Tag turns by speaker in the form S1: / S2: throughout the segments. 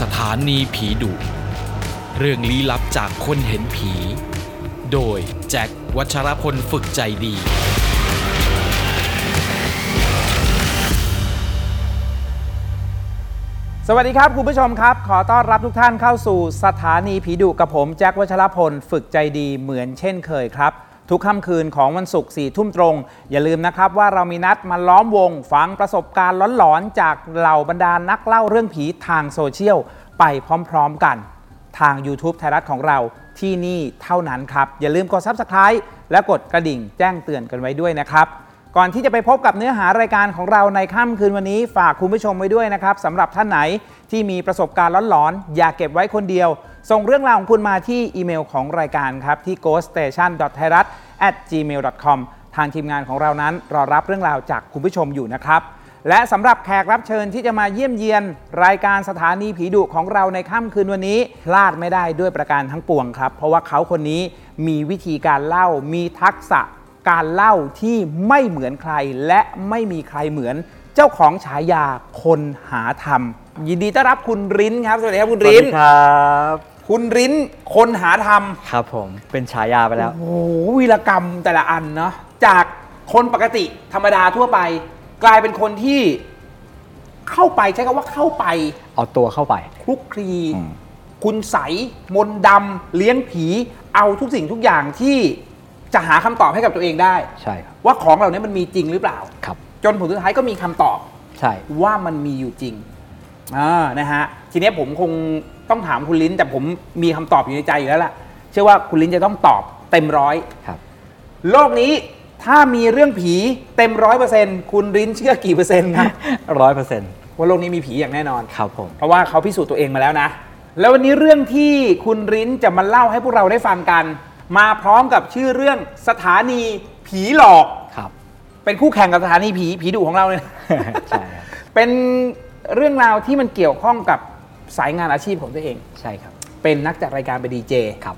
S1: สถานีผีดุ เรื่องลี้ลับจากคนเห็นผี โดยแจ็ควัชรพลฝึกใจดี
S2: สวัสดีครับ คุณผู้ชมครับ ขอต้อนรับทุกท่านเข้าสู่สถานีผีดุกับผม แจ็ควัชรพล ฝึกใจดีเหมือนเช่นเคยครับ ทุกค่ำคืนของวันศุกร์สี่ทุ่มตรง อย่าลืมนะครับว่าเรามีนัดมาล้อมวงฟังประสบการณ์หลอนๆ จากเหล่าบรรดานนักเล่าเรื่องผีทางโซเชียล ไปพร้อมๆกัน ทาง YouTube ไทยรัฐของเราที่นี่เท่านั้นครับ อย่าลืมกด Subscribe และกดกระดิ่งแจ้งเตือนกันไว้ด้วยนะครับ ก่อนที่จะไปพบกับเนื้อหารายการของเราในค่ำคืนวันนี้ ฝากคุณผู้ชมไว้ด้วยนะครับสำหรับท่านไหนที่มีประสบการณ์หลอนๆ อย่าเก็บไว้คนเดียว ส่งเรื่องราวของคุณมาที่อีเมลของรายการครับ ที่ ghoststation.thairat@gmail.com ทางทีมงานของเรานั้นรอรับเรื่องราวจากคุณผู้ชมอยู่นะครับ และสำหรับแขกรับเชิญที่จะมาเยี่ยมเยียน รายการสถานีผีดุของเราในค่ำคืนวันนี้ พลาดไม่ได้ด้วยประการทั้งปวงครับ เพราะว่าเขาคนนี้มีวิธีการเล่า มีทักษะการเล่าที่ไม่เหมือนใคร และไม่มีใครเหมือน เจ้าของฉายาคนหาธรรม ยินดีต้อนรับคุณริ้นครับสวัสดีครับคุณ
S3: สวัส
S2: ริ้น
S3: ดีครับ
S2: คุณริ้นคนหาธรรม
S3: ครับผมเป็นฉายาไปแล้ว
S2: โอ้โหวีรกรรมแต่ละอันเนาะจากคนปกติธรรมดาทั่วไป กลายเป็นคนที่เข้าไปใช้คำว่าเข้าไป
S3: เอาตัวเข้าไป
S2: คลุกคลี คุณใสยมนต์ดำเลี้ยงผี เอาทุกสิ่งทุกอย่างที่จะหาคำตอบให้กับตัวเองได้
S3: ใช่ครับ
S2: ว่าของเหล่านี้มันมีจริงหรือเปล่า
S3: ครับ
S2: จนผลสุดท้ายก็มีคำตอบ
S3: ใช่
S2: ว่ามันมีอยู่จริงอ่านะฮะ ทีเนี้ยผมคงต้องถามคุณลิ้น แต่ผมมีคำตอบอยู่ในใจอยู่แล้วล่ะ เชื่อว่าคุณลิ้นจะต้องตอบเต็มร้อย
S3: ครับ
S2: โลกนี้ถ้ามีเรื่องผีเต็มร้อยเปอร์เซ็นต์คุณลิ้นเชื่อกี่เปอร์เซ็นต์ครับ
S3: ร้อยเปอร์เซ็นต์
S2: ว่าโลกนี้มีผีอย่างแน่นอน
S3: ครับผม
S2: เพราะว่าเขาพิสูจน์ตัวเองมาแล้วนะ แล้ววันนี้เรื่องที่คุณลิ้นจะมาเล่าให้พวกเราได้ฟังกัน มาพร้อมกับชื่อเรื่องสถานีผีหลอก
S3: ครับ
S2: เป็นคู่แข่งกับสถานีผีผีดุของเราเลยนะ
S3: ใช่ครับ
S2: เป็นเรื่องราวที่มันเกี่ยวข้องกับสายงานอาชีพของตัวเอง
S3: ใช่ครับ
S2: เป็นนักจัดรายการเป็นดีเจ
S3: ครับ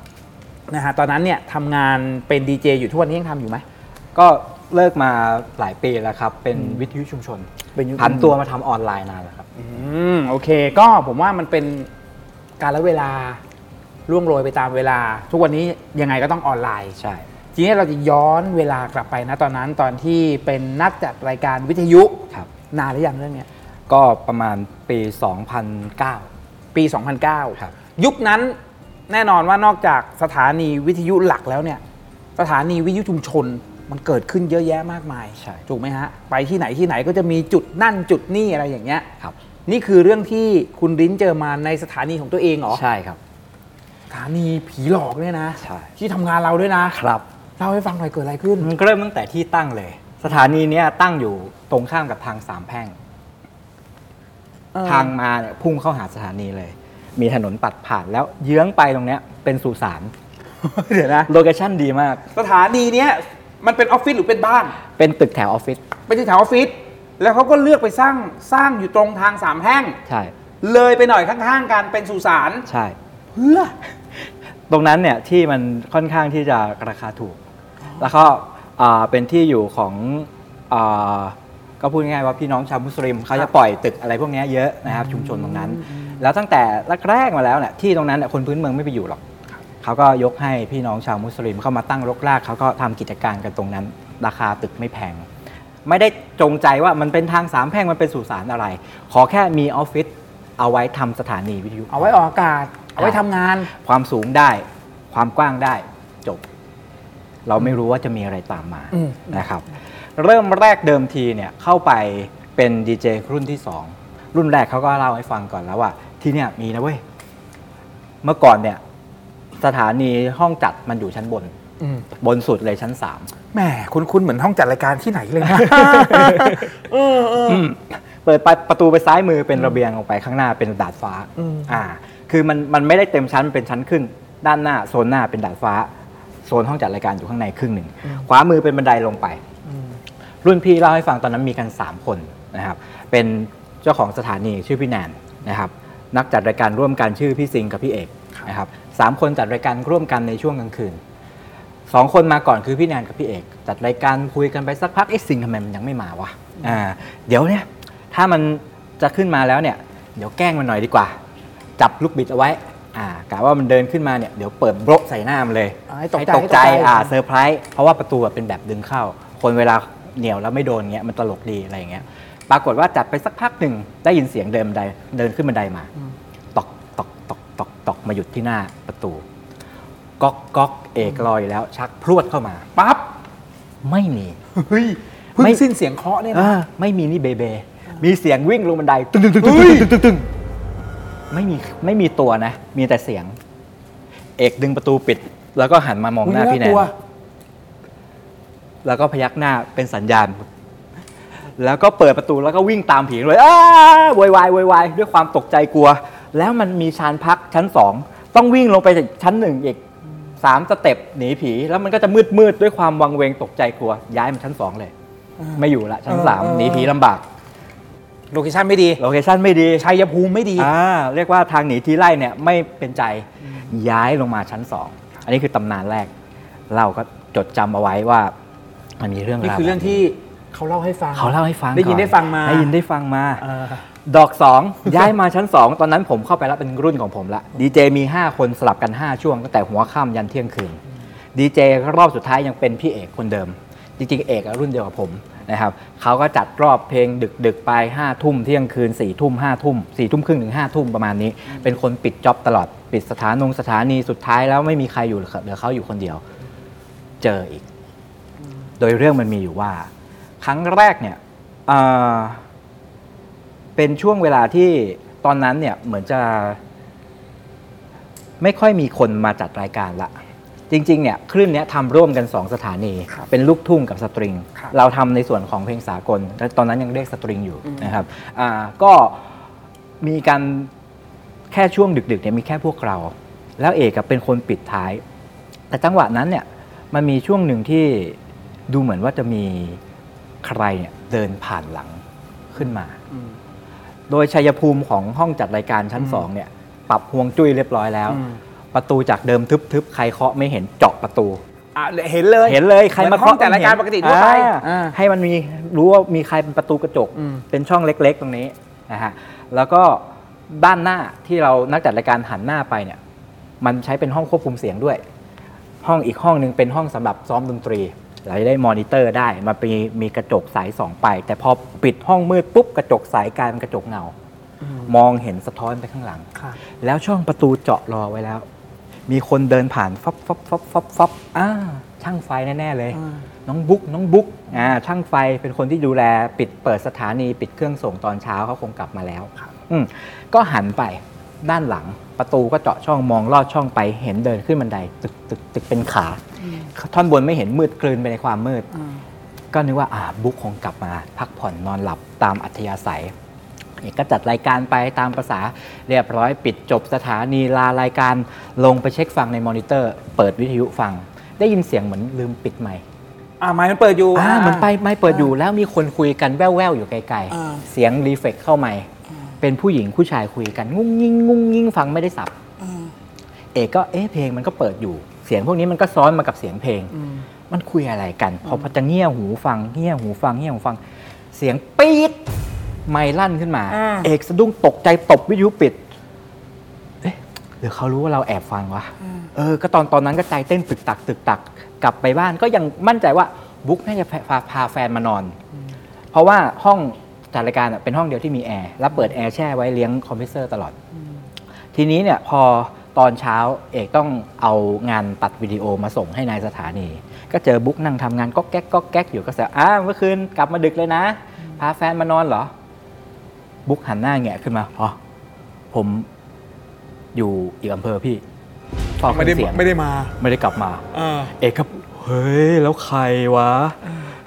S2: นะฮะตอนนั้นเนี่ยทำงานเป็นดีเจอยู่ทุกวันนี้ยังทำอยู่ไหม
S3: ก็เลิกมาหลายปีแล้วครับ เป็นวิทยุชุมชน
S2: เป็นวิทยุ
S3: ผันตัวมาทำออนไลน์นานแล้วครับ
S2: อืมโอเค ก็ผมว่ามันเป็นการละเวลาล่วงโรยไปตามเวลา ทุกวันนี้ยังไงก็ต้องออนไลน์
S3: ใช่
S2: ทีนี้เราจะย้อนเวลากลับไปนะตอนนั้นตอนที่เป็นนักจัดรายการวิทยุ
S3: ครับ
S2: นานหรือยังเรื่องเนี้ย
S3: ก็ประมาณปี 2009
S2: ปี
S3: ครับ
S2: 2009 ยุคนั้นแน่นอนว่านอกจากสถานีวิทยุหลักแล้วเนี่ย สถานีวิทยุชุมชนมันเกิดขึ้นเยอะแยะมากมาย
S3: ใช่
S2: ถูกไหมฮะไปที่ไหนที่ไหนก็จะมีจุดนั่นจุดนี่อะไรอย่างเงี้ย
S3: ครับ
S2: นี่คือเรื่องที่คุณลิ้นเจอมาในสถานีของตัวเองเหรอ
S3: ใช่ครับ
S2: สถานีผีหลอกเนี่ยนะ
S3: ใช่
S2: ที่ทำงานเราด้วยนะครับ เล่าให้ฟังหน่อยเกิดอะไรขึ้น
S3: มันก็เริ่มตั้งแต่ที่ตั้งเลย สถานีเนี้ยตั้งอยู่ตรงข้ามกับทางสามแพร่ง
S2: เออ
S3: ทางมาเนี่ยพุ่งเข้าหาสถานีเลย มีถนนปัดผ่านแล้วเยื้องไปตรงเนี้ยเป็นสุสาน
S2: เดี๋ยวนะ
S3: โลเคชั่นดีมาก
S2: สถานีเนี้ยมันเป็นออฟฟิศหรือเป็นบ้าน
S3: เป็นตึกแถวออฟฟิศ
S2: เป็นที่แถวออฟฟิศแล้วเขาก็เลือกไปสร้างสร้างอยู่ตรงทางสามแพร่ง
S3: ใช่
S2: เลยไปหน่อยข้างๆกันเป็นสุสาน
S3: ใช่
S2: เพื่อ
S3: ตรงนั้นเนี่ยที่มันค่อนข้างที่จะราคาถูก แล้วก็อ่าเป็นที่อยู่ของอาก็พูดง่ายๆว่าพี่น้องชาวมุสลิมเขาจะปล่อยตึกอะไรพวกเนี้ยเยอะนะครับชุมชนตรงนั้น แล้วตั้งแต่แรกๆมาแล้วเนี่ยที่ตรงนั้นเนี่ยคนพื้นเมืองไม่ไปอยู่หรอก เขาก็ยกให้พี่น้องชาวมุสลิมเข้ามาตั้งรกรากเขาก็ทำกิจการกันตรงนั้น ราคาตึกไม่แพง ไม่ได้จงใจว่ามันเป็นทางสามแพร่งมันเป็นสุสานอะไร ขอแค่มีออฟฟิศเอาไว้ทำสถานีวิทยุ
S2: เอาไว้ออกอากาศ เอาไว้ทำงาน
S3: ความสูงได้ความกว้างได้จบ เราไม่รู้ว่าจะมีอะไรตามมา
S2: อืม
S3: นะครับ เริ่มแรกเดิมทีเนี่ยเข้าไปเป็นดีเจรุ่นที่ 2 รุ่นแรกเขาก็เล่าให้ฟังก่อนแล้วว่า ที่เนี่ยมีนะเว้ย เมื่อก่อนเนี่ย สถานีห้องจัดมันอยู่ชั้นบน
S2: อืม
S3: บนสุดเลยชั้น 3
S2: แหมคุณคุณเหมือนห้องจัดรายการที่ไหนเลยนะ เออเออ
S3: เปิดไปประตูไปซ้ายมือเป็นระเบียงออกไปข้างหน้าเป็นดาดฟ้า
S2: อืม
S3: อ่า คือมันมันไม่ได้เต็มชั้นเป็นชั้นขึ้น ด้านหน้าโซนหน้าเป็นดาดฟ้า โซนห้องจัดรายการอยู่ข้างในครึ่งหนึ่ง ขวามือเป็นบันไดลงไป รุ่นพี่เล่าให้ฟังตอนนั้นมีกัน 3 คนนะครับ เป็นเจ้าของสถานีชื่อพี่แนนนะครับ นักจัดรายการร่วมกันชื่อพี่ซิงกับพี่เอกนะครับสามคนจัดรายการร่วมกันในช่วงกลางคืนสองคนมาก่อนคือพี่แนนกับพี่เอก จัดรายการคุยกันไปสักพักเอ๊ะซิงทำไมมันยังไม่มาวะอ่าเดี๋ยวเนี่ยถ้ามันจะขึ้นมาแล้วเนี่ย เดี๋ยวแกล้งมันหน่อยดีกว่า จับลูกบิดเอาไว้อ่ากะว่ามันเดินขึ้นมาเนี่ยเดี๋ยวเปิดโบะใส่หน้ามันเลย
S4: อ่าให้ตกใจ
S3: กใจ
S4: ให้ตกใจ
S3: อ่าเซอร์ไพรส์เพราะว่าประตูอะเป็นแบบดึงเข้า คนเวลาเหนียวแล้วไม่โดนเงี้ยมันตลกดีอะไรอย่างเงี้ยปรากฏว่าจับไปสักพักหนึ่งได้ยินเสียงเดินบันไดเดินขึ้นบันไดมาตอกตอกตอกตอกตอกมาหยุดที่หน้าประตูก๊อกก๊อกเอกลอยแล้วชักพรวดเข้ามา
S2: ปั๊บ
S3: ไม่มี
S2: เฮ้ยเพิ่ง
S3: ไม่
S2: สิ้นเสียงเคาะเนี่ยนะ
S3: อ่าไม่มีนี่เบเบ มีเสียงวิ่งลงบันไดตึ้งตึ้งตึ้งตึ้งตึ้งตึ้งตึ้งไม่มีไม่มีตัวนะ มีแต่เสียง เอกดึงประตูปิด แล้วก็หันมามองหน้าพี่แนน
S4: กลัว
S3: แล้วก็พยักหน้าเป็นสัญญาณ แล้วก็เปิดประตูแล้วก็วิ่งตามผีเลยอ้าโวยวายโวยวายด้วยความตกใจกลัว แล้วมันมีชานพักชั้นสองต้องวิ่งลงไปจากชั้นหนึ่งอีกสามสเต็ปหนีผี แล้วมันก็จะมืดมืดๆด้วยความวังเวงตกใจกลัว ย้ายมาชั้นสองเลย ไม่อยู่ละชั้นสาม
S2: เออ
S3: หนีผีลำบาก
S2: โลเคชั่นไม่ดี
S3: โลเคชั่นไม่ดี
S2: ชัยภูมิไม่ดี
S3: อ่าเรียกว่าทางหนีทีไล่เนี่ยไม่เป็นใจย้ายลงมาชั้นสองอันนี้คือตำนานแรก เราก็จดจำเอาไว้ว่า มันมีเรื่อง
S2: นี่
S3: ราว
S2: คือเรื่องที่เขาเล่าให้ฟัง
S3: เขาเล่าให้ฟัง
S2: ได้ยิน
S3: ก่อ
S2: ได้ฟังมา
S3: ได้ยินได้ฟังมา
S2: เออ
S3: ดอก 2 ย้ายมาชั้น 2 ตอนนั้นผมเข้าไปแล้วเป็นรุ่นของผมละดีเจมี 5 คนสลับกัน 5 ช่วงตั้งแต่หัวค่ำยันเที่ยงคืนดีเจรอบสุดท้ายยังเป็นพี่เอกคนเดิม จริงๆเอกอะรุ่นเดียวกับผมนะครับเขาก็จัดรอบเพลงดึกๆ ไป 5 ทุ่มเที่ยงคืน 4 ทุ่ม 5 ทุ่ม 4 ทุ่มครึ่งถึง 5 ทุ่มประมาณนี้ เป็นคนปิดจ็อบตลอดปิดสถานงสถานีสุดท้ายแล้วไม่มีใครอยู่เหลือเขาอยู่คนเดียว เจออีก โดยเรื่องมันมีอยู่ว่า ครั้งแรกเนี่ยเอ่อ เป็นช่วงเวลาที่ตอนนั้นเนี่ยเหมือนจะ ไม่ค่อยมีคนมาจัดรายการละ จริง ๆ เนี่ยคลื่นเนี้ยทำร่วมกัน 2 สถานี เป็นลูกทุ่งกับสตริง
S2: ครับ
S3: เราทำในส่วนของเพลงสากลแต่ตอนนั้นยังเรียกสตริงอยู่นะครับอ่าก็มีการแค่ช่วงดึกๆเนี่ยมีแค่พวกเรา แล้วเอกอะเป็นคนปิดท้าย แต่จังหวะนั้นเนี่ยมันมีช่วงหนึ่งที่ดูเหมือนว่าจะมีใครเนี่ยเดินผ่านหลังขึ้นมา
S2: อืม
S3: โดยชัยภูมิของห้องจัดรายการชั้น
S2: อืม
S3: สองเนี่ย ปรับฮวงจุ้ยเรียบร้อยแล้ว
S2: อืม
S3: ประตูจากเดิมทึบๆ ใครเคาะไม่เห็นเจาะประตู
S2: อ่ะเห็นเลย
S3: เห็นเลยใครมา
S2: เหมือนห้อง
S3: เคาะ
S2: จัดรายการปกติทั่วไป
S3: อ่า
S2: อ่า
S3: ให้มันมีรู้ว่ามีใครเป็นประตูกระจก
S2: อืม
S3: เป็นช่องเล็กๆ ตรงนี้นะฮะแล้วก็ด้านหน้าที่เรานักจัดรายการหันหน้าไปเนี่ย มันใช้เป็นห้องควบคุมเสียงด้วย ห้องอีกห้องหนึ่งเป็นห้องสำหรับซ้อมดนตรี เราจะได้มอนิเตอร์ได้มันมีมีกระจกใสสองไป แต่พอปิดห้องมืดปุ๊บกระจกใสกลายเป็นกระจกเงา มองเห็นสะท้อนไปข้างหลัง
S2: ครับ
S3: แล้วช่องประตูเจาะรอไว้แล้ว มีคนเดินผ่านฟับฟับฟับฟับฟับอ่าช่างไฟแน่ ๆ เลย
S2: อ่า
S3: น้องบุ๊กน้องบุ๊กอ่าช่างไฟเป็นคนที่ดูแลปิดเปิดสถานีปิดเครื่องส่งตอนเช้าเขาคงกลับมาแล้วอืมก็หันไปด้านหลังประตูก็เจาะช่องมองลอดช่องไปเห็นเดินขึ้นบันได ตึกตึกตึกเป็นขา ท่อนบนไม่เห็นมืดกลืนไปในความมืด ก็นึกว่าอ่าบุ๊กคงกลับมา พักผ่อนนอนหลับตามอัธยาศัย เอกก็จัดรายการไปตามภาษาเรียบร้อยปิดจบสถานีลารายการลงไปเช็คฟังในมอนิเตอร์ เปิดวิทยุฟัง ได้ยินเสียงเหมือนลืมปิดไมค์
S2: อ่าไม้มันเปิดอยู่
S3: อ่า
S2: อ่า
S3: เหมือนไปไม่เปิดอยู่แล้วมีคนคุยกันแว่วๆอยู่ไกล
S4: อ่า
S3: ๆ เสียงรีเฟกเข้าไม่เป็นผู้หญิงผู้ชายคุยกัน งุ้งยิงงุ้งยิงฟังไม่ได้สับ
S4: อ่า
S3: เอกก็เอ๊ะเพลงมันก็เปิดอยู่ เสียงพวกนี้มันก็ซ้อนมากับเสียงเพลง มันคุยอะไรกัน พอพอจะเงี่ยหูฟังเงี่ยหูฟังเงี่ยหูฟัง เสียงปี๊ดไม่ลั่นขึ้นมา
S2: อ่า
S3: เอกสะดุ้งตกใจตบวิทยุปิด เอ๊ะหรือเขารู้ว่าเราแอบฟังวะเออ ก็ตอนตอนนั้นก็ใจเต้นตึกตักตึกตัก กลับไปบ้านก็ยังมั่นใจว่าบุ๊กน่าจะพาพาพาแฟนมานอน เพราะว่าห้องจัดรายการอะเป็นห้องเดียวที่มีแอร์แล้วเปิดแอร์แช่ไว้เลี้ยงคอมเพรสเซอร์ตลอด ทีนี้เนี่ยพอตอนเช้าเอกต้องเอางานตัดวิดีโอมาส่งให้นายสถานี ก็เจอบุ๊กนั่งทำงานก็แก๊กก็แก๊กอยู่ก็แซวอ้าวเมื่อคืนกลับมาดึกเลยนะ พาแฟนมานอนเหรอ บุ๊กหันหน้าแงะขึ้นมาอ๋อผมอยู่อีกอำเภอพี่ฟอก
S4: ไม่ได้
S3: เสียง
S4: ไม่ได้มา
S3: ไม่ได้กลับมา
S4: อ่า
S3: เอกครับเฮ้ย แล้วใครวะ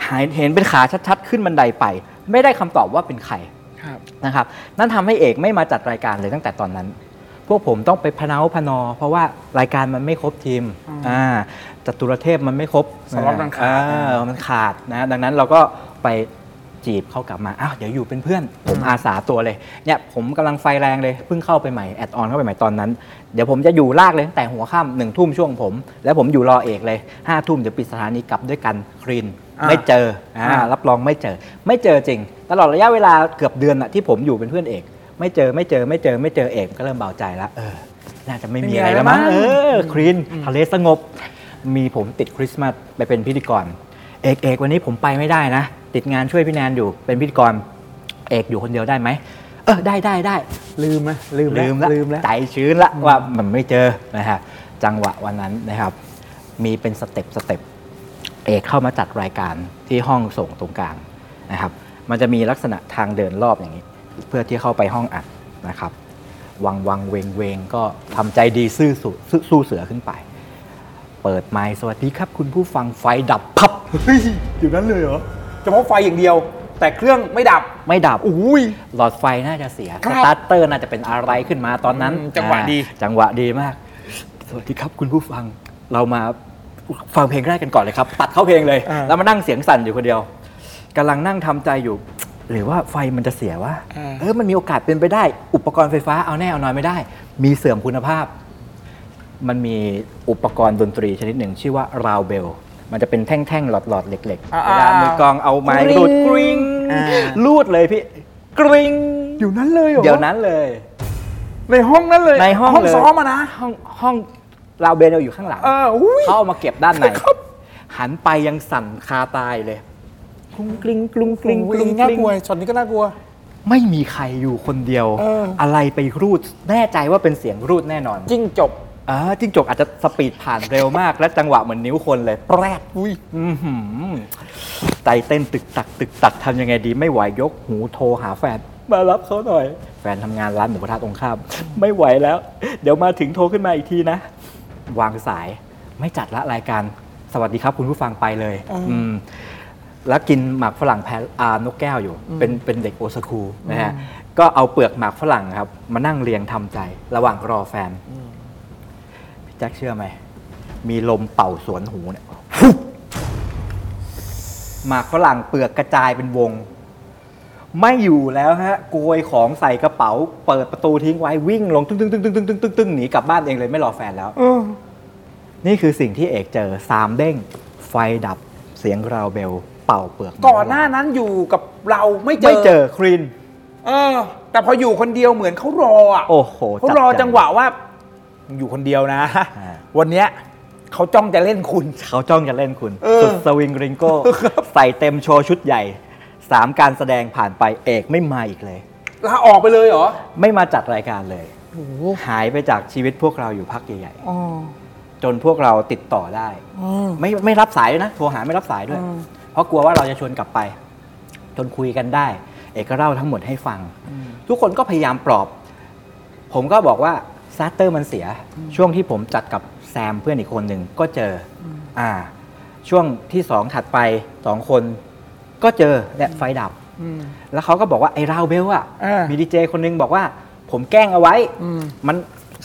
S3: หายเห็นเป็นขาชัดๆ ขึ้นบันไดไป ไม่ได้คำตอบว่าเป็นใคร
S4: ครับ
S3: นะครับ นั่นทำให้เอกไม่มาจัดรายการเลยตั้งแต่ตอนนั้น พวกผมต้องไปพะเนาพะนอ เพราะว่ารายการมันไม่ครบทีมอ่าจัตุรเทพมันไม่ครบ
S2: สล็อตมันขาด
S3: อ่มันขาดนะดังนั้นเราก็ไปจีบเขากลับมาอ้าวเดี๋ยวอยู่เป็นเพื่อน ผมอาสาตัวเลยเนี่ยผมกำลังไฟแรงเลยเพิ่งเข้าไปใหม่แอดออนเข้าไปใหม่ตอนนั้น เดี๋ยวผมจะอยู่ลากเลยตั้งแต่หัวค่ำหนึ่งทุ่มช่วงผม แล้วผมอยู่รอเอกเลยห้าทุ่มเดี๋ยวปิดสถานีกลับด้วยกันคลีน
S2: อ่า
S3: ไม่เจออ่ารับรองไม่เจอ ไม่เจอจริง ตลอดระยะเวลาเกือบเดือนอะที่ผมอยู่เป็นเพื่อนเอก ไม่เจอไม่เจอไม่เจอไม่เจอเอกก็เริ่มเบาใจละเออ น่าจะไม่
S2: ไม่มี
S3: มีอะไรแล้ว
S2: อะไร
S3: มั้ง
S2: มั้ง
S3: เออคลีนทะเลสงบ มีผมติดคริสต์มาสไปเป็นพิธีกร เอกเอกวันนี้ผมไปไม่ได้นะ ติดงานช่วยพี่แนนอยู่เป็นพิธีกร เอกอยู่คนเดียวได้ไหมเออได้ได้ได้
S2: ลืมไหมลืม
S3: ลืมละ
S2: ลืมแล้ว
S3: ใจชื้นละว่ามันไม่เจอนะฮะจังหวะวันนั้นนะครับ มีเป็นสเต็ปสเต็ปเอกเข้ามาจัดรายการที่ห้องส่งตรงกลางนะครับ มันจะมีลักษณะทางเดินรอบอย่างนี้ เพื่อที่เข้าไปห้องอัดนะครับ วังวังเวงเวงก็ทำใจดีซื่อสู้สู้สู้เสือขึ้นไป เปิดไมค์สวัสดีครับ คุณผู้ฟังไฟดับพับ
S2: เฮ้ยอยู่นั้นเลยเหรอเฉพาะไฟอย่างเดียว แต่เครื่องไม่ดับ
S3: ไม่ดับ
S2: อุ้ย
S3: หลอดไฟน่าจะเสีย
S2: ครั
S3: ส
S2: บ
S3: ตาร์เตอร์น่าจะเป็นอะไรขึ้นมาตอนนั้น
S2: อืมจังหวะ
S3: อ่า
S2: ดี
S3: จังหวะดีมาก สวัสดีครับคุณผู้ฟัง เรามาฟังเพลงแรกกันก่อนเลยครับ ตัดเข้าเพลงเลย แล้วมานั่งเสียงสั่นอยู่คนเดียวกำลังนั่งทำใจอยู่ หรือว่าไฟมันจะเสียวะ เออ มันมีโอกาสเป็นไปได้ อุปกรณ์ไฟฟ้าเอาแน่เอานอนไม่ได้ มีเสื่อมคุณภาพ มันมีอุปกรณ์ดนตรีชนิดหนึ่งชื่อว่าราวเบล มันจะเป็นแท่งๆ หลอดๆ เหล็ก
S2: อ่า
S3: ๆ เวลามือกลองเอาไม้
S2: กริ๊ง
S3: รูดกริง
S2: อ่า
S3: รูดเลยพี่ กริง
S2: อยู่นั้นเลยเหรอ
S3: เดี๋ยวนั้นเลย
S2: ในห้องนั้นเลย
S3: ในห้อง
S2: ห้อง
S3: เลย
S2: ซ้อมอะนะ
S3: ห้องห้องราวเบลอยู่ข้างหลัง
S2: เอออุ้ย
S3: เข้ามาเก็บด้านใน
S2: ครับ
S3: หันไปยังสั่นคาตายเลยกรุงกริงกรุงกริงกรุงก
S2: น่า
S3: ริง
S2: กลัวช็อตนี้ก็น่ากลัว
S3: ไม่มีใครอยู่คนเดียว
S2: เอออ
S3: อะไรไปรูด แน่ใจว่าเป็นเสียงรูดแน่นอน
S2: จิ้งจบ
S3: อ่าจิ้งจกอาจจะสปีดผ่านเร็วมาก และจังหวะเหมือนนิ้วคนเลยแปรด
S2: อุ้ย
S3: อื้อหือใจเต้นตึกตักตึกตักทำยังไงดีไม่ไหวยกหูโทรหาแฟน มารับเขาหน่อย แฟนทำงานร้านหมูกระทะตรงข้าม ไม่ไหวแล้ว เดี๋ยวมาถึงโทรขึ้นมาอีกทีนะ วางสายไม่จัดละรายการ สวัสดีครับคุณผู้ฟังไปเลยอืมแล้วกินหมากฝรั่งแพนอานกแก้วอยู่ เป็นเป็นเด็กโอสคูลนะฮะก็เอาเปลือกหมากฝรั่งครับ มานั่งเรียงทำใจ ระหว่างรอแฟนพี่แจ็คเชื่อไหม มีลมเป่าสวนหูเนี่ย หมากฝรั่งเปลือกกระจายเป็นวง ไม่อยู่แล้วฮะโกยของใส่กระเป๋า เปิดประตูทิ้งไว้วิ่งลงตึ้งตึ้งตึ้งตึ้งตึ้งตึ้งตึ้งตึ้งหนีกลับบ้านเองเลยไม่รอแฟนแล้ว นี่คือสิ่งที่เอกเจอสามเด้ง ไฟดับเสียงราวเบล เป่าเปลือก
S2: ก่อนหน้านั้นอยู่กับเราไม่
S3: ไม่เจอครีน
S2: เออ แต่พออยู่คนเดียวเหมือนเขารออ่ะ
S3: โอ้โห
S2: เขา
S3: จัด
S2: รอ
S3: ใจ
S2: จังหวะว่า อยู่คนเดียวนะ
S3: อ่า
S2: วันเนี้ยเขาจ้องจะเล่นคุณ
S3: เขาจ้องจะเล่นคุณ
S2: เออ
S3: สุดสวิงริงโก้ใส่เต็มโชว์ชุดใหญ่สามการแสดงผ่านไปเอกไม่มาอีกเลย
S2: ลาออกไปเลยเหรอ
S3: ไม่มาจัดรายการเลย หายไปจากชีวิตพวกเราอยู่พักใหญ่ๆจนพวกเราติดต่อได้ ไม่ไม่รับสายด้วยนะ โทรหาไม่รับสายด้วย เพราะกลัวว่าเราจะชวนกลับไป จนคุยกันได้ เอกก็เล่าทั้งหมดให้ฟัง ทุกคนก็พยายามปลอบ ผมก็บอกว่าซาร์เตอร์มันเสีย ช่วงที่ผมจัดกับแซมเพื่อนอีกคนหนึ่งก็เจอออ่า ช่วงที่สองถัดไปสองคน ก็เจอเนี่ยไฟดับ แล้วเขาก็บอกว่าไอ้ราวเบลอะ
S2: อ่ามี
S3: มีดีเจคนนึงบอกว่า ผมแกล้งเอาไว้ มัน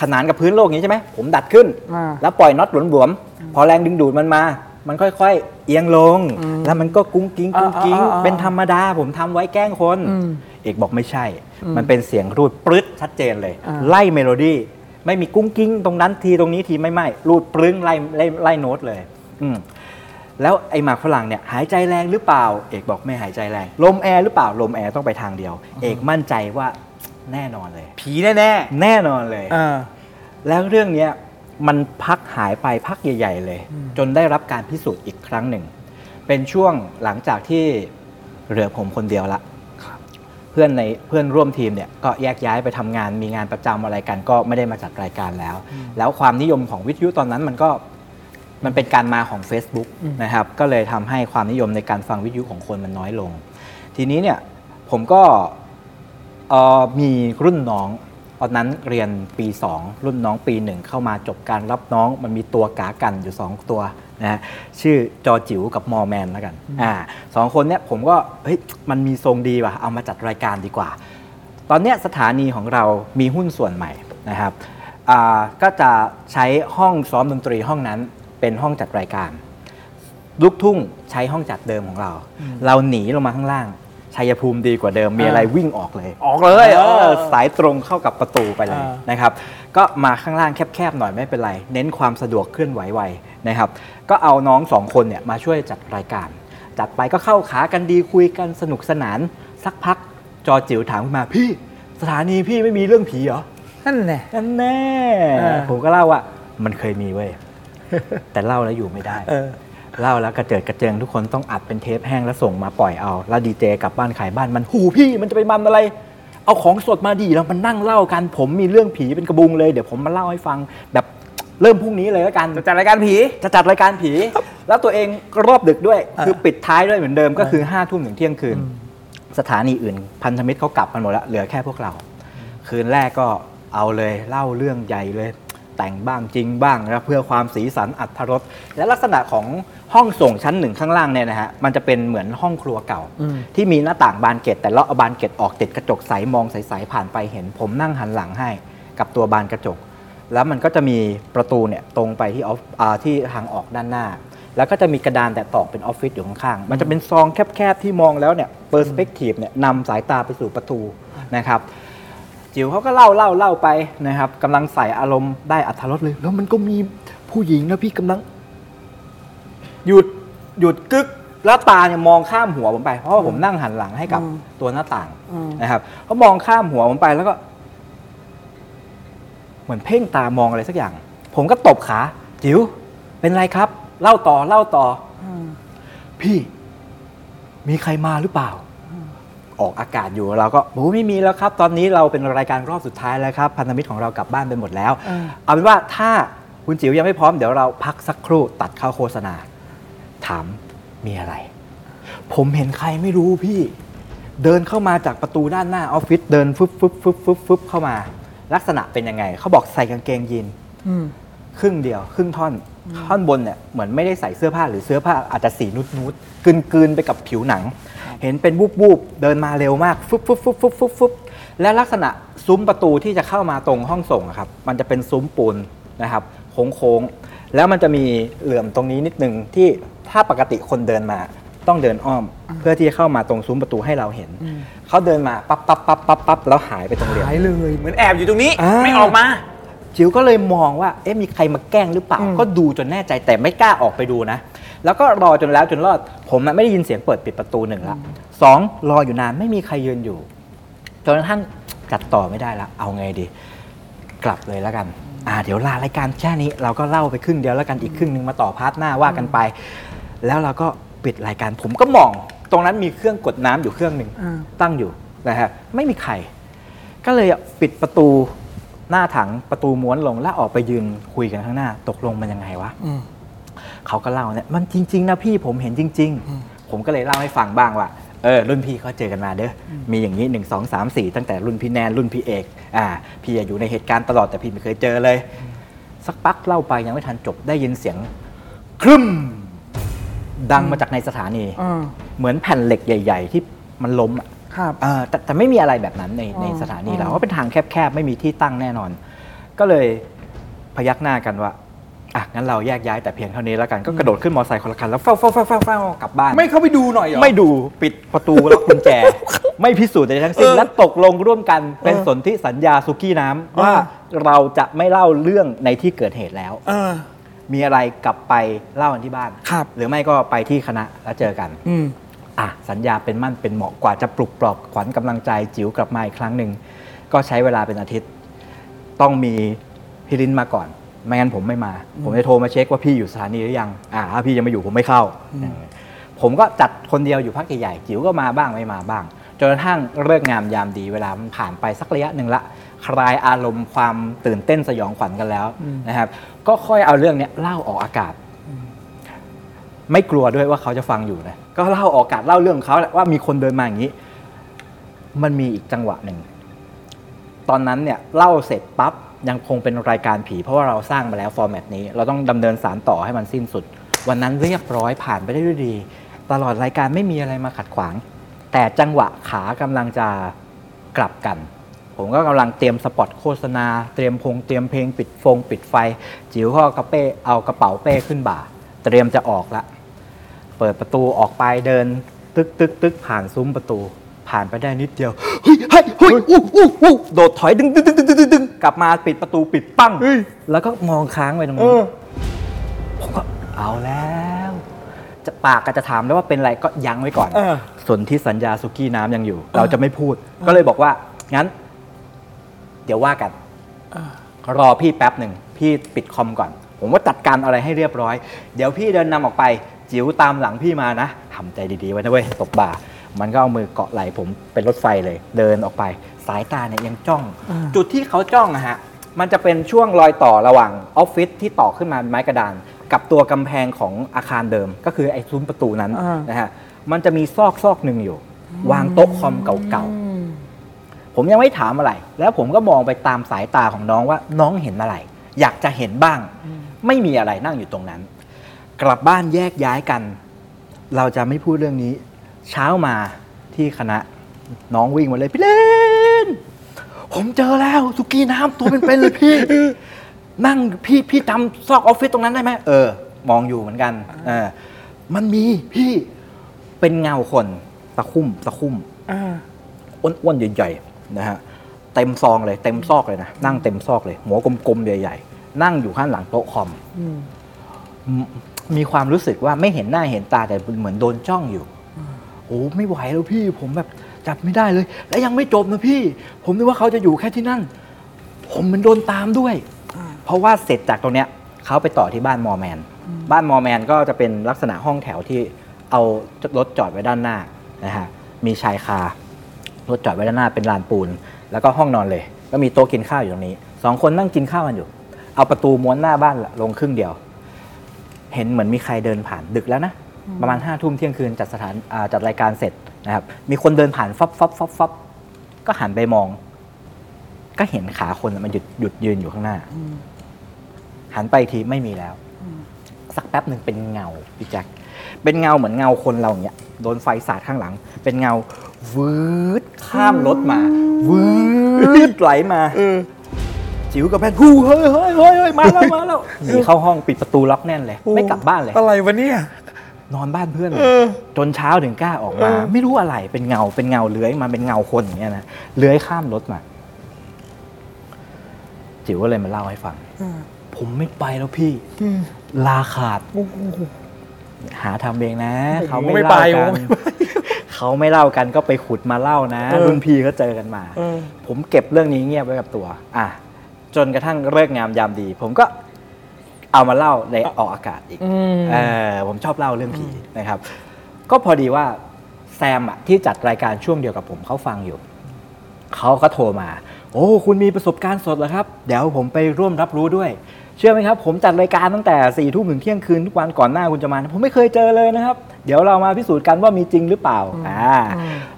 S3: ขนานกับพื้นโลกอย่างนี้ใช่ไหม ผมดัดขึ้น
S2: อ่า
S3: แล้วปล่อยน็อตหลวมๆ พอแรงดึงดูดมันมา มันค่อยๆ เอียงลง แล้วมันก็กุ้งกิ้งกุ้งกิ้ง
S2: อ่าอ่าอ่า
S3: เป็นธรรมดา ผมทำไว้แกล้งคน เอกบอกไม่ใช่ มันเป็นเสียงรูดปรึ๊ดชัดเจนเลย ไล่เมโลดี้ ไม่มีกุ้งกิ้งตรงนั้นทีตรงนี้ทีไม่ไม่รูดปรึ้งไล่ไล่ไล่โน้ตเลย อืม แล้วไอหมากฝรั่งเนี่ยหายใจแรงหรือเปล่า เอกบอกไม่หายใจแรง ลมแอร์หรือเปล่า ลมแอร์ต้องไปทางเดียว เอกมั่นใจว่าแน่นอนเลย
S2: ผีแน่
S3: แน่นอนเลย
S2: ๆเออ
S3: แล้วเรื่องเนี้ยมันพักหายไปพักใหญ่ ๆ เลย จนได้รับการพิสูจน์อีกครั้งหนึ่ง เป็นช่วงหลังจากที่เหลือผมคนเดียวละเพื่อนในเพื่อนร่วมทีมเนี่ยก็แยกย้ายไปทำงานมีงานประจำอะไรกันก็ไม่ได้มาจัดรายการแล้ว แล้วความนิยมของวิทยุตอนนั้นมันก็มันเป็นการมาของ Facebook นะครับ ก็เลยทำให้ความนิยมในการฟังวิทยุของคนมันน้อยลง ทีนี้เนี่ยผมก็ เอ่อมีรุ่นน้องตอนนั้นเรียนปี 2 รุ่นน้องปีหนึ่งเข้ามาจบการรับน้องมันมีตัวกากันอยู่ 2 ตัวนะฮะชื่อจอจิ๋วกับมอแมนแล้วกันอ่าสองคนเนี้ยผมก็เฮ้ยมันมีทรงดีว่ะ เอามาจัดรายการดีกว่า ตอนเนี้ยสถานีของเรามีหุ้นส่วนใหม่นะครับอ่าก็จะใช้ห้องซ้อมดนตรีห้องนั้นเป็นห้องจัดรายการ ลูกทุ่งใช้ห้องจัดเดิมของเรา เราหนีลงมาข้างล่างชัยภูมิดีกว่าเดิมมีอะไรวิ่งออกเลย
S2: ออกเลย
S3: เอ
S2: เอ
S3: อ
S2: อ
S3: สายตรงเข้ากับประตูไปเลย
S2: อ่าน
S3: นะครับ ก็มาข้างล่างแคบๆหน่อยไม่เป็นไร เน้นความสะดวกเคลื่อนไหวไวนะครับ ก็เอาน้องสองคนเนี่ยมาช่วยจัดรายการ จัดไปก็เข้าขากันดีคุยกันสนุกสนาน สักพักจอจิ๋วถามขึ้นมาพี่ สถานีพี่ไม่มีเรื่องผีเหรอ
S2: นั่นแหละ
S3: นั่นแน่
S2: เออ
S3: ผมก็เล่าว่ามันเคยมีเว้ย แต่เล่าแล้วอยู่ไม่ได้
S2: เออ
S3: เล่าแล้วกระเจิดกระเจิงทุกคนต้องอัดเป็นเทปแห้งแล้วส่งมาปล่อยเอา แล้วดีเจกลับบ้านขายบ้านมันหูพี่มันจะไปมันอะไร เอาของสดมาดีแล้วมันนั่งเล่ากัน ผมมีเรื่องผีเป็นกระบุงเลย เดี๋ยวผมมาเล่าให้ฟังแบบเริ่มพรุ่งนี้เลยแล้วกัน
S2: จะจัดรายการผี
S3: จะจัดรายการผี แล้วตัวเองก็รอบดึกด้วย
S2: เออ
S3: คือปิดท้ายด้วยเหมือนเดิมก็คือห้าทุ่มถึงเที่ยงคืน สถานีอื่น พันธมิตรเขากลับกันหมดแล้วเหลือแค่พวกเรา คืนแรกก็เอาเลยเล่าเรื่องใหญ่เลย แต่งบ้างจริงบ้างนะเพื่อความสีสันอัธรสและลักษณะของห้องส่งชั้นหนึ่งข้างล่างเนี่ยนะฮะมันจะเป็นเหมือนห้องครัวเก่า
S2: อืม
S3: ที่มีหน้าต่างบานเกล็ดแต่เลาะเอาบานเกล็ดออกติดกระจกใสมองใสๆผ่านไปเห็น ผมนั่งหันหลังให้กับตัวบานกระจก แล้วมันก็จะมีประตูเนี่ยตรงไปที่ออฟอ่าที่ทางออกด้านหน้า แล้วก็จะมีกระดานแต่ตอกเป็นออฟฟิศอยู่ข้างๆมันจะเป็นซองแคบๆที่มองแล้วเนี่ยเปอร์สเปกทีฟเนี่ยนำสายตาไปสู่ประตูนะครับ จิ๋วเขาก็เล่าเล่าเล่าไปนะครับกำลังใส่อารมณ์ได้อัธรสเลย แล้วมันก็มีผู้หญิงนะพี่กำลัง หยุดหยุดกึกแล้วตาเนี่ยมองข้ามหัวผมไป เพราะว่าผมนั่งหันหลังให้กับ
S2: อืม
S3: ตัวหน้าต่าง
S2: อืม
S3: นะครับเขามองข้ามหัวผมไปแล้วก็ เหมือนเพ่งตามองอะไรสักอย่าง ผมก็ตบขาจิ๋วเป็นไรครับ เล่าต่อเล่าต่ออพี่ มีใครมาหรือเปล่า ออกอากาศอยู่เราก็โอ้ไม่มีแล้วครับ ตอนนี้เราเป็นรายการรอบสุดท้ายแล้วครับ พันธมิตรของเรากลับบ้านไปหมดแล้ว เอาเป็นว่าถ้าคุณจิ๋วยังไม่พร้อมเดี๋ยวเราพักสักครู่ตัดเข้าโฆษณา ถามมีอะไร ผมเห็นใครไม่รู้พี่ เดินเข้ามาจากประตูด้านหน้าออฟฟิศเดินฟึบฟึบฟึบฟึบฟึบเข้ามา ลักษณะเป็นยังไง เขาบอกใส่กางเกงยีน
S2: อืม
S3: ครึ่งเดียว ครึ่งท่อน ท่อนบนเนี่ยเหมือนไม่ได้ใส่เสื้อผ้าหรือเสื้อผ้าอาจจะสีนุดนุดกลืนกลืนๆไปกับผิวหนัง เห็นเป็นวูบวูบๆเดินมาเร็วมากฟึบฟึบฟึบฟึบฟึบฟึบและลักษณะซุ้มประตูที่จะเข้ามาตรงห้องส่งอะครับ มันจะเป็นซุ้มปูนนะครับโค้งๆ แล้วมันจะมีเหลื่อมตรงนี้นิดนึงที่ถ้าปกติคนเดินมาต้องเดินอ้อม เพื่อที่จะเข้ามาตรงซุ้มประตูให้เราเห็น เขาเดินมาปั๊บปั๊บปั๊บปั๊บปั๊บแล้วหายไปตรงเหลี่ยม
S2: หายเลยเหมือนแอบอยู่ตรงนี้
S3: อ่า
S2: ไม่ออกมา
S3: จิ๋วก็เลยมองว่า เอ๊ะ มีใครมาแกล้งหรือเปล่า
S2: อืม
S3: ก็ดูจนแน่ใจแต่ไม่กล้าออกไปดูนะ แล้วก็รอจนแล้วจนรอด ผมน่ะไม่ได้ยินเสียงเปิดปิดประตูหนึ่งละสองรออยู่นานไม่มีใครยืนอยู่ จนกระทั่งจัดต่อไม่ได้ละ เอาไงดี กลับเลยแล้วกัน อ่า เดี๋ยวลารายการแค่นี้ เราก็เล่าไปครึ่งเดียวแล้วกันอีกครึ่งหนึ่งมาต่อพาร์ทหน้าว่ากันไป แล้วเราก็ปิดรายการผมก็มอง ตรงนั้นมีเครื่องกดน้ำอยู่เครื่องหนึ่ง
S2: อ่า
S3: ตั้งอยู่นะฮะไม่มีใคร ก็เลยปิดประตูหน้าถังประตูม้วนลงแล้วออกไปยืนคุยกันข้างหน้า ตกลงมันยังไงวะ
S2: อืม
S3: เขาก็เล่าเนี่ยมันจริง ๆ นะพี่ผมเห็นจริง ๆ ผมก็เลยเล่าให้ฟังบ้างว่าเออรุ่นพี่เขาเจอกันมาเด้ออมีอย่างนี้ 1 2 3 4 ตั้งแต่รุ่นพี่แนนรุ่นพี่เอกอ่าพี่อะอยู่ในเหตุการณ์ตลอดแต่พี่ไม่เคยเจอเลย สักปักเล่าไปยังไม่ทันจบได้ยินเสียงครึมดังมาจากในสถานี
S2: อืม
S3: เหมือนแผ่นเหล็กใหญ่ ๆ ที่มันล้มอะ
S2: ครับ
S3: เอ่อแต่แต่ไม่มีอะไรแบบนั้นในในสถานีเราก็เป็นทางแคบๆ ไม่มีที่ตั้งแน่นอน ก็เลยพยักหน้ากันว่าอ่ะงั้นเราแยกย้ายแต่เพียงเท่านี้แล้วกันก็กระโดดขึ้นมอเตอร์ไซค์คนละคันแล้วเฝ้าเฝ้าเฝ้าเฝ้าเฝ้ากลับบ้าน
S2: ไม่เข้าไปดูหน่อยเหรอ
S3: ไม่ดูปิดประตูล็อกกุญแจ ไม่พิสูจน์ใดทั้งสิ้น
S2: เออ
S3: และตกลงร่วมกันเป็นสนธิสัญญาสุกี้น้ำว่า
S2: เอ
S3: เราจะไม่เล่าเรื่องในที่เกิดเหตุแล้ว
S2: เออ
S3: มีอะไรกลับไปเล่ากันที่บ้าน
S2: ครับ
S3: หรือไม่ก็ไปที่คณะแล้วเจอกัน
S2: อืม
S3: อ่ะสัญญาเป็นมั่นเป็นเหมาะกว่าจะปลุกปลอบขวัญกำลังใจจิ๋วกลับมาอีกครั้งหนึ่ง ก็ใช้เวลาเป็นอาทิตย์ ต้องมีพี่ลินมาก่อน ไม่งั้นผมไม่มา ผมจะโทรมาเช็คว่าพี่อยู่สถานีหรือยัง อ่าถ้าพี่ยังไม่อยู่ผมไม่เข้า ผมก็จัดคนเดียวอยู่พักใหญ่ๆจิ๋วก็มาบ้างไม่มาบ้างจนกระทั่งเลิกงามยามดีเวลามันผ่านไปสักระยะหนึ่งละ คลายอารมณ์ความตื่นเต้นสยองขวัญกันแล้วนะครับ ก็ค่อยเอาเรื่องเนี้ยเล่าออกอากาศ ไม่กลัวด้วยว่าเขาจะฟังอยู่นะ ก็เล่าออกอากาศเล่าเรื่องของเขาแหละว่ามีคนเดินมาอย่างนี้ มันมีอีกจังหวะหนึ่ง ตอนนั้นเนี่ยเล่าเสร็จปั๊บยังคงเป็นรายการผี เพราะว่าเราสร้างมาแล้วฟอร์แมตนี้ เราต้องดำเนินสารต่อให้มันสิ้นสุด วันนั้นเรียบร้อยผ่านไปได้ด้วยดี ตลอดรายการไม่มีอะไรมาขัดขวาง แต่จังหวะขากำลังจะกลับกัน ผมก็กำลังเตรียมสปอตโฆษณา เตรียมพงเตรียมเพลงปิดฟง ปิดไฟ จิ๋วก็เอากระเป้เอากระเป๋าเป้ขึ้นบ่า เตรียมจะออกละ เปิดประตูออกไปเดิน ตึกตึกตึกผ่านซุ้มประตู ผ่านไปได้นิดเดียวเฮ้ยเฮ้ยเฮ้ยอู้อู้อู้โดดถอยดึงดึงดึงดึงดึงดึงกลับมาปิดประตูปิดปั้ง
S2: เฮ้ย
S3: แล้วก็มองค้างไว้ตรง
S2: เอ
S3: นี้
S2: อ
S3: นผมก็เอาแล้ว จะปากก็จะถามแล้วว่าเป็นไรก็ยั้งไว้ก่อน
S2: เออ
S3: ส่วนที่สัญญาสุกี้น้ำยังอยู่ เราจะไม่พูด ก็เลยบอกว่างั้น ดี๋ยวว่ากันรอพี่แป๊บหนึ่งพี่ปิดคอมก่อน ผมว่าจัดการอะไรให้เรียบร้อย เดี๋ยวพี่เดินนำออกไป จิ๋วตามหลังพี่มานะทำใจดีๆไว้นะเว้ยตบบ่า มันก็เอามือเกาะไหล่ผมเป็นรถไฟเลย เดินออกไป สายตาเนี่ยยังจ้อง จุดที่เขาจ้องอะฮะ มันจะเป็นช่วงรอยต่อระหว่างออฟฟิศที่ต่อขึ้นมาเป็นไม้กระดาน กับตัวกำแพงของอาคารเดิม ก็คือไอ้ซุ้มประตูนั้น
S2: อ่าน
S3: นะฮะมันจะมีซอกซอกหนึ่งอยู่ วางโต๊ะคอมเก่าๆ ผมยังไม่ถามอะไร แล้วผมก็มองไปตามสายตาของน้องว่าน้องเห็นอะไร อยากจะเห็นบ้าง ไม่มีอะไรนั่งอยู่ตรงนั้น กลับบ้านแยกย้ายกัน เราจะไม่พูดเรื่องนี้ เช้ามาที่คณะ น้องวิ่งมาเลยพี่เล่น ผมเจอแล้วสุกี้น้ำตัวเป็นๆเลย พี่ นั่งพี่พี่จำซอกออฟฟิศตรงนั้นได้ไหมเออ มองอยู่เหมือนกันเออมันมีพี่เป็นเงาคนตะคุ่มตะคุ่ม
S2: อ่า
S3: อ้วนๆใหญ่ๆนะฮะเต็มซองเลยเต็มซอกเลยนะนั่งเต็มซอกเลย หัวกลมๆใหญ่ ๆ นั่งอยู่ข้างหลังโต๊ะคอม
S2: อืม
S3: มมีความรู้สึกว่าไม่เห็นหน้าเห็นตาแต่เหมือนโดนจ้องอยู่โอ้ไม่ไหวแล้วพี่ ผมแบบจับไม่ได้เลย และยังไม่จบนะพี่ ผมนึกว่าเขาจะอยู่แค่ที่นั่น ผมเหมือนโดนตามด้วย เพราะว่าเสร็จจากตรงเนี้ยเขาไปต่อที่บ้านมอร์แมน บ้านมอร์แมนก็จะเป็นลักษณะห้องแถวที่เอารถจอดไว้ด้านหน้านะฮะมีชายคารถจอดไว้ด้านหน้าเป็นลานปูน แล้วก็ห้องนอนเลย ก็มีโต๊ะกินข้าวอยู่ตรงนี้สองคนนั่งกินข้าวกันอยู่ เอาประตูม้วนหน้าบ้านลงครึ่งเดียว เห็นเหมือนมีใครเดินผ่านดึกแล้วนะ ประมาณห้าทุ่มเที่ยงคืนจัดสถานอ่าจัดรายการเสร็จนะครับมีคนเดินผ่านฟับฟับฟับฟับก็หันไปมอง ก็เห็นขาคนน่ะมันหยุดหยุดยืนอยู่ข้างหน้า หันไปอีกทีไม่มีแล้ว สักแป๊บหนึ่งเป็นเงาพี่แจ็คเป็นเงาเหมือนเงาคนเราอย่างเนี้ยโดนไฟสาดข้างหลัง เป็นเงาวืดข้ามรถมาวืดไหลมาจิ๋วกับแพนฮู้เฮ้ยเฮ้ยเฮ้ยเฮ้ยมาแล้วมาแล้วหนีเข้าห้องปิดประตูล็อกแน่นเลย ไม่กลับบ้านเลย
S2: อะไรวะเนี่ย
S3: นอนบ้านเพื่อนเลยจนเช้าถึงกล้าออกมา ไม่รู้อะไรเป็นเงาเป็นเงาเลื้อยมาเป็นเงาคนอย่างเงี้ยนะเลื้อยข้ามรถมา จิ๋วก็เลยมาเล่าให้ฟังผมไม่ไปแล้วพี่ลาขาด หาทำเองนะ เขา
S2: ผม
S3: ไม่
S2: ไม่ไป
S3: เล่า
S2: ผ
S3: กั
S2: มไม่
S3: น
S2: ไป
S3: เขาไม่เล่ากันก็ไปขุดมาเล่านะ
S2: เออ
S3: รุ่นพี่ก็เจอกันมา ผมเก็บเรื่องนี้เงียบไว้กับตัว อ่ะ จนกระทั่งเลิกงามยามดี ผมก็เอามาเล่าในออกอากาศอีก
S2: อืม
S3: เออผมชอบเล่าเรื่องผีนะครับ ก็พอดีว่าแซมอะที่จัดรายการช่วงเดียวกับผมเขาฟังอยู่ เขาก็โทรมา โอ้คุณมีประสบการณ์สดเหรอครับ เดี๋ยวผมไปร่วมรับรู้ด้วย เชื่อไหมครับ ผมจัดรายการตั้งแต่4ี่ทุ่มถึงเที่ยงคืนทุกวันก่อนหน้าคุณจะมา ผมไม่เคยเจอเลยนะครับ เดี๋ยวเรามาพิสูจน์กันว่ามีจริงหรือเปล่าอ่า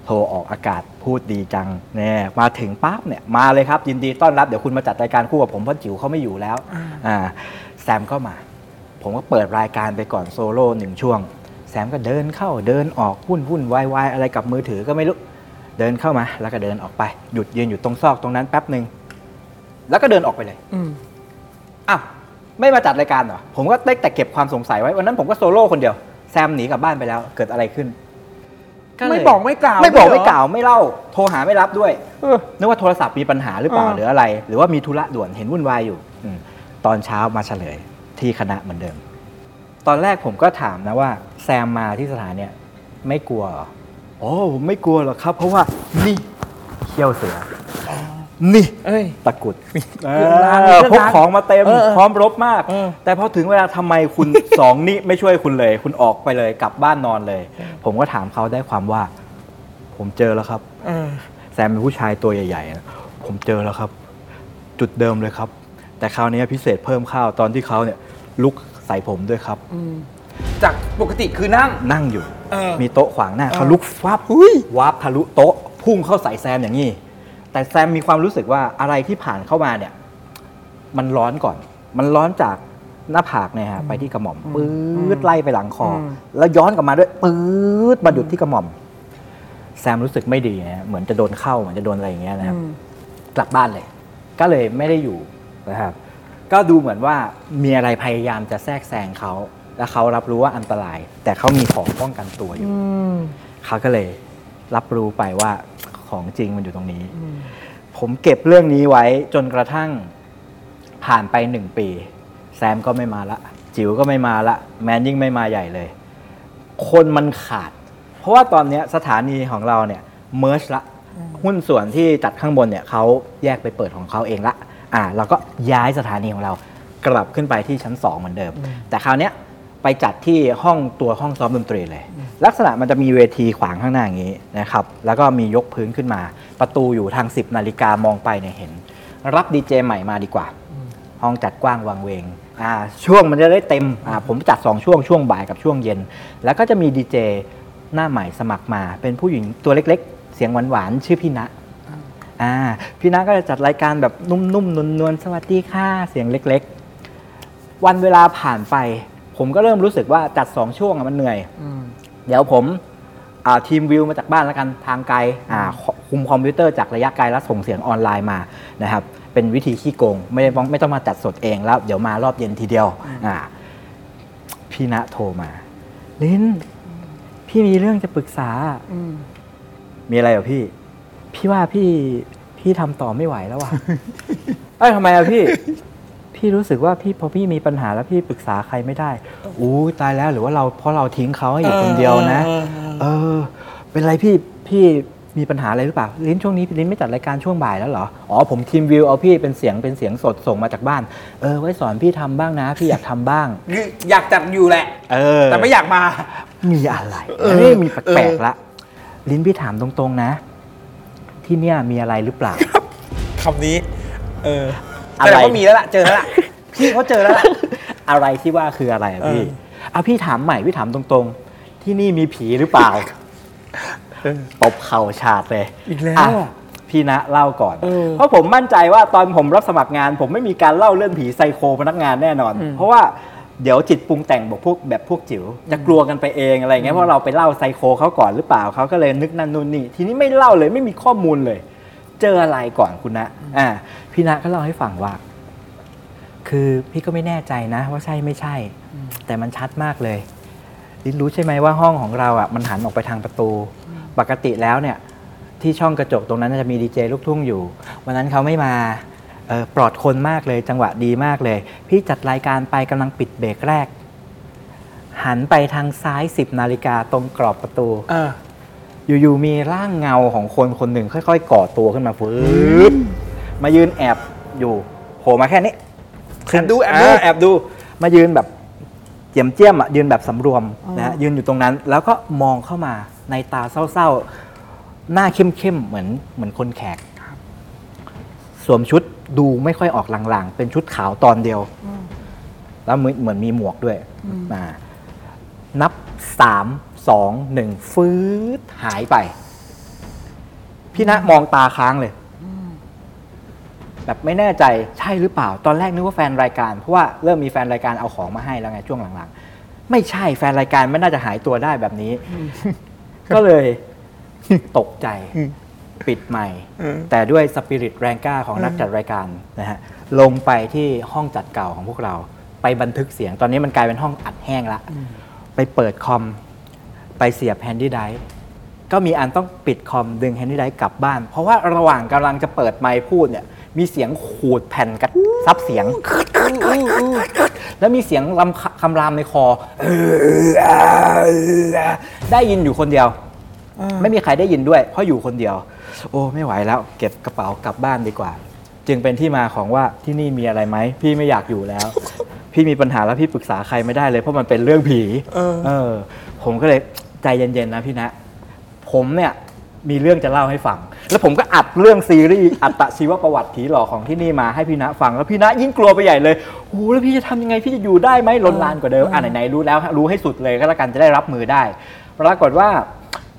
S3: โทรออกอากาศพูดดีจังเนี่ยมาถึงปั๊บเนี่ยมาเลยครับยินดีต้อนรับเดี๋ยวคุณมาจัดรายการคู่กับผมเพราะจิ๋วเขาไม่อยู่แล้วอ่าแซมก็มา ผมก็เปิดรายการไปก่อนโซโล่หนึ่งช่วง แซมก็เดินเข้าเดินออกวุ่นวุ่นวายวายอะไรกับมือถือก็ไม่รู้ เดินเข้ามาแล้วก็เดินออกไป หยุดยืนอยู่ตรงซอกตรงนั้นแป๊บหนึ่งแล้วก็เดินออกไปเลย
S2: อืม
S3: อ้าวไม่มาจัดรายการเหรอ ผมก็ได้แต่เก็บความสงสัยไว้วันนั้นผมก็โซโล่คนเดียวแซมหนีกลับบ้านไปแล้วเกิดอะไรขึ้น
S2: ไม่บอกไม่กล่าว
S3: ไม่บอก
S2: ด้
S3: ไม่
S2: ยเหร
S3: กล่าวไม่เล่า โทรหาไม่รับด้วย
S2: เออ
S3: นึกว่าโทรศัพท์มีปัญหาหรือเปล่า
S2: อ่า
S3: หรืออะไร หรือว่ามีธุระด่วนเห็นวุ่นวายอยู่อมตอนเช้ามาเฉลยที่คณะเหมือนเดิม ตอนแรกผมก็ถามนะว่า แซมมาที่สถานเนี่ยไม่กลัวเหรออ๋อผมไม่กลัวหรอกครับ เพราะว่านี่เขี้ยวเสืออนี่
S2: เอ้ย
S3: ตะกรุดเอ
S2: ร้าน
S3: อ
S2: เครื่อง
S3: พกของมาเต็ม
S2: เออเออ
S3: พร้อมรบมาก
S2: เออ
S3: แต่พอถึงเวลาทำไมคุณ สองนี่ไม่ช่วยคุณเลย คุณออกไปเลยกลับบ้านนอนเลย ผมก็ถามเขาได้ความว่า ผมเจอแล้วครับ
S2: เออ
S3: แซมเป็นผู้ชายตัวใหญ่ๆนะผมเจอแล้วครับ จุดเดิมเลยครับ แต่คราวนี้พิเศษเพิ่มข้าวตอนที่เขาเนี่ย ลุกใส่ผมด้วยครับ
S2: จากปกติคือนั่ง
S3: นั่งอยู่
S2: เออ
S3: มีโต๊ะขวางหน้า
S2: เออ
S3: เขาลุกฟับวาบทะลุโต๊ะ พุ่งเข้าใส่แซมอย่างนี้ แต่แซมมีความรู้สึกว่าอะไรที่ผ่านเข้ามาเนี่ย มันร้อนก่อน มันร้อนจากหน้าผากเนี่ยฮะไปที่กระหม่อมปื๊ดไล่ไปหลังคออ
S2: ม
S3: แล้วย้อนกลับมาด้วยปื๊ดมาหยุดที่กระหม่อม แซมรู้สึกไม่ดีนะฮะเหมือนจะโดนเข้าเหมือนจะโดนอะไรอย่างเงี้ยนะครับ กลับบ้านเลย ก็เลยไม่ได้อยู่นะครับ ก็ดูเหมือนว่ามีอะไรพยายามจะแทรกแซงเขา แล้วเขารับรู้ว่าอันตราย แต่เขามีของป้องกันตัวอยู่ เขาก็เลยรับรู้ไปว่าของจริงมันอยู่ตรงนี้ ผมเก็บเรื่องนี้ไว้จนกระทั่งผ่านไปหนึ่งปี แซมก็ไม่มาละ จิ๋วก็ไม่มาละ แมนยิ่งไม่มาใหญ่เลย คนมันขาด เพราะว่าตอนเนี้ยสถานีของเราเนี่ยเมิร์ชละ หุ้นส่วนที่จัดข้างบนเนี่ยเขาแยกไปเปิดของเขาเองละอ่าเราก็ย้ายสถานีของเรากลับขึ้นไปที่ชั้น 2 เหมือนเดิม แต่คราวเนี้ยไปจัดที่ห้องตัวห้องซ้อมดนตรีเลย ลักษณะมันจะมีเวทีขวางข้างหน้าอย่างนี้นะครับแล้วก็มียกพื้นขึ้นมา ประตูอยู่ทาง 10 นาฬิกามองไปเนี่ยเห็น รับดีเจใหม่มาดีกว่า ห้องจัดกว้างวังเวงอ่าช่วงมันจะได้เต็มอ่าผมจัด 2 ช่วงช่วงบ่ายกับช่วงเย็น แล้วก็จะมีดีเจหน้าใหม่สมัครมา เป็นผู้หญิงตัวเล็กๆ เสียงหวานๆ ชื่อพี่ณะอ่าพี่ณะก็จะจัดรายการแบบนุ่มๆนวลๆ สวัสดีค่ะ เสียงเล็กๆ วันเวลาผ่านไป ผมก็เริ่มรู้สึกว่าจัด 2 ช่วงอะมันเหนื่อย
S2: อืม
S3: เดี๋ยวผมอ่าทีมวิวมาจากบ้านแล้วกันทางไกลอ่าขอคุมคอมพิวเตอร์จากระยะไกลแล้วส่งเสียงออนไลน์มานะครับเป็นวิธีขี้โกง ไม่ได้ต้องไม่ต้องมาจัดสดเองแล้ว เดี๋ยวมารอบเย็นทีเดียวอ่าพี่ณโทรมา ลินพี่มีเรื่องจะปรึกษา
S2: อืม
S3: มีอะไรเหรอพี่ พี่ว่าพี่พี่ทำต่อไม่ไหว แล้วว่ะ เอ้ยทำไมอะพี่ พี่รู้สึกว่าพี่พอพี่มีปัญหาแล้วพี่ปรึกษาใครไม่ได้อู้ตายแล้วหรือว่าเราเพราะเราทิ้งเขาให้อยู่คนเดียวนะ เออ เป็นไรพี่พี่มีปัญหาอะไรหรือเปล่า ลิ้นช่วงนี้ลิ้นไม่จัดรายการช่วงบ่ายแล้วเหรอ อ๋อผมทีมวิวเอาพี่เป็นเสียงเป็นเสียงสดส่งมาจากบ้าน เออไว้สอนพี่ทำบ้างนะ พี่อยากทำบ้าง
S2: คืออยากจัดอยู่แหละ
S3: เออ
S2: แต่ไม่อยากมา
S3: มีอะไรเฮ้ยมีแปลกๆละ ลิ้นพี่ถามตรงๆนะ ที่เนี่ยมีอะไรหรือเปล่า
S2: คำนี้ เออ
S3: อะไร
S2: แต่ก็มีแล้วล่ะ เจอแล้วล่ะ พี่เขาเจอ แล้วล่ะ
S3: อะไรที่ว่าคืออะไรอะพี่
S2: เออ
S3: เอาพี่ถามใหม่พี่ถามตรงๆ ที่นี่มีผีหรือเปล่าตบเข่าฉาดเลย
S2: อีกแล้ว
S3: อ่ะ
S2: อะ
S3: พี่ณะเล่าก่อน
S2: เออ
S3: เพราะผมมั่นใจว่าตอนผมรับสมัครงาน ผมไม่มีการเล่าเรื่องผีไซโคพนักงานแน่นอน เพราะว่าเดี๋ยวจิตปรุงแต่งบอกพวกแบบพวกจิ๋วจะกลัวกันไปเองอะไรเงี้ยเพราะเราไปเล่าไซโคเขาก่อนหรือเปล่าเขาก็เลยนึกนั่นนู่นนี่ทีนี้ไม่เล่าเลยไม่มีข้อมูลเลย เจออะไรก่อนคุณณะอ่าพี่ณะก็เล่าให้ฟังว่า คือพี่ก็ไม่แน่ใจนะ ว่าใช่ไม่ใช่ แต่มันชัดมากเลย ลิ้นรู้ใช่ไหมว่าห้องของเราอ่ะมันหันออกไปทางประตู ปกติแล้วเนี่ย ที่ช่องกระจกตรงนั้นน่าจะมีดีเจลูกทุ่งอยู่ วันนั้นเขาไม่มาเออปลอดคนมากเลย จังหวะดีมากเลย พี่จัดรายการไปกำลังปิดเบรกแรก หันไปทางซ้าย 10 นาฬิกาตรงกรอบประตู
S2: เออ
S3: อยู่ๆมีร่างเงาของคนคนหนึ่งค่อยๆ ก่อตัวขึ้นมาฟืบมายืนแอบอยู่โผล่มาแค่นี้
S2: แอบดูแอบดู
S3: าแอบดู มายืนแบบเจียมเจียมๆอ่ะยืนแบบสำรวมนะฮะยืนอยู่ตรงนั้น แล้วก็มองเข้ามาในตาเศร้าๆ หน้าเข้มๆ เหมือนเหมือนคนแขก สวมชุดดูไม่ค่อยออกลางๆ เป็นชุดขาวตอนเดียว แล้วเหมือนเหมือนมีหมวกด้วยอ่า นับสามสองหนึ่งฟืดหายไป พี่ณะมองตาค้างเลย แบบไม่แน่ใจใช่หรือเปล่า ตอนแรกนึกว่าแฟนรายการ เพราะว่าเริ่มมีแฟนรายการเอาของมาให้แล้วไงช่วงหลังๆ ไม่ใช่แฟนรายการไม่น่าจะหายตัวได้แบบนี้ ก็เลย ตกใจปิดใหม่ แต่ด้วยสปิริตแรงกล้าของนักจัดรายการนะฮะลงไปที่ห้องจัดเก่าของพวกเรา ไปบันทึกเสียงตอนนี้มันกลายเป็นห้องอัดแห้งละ ไปเปิดคอม ไปเสียบแฮนดี้ไดร์ก็มีอันต้องปิดคอมดึงแฮนดี้ไดร์กลับบ้าน เพราะว่าระหว่างกำลังจะเปิดไมค์พูดเนี่ย มีเสียงขูดแผ่นกระซับเสียง แล้วมีเสียงรำคคำรามในคอ ได้ยินอยู่คนเดียว ไม่มีใครได้ยินด้วย เพราะอยู่คนเดียว โอ้ ไม่ไหวแล้ว เก็บกระเป๋ากลับบ้านดีกว่า จึงเป็นที่มาของว่าที่นี่มีอะไรไหม พี่ไม่อยากอยู่แล้ว พี่มีปัญหาแล้วพี่ปรึกษาใครไม่ได้เลย เพราะมันเป็นเรื่องผี
S2: เออ
S3: เออ ผมก็เลยใจเย็นๆนะพี่นะ ผมเนี่ยมีเรื่องจะเล่าให้ฟัง แล้วผมก็อัดเรื่องซีรีส์ อัตชีวประวัติผีหลอกของที่นี่มาให้พี่ณะฟัง แล้วพี่ณะยิ่งกลัวไปใหญ่เลยโอ้โหแล้วพี่จะทำยังไงพี่จะอยู่ได้ไหมลนลานกว่าเดิมอ่าไหนๆรู้แล้วฮะรู้ให้สุดเลยก็แล้วกันจะได้รับมือได้ ปรากฏว่า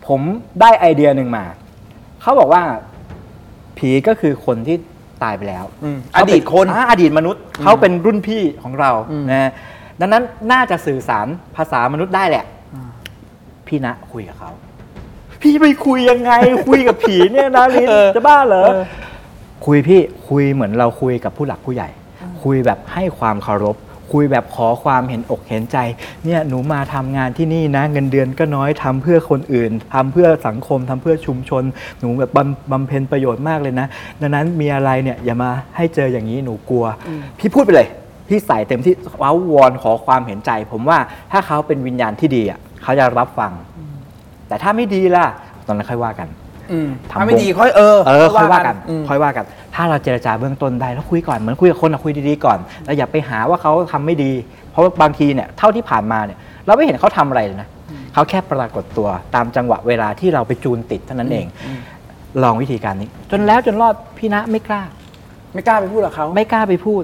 S3: ผมได้ไอเดียหนึ่งมา เขาบอกว่า ผีก็คือคนที่ตายไปแล้ว
S2: อืม
S3: เขาเป็
S2: อดีตคน
S3: อ่าอดีตมนุษย์เขาเป็นรุ่นพี่ของเรา
S2: อืม
S3: นะดังนั้นน่าจะสื่อสารภาษามนุษย์ได้แหละ พี่ณะคุยกับเขา พี่ไปคุยยังไง คุยกับผีเนี่ยนะลินจะบ้าเหรอ คุยพี่คุยเหมือนเราคุยกับผู้หลักผู้ใหญ่ คุยแบบให้ความเคารพ คุยแบบขอความเห็นอกเห็นใจ เนี่ยหนูมาทำงานที่นี่นะ เงินเดือนก็น้อยทำเพื่อคนอื่นทำเพื่อสังคมทำเพื่อชุมชน หนูแบบบำบำเพ็ญประโยชน์มากเลยนะ ดังนั้นมีอะไรเนี่ยอย่ามาให้เจออย่างนี้หนูกลัว พี่พูดไปเลย พี่ใส่เต็มที่เว้าวอนขอความเห็นใจ ผมว่าถ้าเขาเป็นวิญญาณที่ดีอ่ะเขาจะรับฟัง แต่ถ้าไม่ดีล่ะ ตอนนั้นค่อยว่ากัน
S2: อืม
S3: ทำ
S2: ถ้าไม่
S3: วง
S2: ดีค่อยเออ
S3: เออค่อยว่ากัน
S2: อืม
S3: ค่อยว่ากัน ถ้าเราเจรจาเบื้องต้นได้แล้วคุยก่อนเหมือนคุยกับคนอะคุยดีๆก่อน แล้วอย่าไปหาว่าเขาทำไม่ดี เพราะว่าบางทีเนี่ยเท่าที่ผ่านมาเนี่ยเราไม่เห็นเขาทำอะไรเลยนะเขาแค่ปรากฏตัวตามจังหวะเวลาที่เราไปจูนติดเท่านั้นเอง
S2: อืม
S3: ลองวิธีการนี้ จนแล้วจนรอดพี่ณะไม่กล้า
S2: ไม่กล้าไปพูดกับเขา
S3: ไม่กล้าไปพูด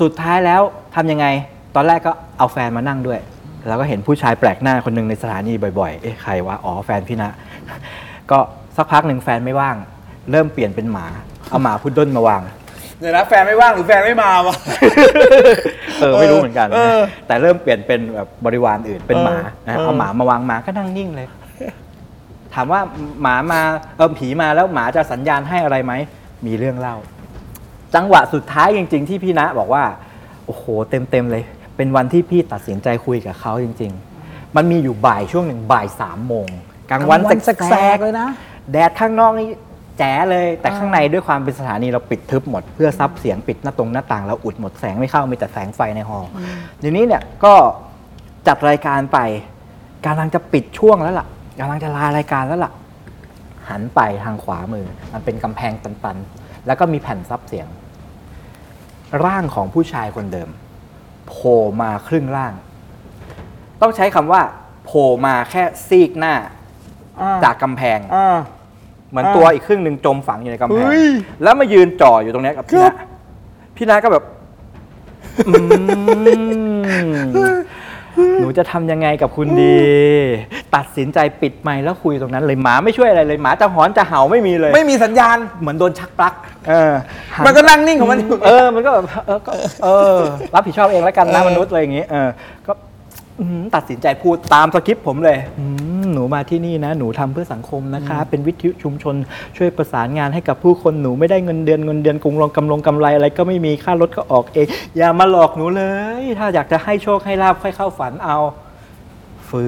S3: สุดท้ายแล้วทำยังไง ตอนแรกก็เอาแฟนมานั่งด้วย แล้วก็เห็นผู้ชายแปลกหน้าคนหนึ่งในสถานีบ่อยๆ เอ๊ะใครวะ อ๋อแฟนพี่นะ ก็สักพักหนึ่งแฟนไม่ว่าง เริ่มเปลี่ยนเป็นหมา เอาหมาพุดเดิ้ลมาวาง
S2: เดี๋ยวนะแฟนไม่ว่างหรือแฟนไม่มาวะ
S3: เออไม่รู้เหมือนกันนะ
S2: เออ
S3: แต่เริ่มเปลี่ยนเป็นแบบบริวารอื่นเป็นหมานะ
S2: เออ
S3: เอาหมามาวางหมาก็นั่งนิ่ง เลย ถามว่าหมามาเออผีมาแล้วหมาจะสัญญาณให้อะไรไหม มีเรื่องเล่า จังหวะสุดท้ายจริง ๆ ที่พี่ณะบอกว่า โอ้โหเต็มๆเลย เป็นวันที่พี่ตัดสินใจคุยกับเขาจริง ๆ มันมีอยู่บ่ายช่วงหนึ่งบ่ายสามโมงกลางวันแสกๆ
S2: เลยนะ
S3: แดดข้างนอกนี่แจ๋เลย แต่ข้างในด้วยความเป็นสถานีเราปิดทึบหมด เพื่อซับเสียงปิดหน้าตรงหน้าต่างเราอุดหมดแสงไม่เข้ามีแต่แสงไฟในหออเดี๋ยวนี้เนี่ยก็จัดรายการไปกำลังจะปิดช่วงแล้วล่ะกำลังจะลารายการแล้วล่ะ หันไปทางขวามือ มันเป็นกำแพงตันๆ แล้วก็มีแผ่นซับเสียง ร่างของผู้ชายคนเดิมโผล่มาครึ่งร่าง ต้องใช้คำว่าโผล่มาแค่ซีกหน้าจากกำแพง
S2: อ่า
S3: เหมือน
S2: อ่า
S3: ตัวอีกครึ่งหนึ่งจมฝังอยู่ในกำแพง
S2: เฮ้ย
S3: แล้วมายืนจ่ออยู่ตรงเนี้ยกับ
S2: ค
S3: พี่
S2: รั
S3: นะ
S2: บ
S3: พี่นะก็แบบอืมหนูจะทำยังไงกับคุณดี ตัดสินใจปิดไมค์แล้วคุยตรงนั้นเลยหมาไม่ช่วยอะไรเลยหมาจะหอนจะเห่าไม่มีเลย
S2: ไม่มีสัญญาณ
S3: เหมือนโดนชักปลั๊กเออหั
S2: มันก็นั่งนิ่งของมันอยู่
S3: เออมันก็แบบเออก็เออ รับผิดชอบเองแล้วกันนะ
S2: เออ
S3: มนุษย์อะไรอย่างงี้เออก็อืมตัดสินใจพูดตามสคริปต์ผมเลยอืมหนูมาที่นี่นะ หนูทำเพื่อสังคมนะคะ เป็นวิทยุชุมชน ช่วยประสานงานให้กับผู้คนหนูไม่ได้เงินเดือนเงินเดือนกรุงรองกำลงกำไรอะไรก็ไม่มีค่ารถก็ออกเอง อย่ามาหลอกหนูเลย ถ้าอยากจะให้โชคให้ลาบค่อยเข้าฝันเอา ฟื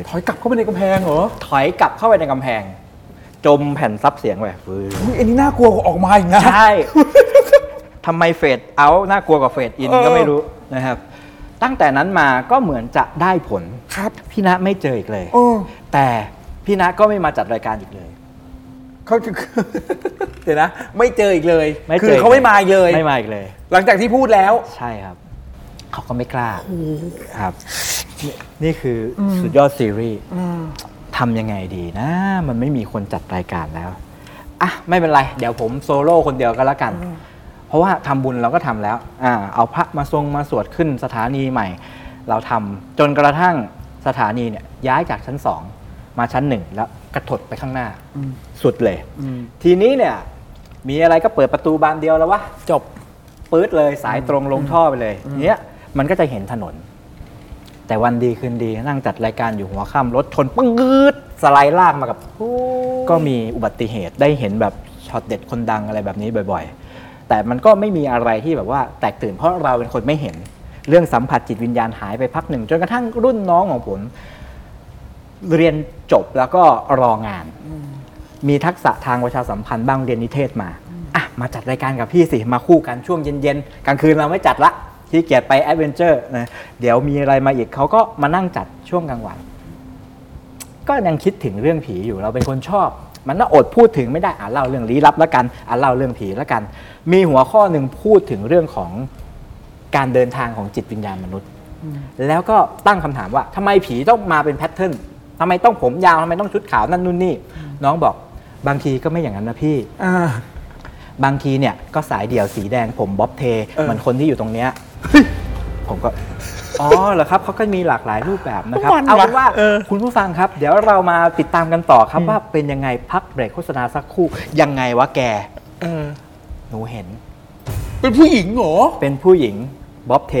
S3: ด
S2: ถอยกลับเข้าไปในกำแพงเหรอ
S3: ถอยกลับเข้าไปในกำแพง จมแผ่นซับเสียงไปฟืด
S2: อุ้ยอันนี้น่ากลัวกว่าออกมาอีกนะ
S3: ใช่ ทำไมเฟดเอาท์น่ากลัวกว่าเฟดอิน
S2: เออ
S3: ก็ไม่รู้นะครับ ตั้งแต่นั้นมาก็เหมือนจะได้ผล
S2: ครับ
S3: พี่ณะไม่เจออีกเลย
S2: โอ้
S3: แต่พี่ณะก็ไม่มาจัดรายการอีกเลย
S2: เขาจะ เดี๋ยวนะ ไม่เจออีกเลย
S3: ไม่จ
S2: คือเขาไม่มาอีกเลย
S3: ไม่มาอีกเลย
S2: หลังจากที่พูดแล้ว
S3: ใช่ครับ เขาก็ไม่กล้าครับนี่นี่คืออสุดยอดซีรีส์ทำยังไงดีนะ มันไม่มีคนจัดรายการแล้ว อ่ะ ไม่เป็นไร เดี๋ยวผมโซโล่คนเดียวก็แล้วกัน เพราะว่าทำบุญเราก็ทำแล้วอ่าเอาพระมาทรงมาสวดขึ้นสถานีใหม่ เราทำจนกระทั่งสถานีเนี่ยย้ายจากชั้นสองมาชั้นหนึ่งแล้วกระถดไปข้างหน้า สุดเลย ทีนี้เนี่ย มีอะไรก็เปิดประตูบานเดียวแล้ววะ
S2: จบ
S3: ปื๊ดเลยสายตรงลงท่อไปเลยเนี้ยมันก็จะเห็นถนน แต่วันดีคืนดีนั่งจัดรายการอยู่หัวค่ำรถชนปังงืดสไลด์ลากมากับ ก็มีอุบัติเหตุได้เห็นแบบช็อตเด็ดคนดังอะไรแบบนี้บ่อย ๆ แต่มันก็ไม่มีอะไรที่แบบว่าแตกตื่นเพราะเราเป็นคนไม่เห็น เรื่องสัมผัสจิตวิญญาณหายไปพักหนึ่งจนกระทั่งรุ่นน้องของผม เรียนจบแล้วก็รองาน มีทักษะทางประชาสัมพันธ์บ้างเรียนนิเทศมาอ่ะมาจัดรายการกับพี่สิ มาคู่กันช่วงเย็นๆ กลางคืนเราไม่จัดละที่เกียจไปแอดเวนเจอร์นะเดี๋ยวมีอะไรมาอีกเขาก็มานั่งจัดช่วงกลางวัน ก็ยังคิดถึงเรื่องผีอยู่เราเป็นคนชอบ มันน่าอดพูดถึงไม่ได้อ่ะเล่าเรื่องลี้ลับแล้วกันอ่ะเล่าเรื่องผีแล้วกัน มีหัวข้อหนึ่งพูดถึงเรื่องของการเดินทางของจิตวิญญาณมนุษย์ แล้วก็ตั้งคำถามว่าทำไมผีต้องมาเป็นแพทเทิร์นทำไมต้องผมยาวทำไมต้องชุดขาวนั่นนู่นนี่ น้องบอกบางทีก็ไม่อย่างนั้นนะพี่
S2: อ่า
S3: บางทีเนี่ยก็สายเดี่ยวสีแดงผมบ๊อบเท
S2: เออ
S3: เหมือนคนที่อยู่ตรงเนี้ยผมก็ อ๋อเหรอครับเขาก็มีหลากหลายรูปแบบนะครับ
S2: มันวะ
S3: เอาเป็นว่า
S2: เออ
S3: คุณผู้ฟังครับ เดี๋ยวเรามาติดตามกันต่อครับว่าเป็นยังไงพักเบรกโฆษณาสักครู่ ยังไงวะแก
S2: เออ
S3: หนูเห็น
S2: เป็นผู้หญิงเหรอ
S3: เป็นผู้หญิงบ๊อบเท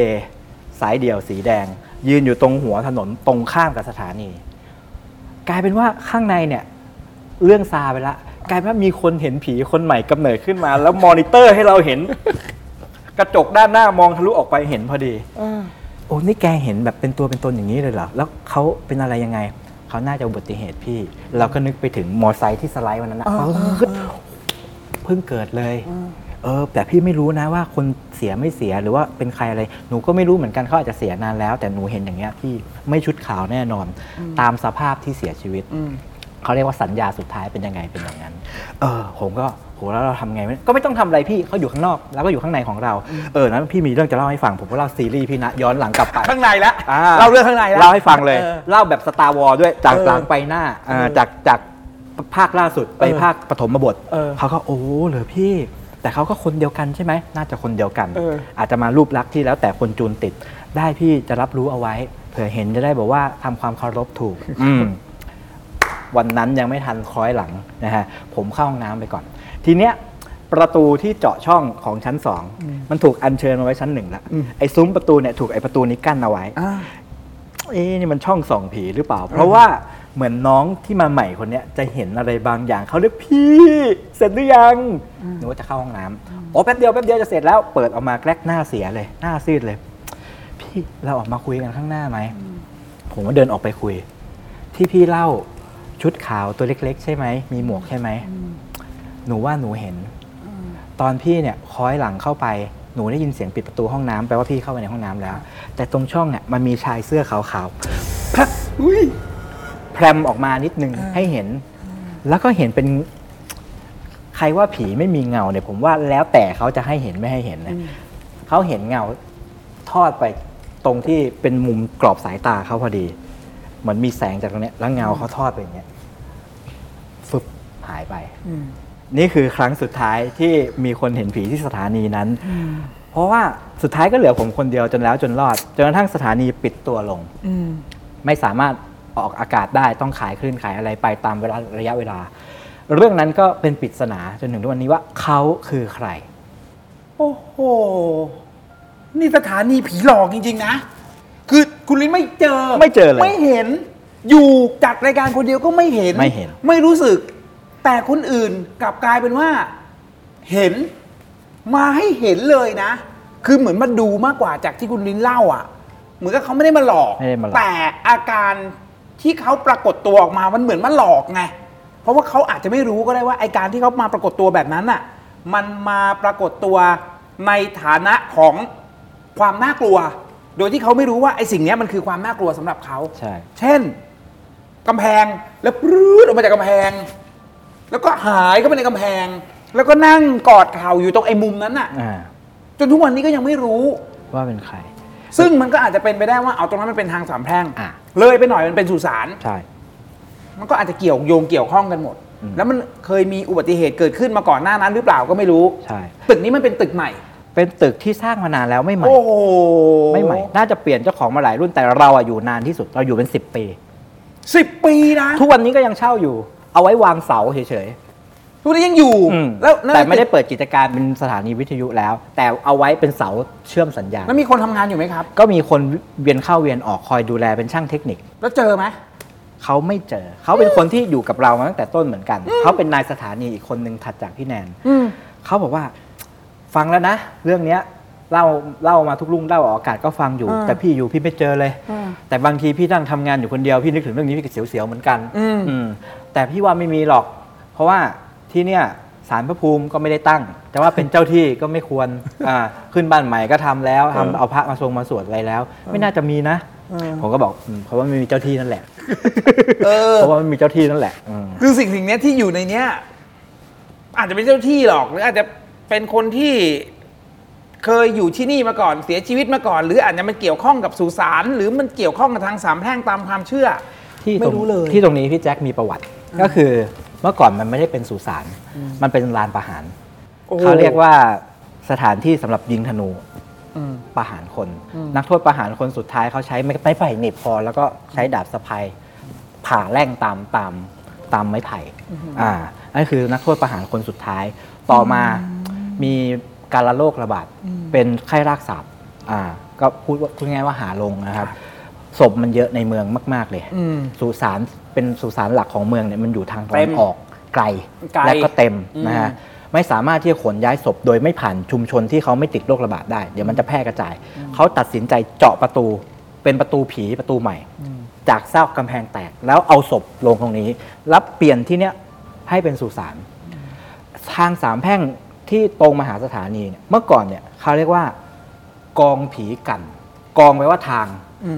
S3: สายเดี่ยวสีแดง ยืนอยู่ตรงหัวถนนตรงข้ามกับสถานี กลายเป็นว่าข้างในเนี่ย เรื่องซาไปละกลายเป็นว่ามีคนเห็นผีคนใหม่กำเนิดขึ้นมา แล้วมอนิเตอร์ให้เราเห็น กระจกด้านหน้ามองทะลุออกไปเห็นพอดีโอ้นี่แกเห็นแบบเป็นตัวเป็นตนอย่างนี้เลยเหรอแล้วเขาเป็นอะไรยังไงเขาน่าจะอุบัติเหตุพี่ เราก็นึกไปถึงมอไซค์ที่สไลด์วันนั้นนะปึ๊ดเพิ่งเกิดเลย เออ แต่พี่ไม่รู้นะว่าคนเสียไม่เสียหรือว่าเป็นใครอะไร หนูก็ไม่รู้เหมือนกันเขาอาจจะเสียนานแล้ว แต่หนูเห็นอย่างเงี้ยพี่ไม่ชุดขาวแน่นอน ตามสภาพที่เสียชีวิต เขาเรียกว่าสัญญาสุดท้ายเป็นยังไงเป็นอย่างนั้น เออ ผมก็โหแล้วเราทำไงไม่ก็ไม่ต้องทำอะไรพี่เขาอยู่ข้างนอกแล้วก็อยู่ข้างในของเราเออนั้นพี่มีเรื่องจะเล่าให้ฟังผมก็เล่าซีรีส์พี่นะย้อนหลังกลับไป
S2: ข้างในแล้ว
S3: อ่
S2: เล่าเรื่องข้างในแล้ว
S3: เล่าให้ฟังเลย
S2: เออ
S3: เล่าแบบสตาร์วอลด้วยจาก
S2: เออ
S3: หลังไปหน้าอ่า
S2: เออ
S3: จากจากภาคล่าสุดไป
S2: เออ
S3: ภาคปฐมบท
S2: เออ
S3: เขาก็โอ้เหรอพี่ แต่เขาก็คนเดียวกันใช่ไหมน่าจะคนเดียวกัน
S2: เออ
S3: อาจจะมารูปลักษณ์ที่แล้วแต่คนจูนติด ได้พี่จะรับรู้เอาไว้ เผื่อเห็นจะได้บอกว่าทำความเคารพถูกอืม วันนั้นยังไม่ทันคล้อยหลังนะฮะผมเข้าห้องน้ำไปก่อน ทีเนี้ยประตูที่เจาะช่องของชั้นสองมันถูกอัญเชิญมาไว้ชั้นหนึ่งแล้ว
S2: อืม
S3: ไอ้ซุ้มประตูเนี่ยถูกไอ้ประตูนี้กั้นเอาไว้
S2: อ่า
S3: เอ๊ะนี่มันช่องส่องผีหรือเปล่า เพราะว่าเหมือนน้องที่มาใหม่คนเนี้ยจะเห็นอะไรบางอย่างเขาเรียกพี่เสร็จหรือยังหนูว่าจะเข้าห้องน้ำโอ้แป๊บเดียวแป๊บเดียวจะเสร็จแล้วเปิดออกมาแกลกหน้าเสียเลย หน้าซีดเลย พี่เราออกมาคุยกันข้างหน้าไหมผมก็เดินออกไปคุย ที่พี่เล่าชุดขาวตัวเล็ก ๆ ใช่ไหมมีหมวกใช่ไหมหนูว่าหนูเห็น ตอนพี่เนี่ยคล้อยหลังเข้าไปหนูได้ยินเสียงปิดประตูห้องน้ำแปลว่าพี่เข้าไปในห้องน้ำแล้ว แต่ตรงช่องเนี่ยมันมีชายเสื้อขาวๆแพร่แพรมออกมานิดนึงให้เห็น แล้วก็เห็นเป็นใครว่าผีไม่มีเงาเนี่ยผมว่าแล้วแต่เขาจะให้เห็นไม่ให้เห็นนะเขาเห็นเงาทอดไปตรงที่เป็นมุมกรอบสายตาเขาพอดี เหมือนมีแสงจากตรงเนี้ยแล้วเงาเขาทอดไปอย่างเงี้ยฟึบหายไป นี่คือครั้งสุดท้ายที่มีคนเห็นผีที่สถานีนั้น เพราะว่าสุดท้ายก็เหลือผมคนเดียวจนแล้วจนรอด จนกระทั่งสถานีปิดตัวลง ไม่สามารถออกอากาศได้ต้องขายคลื่นขายอะไรไปตามเวลาระยะเวลา เรื่องนั้นก็เป็นปริศนาจนถึงทุกวันนี้ว่าเขาคือใคร
S2: โอ้โห นี่สถานีผีหลอกจริง ๆ นะ คือคุณลิ้นไม่เจอ
S3: ไม่เจอเลย
S2: ไม่เห็น อยู่จัดรายการคนเดียวก็ไม่เห็น
S3: ไม่เห็น
S2: ไม่รู้สึก แต่คนอื่นกลับกลายเป็นว่า เห็น มาให้เห็นเลยนะ คือเหมือนมาดูมากกว่าจากที่คุณลิ้นเล่าอ่ะ เหมือนกับเขาไม่ได้มาหลอก
S3: ไม่ได้มาหลอก
S2: แต่อาการที่เขาปรากฏตัวออกมา มันเหมือนมาหลอกไง เพราะว่าเขาอาจจะไม่รู้ก็ได้ว่าไอการที่เขามาปรากฏตัวแบบนั้นน่ะ มันมาปรากฏตัวในฐานะของความน่ากลัว โดยที่เขาไม่รู้ว่าไอสิ่งเนี้ยมันคือความน่ากลัวสำหรับเขา
S3: ใช่
S2: เช่นกำแพงแล้วปรื้ดออกมาจากกำแพง แล้วก็หายเข้าไปในกำแพง แล้วก็นั่งกอดเข่าอยู่ตรงไอ้มุมนั้นน่ะ
S3: อ่า
S2: จนทุกวันนี้ก็ยังไม่รู้
S3: ว่าเป็นใคร
S2: ซึ่งมันก็อาจจะเป็นไปได้ว่าเอาตรงนั้นมันเป็นทางสามแพร่ง
S3: อ่ะ
S2: เลยไปหน่อยมันเป็นสุสาน
S3: ใช่
S2: มันก็อาจจะเกี่ยวโยงเกี่ยวข้องกันหมด
S3: อืม
S2: แล้วมันเคยมีอุบัติเหตุเกิดขึ้นมาก่อนหน้านั้นหรือเปล่าก็ไม่รู้
S3: ใช่
S2: ตึกนี้มันเป็นตึกใหม่
S3: เป็นตึกที่สร้างมานานแล้วไม่ใหม่
S2: โอ้โห
S3: ไม่ใหม่ น่าจะเปลี่ยนเจ้าของมาหลายรุ่นแต่เราอะอยู่นานที่สุดเราอยู่เป็น 10 ปี
S2: สิบปีนะ
S3: ทุกวันนี้ก็ยังเช่าอยู่ เอาไว้วางเสาเฉยๆ
S2: ทุกวันนี้ยังอยู่
S3: อืม
S2: แล้วนั่น
S3: แต่ไม่ได้
S2: ตึก
S3: เปิดกิจการเป็นสถานีวิทยุแล้ว แต่เอาไว้เป็นเสาเชื่อมสัญญาณ
S2: แล้วมีคนทำงานอยู่ไหมครับ
S3: ก็มีคนเวียนเข้าเวียนออกคอยดูแลเป็นช่างเทคนิค
S2: แล้วเจอไหม
S3: เขาไม่เจอ เขาเป็นคนที่อยู่กับเรามาตั้งแต่ต้นเหมือนกัน เขาเป็นนายสถานีอีกคนหนึ่งถัดจากพี่แนน
S2: อืม
S3: เขาบอกว่า ฟังแล้วนะ เรื่องเนี้ยเล่าเล่ามาทุกรุ่งเล่าออกอากาศก็ฟังอยู่
S2: อ่า
S3: แต่พี่อยู่พี่ไม่เจอเลย
S2: อ่า
S3: แต่บางทีพี่นั่งทำงานอยู่คนเดียวพี่นึกถึงเรื่องนี้พี่ก็เสียวๆเหมือนกัน
S2: อืม
S3: อืมแต่พี่ว่าไม่มีหรอก เพราะว่าที่เนี่ยสารพระภูมิก็ไม่ได้ตั้ง แต่ว่าเป็นเจ้าที่ก็ไม่คว รอ่าขึ้นบ้านใหม่ก็ทำแล้วทำเอาพระมาทรงมาสวดอะไรแล้ว ไม่น่าจะมีนะผมก็บอกอืมเพราะว่าไม่มีเจ้าที่นั่นแหละ
S2: เออ
S3: เพราะว่ามันมีเจ้าที่นั่นแหละอืม
S2: คือสิ่งสิ่งเนี้ยที่อยู่ในเนี้ยอาจจะเป็นเจ้าที่หรอก หรืออาจจะเป็นคนที่เคยอยู่ที่นี่มาก่อนเสียชีวิตมาก่อน หรืออาจจะมันเกี่ยวข้องกับสุสานหรือมันเกี่ยวข้องกับทางสามแพร่งตามความเชื่อ
S3: ที่ต
S2: ไม่
S3: รง
S2: รู้เลย
S3: ที่ตรงนี้พี่แจ็คมีประวัติ ก็คือเมื่อก่อนมันไม่ได้เป็นสุสาน มันเป็นลานประหาร เขาเรียกว่าสถานที่สำหรับยิงธนู
S2: อืม
S3: ประหารคน นักโทษประหารคนสุดท้ายเขาใช้ไม้ไม้ไผ่เหน็บคอแล้วก็ใช้ดาบสะพายผ่าแร่งตามตามตามไม้ไผ่อ่านั่นคือนักโทษประหารคนสุดท้าย ต่อมามีการระโรคระบาดเป็นไข้รากสับอ่า ก็พูดว่าพูดง่ายๆว่าหาลงนะครับศพมันเยอะในเมืองมาก ๆ เลย
S2: อืม
S3: สุสานเป็นสุสานหลักของเมืองเนี่ยมันอยู่ทางตะ
S2: เต็
S3: วัน
S2: ม
S3: ออกไกล
S2: ไกล
S3: และก็เต็ม
S2: อืม
S3: นะฮะไม่สามารถที่จะขนย้ายศพโดยไม่ผ่านชุมชนที่เขาไม่ติดโรคระบาดได้ เดี๋ยวมันจะแพร่กระจาย เขาตัดสินใจเจาะประตูเป็นประตูผีประตูใหม่ จากซากกำแพงแตก แล้วเอาศพลงตรงนี้ แล้วเปลี่ยนที่เนี้ยให้เป็นสุสาน ทางสามแพร่งที่ตรงมหาสถานีเนี่ยเมื่อก่อนเนี่ยเขาเรียกว่ากองผีกัน กองแปลว่าทาง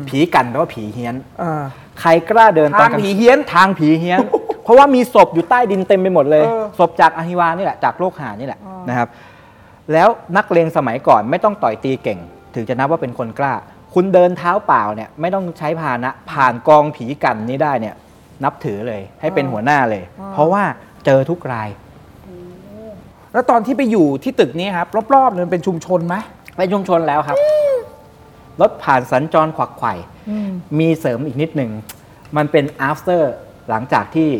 S3: ผีกันแปลว่าผีเฮี้ยน
S2: อ่า
S3: ใครกล้าเดินตอนก
S2: ทาง
S3: ล
S2: ผีเฮี้ยน
S3: ทางผีเฮี้ยน เพราะว่ามีศพอยู่ใต้ดินเต็มไปหมดเลย
S2: เออ
S3: ศพจากอหิวานี่แหละจากโรคหานี่แหละนะครับ แล้วนักเลงสมัยก่อนไม่ต้องต่อยตีเก่ง ถึงจะนับว่าเป็นคนกล้า คุณเดินเท้าเปล่าเนี่ยไม่ต้องใช้พาหนะ ผ่านกองผีกันนี้ได้เนี่ย นับถือเลยให้เป็นหัวหน้าเลย เพราะว่าเจอทุกราย
S2: แล้วตอนที่ไปอยู่ที่ตึกนี้ครับรอบๆเนี่ยมันเป็นชุมชนไหม
S3: เป็นชุมชนแล้วครับรถผ่านสัญจรขวักไขว่มีเสริมอีกนิดหนึ่ง มันเป็น after หลังจากที่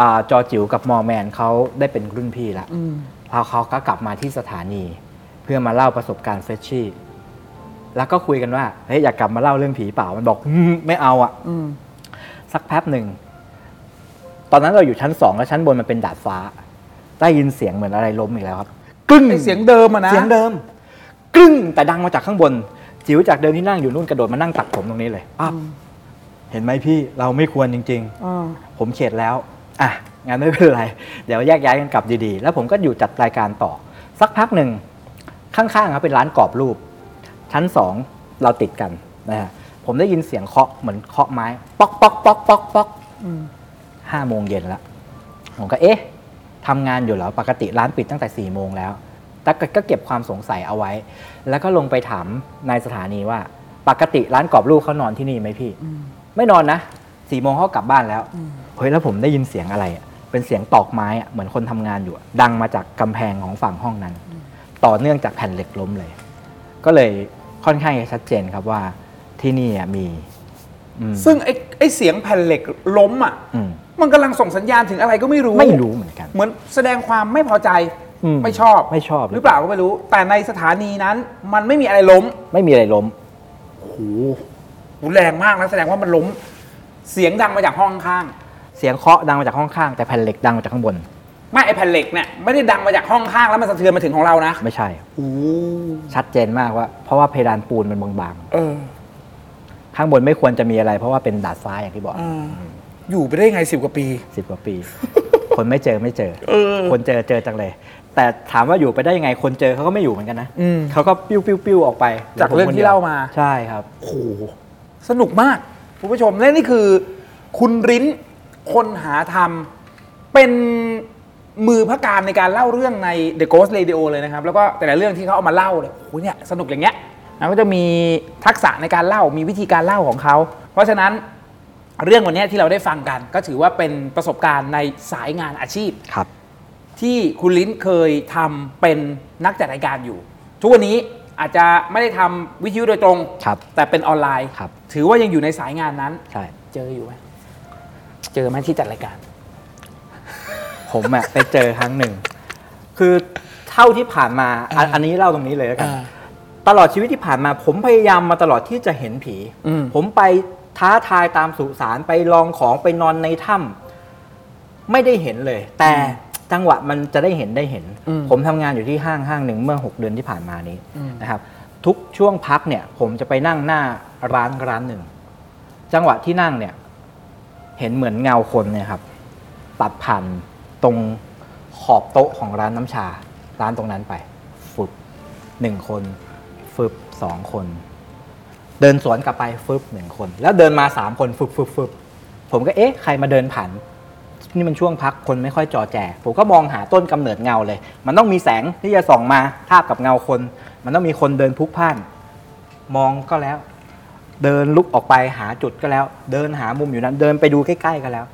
S3: อ่าจอจิ๋วกับมอแมนเขาได้เป็นรุ่นพี่ละพอเขาก็กลับมาที่สถานี เพื่อมาเล่าประสบการณ์เฟรชชี่ แล้วก็คุยกันว่าเฮ้ยอยากกลับมาเล่าเรื่องผีเปล่ามันบอกอืมไม่เอาอะสักแป๊บหนึ่ง ตอนนั้นเราอยู่ชั้นสองแล้วชั้นบนมันเป็นดาดฟ้า ได้ยินเสียงเหมือนอะไรล้มอีกแล้วครับกึ้ง
S2: ไอ้เสียงเดิมอะนะ
S3: เสียงเดิมกรึ้งแต่ดังมาจากข้างบน จิ๋วจากเดิมที่นั่งอยู่นู่นกระโดดมานั่งตักผมตรงนี้เลยอ้าวเห็นไหมพี่เราไม่ควรจริง
S2: อ่า
S3: ๆ ผมเข็ดแล้ว อ่ะงั้นไม่เป็นไร เดี๋ยวแยกย้ายกันกลับดีๆ แล้วผมก็อยู่จัดรายการต่อ สักพักหนึ่ง ข้างๆครับเป็นร้านกรอบรูป ชั้นสองเราติดกันนะฮะผมได้ยินเสียงเคาะเหมือนเคาะไม้ ป๊อกป๊อกป๊อกป๊อกป๊อกห้าโมงเย็นละผมก็เอ๊ะทำงานอยู่เหรอปกติร้านปิดตั้งแต่4ี่โมงแล้ว แต่ก็เก็บความสงสัยเอาไว้ แล้วก็ลงไปถามนายสถานีว่า ปกติร้านกรอบรูปเขานอนที่นี่ไหมพี่ ไม่นอนนะสี่โมงเขากลับบ้านแล้วเฮ้ยแล้วผมได้ยินเสียงอะไรอะเป็นเสียงตอกไม้อะเหมือนคนทำงานอยู่อะดังมาจากกำแพงของฝั่งห้องนั้น ต่อเนื่องจากแผ่นเหล็กล้มเลย ก็เลยค่อนข้างจะชัดเจนครับว่าที่นี่อะมี อืม
S2: ซึ่งไอ้ไอ้เสียงแผ่นเหล็กล้มอ่ะ
S3: อืม
S2: มันกำลังส่งสัญญาณถึงอะไรก็ไม่รู้
S3: ไม่รู้เหมือนกัน
S2: เหมือนแสดงความไม่พอใจ
S3: อืม
S2: ไม่ชอบ
S3: ไม่ชอบ
S2: หรือเปล่าก็ไม่รู้ แต่ในสถานีนั้น มันไม่มีอะไรล้ม
S3: ไม่มีอะไรล้ม
S2: โอ้โหแรงมากนะแสดงว่ามันล้ม เสียงดังมาจากห้องข้าง
S3: เสียงเคาะดังมาจากห้องข้างแต่แผ่นเหล็กดังมาจากข้างบน
S2: ไม่ไอแผ่นเหล็กเนี่ยไม่ได้ดังมาจากห้องข้างแล้วมันสะเทือนมาถึงของเรานะ
S3: ไม่ใช่
S2: โอ้
S3: ชัดเจนมากว่า เพราะว่าเพดานปูนมันบาง
S2: เออ
S3: ๆ ข้างบนไม่ควรจะมีอะไร เพราะว่าเป็นดาดฟ้าอย่างที่บอก
S2: อ่าอยู่ไปได้ไงสิบกว่าปี
S3: สิบกว่า ปี คนไม่เจอไม่เจอ
S2: เออ
S3: คนเจอเจอจังเลย แต่ถามว่าอยู่ไปได้ยังไงคนเจอเขาก็ไม่อยู่เหมือนกันนะ
S2: อืม
S3: เขาก็ปิ้วปิ้วปิ้วออกไป
S2: จากเรื่องที่เล่ามา
S3: ใช่ครับ
S2: โอ้โหสนุกมากคุณผู้ชมและนี่คือ คุณริ้นคนหาธรรม เป็นมือพระการในการเล่าเรื่องใน The Ghost Radio เลยนะครับ แล้วก็แต่ละเรื่องที่เขาเอามาเล่าเนี่ยโอ้โหเนี่ยสนุกอย่างเงี้ยแล้วก็จะมีทักษะในการเล่ามีวิธีการเล่าของเขา เพราะฉะนั้นเรื่องวันเนี้ยที่เราได้ฟังกัน ก็ถือว่าเป็นประสบการณ์ในสายงานอาชีพ
S3: ครับ
S2: ที่คุณลิ้นเคยทำเป็นนักจัดรายการอยู่ ทุกวันนี้อาจจะไม่ได้ทำวิทยุโดยตรง
S3: ครับ
S2: แต่เป็นออนไลน์
S3: ครับ
S2: ถือว่ายังอยู่ในสายงานนั้น
S3: ใช่
S2: เจออยู่ไหมเจอไหมที่จัดรายการ
S3: ผมอะ ไปเจอครั้งหนึ่ง คือเท่าที่ผ่านมาอันอันนี้เล่าตรงนี้เลยแล้วกัน
S2: อ่า
S3: ตลอดชีวิตที่ผ่านมา ผมพยายามมาตลอดที่จะเห็นผี
S2: อืม
S3: ผมไปท้าทายตามสุสานไปลองของไปนอนในถ้ำไม่ได้เห็นเลย แต่จังหวะมันจะได้เห็นได้เห็น ผมทำงานอยู่ที่ห้างห้างหนึ่งเมื่อ 6 เดือนที่ผ่านมานี้นะครับ ทุกช่วงพักเนี่ย ผมจะไปนั่งหน้าร้านร้านหนึ่ง จังหวะที่นั่งเนี่ย เห็นเหมือนเงาคนเนี่ยครับ ตัดผ่านตรงขอบโต๊ะของร้านน้ำชา ร้านตรงนั้นไปฟึบหนึ่งคนฟึบสองคน เดินสวนกลับไปฟึบหนึ่งคน แล้วเดินมาสามคนฟึบฟึบฟึบผมก็เอ๊ะใครมาเดินผ่าน นี่มันช่วงพักคนไม่ค่อยจอแจ ผมก็มองหาต้นกำเนิดเงาเลย มันต้องมีแสงที่จะส่องมาทาบกับเงาคน มันต้องมีคนเดินพลุกพล่าน มองก็แล้ว เดินลุกออกไปหาจุดก็แล้ว เดินหามุมอยู่นั้น เดินไปดูใกล้ๆก็แล้ว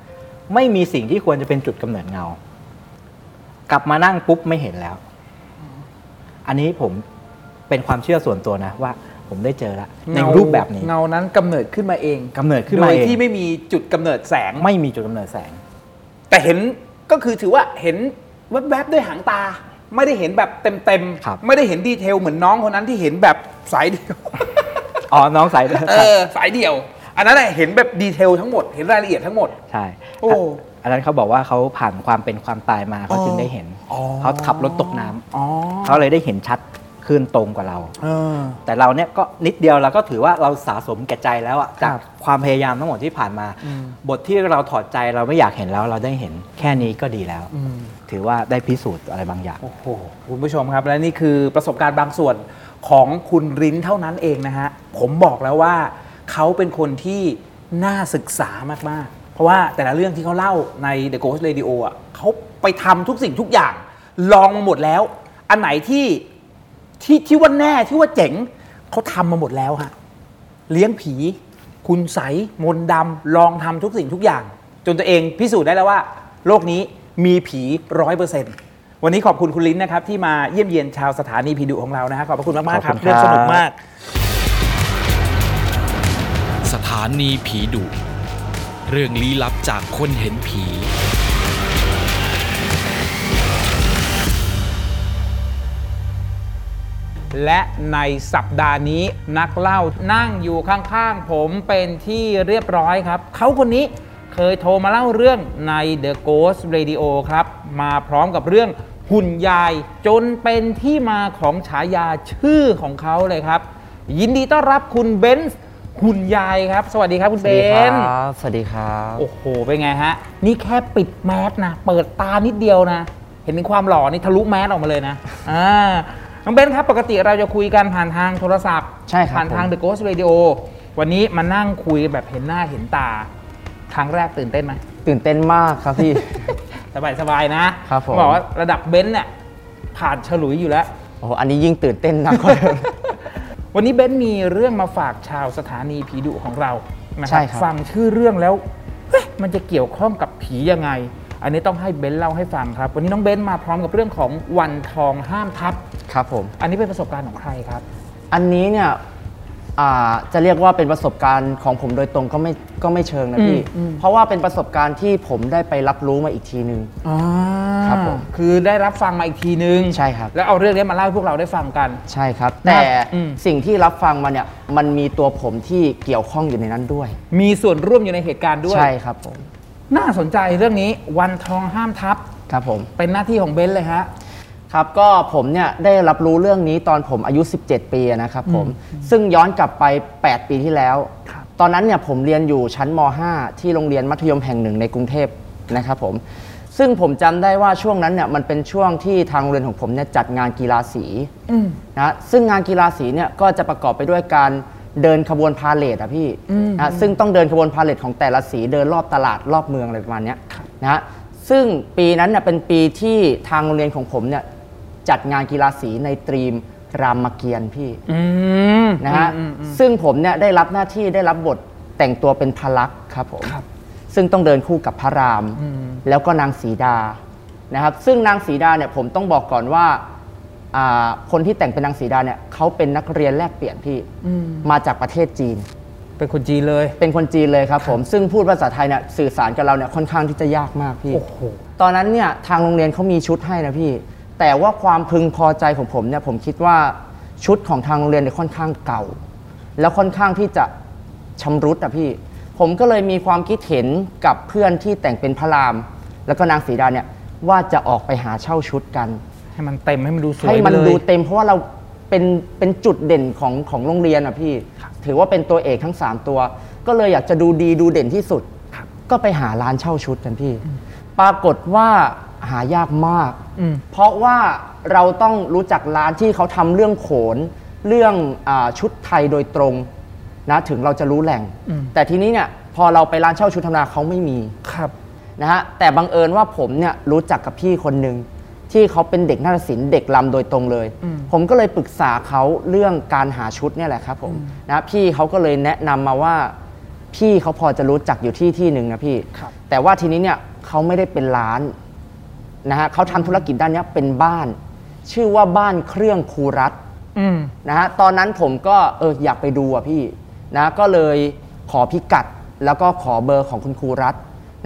S3: ไม่มีสิ่งที่ควรจะเป็นจุดกำเนิดเงา กลับมานั่งปุ๊บไม่เห็นแล้ว อันนี้ผมเป็นความเชื่อส่วนตัวนะว่า ผมได้เจอแล้วในรูปแบบนี้
S2: เงานั้นกำเนิดขึ้นมาเอง
S3: กำเนิดขึ้นมาเอง
S2: โดยที่ไม่มีจุดกำเนิดแสง
S3: ไม่มีจุดกำเนิดแสง
S2: แต่เห็นก็คือถือว่าเห็นแวบๆด้วยหางตา ไม่ได้เห็นแบบเต็ม
S3: ครับ
S2: ๆไม่ได้เห็นดีเทลเหมือนน้องคนนั้นที่เห็นแบบสายเดียว
S3: อ๋อ น้องสายเลือด
S2: เออสายเดี่ยว อันนั้นน่ะเห็นแบบดีเทลทั้งหมด เห็นรายละเอียดทั้งหมด
S3: ใช่
S2: โอ้
S3: อ่ะอันนั้นเขาบอกว่าเขาผ่านความเป็นความตายมาเขา
S2: อ๋อ
S3: จึงได้เห็น
S2: อ๋อ
S3: เขาขับรถตกน้ำ
S2: อ๋อ
S3: เขาเลยได้เห็นชัดขึ้นตรงกว่าเรา
S2: เออ
S3: แต่เราเนี่ยก็นิดเดียวเราก็ถือว่าเราสะสมแก่ใจแล้วอะ
S2: ครั
S3: จาก
S2: บ
S3: ความพยายามทั้งหมดที่ผ่านมา บทที่เราถอดใจเราไม่อยากเห็นแล้วเราได้เห็นแค่นี้ก็ดีแล้ว ถือว่าได้พิสูจน์อะไรบางอย่าง
S2: โอ้โหคุณผู้ชมครับ และนี่คือประสบการณ์บางส่วนของคุณริ้นเท่านั้นเองนะฮะ ผมบอกแล้วว่า เขาเป็นคนที่น่าศึกษามาก ๆ เพราะว่าแต่ละเรื่องที่เขาเล่าใน The Ghost Radio อ่ะเขาไปทำทุกสิ่งทุกอย่าง ลองมาหมดแล้ว อันไหนที่ที่ที่ว่าแน่ที่ว่าเจ๋งเขาทำมาหมดแล้วฮะ เลี้ยงผี คุณใสยมนต์ดำ ลองทำทุกสิ่งทุกอย่าง จนตัวเองพิสูจน์ได้แล้วว่า โลกนี้มีผีร้อยเปอร์เซ็นต์วันนี้ขอบคุณคุณลิ้นนะครับ ที่มาเยี่ยมเยียนชาวสถานีผีดุของเรานะฮะขอบพระคุณมากๆครับ
S3: ขอบ
S2: เรื่องส
S3: คุณครับ
S2: นุกมาก
S1: สถานีผีดุ เรื่องลี้ลับจากคนเห็นผี
S2: และในสัปดาห์นี้นักเล่านั่งอยู่ข้างๆ ผมเป็นที่เรียบร้อยครับ เขาคนนี้เคยโทรมาเล่าเรื่องใน The Ghost Radio ครับ มาพร้อมกับเรื่องหุ่นยายจนเป็นที่มาของฉายาชื่อของเขาเลยครับ ยินดีต้อนรับคุณเบนซ์หุ่นยายครับ สวัสดีครับคุณเบนซ์
S4: บ สวัสดีครับ
S2: โอ้โห เป็นไงฮะ นี่แค่ปิดแมสนะ เปิดตานิดเดียวนะ เห็นถึงความหล่อนี่ทะลุแมสออกมาเลย นะ อ่า น้องเบนซ์ครับ ปกติเราจะคุยกันผ่านทางโทรศัพท์
S4: ใช่ครับ
S2: ผ่านทาง
S4: ผม
S2: The Ghost Radio วันนี้มานั่งคุยแบบเห็นหน้าเห็นตา ครั้งแรกตื่นเต้นไหม
S4: ตื่นเต้นมากครับ พี่
S2: สบายสบายๆนะครับ
S4: ผม
S2: บอกว่าระดับเบนซ์เนี่ยผ่านฉลุยอยู่แล้ว
S4: โอ้โหอันนี้ยิ่งตื่นเต้นหนักกว่าเดิม
S2: วันนี้เบนซ์มีเรื่องมาฝากชาวสถานีผีดุของเรานะ
S4: ใช่ครับ
S2: ฟังชื่อเรื่องแล้วเฮ้ยมันจะเกี่ยวข้องกับผียังไง อันนี้ต้องให้เบนซ์เล่าให้ฟังครับ วันนี้น้องเบนซ์มาพร้อมกับเรื่องของวันทองห้ามทับ
S4: ครับผม
S2: อันนี้เป็นประสบการณ์ของใครครับ
S4: อันนี้เนี่ยอ่าจะเรียกว่าเป็นประสบการณ์ของผมโดยตรงก็ไม่ก็ไม่เชิงนะพี่
S2: อืมอืม
S4: เพราะว่าเป็นประสบการณ์ที่ผมได้ไปรับรู้มาอีกทีนึง
S2: อ่า
S4: ครับผม
S2: คือได้รับฟังมาอีกทีนึง
S4: ใช่ครับ
S2: แล้วเอาเรื่องนี้มาเล่าให้พวกเราได้ฟังกัน
S4: ใช่ครับ แต่
S2: อืม
S4: สิ่งที่รับฟังมาเนี่ยมันมีตัวผมที่เกี่ยวข้องอยู่ในนั้นด้วย
S2: มีส่วนร่วมอยู่ในเหตุการณ์ด้วย
S4: ใช่ครับผม
S2: น่าสนใจเรื่องนี้วันทองห้ามทับ
S4: ครับผม
S2: เป็นหน้าที่ของเบนซ์เลยฮะ
S4: ครับก็ผมเนี่ยได้รับรู้เรื่องนี้ตอนผมอายุ 17 ปีอะนะครับผมซึ่งย้อนกลับไป 8 ปีที่แล้ว
S2: ครับ
S4: ตอนนั้นเนี่ยผมเรียนอยู่ชั้นม .5 ที่โรงเรียนมัธยมแห่งหนึ่งในกรุงเทพนะครับผมซึ่งผมจำได้ว่าช่วงนั้นเนี่ยมันเป็นช่วงที่ทางโรงเรียนของผมเนี่ยจัดงานกีฬาสีนะซึ่งงานกีฬาสีเนี่ยก็จะประกอบไปด้วยการเดินขบวนพาเหรดอะพี่นะซึ่งต้องเดินขบวนพาเหรดของแต่ละสีเดินรอบตลาดรอบเมืองอะไรประมาณเนี้ยนะฮะซึ่งปีนั้นเนี่ยเป็นปีที่ทางโรงเรียนของผมเนี่ย จัดงานกีฬาสีในตรีมรามเกียรติ์พี่
S2: อืม
S4: นะฮะ
S2: อืมอืม
S4: ซึ่งผมเนี่ยได้รับหน้าที่ได้รับบทแต่งตัวเป็นพระลักษณ์ครับผม
S2: ครับ
S4: ซึ่งต้องเดินคู่กับพระราม
S2: อืม
S4: แล้วก็นางสีดานะครับ ซึ่งนางสีดาเนี่ยผมต้องบอกก่อนว่าอ่าคนที่แต่งเป็นนางสีดาเนี่ยเขาเป็นนักเรียนแลกเปลี่ยนพี่
S2: อืม
S4: มาจากประเทศจีน
S2: เป็นคนจีนเลย
S4: เป็นคนจีนเลยครับผมซึ่งพูดภาษาไทยเนี่ยสื่อสารกับเราเนี่ยค่อนข้างที่จะยากมากพี่
S2: โอ้โห
S4: ตอนนั้นเนี่ยทางโรงเรียนเขามีชุดให้นะพี่ แต่ว่าความพึงพอใจของผมเนี่ยผมคิดว่าชุดของทางโรงเรียนเนี่ยค่อนข้างเก่า แล้วค่อนข้างที่จะชำรุดอะพี่ ผมก็เลยมีความคิดเห็นกับเพื่อนที่แต่งเป็นพระราม แล้วก็นางสีดาเนี่ยว่าจะออกไปหาเช่าชุดกัน
S2: ให้มันเต็มให้มันดูสวย
S4: ให้มัน
S2: ไปเลย
S4: ดูเต็มเพราะว่าเราเป็นเป็นจุดเด่นของของโรงเรียนอ่ะพี่ ถือว่าเป็นตัวเอกทั้ง 3 ตัว ก็เลยอยากจะดูดีดูเด่นที่สุด
S2: ครับ
S4: ก็ไปหาร้านเช่าชุดกันพี่ ปรากฏว่าหายากมาก
S2: อืม
S4: เพราะว่าเราต้องรู้จักร้านที่เขาทำเรื่องโขน เรื่องอาชุดไทยโดยตรงนะถึงเราจะรู้แหล่ง
S2: อืม
S4: แต่ทีนี้เนี่ยพอเราไปร้านเช่าชุดธรรมดาเขาไม่มี
S2: ครับ
S4: นะฮะแต่บังเอิญว่าผมเนี่ยรู้จักกับพี่คนหนึ่งที่เขาเป็นเด็กนาฏศิลป์เด็กลำโดยตรงเลย
S2: อืม
S4: ผมก็เลยปรึกษาเขาเรื่องการหาชุดเนี่ยแหละครับผมนะพี่เขาก็เลยแนะนำมาว่า พี่เขาพอจะรู้จักอยู่ที่ที่หนึ่งนะพี่
S2: ครับ
S4: แต่ว่าทีนี้เนี่ยเขาไม่ได้เป็นร้านนะฮะเขาทำธุรกิจด้านเนี้ยเป็นบ้าน ชื่อว่าบ้านเครื่องครูรัฐ
S2: อืม
S4: นะฮะตอนนั้นผมก็เอออยากไปดูอ่ะพี่นะก็เลยขอพิกัดแล้วก็ขอเบอร์ของคุณครูรัฐ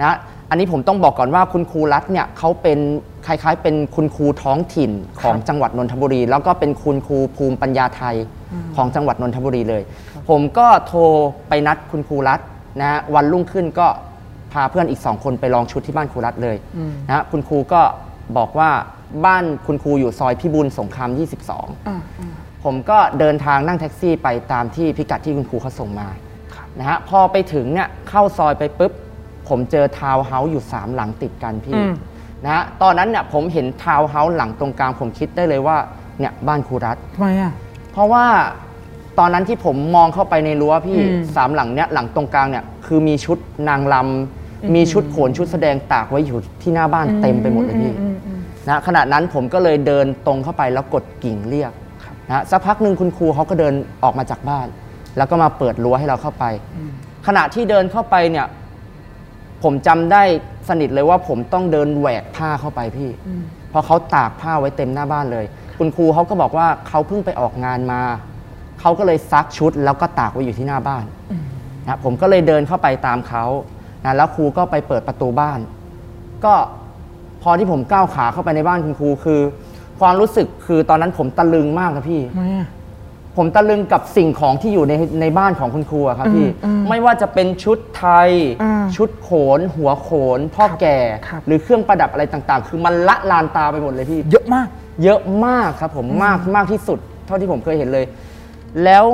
S4: นะอันนี้ผมต้องบอกก่อนว่าคุณครูรัฐเนี่ยเขาเป็นคล้ายๆ เป็นคุณครูท้องถิ่นของจังหวัดนนทบุรี แล้วก็เป็นคุณครูภูมิปัญญาไทยของจังหวัดนนทบุรีเลย ผมก็โทรไปนัดคุณครูรัฐนะฮะวันรุ่งขึ้นก็พาเพื่อนอีกสองคนไปลองชุดที่บ้านครูรัฐเลย
S2: อืม
S4: นะฮะคุณครูก็บอกว่าบ้านคุณครูอยู่ซอยพิบูลสงคราม 22
S2: อ่า
S4: ผมก็เดินทางนั่งแท็กซี่ไปตามที่พิกัดที่คุณครูเขาส่งมา
S2: ครับ
S4: นะฮะพอไปถึงเนี่ยเข้าซอยไปปุ๊บ ผมเจอทาวน์เฮาส์อยู่ 3 หลังติดกันพี่
S2: อืม
S4: นะฮะตอนนั้นเนี่ยผมเห็นทาวน์เฮาส์หลังตรงกลางผมคิดได้เลยว่าเนี่ยบ้านครูรัฐ
S2: ทำไมอ่ะ
S4: เพราะว่าตอนนั้นที่ผมมองเข้าไปในรั้วพี่
S2: อืม
S4: สามหลังเนี่ยหลังตรงกลางเนี่ยคือมีชุดนางรำ มีชุดโขนชุดแสดงตากไว้อยู่ที่หน้าบ้านเต็มไปหมดเลยพี่นะขณะนั้นผมก็เลยเดินตรงเข้าไปแล้วกดกิ่งเรียกนะสักพักหนึ่งคุณครูเขาก็เดินออกมาจากบ้าน แล้วก็มาเปิดรั้วให้เราเข้าไป ขณะที่เดินเข้าไปเนี่ย ผมจำได้สนิทเลยว่าผมต้องเดินแหวกผ้าเข้าไปพี่ เพราะเขาตากผ้าไว้เต็มหน้าบ้านเลย คุณครูเขาก็บอกว่าเขาเพิ่งไปออกงานมา เขาก็เลยซักชุดแล้วก็ตากไว้อยู่ที่หน้าบ้านนะผมก็เลยเดินเข้าไปตามเขานะแล้วครูก็ไปเปิดประตูบ้าน ก็พอที่ผมก้าวขาเข้าไปในบ้านคุณครูคือ ความรู้สึกคือตอนนั้นผมตะลึงมากครับพี่ ผมตะลึงกับสิ่งของที่อยู่ในในบ้านของคุณครูอะครับพี่ ไม่ว่าจะเป็นชุดไทย
S5: อ่า
S4: ชุดโขน หัวโขน พ่อแก่
S5: ครับ
S4: หรือเครื่องประดับอะไรต่างๆ คือมันละลานตาไปหมดเลยพี่
S2: เยอะมาก
S4: เยอะมากครับผมมากมากที่สุด เท่าที่ผมเคยเห็นเลย แล้ว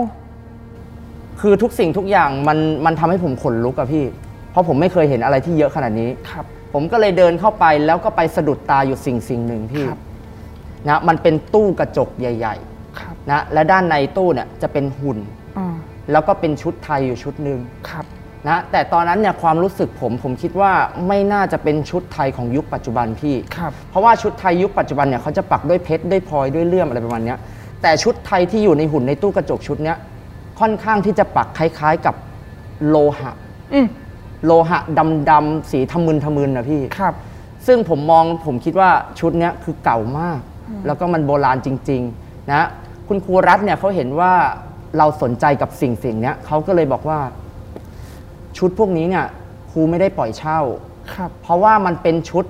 S4: คือทุกสิ่งทุกอย่างมันมันทำให้ผมขนลุกอะพี่ เพราะผมไม่เคยเห็นอะไรที่เยอะขนาดนี้
S5: ครับ
S4: ผมก็เลยเดินเข้าไปแล้วก็ไปสะดุดตาอยู่สิ่งสิ่งหนึ่งพี่
S5: ครับ
S4: นะมันเป็นตู้กระจกใหญ่
S5: ครับ
S4: ๆ นะและด้านในตู้เนี่ยจะเป็นหุ่น
S5: อ่า
S4: แล้วก็เป็นชุดไทยอยู่ชุดหนึ่ง
S5: ครับ
S4: นะแต่ตอนนั้นเนี่ยความรู้สึกผมผมคิดว่าไม่น่าจะเป็นชุดไทยของยุคปัจจุบันพี่
S5: ครับ
S4: เพราะว่าชุดไทยยุคปัจจุบันเนี่ยเขาจะปักด้วยเพชรด้วยพลอยด้วยเลื่อมอะไรประมาณเนี้ยแต่ชุดไทยที่อยู่ในหุ่นในตู้กระจกชุดเนี้ยค่อนข้างที่จะปักคล้าย ๆกับโลหะ
S5: อืม
S4: โลหะดำๆสีทะมึนทะมึนนะพี่
S5: ครับ
S4: ซึ่งผมมองผมคิดว่าชุดเนี้ยคือเก่ามาก แล้วก็มันโบราณจริง ๆ นะ คุณครูรัฐเนี่ยเขาเห็นว่าเราสนใจกับสิ่งสิ่งเนี้ยเขาก็เลยบอกว่า ชุดพวกนี้เนี่ยครูไม่ได้ปล่อยเช่า
S5: ครับ
S4: เพราะว่ามันเป็นชุด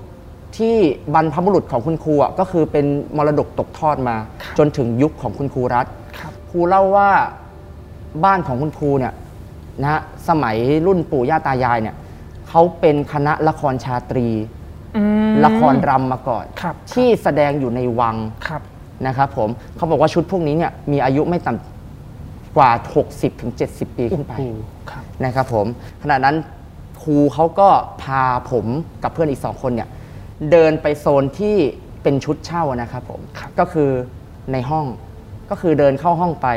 S4: ที่บรรพบุรุษของคุณครูอ่ะก็คือเป็นมรดกตกทอดมา จนถึงยุคของคุณครูรัฐ
S5: ครับ
S4: ครูเล่าว่าบ้านของคุณครูเนี่ยนะฮะสมัยรุ่นปู่ย่าตายายเนี่ยเขาเป็นคณะละครชาตรี
S5: อืม
S4: ละครรำมาก่อน
S5: ครับ
S4: ที่แสดงอยู่ในวัง
S5: ครับ
S4: นะครับผมเขาบอกว่าชุดพวกนี้เนี่ยมีอายุไม่ต่ำกว่า 60-70ถึง70 ปีขึ้นไป
S5: ครับ
S4: นะครับผมขณะนั้นครูเขาก็พาผมกับเพื่อนอีกสองคนเนี่ยเดินไปโซนที่เป็นชุดเช่านะครับผมก็คือในห้องก็คือเดินเข้าห้องไป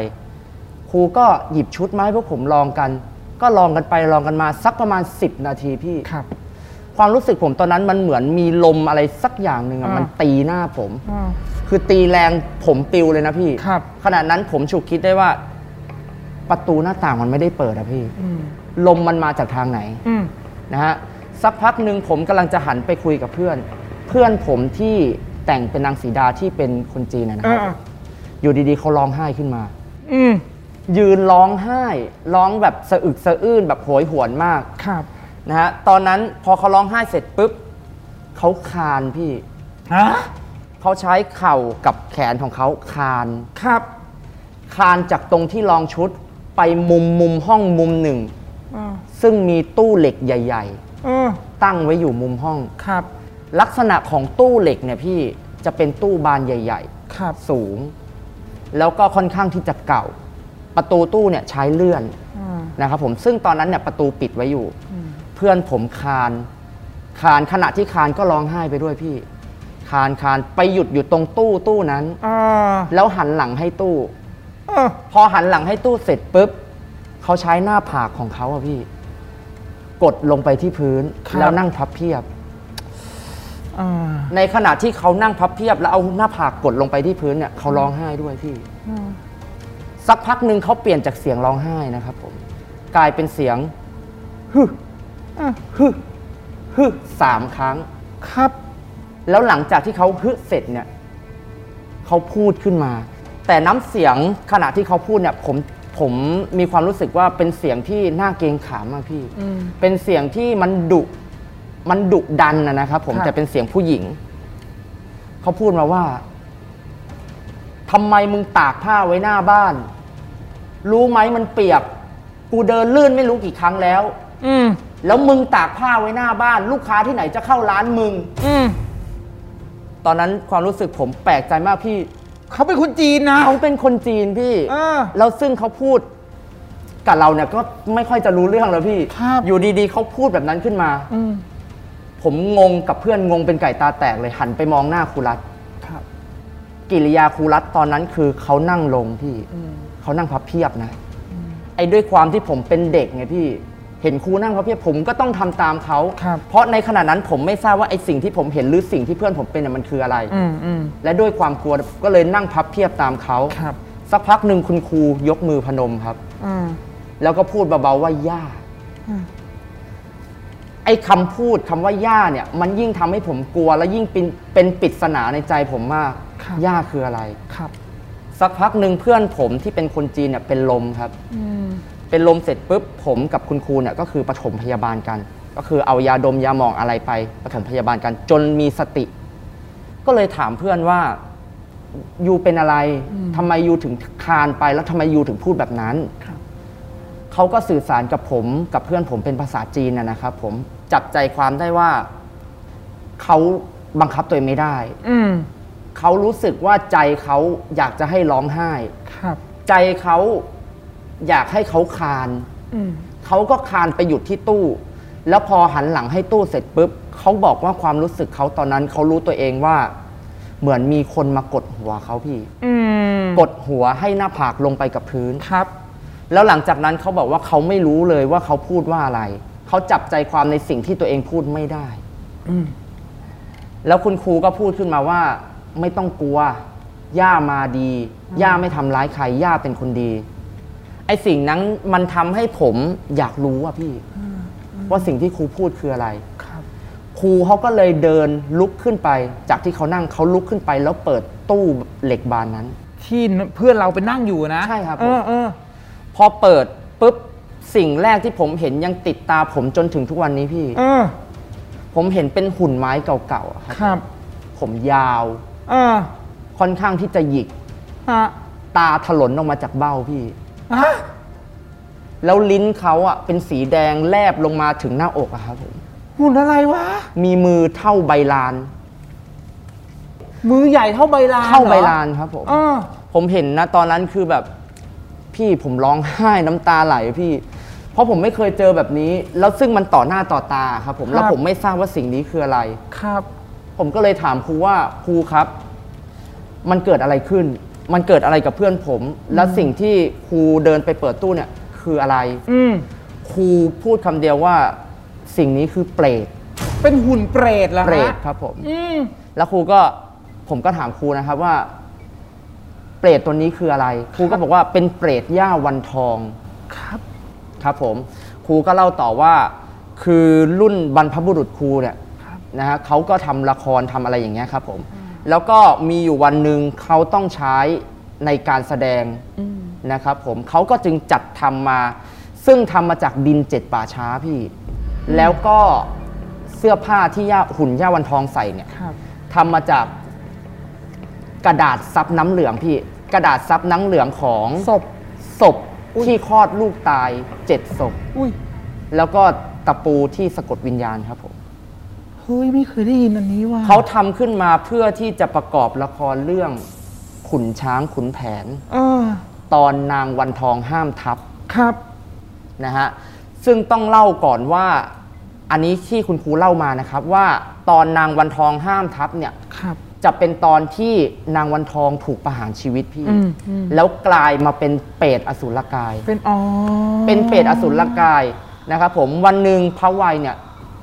S4: ครูก็หยิบชุดมาให้พวกผมลองกัน ก็ลองกันไปลองกันมาสักประมาณ 10 นาทีพี่
S5: ครับ
S4: ความรู้สึกผมตอนนั้นมันเหมือนมีลมอะไรสักอย่างหนึ่งอะ
S5: อ่ามั
S4: มันตีหน้าผม
S5: อ่า
S4: คือตีแรงผมปิวเลยนะพี่
S5: ครับ
S4: ขณะนั้นผมฉุกคิดได้ว่า ประตูหน้าต่างมันไม่ได้เปิดอะพี่
S5: อืม
S4: ลมมันมาจากทางไหน
S5: อืม
S4: นะฮะสักพักหนึ่งผมกำลังจะหันไปคุยกับเพื่อน เพื่อนผมที่แต่งเป็นนางสีดาที่เป็นคนจีนนะนะ
S5: เออ
S4: ครับอยู่ดีๆเขาร้องไห้ขึ้นมา
S5: อืม
S4: ยืนร้องไห้ร้องแบบสะอึกสะอื้นแบบโหยหวนมาก
S5: ครับ
S4: นะฮะตอนนั้นพอเขาร้องไห้เสร็จปุ๊บเขาคานพี่
S2: ฮะ
S4: เขาใช้เข่ากับแขนของเขาคาน
S5: ครับ
S4: คานจากตรงที่รองชุดไปมุมมุมห้องมุมหนึ่ง
S5: อ่า
S4: ซึ่งมีตู้เหล็กใหญ่
S5: เออ
S4: ๆ ตั้งไว้อยู่มุมห้อง
S5: ครับ
S4: ลักษณะของตู้เหล็กเนี่ยพี่จะเป็นตู้บานใหญ่
S5: ครับ
S4: ๆ สูง แล้วก็ค่อนข้างที่จะเก่า ประตูตู้เนี่ยใช้เลื่อน
S5: อ่า
S4: นะครับผมซึ่งตอนนั้นเนี่ยประตูปิดไว้อยู่ เพื่อนผมคานคานขณะที่คานก็ร้องไห้ไปด้วยพี่ คานคานไปหยุดอยู่ตรงตู้ตู้นั้น
S5: อ่า
S4: แล้วหันหลังให้ตู้
S5: เออ
S4: พอหันหลังให้ตู้เสร็จปุ๊บเขาใช้หน้าผากของเขาอะพี่ กดลงไปที่พื้น
S5: ครับ
S4: แล้วนั่งพับเพียบ
S5: อ่า
S4: ในขณะที่เขานั่งพับเพียบ แล้วเอาหน้าผากกดลงไปที่พื้นเนี่ยเขาร้องไห้ด้วยพี่ สักพักหนึ่งเขาเปลี่ยนจากเสียงร้องไห้นะครับผม กลายเป็นเสียงฮึ
S5: อ่ะ
S4: ฮึฮึสามครั้ง
S5: ครับ
S4: แล้วหลังจากที่เขาฮึเสร็จเนี่ยเขาพูดขึ้นมา แต่น้ำเสียงขณะที่เขาพูดเนี่ยผมผมมีความรู้สึกว่าเป็นเสียงที่น่าเกรงขามมากพี่ เป็นเสียงที่มันดุมันดุดันนะนะครับผม
S5: ครับ
S4: แต่เป็นเสียงผู้หญิง เขาพูดมาว่าทำไมมึงตากผ้าไว้หน้าบ้าน รู้ไหมมันเปียก กูเดินลื่นไม่รู้กี่ครั้งแล้ว
S5: อืม
S4: แล้วมึงตากผ้าไว้หน้าบ้าน ลูกค้าที่ไหนจะเข้าร้านมึง
S5: อืม
S4: ตอนนั้นความรู้สึกผมแปลกใจมากพี่
S2: เขาเป็นคนจีนนะ
S4: เขาเป็นคนจีนพี่
S2: เออ
S4: แล้วซึ่งเขาพูดกับเราเนี่ยก็ไม่ค่อยจะรู้เรื่องแล้วพี่
S2: ครับ
S4: อยู่ดีๆเขาพูดแบบนั้นขึ้นมา
S5: อืม
S4: ผมงงกับเพื่อนงงเป็นไก่ตาแตกเลยหันไปมองหน้าครูรัต
S5: ครับ
S4: กิริยาครูรัตตอนนั้นคือเขานั่งลงพี่เขานั่งพับเพียบนะ ไอ้ด้วยความที่ผมเป็นเด็กไงพี่ เห็นครูนั่งพับเพียบผมก็ต้องทำตามเขา
S5: ครับ
S4: เพราะในขณะนั้นผมไม่ทราบว่าไอ้สิ่งที่ผมเห็นหรือสิ่งที่เพื่อนผมเป็นน่ะมันคืออะไร
S5: อืมอืม
S4: และด้วยความกลัวก็เลยนั่งพับเพียบตามเขา
S5: ครับ
S4: สักพักหนึ่งคุณครูยกมือพนมครับ
S5: อ่า
S4: แล้วก็พูดเบาๆว่าย่า
S5: อืม
S4: ไอ้คำพูดคำว่าย่าเนี่ย มันยิ่งทำให้ผมกลัว และยิ่งเป็นเป็นปริศนาในใจผมมาก
S5: ครับ
S4: ย่าคืออะไร
S5: ครับ
S4: สักพักหนึ่งเพื่อนผมที่เป็นคนจีนเนี่ยเป็นลมครับ
S5: อืม
S4: เป็นลมเสร็จปุ๊บผมกับคุณครูเนี่ยก็คือปฐมพยาบาลกัน ก็คือเอายาดมยาหมองอะไรไปปฐมพยาบาลกัน จนมีสติ ก็เลยถามเพื่อนว่ายูเป็นอะไรทำไมยูถึงคลานไปแล้วทำไมยูถึงพูดแบบนั้น
S5: ครับ
S4: เขาก็สื่อสารกับผมกับเพื่อนผมเป็นภาษาจีนนะนะครับผมจับใจความได้ว่าเขาบังคับตัวเองไม่ได้
S5: อืม
S4: เขารู้สึกว่าใจเขาอยากจะให้ร้องไห้
S5: ครับ
S4: ใจเขาอยากให้เขาคลาน
S5: อืม
S4: เขาก็คานไปหยุดที่ตู้ แล้วพอหันหลังให้ตู้เสร็จปุ๊บ เขาบอกว่าความรู้สึกเขาตอนนั้นเขารู้ตัวเองว่า เหมือนมีคนมากดหัวเขาพี่
S5: อืม
S4: กดหัวให้หน้าผากลงไปกับพื้น
S5: ครับ
S4: แล้วหลังจากนั้นเขาบอกว่าเขาไม่รู้เลยว่าเขาพูดว่าอะไร เขาจับใจความในสิ่งที่ตัวเองพูดไม่ได้ แล้วคุณครูก็พูดขึ้นมาว่า ไม่ต้องกลัว ย่ามาดี ย่าไม่ทำร้ายใคร ย่าเป็นคนดี ไอ้สิ่งนั้นมันทำให้ผมอยากรู้อะพี่ ว่าสิ่งที่ครูพูดคืออะไร
S5: ครับ
S4: ครูเขาก็เลยเดินลุกขึ้นไป จากที่เขานั่งเขาลุกขึ้นไป แล้วเปิดตู้เหล็กบานนั้น
S2: ที่เพื่อนเราไปนั่งอยู่นะ
S4: ใช่ครับผม
S2: เออเออ
S4: พอเปิดปุ๊บสิ่งแรกที่ผมเห็นยังติดตาผมจนถึงทุกวันนี้พี่
S5: เออ
S4: ผมเห็นเป็นหุ่นไม้เก่าๆอะครับ
S5: ครับ
S4: ผมยาว
S5: เออ
S4: ค่อนข้างที่จะหยิก
S5: ฮะ
S4: ตาถลนออกมาจากเบ้าพี่
S5: ฮะ
S4: แล้วลิ้นเขาอะเป็นสีแดงแลบลงมาถึงหน้าอกอะครับผม
S5: หุ่นอะไรวะ
S4: มีมือเท่าใบลาน
S5: มือใหญ่เท่าใบลาน
S4: เท่าใบ
S5: หรอ
S4: ลานครับผม
S5: เออ
S4: ผมเห็นนะตอนนั้นคือแบบ พี่ผมร้องไห้น้ำตาไหลพี่ เพราะผมไม่เคยเจอแบบนี้ แล้วซึ่งมันต่อหน้าต่อตาครับผมแล้ว
S5: ครับ
S4: ผมไม่ทราบว่าสิ่งนี้คืออะไร
S5: ครับ
S4: ผมก็เลยถามครูว่าครูครับ มันเกิดอะไรขึ้น มันเกิดอะไรกับเพื่อนผม และสิ่งที่ครูเดินไปเปิดตู้เนี่ย คืออะไร
S5: อืม
S4: ครูพูดคำเดียวว่า สิ่งนี้คือเปรต
S2: เป็นหุ่นเปรตเหรอ
S4: เปรต
S2: ฮะ
S4: ครับผม
S5: อืม
S4: แล้วครูก็ผมก็ถามครูนะครับว่า เปรตตัวนี้คืออะไร ครูก็บอกว่าเป็นเปรตย่าวันทอง
S5: ครับ
S4: ครับผมครูก็เล่าต่อว่าคือรุ่นบรรพบุรุษครูเนี่ยนะฮะเขาก็ทำละครทำอะไรอย่างเงี้ยครับผมแล้วก็มีอยู่วันหนึ่งเขาต้องใช้ในการแสดงนะครับผมเขาก็จึงจัดทำมา ซึ่งทำมาจากดินเจ็ดป่าช้าพี่ แล้วก็เสื้อผ้าที่ย่าหุ่นย่าวันทองใส่เนี่ย
S5: ครับ
S4: ทำมาจากกระดาษซับน้ำเหลืองพี่ กระดาษซับน้ำเหลืองของ
S5: ศพ
S4: ศพที่คลอดลูกตายเจ็ดศพ
S5: อุ้ย
S4: แล้วก็ตะปูที่สะกดวิญญาณครับผม
S5: เฮ้ย ไม่เคยได้ยินอันนี้ว่ะ
S4: เขาทำขึ้นมาเพื่อที่จะประกอบละครเรื่องขุนช้างขุนแผน
S5: เออ
S4: ตอนนางวันทองห้ามทับ
S5: ครับ
S4: นะฮะซึ่งต้องเล่าก่อนว่าอันนี้ที่คุณครูเล่ามานะครับว่าตอนนางวันทองห้ามทับเนี่ย
S5: ครับ
S4: จะเป็นตอนที่นางวันทองถูกประหารชีวิตพี่
S5: อืมอืม
S4: แล้วกลายมาเป็นเปรตอสุรกาย
S5: เป็นอ๋อ
S4: เป็นเปรตอสุรกายนะครับผมวันหนึ่งพระวัยเนี่ย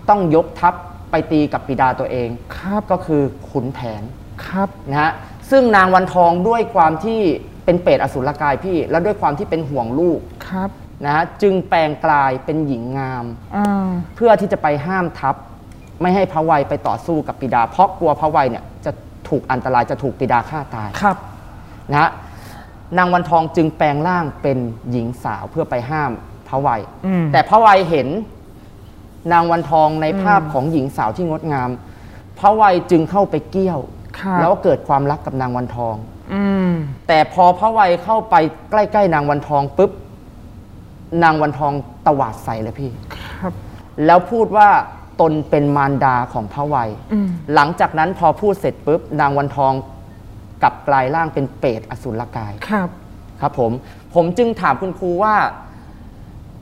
S4: ต้องยกทัพไปตีกับปิดาตัวเอง
S5: ครับ
S4: ก็คือขุนแผน
S5: ครับ
S4: นะฮะซึ่งนางวันทองด้วยความที่เป็นเปรตอสุรกายพี่ และด้วยความที่เป็นห่วงลูก
S5: ครับ
S4: นะฮะจึงแปลงกลายเป็นหญิงงาม
S5: อ่า
S4: เพื่อที่จะไปห้ามทัพ ไม่ให้พระวัยไปต่อสู้กับปิดา เพราะกลัวพระวัยเนี่ยจะถูกอันตรายจะถูกปิดาฆ่าตาย
S5: ครับ
S4: นะฮะนางวันทองจึงแปลงร่างเป็นหญิงสาวเพื่อไปห้ามพระวัย
S5: อืม
S4: แต่พระวัยเห็นนางวันทองในภาพของหญิงสาวที่งดงาม พระวัยจึงเข้าไปเกี้ยว
S5: ครับ
S4: แล้วเกิดความรักกับนางวันทอง
S5: อืม
S4: แต่พอพระวัยเข้าไปใกล้ๆ นางวันทองปุ๊บนางวันทองตวาดใส่เลยพี่
S5: ครับ
S4: แล้วพูดว่าตนเป็นมารดาของพระวัย
S5: อืม
S4: หลังจากนั้นพอพูดเสร็จปุ๊บ นางวันทองกลับกลายร่างเป็นเปรตอสุรกาย
S5: ครับ
S4: ครับผม ผมจึงถามคุณครูว่า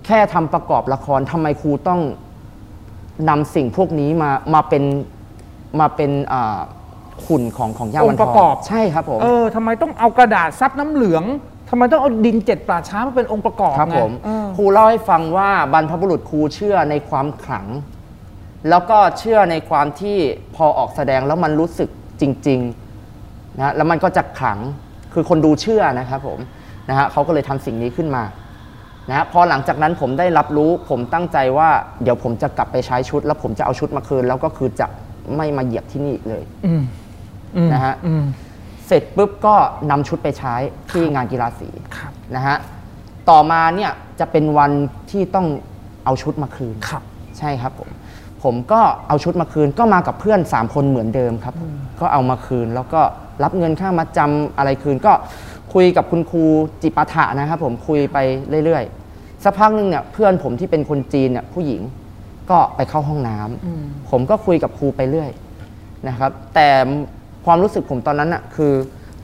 S4: แค่ทำประกอบละครทำไมครูต้องนำสิ่งพวกนี้มามาเป็นมาเป็นอ่าหุ่นของของย่าวันท
S2: อง
S4: อง
S2: ค์ประกอบ
S4: ใช่ครับผม
S2: เออทำไมต้องเอากระดาษซับน้ำเหลือง
S5: ทำไมต้องเอาดินเจ็ดป่าช้ามาเป็นองค์ประกอบ
S4: ครับ
S5: ไง
S4: ผม
S5: เออ
S4: ครูเล่าให้ฟังว่าบรรพบุรุษครูเชื่อในความขลัง แล้วก็เชื่อในความที่พอออกแสดงแล้วมันรู้สึกจริงๆนะแล้วมันก็จะขลังคือคนดูเชื่อนะครับผมนะฮะเขาก็เลยทำสิ่งนี้ขึ้นมานะฮะพอหลังจากนั้นผมได้รับรู้ผมตั้งใจว่าเดี๋ยวผมจะกลับไปใช้ชุด แล้วผมจะเอาชุดมาคืน แล้วก็คือจะไม่มาเหยียบที่นี่อีกเลย
S5: อืม
S4: นะฮะ
S5: อืม
S4: เสร็จปุ๊บก็นำชุดไปใช้ที่งานกีฬาสี
S5: ครับ
S4: นะฮะต่อมาเนี่ยจะเป็นวันที่ต้องเอาชุดมาคืน
S5: ครับ
S4: ใช่ครับผมผมก็เอาชุดมาคืนก็มากับเพื่อน 3 คนเหมือนเดิมครับผมก็เอามาคืนแล้วก็รับเงินค่ามาจำอะไรคืน ก็คุยกับคุณครูจิปาถะนะครับผมคุยไปเรื่อยๆสักพักหนึงเนี่ยเพื่อนผมที่เป็นคนจีนเนี่ยผู้หญิงก็ไปเข้าห้องน้ำผมก็คุยกับครูไปเรื่อยนะครับ แต่ความรู้สึกผมตอนนั้นอะคือ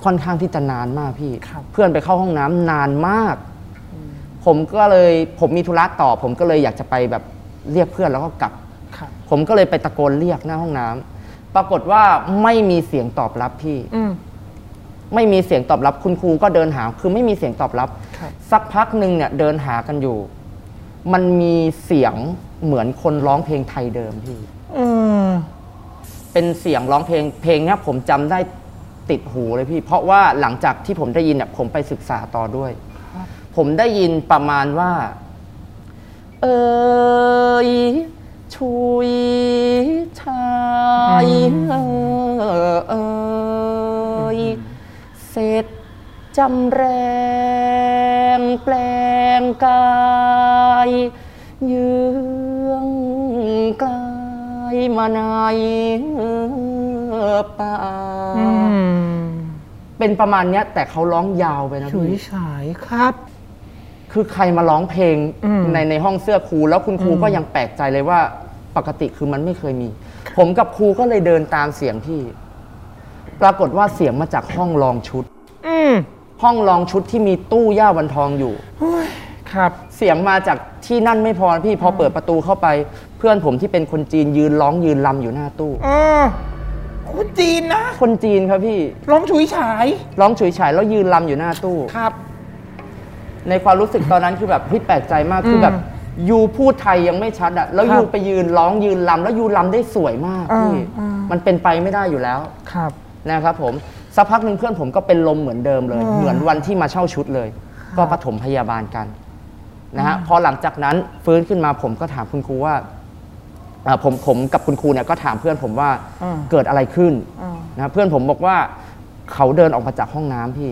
S4: ค่อนข้างที่จะนานมากพี่
S5: ครับ
S4: เพื่อนไปเข้าห้องน้ำนานมาก ผมก็เลยผมมีธุระต่อ ผมก็เลยอยากจะไปแบบเรียกเพื่อนแล้วก็กลับ
S5: ครับ
S4: ผมก็เลยไปตะโกนเรียกหน้าห้องน้ำปรากฏว่าไม่มีเสียงตอบรับพี่
S5: อืม
S4: ไม่มีเสียงตอบรับคุณครูก็เดินหา คือไม่มีเสียงตอบรับ
S5: ครับ
S4: สักพักหนึ่งเนี่ยเดินหากันอยู่ มันมีเสียงเหมือนคนร้องเพลงไทยเดิมพี่
S5: เออ
S4: เป็นเสียงร้องเพลงเพลงเนี้ยผมจำได้ติดหูเลยพี่ เพราะว่าหลังจากที่ผมได้ยินเนี่ยผมไปศึกษาต่อด้วย ผมได้ยินประมาณว่า เอ่ยชุยชายเอ่ยเสร็จจำแรงแปลงกายเยื้องไกลมาในป่า
S5: อืม
S4: เป็นประมาณเนี้ย แต่เขาร้องยาวไปนะ
S5: ฉุย
S4: พี่
S5: ฉายครับ
S4: คือใครมาร้องเพลง
S5: อืม
S4: ในในห้องเสื้อครู แล้วคุณครูก็ยังแปลกใจเลยว่าปกติคือมันไม่เคยมี ผมกับครูก็เลยเดินตามเสียงพี่ ปรากฏว่าเสียงมาจากห้องรองชุด
S5: อืม
S4: ห้องรองชุดที่มีตู้ย่าวันทองอยู่
S5: เฮ้ยครับ
S4: เสียงมาจากที่นั่นไม่พอพี่พอเปิดประตูเข้าไป เพื่อนผมที่เป็นคนจีนยืนร้องยืนรำอยู่หน้าตู้
S5: เออคนจีนนะ
S4: คนจีนครับพี่
S5: ร้องฉุยฉาย
S4: ร้องฉุยฉายแล้วยืนรำอยู่หน้าตู้
S5: ครับ
S4: ในความรู้สึกตอนนั้นคือแบบพี่แปลกใจมากคือแบบยูพูดไทยยังไม่ชัดอะแล้
S5: ค
S4: ว
S5: รับ
S4: ยูไปยืนร้องยืนรำแล้วยูรำได้สวยมาก
S5: อ่า
S4: พี่
S5: อ่ามั
S4: มันเป็นไปไม่ได้อยู่แล้ว
S5: ครับ
S4: นะครับผมสักพักหนึ่งเพื่อนผมก็เป็นลมเหมือนเดิมเลย
S5: อ่า
S4: เหมือนวันที่มาเช่าชุดเลย ก็ปฐมพยาบาลกันนะฮะพอหลังจากนั้นฟื้นขึ้นมาผมก็ถามคุณครูว่าอ่าผมผมกับคุณครูเนี่ยก็ถามเพื่อนผมว่าเกิดอะไรขึ้นนะเพื่อนผมบอกว่าเขาเดินออกมาจากห้องน้ำพี่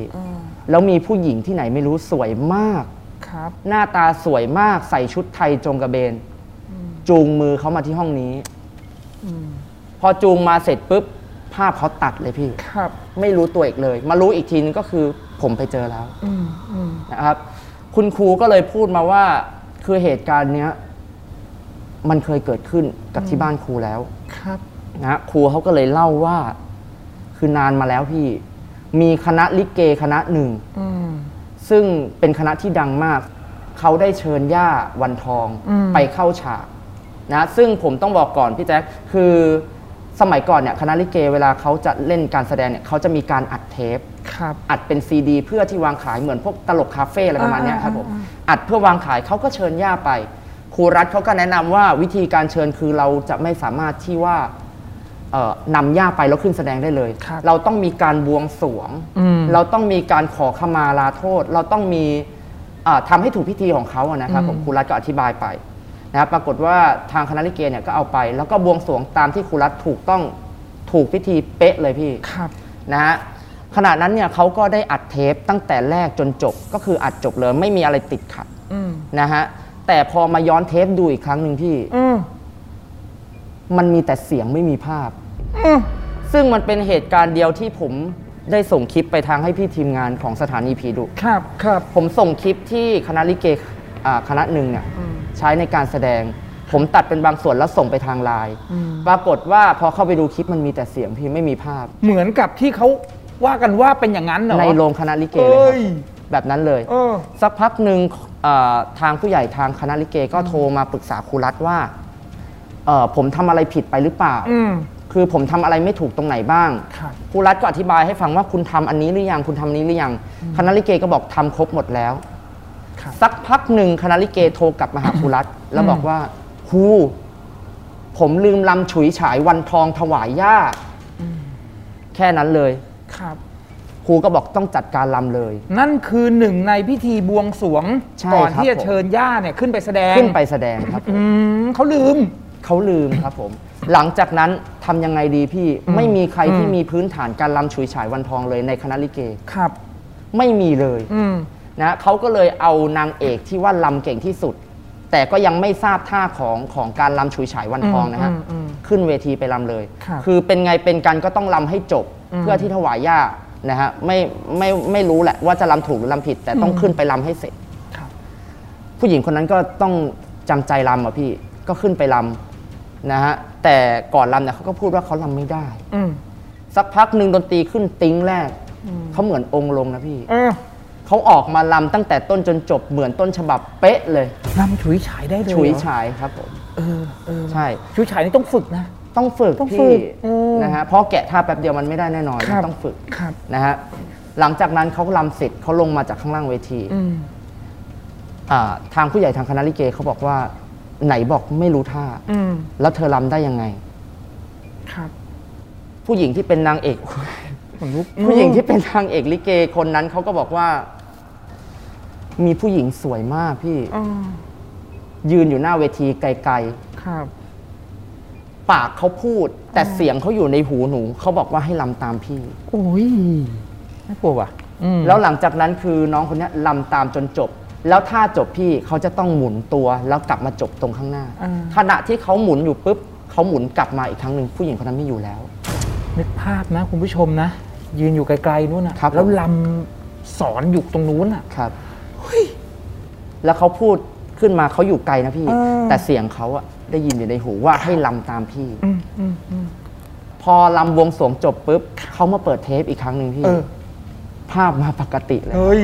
S4: แล้วมีผู้หญิงที่ไหนไม่รู้สวยมาก
S5: ครับ
S4: หน้าตาสวยมากใส่ชุดไทยจงกระเบน จูงมือเขามาที่ห้องนี้ พอจูงมาเสร็จปุ๊บ ภาพเขาตัดเลยพี่
S5: ครับ
S4: ไม่รู้ตัวอีกเลย มารู้อีกทีนึงก็คือผมไปเจอแล้ว
S5: อืมอืม
S4: นะครับ คุณครูก็เลยพูดมาว่า คือเหตุการณ์เนี้ย มันเคยเกิดขึ้นกับที่บ้านครูแล้ว
S5: ครับ
S4: นะครูเขาก็เลยเล่าว่า คือนานมาแล้วพี่ มีคณะลิเกคณะหนึ่ง
S5: อืม
S4: ซึ่งเป็นคณะที่ดังมาก เขาได้เชิญย่าวันทอง
S5: อืม
S4: ไปเข้าฉากนะซึ่งผมต้องบอกก่อนพี่แจ๊คคือสมัยก่อนเนี่ยคณะลิเกเวลาเขาจะเล่นการแสดงเนี่ยเขาจะมีการอัดเทป
S5: ครับ
S4: อัดเป็นซีดี เพื่อที่วางขายเหมือนพวกตลกคาเฟ่อะไรประมาณเนี้ยครับผมอัดเพื่อวางขายเขาก็เชิญย่าไป ครูรัฐเขาก็แนะนำว่าวิธีการเชิญคือเราจะไม่สามารถที่ว่าเอ่อนำย่าไปแล้วขึ้นแสดงได้เลย
S5: ครับ
S4: เราต้องมีการบวงสรวง
S5: อืม
S4: เราต้องมีการขอขมาลาโทษ เราต้องมีเอ่อทำให้ถูกพิธีของเขาอะนะครับผมครูรัฐก็อธิบายไปนะครับปรากฏว่าทางคณะลิเกเนี่ยก็เอาไป แล้วก็บวงสรวงตามที่ครูรัฐถูกต้องถูกพิธีเป๊ะเลยพี่
S5: ครับ
S4: นะฮะขณะนั้นเนี่ยเขาก็ได้อัดเทปตั้งแต่แรกจนจบก็คืออัดจบเลยไม่มีอะไรติดขัด
S5: อืม
S4: นะฮะแต่พอมาย้อนเทปดูอีกครั้งหนึ่งพี่
S5: อืม
S4: มันมีแต่เสียงไม่มีภาพ ซึ่งมันเป็นเหตุการณ์เดียวที่ผมได้ส่งคลิปไปทางให้พี่ทีมงานของสถานีผีดุ
S5: ครับ ครับ
S4: ผมส่งคลิปที่คณะลิเกอ่าคณะหนึ่งเนี่ยใช้ในการแสดง ผมตัดเป็นบางส่วนแล้วส่งไปทางไลน์ปรากฏว่าพอเข้าไปดูคลิปมันมีแต่เสียงพี่ไม่มีภาพ
S5: เหมือนกับที่เขาว่ากันว่าเป็นอย่างนั้นเหรอ
S4: ในโรงคณะลิเก
S5: เอ้
S4: เลยครั
S5: ย
S4: บแบบนั้นเลย
S5: เออ
S4: สักพักหนึ่งเอ่อทางผู้ใหญ่ทางคณะลิเกก็โทรมาปรึกษาครูรัฐว่าเอ่อผมทำอะไรผิดไปหรือเปล่า
S5: อืม
S4: คือผมทำอะไรไม่ถูกตรงไหนบ้าง
S5: ครับ
S4: ครูรัฐก็อธิบายให้ฟังว่าคุณทำอันนี้หรือยังคุณทำอันนี้หรือยังคณะลิเกก็บอกทำครบหมดแล้ว สักพักหนึ่งคณะลิเกโทรกลับมาหาครูรัฐแล้วบอกว่าครูผมลืมลำฉุยฉายวันทองถวายย่าแค่นั้นเลย
S5: ครับ
S4: ครูก็บอกต้องจัดการลำเลย
S5: นั่นคือหนึ่งในพิธีบวงสรวง
S4: ใช่
S5: ก่อน
S4: ครับ
S5: ที่จะ
S4: ผม
S5: เชิญย่าเนี่ยขึ้นไปแสดง
S4: ขึ้นไปแสดงครับ
S5: อืมเขาลืม
S4: เขาลืมครับผม หลังจากนั้นทำยังไงดีพี่ ไม่มีใครที่มีพื้นฐานการลำฉุยฉายวันทองเลยในคณะลิเก
S5: ครับ
S4: ไม่มีเลย
S5: อืม
S4: นะเขาก็เลยเอานางเอกที่ว่าลำเก่งที่สุด แต่ก็ยังไม่ทราบท่าของของการลำฉุยฉายวันทองนะฮะ
S5: อืมอืมอืม
S4: ขึ้นเวทีไปลำเลย
S5: ครับ
S4: อเป็นไงเป็นกันก็ต้องลำให้จบเพื่อที่ถวายย่านะฮะไม่ไม่ไม่รู้แหละว่าจะลำถูกหรือลำผิด แต่ต้องขึ้นไปลำให้เสร็จ
S5: ครับ
S4: ผู้หญิงคนนั้นก็ต้องจำใจลำอ่ะพี่ก็ขึ้นไปลำนะฮะแต่ก่อนลำเนี่ยเขาก็พูดว่าเขาลำไม่ได้
S5: อืม
S4: สักพักหนึ่งดนตรีขึ้นติ้งแรกเขาเหมือนองค์ลงนะพี่
S5: เออ
S4: เขาออกมาลำตั้งแต่ต้นจนจบเหมือนต้นฉบับเป๊ะเลย
S5: นำฉุยฉายได้เลย
S4: ฉุย
S5: เหรอ
S4: ฉายครับผม
S5: เออเออ
S4: ใช่
S5: ฉุยฉายนี่ต้องฝึกนะ
S4: ต้องฝึก
S5: ต้องฝึ
S4: พี่
S5: กอืม
S4: นะฮะเพราะแกะท่าแป๊บเดียวมันไม่ได้แน่นอน
S5: ครับ
S4: ต้องฝึก
S5: ครับ
S4: นะฮะหลังจากนั้นเขาลำเสร็จเขาลงมาจากข้างล่างเวที
S5: อืม
S4: อ่าทางผู้ใหญ่ทางคณะลิเกเขาบอกว่าไหนบอกไม่รู้ท่า
S5: อืม
S4: แล้วเธอลำได้ยังไง
S5: ครับ
S4: ผู้หญิงที่เป็นนางเอก
S5: ขนลุก
S4: ผู้หญิงที่เป็นนางเอกลิเกคนนั้นเขาก็บอกว่า มีผู้หญิงสวยมากพี่
S5: อ๋อ
S4: ยืนอยู่หน้าเวทีไกลๆ
S5: ครับ
S4: ปากเขาพูด แต่เสียงเขาอยู่ในหูหนู เขาบอกว่าให้ลำตามพี่
S5: โอ้ย
S4: น่ากลัวว่ะ
S5: อืม
S4: แล้วหลังจากนั้นคือน้องคนเนี้ยลำตามจนจบ แล้วถ้าจบพี่เขาจะต้องหมุนตัวแล้วกลับมาจบตรงข้างหน้าขณะที่เขาหมุนอยู่ปุ๊บเขาหมุนกลับมาอีกครั้งหนึ่งผู้หญิงคนนั้นไม่อยู่แล้ว
S5: นึกภาพนะ คุณผู้ชมนะ ยืนอยู่ไกลๆนู่นน่ะ
S4: ครับ
S5: แล้วลำสอนอยู่ตรงนู้นน่ะ
S4: ครับแล้วเขาพูดขึ้นมาเขาอยู่ไกลนะพี่
S5: เออ
S4: แต่เสียงเขาอะได้ยินอยู่ในหูว่าให้ลำตามพี่
S5: อืมอืมอืม
S4: พอลำวงสรวงจบปุ๊บเขามาเปิดเทปอีกครั้งหนึ่งพี่
S5: เออ
S4: ภาพมาปกติเลย
S5: เฮ้ย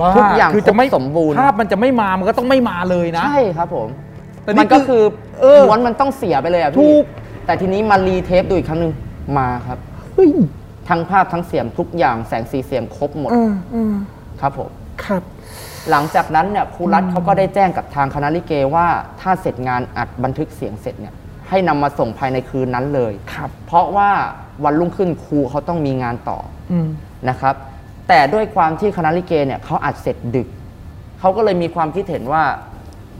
S5: บ้
S4: ทุกอย่าง
S5: คือจะไม่
S4: ครบสมบูรณ์
S5: ภาพมันจะไม่มา มันก็ต้องไม่มาเลยนะ
S4: ใช่ครับผม
S5: แต่นี่
S4: มันก็คือ
S5: เออ
S4: ม้วนมันต้องเสียไปเลยอ่ะ
S5: ถู
S4: พี่
S5: ก
S4: แต่ทีนี้มารีเทปดูอีกครั้งหนึ่งมาครับ
S5: เฮ้ย
S4: ทั้งภาพทั้งเสียงทุกอย่างแสงสีเสียงครบหมด
S5: เออเออ
S4: ครับผม
S5: ครับ
S4: หลังจากนั้นเนี่ยครูรัฐเขาก็ได้แจ้งกับทางคณะลิเกว่าถ้าเสร็จงานอัดบันทึกเสียงเสร็จเนี่ยให้นำมาส่งภายในคืนนั้นเลย
S5: ครับ
S4: เพราะว่าวันรุ่งขึ้นครูเขาต้องมีงานต่อ
S5: อืม
S4: นะครับ แต่ด้วยความที่คณะลิเกเนี่ยเขาอัดเสร็จดึก เขาก็เลยมีความคิดเห็นว่า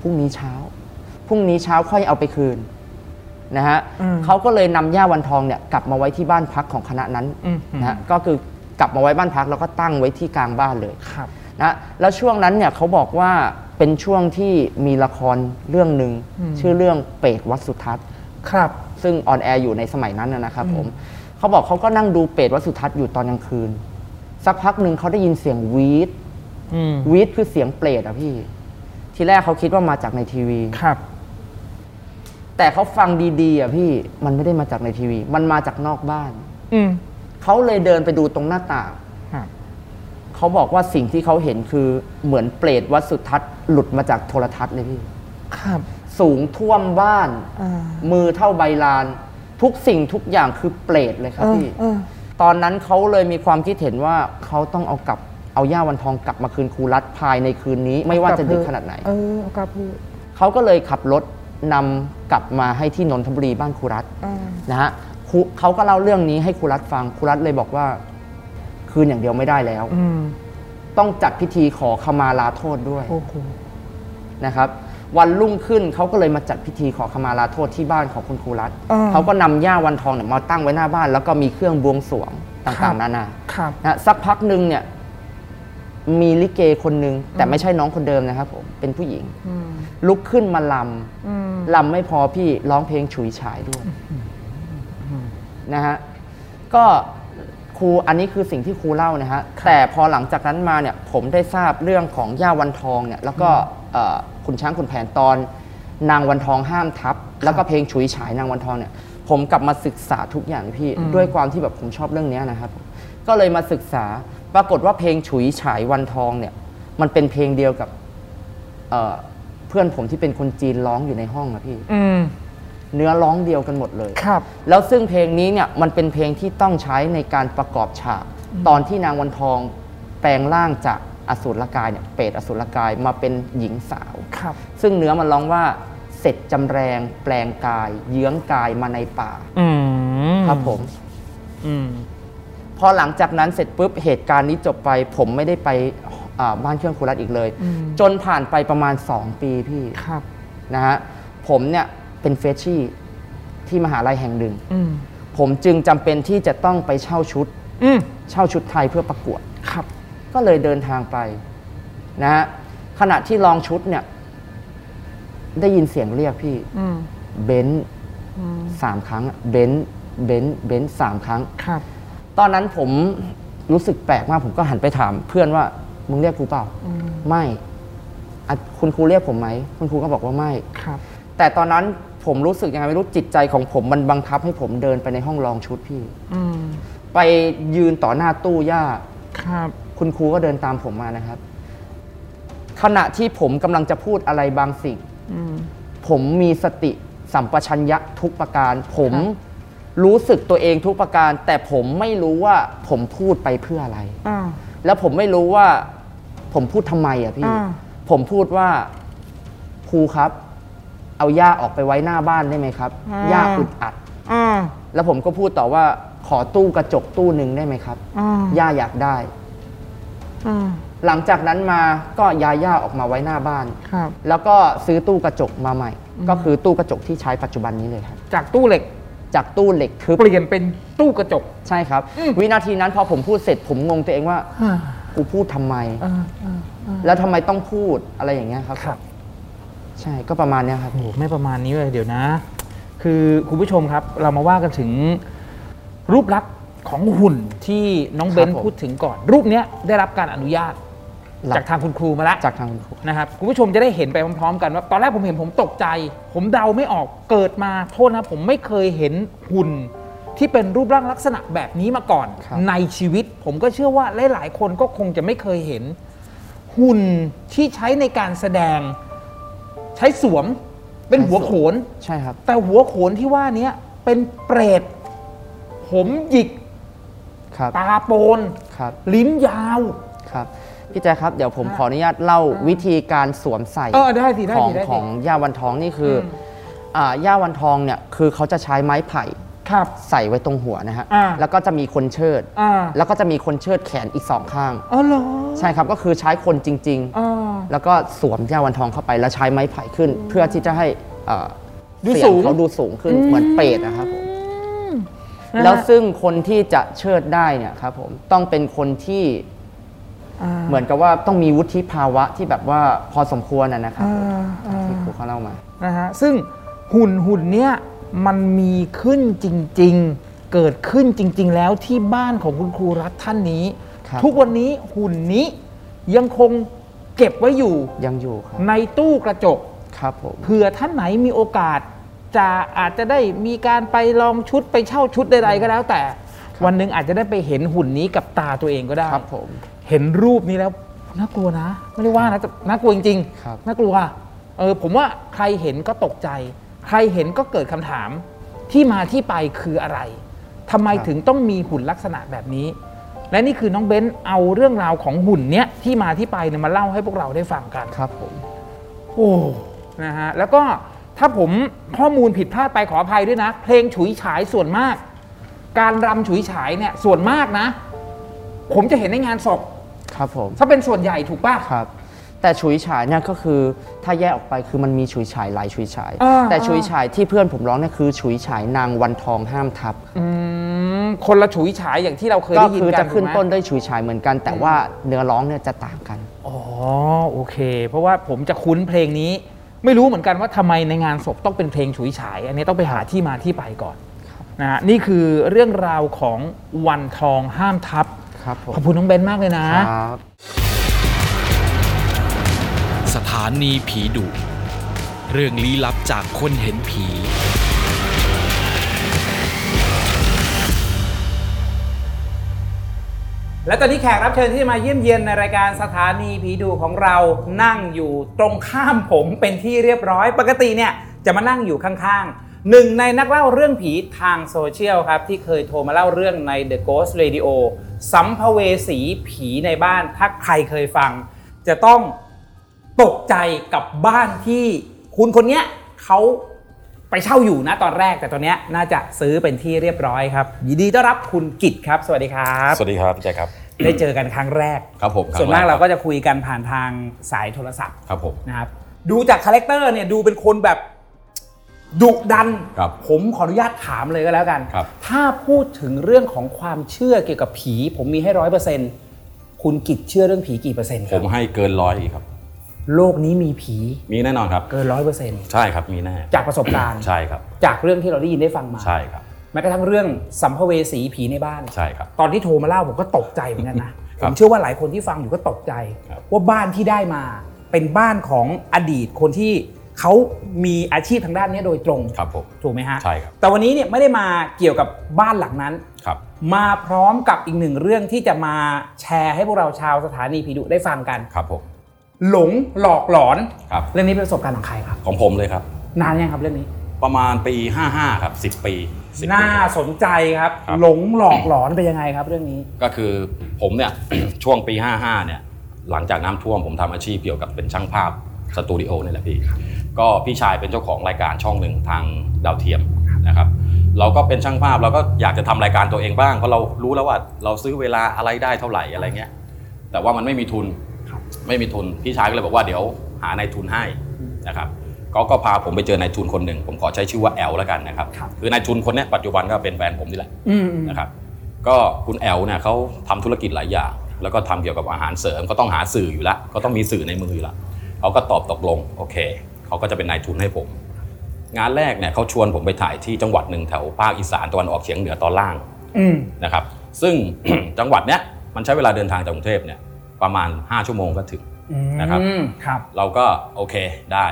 S4: พรุ่งนี้เช้า พรุ่งนี้เช้าค่อยเอาไปคืนนะฮะ
S5: อืม
S4: เขาก็เลยนำย่าวันทองเนี่ยกลับมาไว้ที่บ้านพักของคณะนั้น
S5: อืม
S4: นะฮะก็คือกลับมาไว้บ้านพักแล้วก็ตั้งไว้ที่กลางบ้านเลย
S5: ครับ
S4: นะแล้วช่วงนั้นเนี่ยเขาบอกว่าเป็นช่วงที่มีละครเรื่องหนึ่งชื่อเรื่องเปรตวัดสุทัศน์
S5: ครับ
S4: ซึ่งออนแอร์อยู่ในสมัยนั้นนะนะครับผม เขาบอกเขาก็นั่งดูเปรตวัดสุทัศน์อยู่ตอนกลางคืน สักพักหนึ่งเขาได้ยินเสียงวีด
S5: อืม
S4: วีดคือเสียงเปรตอะพี่ ทีแรกเขาคิดว่ามาจากในทีวี
S5: ครับ
S4: แต่เขาฟังดีๆอะพี่ มันไม่ได้มาจากในทีวี มันมาจากนอกบ้าน
S5: อืม
S4: เขาเลยเดินไปดูตรงหน้าต่าง
S5: ครับ
S4: เขาบอกว่าสิ่งที่เขาเห็นคือเหมือนเปรตวัดสุทัศน์หลุดมาจากโทรทัศน์เลยพี่
S5: ครับ
S4: สูงท่วมบ้าน
S5: อ่า
S4: มือเท่าใบลาน ทุกสิ่งทุกอย่างคือเปรตเลยครับ
S5: เออ
S4: พี่
S5: เออ
S4: ตอนนั้นเขาเลยมีความคิดเห็นว่าเขาต้องเอากลับเอาย่าวันทองกลับมาคืนครูรัฐภายในคืนนี้ ไม่ว่าจะดึกขนาดไหน
S5: เออเอากลับเถอะ
S4: เขาก็เลยขับรถนำกลับมาให้ที่นนทบุรีบ้านครูรัฐ
S5: อ่า
S4: นะฮะครูเขาก็เล่าเรื่องนี้ให้ครูรัฐฟังครูรัฐเลยบอกว่า คืนอย่างเดียวไม่ได้แล้ว
S5: อืม
S4: ต้องจัดพิธีขอขมาลาโทษด้วย
S5: โอ้โห
S4: นะครับวันรุ่งขึ้นเขาก็เลยมาจัดพิธีขอขมาลาโทษที่บ้านของคุณครูรัฐ
S5: อ่า
S4: เขาก็นำย่าวันทองเนี่ยมาตั้งไว้หน้าบ้าน แล้วก็มีเครื่องบวงสรวง
S5: ครั
S4: ต่า
S5: บ
S4: งๆนานา
S5: ครับ
S4: นะสักพักหนึ่งเนี่ยมีลิเกคนหนึ่งแต่ไม่ใช่น้องคนเดิมนะครับผมเป็นผู้หญิง ลุกขึ้นมาลำลำไม่พอพี่ร้องเพลงฉุยฉายด้วยนะฮะก็ครูอันนี้คือสิ่งที่ครูเล่านะฮะแต่พอหลังจากนั้นมาเนี่ยผมได้ทราบเรื่องของย่าวันทองเนี่ยแล้วก็เอ่อขุนช้างขุนแผนตอน นางวันทองห้ามทับ แล้วก็เพลงฉุยฉายนางวันทองเนี่ย ผมกลับมาศึกษาทุกอย่างเลยพี่ ด้วยความที่แบบผมชอบเรื่องเนี้ยนะครับ ก็เลยมาศึกษาปรากฏว่าเพลงฉุยฉายวันทองเนี่ย มันเป็นเพลงเดียวกับ เอ่อเพื่อนผมที่เป็นคนจีนร้องอยู่ในห้องนะพี่
S5: อืม
S4: เนื้อร้องเดียวกันหมดเลย
S2: ครับ
S4: แล้วซึ่งเพลงนี้เนี่ยมันเป็นเพลงที่ต้องใช้ในการประกอบฉาก ตอนที่นางวันทองแปลงร่างจากอสูรกายเนี่ยเปรตอสูรกายมาเป็นหญิงสาว
S2: ครับ
S4: ซึ่งเนื้อมันร้องว่าเสร็จจำแรงแปลงกาย เยื้องกายมาในป่า
S2: อืม
S4: ครับผม
S2: อืม
S4: พอหลังจากนั้นเสร็จปุ๊บเหตุการณ์นี้จบไป ผมไม่ได้ไปอ่าบ้านเครื่องครูรัตอีกเลย
S2: อืม
S4: จนผ่านไปประมาณ 2 ปีพี่
S2: ครับ
S4: นะฮะผมเนี่ยเป็นเฟชชี่ที่มหาลัยแห่งหนึ่ง
S2: อืม
S4: ผมจึงจำเป็นที่จะต้องไปเช่าชุด
S2: อืม
S4: เช่าชุดไทยเพื่อประกวด
S2: ครับ
S4: ก็เลยเดินทางไปนะฮะขณะที่ลองชุดเนี่ย ได้ยินเสียงเรียกพี่
S2: อืม
S4: เบนซ์สามครั้งอะเบนซ์เบนซ์เบนซ์สามครั้ง
S2: ครับ
S4: ตอนนั้นผมรู้สึกแปลกมาก ผมก็หันไปถาม เพื่อนว่า มึงเรียกกูเปล่า ไม่อ่ะคุณครูเรียกผมไหม คุณครูก็บอกว่าไม่
S2: ครับ
S4: แต่ตอนนั้นผมรู้สึกยังไงไม่รู้จิตใจของผมมันบังคับให้ผมเดินไปในห้องลองชุดพี่
S2: อืม
S4: ไปยืนต่อหน้าตู้ย่า
S2: ครับ
S4: คุณครูก็เดินตามผมมานะครับ ขณะที่ผมกำลังจะพูดอะไรบางสิ่ง
S2: อืม
S4: ผมมีสติสัมปชัญญะทุกประการ ผมรู้สึกตัวเองทุกประการ แต่ผมไม่รู้ว่าผมพูดไปเพื่ออะไร
S2: อ่า
S4: แล้วผมไม่รู้ว่าผมพูดทำไมอ่ะพี่
S2: อ่า
S4: ผมพูดว่าครูครับ เอาย่าออกไปไว้หน้าบ้านได้ไหมครับย่าอึดอัด
S2: อ่า
S4: แล้วผมก็พูดต่อว่าขอตู้กระจกตู้หนึ่งได้ไหมครับ
S2: อ่า
S4: ย่าอยากได้
S2: อ่า
S4: หลังจากนั้นมาก็ย้ายย่าออกมาไว้หน้าบ้าน
S2: ครับ
S4: แล้วก็ซื้อตู้กระจกมาใหม่ ก็คือตู้กระจกที่ใช้ปัจจุบันนี้เลยครับ
S2: จากตู้เหล็ก
S4: จากตู้เหล็กทึบ
S2: เปลี่ยนเป็นตู้กระจก
S4: ใช่ครับ วินาทีนั้นพอผมพูดเสร็จผมงงตัวเองว่า
S2: อ่า
S4: กูพูดทำไม
S2: อ่า อ่า
S4: แล้วทำไมต้องพูดอะไรอย่างเงี้ยครับ
S2: ครับ
S4: ใช่ก็ประมาณเนี้ยครับ
S2: โอ้โหไม่ประมาณนี้เลยเดี๋ยวนะ คือคุณผู้ชมครับเรามาว่ากันถึงรูปลักษณ์ของหุ่นที่น้องเบน
S4: ครับผม
S2: พูดถึงก่อน รูปเนี้ยได้รับการอนุญาต
S4: รับ
S2: จากทางคุณครูมาแล้ว
S4: จากทางคุณครู
S2: นะครับคุณผู้ชมจะได้เห็นไปพร้อมๆ กันว่า ตอนแรกผมเห็นผมตกใจ ผมเดาไม่ออกเกิดมาโทษนะผมไม่เคยเห็นหุ่นที่เป็นรูปร่างลักษณะแบบนี้มาก่อน
S4: ครับ
S2: ในชีวิตผมก็เชื่อว่าหลายๆคนก็คงจะไม่เคยเห็น หุ่นที่ใช้ในการแสดง ใช้สวมเป็นหัวโขน
S4: ใช่ครับ
S2: แต่หัวโขนที่ว่าเนี้ยเป็นเปรต ผมหยิก
S4: ครับ
S2: ตาโปน
S4: ครับ
S2: ลิ้นยาว
S4: ครับพี่แจ๊คครับเดี๋ยวผมขออนุญาตเล่าวิธีการสวมใส่
S2: เออได้สิได้
S4: ขอ
S2: สิ
S4: ง
S2: ได้
S4: ข
S2: สิ
S4: องย่าวันทองนี่คือออ่าย่าวันทองเนี่ยคือเขาจะใช้ไม้ไผ่
S2: ครับ
S4: ใส่ไว้ตรงหัวนะฮะ
S2: อ่า
S4: แล้วก็จะมีคนเชิด
S2: อ่า
S4: แล้วก็จะมีคนเชิดแขนอีกสองข้าง
S2: อ๋อเหรอ
S4: ใช่ครับก็คือใช้คนจริง
S2: อ่า
S4: ๆ แล้วก็สวมย่าวันทองเข้าไปแล้วใช้ไม้ไผ่ขึ้น เพื่อที่จะให้อ่า
S2: ดู
S4: เสีย
S2: สู
S4: ง
S2: ง
S4: เขาดูสูงขึ้นเหมือนเปรตนะครับผม
S2: นะฮะ
S4: แล้วซึ่งคนที่จะเชิดได้เนี่ยครับผมต้องเป็นคนที่
S2: อ่า
S4: เหมือนกับว่าต้องมีวุฒิภาวะที่แบบว่าพอสมควรนะนะครับ
S2: อ่า
S4: ผม
S2: อ่า
S4: ที่ครูเขาเล่ามา
S2: นะฮะซึ่งหุ่นหุ่นเนี้ยมันมีขึ้นจริง ๆ เกิดขึ้นจริง ๆ แล้วที่บ้านของคุณครูรัฐท่านนี้
S4: ครับ
S2: ทุกวันนี้หุ่นนี้ยังคงเก็บไว้อยู่
S4: ยังอยู่ครับ
S2: ในตู้กระจก
S4: ครับผม
S2: เผื่อท่านไหนมีโอกาส จะอาจจะได้มีการไปลองชุดไปเช่าชุดใดๆก็แล้ว แต่วันหนึ่งอาจจะได้ไปเห็นหุ่นนี้กับตาตัวเองก็ได้
S4: ครับผม
S2: เห็นรูปนี้แล้วน่ากลัวนะ ไม่ได้ว่านะแต่น่ากลัวจริง
S4: ครับ
S2: น่ากลัวเออผมว่าใครเห็นก็ตกใจ ใครเห็นก็เกิดคำถามที่มาที่ไปคืออะไรทำไมถึงต้องมีหุ่นลักษณะแบบนี้ และนี่คือน้องเบ้นเอาเรื่องราวของหุ่นเนี้ยที่มาที่ไปเนี่ยมาเล่าให้พวกเราได้ฟังกัน
S4: ครับผม
S2: โอ้นะฮะ แล้วก็ถ้าผมข้อมูลผิดพลาดไปขออภัยด้วยนะ เพลงฉุยฉายส่วนมาก การรำฉุยฉายเนี่ยส่วนมากนะ ผมจะเห็นในงานศพ
S4: ครับผม
S2: ถ้าเป็นส่วนใหญ่ถูกป่ะ
S4: ครับ แต่ฉุยฉายเนี่ยก็คือถ้าแยกออกไปคือมันมีฉุยฉายหลายฉุยฉาย
S2: อ่า
S4: แต่ฉุยฉายที่เพื่อนผมร้องเนี่ยคือฉุยฉายนางวันทองห้ามทับ
S2: อืมคนละฉุยฉายอย่างที่เราเคย
S4: ก็
S2: ได้ยิน
S4: คือ
S2: กัน
S4: จะขึ้น
S2: ถูกไหม
S4: ต้นด้วยฉุยฉายเหมือนกัน แต่ว่าเนื้อร้องเนี่ยจะต่างกัน
S2: อ๋อโอเค เพราะว่าผมจะคุ้นเพลงนี้ ไม่รู้เหมือนกันว่าทำไมในงานศพต้องเป็นเพลงฉุยฉาย อันนี้ต้องไปหาที่มาที่ไปก่อนนะฮะนี่คือเรื่องราวของวันทองห้ามทับ
S4: ครับผม
S2: ขอบคุณน้องเบนซ์มากเลยนะ
S4: ครับ
S1: สถานีผีดุ เรื่องลี้ลับจากคนเห็นผี
S6: และตอนนี้แขกรับเชิญที่จะมาเยี่ยมเยียนในรายการสถานีผีดุของเรานั่งอยู่ตรงข้ามผมเป็นที่เรียบร้อย ปกติเนี่ยจะมานั่งอยู่ข้างๆ
S2: หนึ่งในนักเล่าเรื่องผีทางโซเชียลครับ ที่เคยโทรมาเล่าเรื่องใน The Ghost Radio สัมภเวสีผีในบ้าน ถ้าใครเคยฟัง จะต้องตกใจกับบ้านที่คุณคนเนี้ยเขาไปเช่าอยู่นะตอนแรกแต่ตอนเนี้ยน่าจะซื้อเป็นที่เรียบร้อยครับ ยินดีต้อนรับคุณกิตครับ สวัสดีครับ
S7: สวัสดีครับพี่แจ็คครับ
S2: ได้เจอกันครั้งแรก
S7: ครับผม
S2: ส่วนมากเราก็จะคุยกันผ่านทางสายโทรศัพท์
S7: ครับผม
S2: นะครับดูจากคาแรคเตอร์เนี่ยดูเป็นคนแบบดุดัน
S7: ครับ
S2: ผมขออนุญาตถามเลยก็แล้วกัน
S7: ครับ
S2: ถ้าพูดถึงเรื่องของความเชื่อเกี่ยวกับผี ผมมีให้ร้อยเปอร์เซ็นต์คุณกิจเชื่อเรื่องผีกี่เปอร์เซ็นต์ค
S7: ผ
S2: รับ
S7: มให้เกินร้อยอีกครับ
S2: โลกนี้มีผี
S7: มีแน่นอนครับ
S2: เกินร้อยเปอร์เซ็นต์
S7: ใช่ครับมีแน่
S2: จากประสบการณ์
S7: ใช่ครับ
S2: จากเรื่องที่เราได้ยินได้ฟังมา
S7: ใช่ครับ
S2: แม้กระทั่งเรื่องสัมภเวสีผีในบ้าน
S7: ใช่ครับ
S2: ตอนที่โทรมาเล่าผมก็ตกใจเหมือนกันนะ
S7: ค
S2: ผ
S7: รับ
S2: มเชื่อว่าหลายคนที่ฟังอยู่ก็ตกใจ
S7: ครับ
S2: ว่าบ้านที่ได้มาเป็นบ้านของอดีตคนที่เขามีอาชีพทางด้านเนี้ยโดยตรง
S7: ครับผม
S2: ถูกไหมฮะ
S7: ใช่ครับ
S2: แต่วันนี้เนี่ยไม่ได้มาเกี่ยวกับบ้านหลังนั้น
S7: ครับ
S2: มาพร้อมกับอีกหนึ่งเรื่องที่จะมาแชร์ให้พวกเราชาวสถานีผีดุได้ฟังกัน
S7: ครับผม
S2: หลงหลอกหลอน
S7: ครับ
S2: เรื่องนี้เป็นประสบการณ์ของใครครับ
S7: ของผมเลยครับ
S2: นานยังครับเรื่องนี้
S7: ประมาณปี 55 ครับ 10 ปี10ปี
S2: น่าสนใจครับ
S7: ครับ
S2: หลงหลอกหลอนเป็นยังไงครับ เรื่องนี้
S7: ก็คือผมเนี่ย ช่วงปี 55 เนี่ย หลังจากน้ำท่วมผมทำอาชีพเกี่ยวกับเป็นช่างภาพสตูดิโอนี่แหละพี่ ก็พี่ชายเป็นเจ้าของรายการช่องหนึ่งทางดาวเทียมนะครับ เราก็เป็นช่างภาพเราก็อยากจะทำรายการตัวเองบ้างเพราะเรารู้แล้วว่าเราซื้อเวลาอะไรได้เท่าไหร่อะไรเงี้ย แต่ว่ามันไม่มีทุนไม่มีทุนพี่ชายก็เลยบอกว่าเดี๋ยวหานายทุนให้นะครับก็ก็พาผมไปเจอนายทุนคนหนึ่งผมขอใช้ชื่อว่าแอลแล้วกันนะครับ
S2: ครับ
S7: คือนายทุนคนเนี้ยปัจจุบันก็เป็นแฟนผมนี่แหละ
S2: อืมๆ
S7: นะครับก็คุณแอลเนี่ยเขาทำธุรกิจหลายอย่าง แล้วก็ทำเกี่ยวกับอาหารเสริมก็ต้องหาสื่ออยู่แล้ว ก็ต้องมีสื่อในมืออยู่แล้วเขาก็ตอบตกลงโอเคเขาก็จะเป็นนายทุนให้ผม งานแรกเนี่ยเขาชวนผมไปถ่ายที่จังหวัดหนึ่งแถวภาคอีสานตะวันออกเฉียงเหนือตอนล่างนะครับ ซึ่ง จังหวัดเนี้ยมันใช้เวลาเดินทางจากกรุงเทพเนี่ยประมาณ 5 ชั่วโมงก็ถึงนะครับ
S2: อืมครับ
S7: เราก็โอเคได้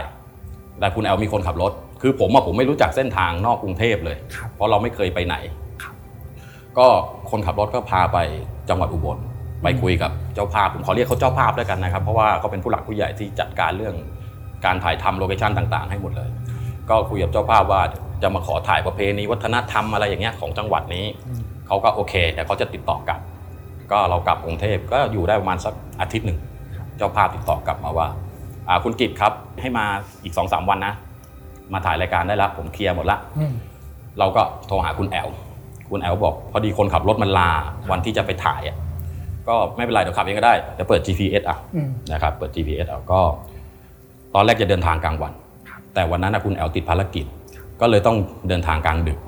S7: แต่คุณแอลมีคนขับรถ คือผมอะผมไม่รู้จักเส้นทางนอกกรุงเทพเลย เพราะเราไม่เคยไปไหน ก็คนขับรถก็พาไปจังหวัดอุบล ไปคุยกับเจ้าภาพ ผมขอเรียกเขาเจ้าภาพแล้วกันนะครับ เพราะว่าเขาเป็นผู้หลักผู้ใหญ่ที่จัดการเรื่องการถ่ายทำโลเคชันต่างๆ ให้หมดเลย ก็คุยกับเจ้าภาพว่าจะมาขอถ่ายประเพณีวัฒนธรรมอะไรอย่างเงี้ยของจังหวัดนี้ เขาก็โอเค แต่เขาจะติดต่อกลับ ก็เรากลับกรุงเทพก็อยู่ได้ประมาณสักอาทิตย์หนึ่ง เจ้าภาพติดต่อกลับมาว่าอ่าคุณกิตครับให้มาอีกสองสามวันนะ มาถ่ายรายการได้ละผมเคลียร์หมดละเราก็โทรหาคุณแอลคุณแอลบอก พอดีคนขับรถมันลาวันที่จะไปถ่ายอะก็ไม่เป็นไรเดี๋ยวขับเองก็ได้เดี๋ยวเปิด GPS อ่ะนะครับเปิด GPS เอาก็ ตอนแรกจะเดินทางกลางวัน แต่วันนั้นนะคุณแอลติดภารกิจ ก็เลยต้องเดินทางกลางดึก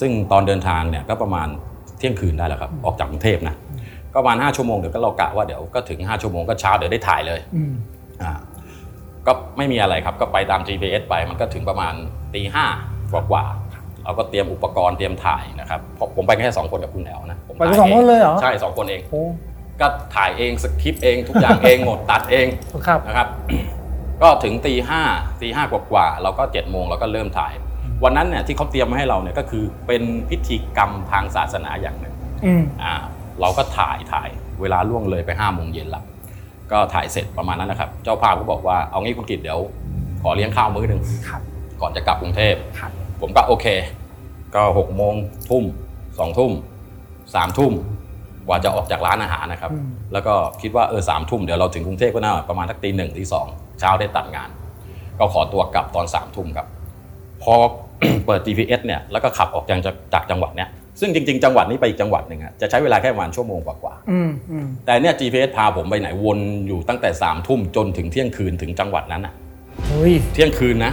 S7: ซึ่งตอนเดินทางเนี่ยก็ประมาณเที่ยงคืนได้แล้วครับ ออกจากกรุงเทพนะ ก็ประมาณ5ชั่วโมงเดี๋ยวก็เรากะว่าเดี๋ยวก็ถึง 5 ชั่วโมงก็เช้าเดี๋ยวได้ถ่ายเลยอ่าก็ไม่มีอะไรครับก็ไปตาม GPS ไปมันก็ถึงประมาณตีห้ากว่ากว่าๆเราก็เตรียมอุปกรณ์เตรียมถ่ายนะครับเพราะผมไปแค่สองคนกับคุณแอลนะผม
S5: ไปกัน
S7: ถ่า
S5: สองคนเลยเหรอ
S7: ใช่สองคนเอง
S5: โอ้
S7: ก็ถ่ายเองสคริปต์เองทุกอย่างเองหมดตัดเอง
S5: ครับ
S7: นะครับ ก็ถึงตีห้าตีห้ากว่ากว่าๆเราก็เจ็ดโมงเราก็เริ่มถ่าย วันนั้นเนี่ยที่เขาเตรียมมาให้เราเนี่ยก็คือเป็นพิธีกรรมทางศาสนาอย่างหนึ่งอ่าเราก็ถ่ายถ่ายเวลาล่วงเลยไปห้าโมงเย็นละก็ถ่ายเสร็จประมาณนั้นแหละครับ เจ้าภาพก็บอกว่าเอางี้คุณกิตเดี๋ยว ขอเลี้ยงข้าวมื้อหนึ่งก่อนจะกลับกรุงเทพผมก็โอเค ก็หกโมงทุ่มสองทุ่มสามทุ่มกว่าจะออกจากร้านอาหารนะครับ แล้วก็คิดว่าเออสามทุ่มเดี๋ยวเราถึงกรุงเทพก็น่าประมาณทักตีหนึ่งตีสองเช้าได้ตัดงาน ก็ขอตัวกลับตอนสามทุ่มครับ พอ เปิด GPS เนี่ยแล้วก็ขับออกจากจากจากจังหวัดเนี้ยซึ่งจริง ๆ จังหวัดนี้ไปอีกจังหวัดหนึ่งอะจะใช้เวลาแค่ประมาณชั่วโมงกว่า
S5: อืมอืม
S7: ๆแต่เนี่ย GPS พาผมไปไหนวนอยู่ตั้งแต่สามทุ่มจนถึงเที่ยงคืนถึงจังหวัดนั้นอะ
S5: เฮ้ย
S7: เที่ยงคืนนะ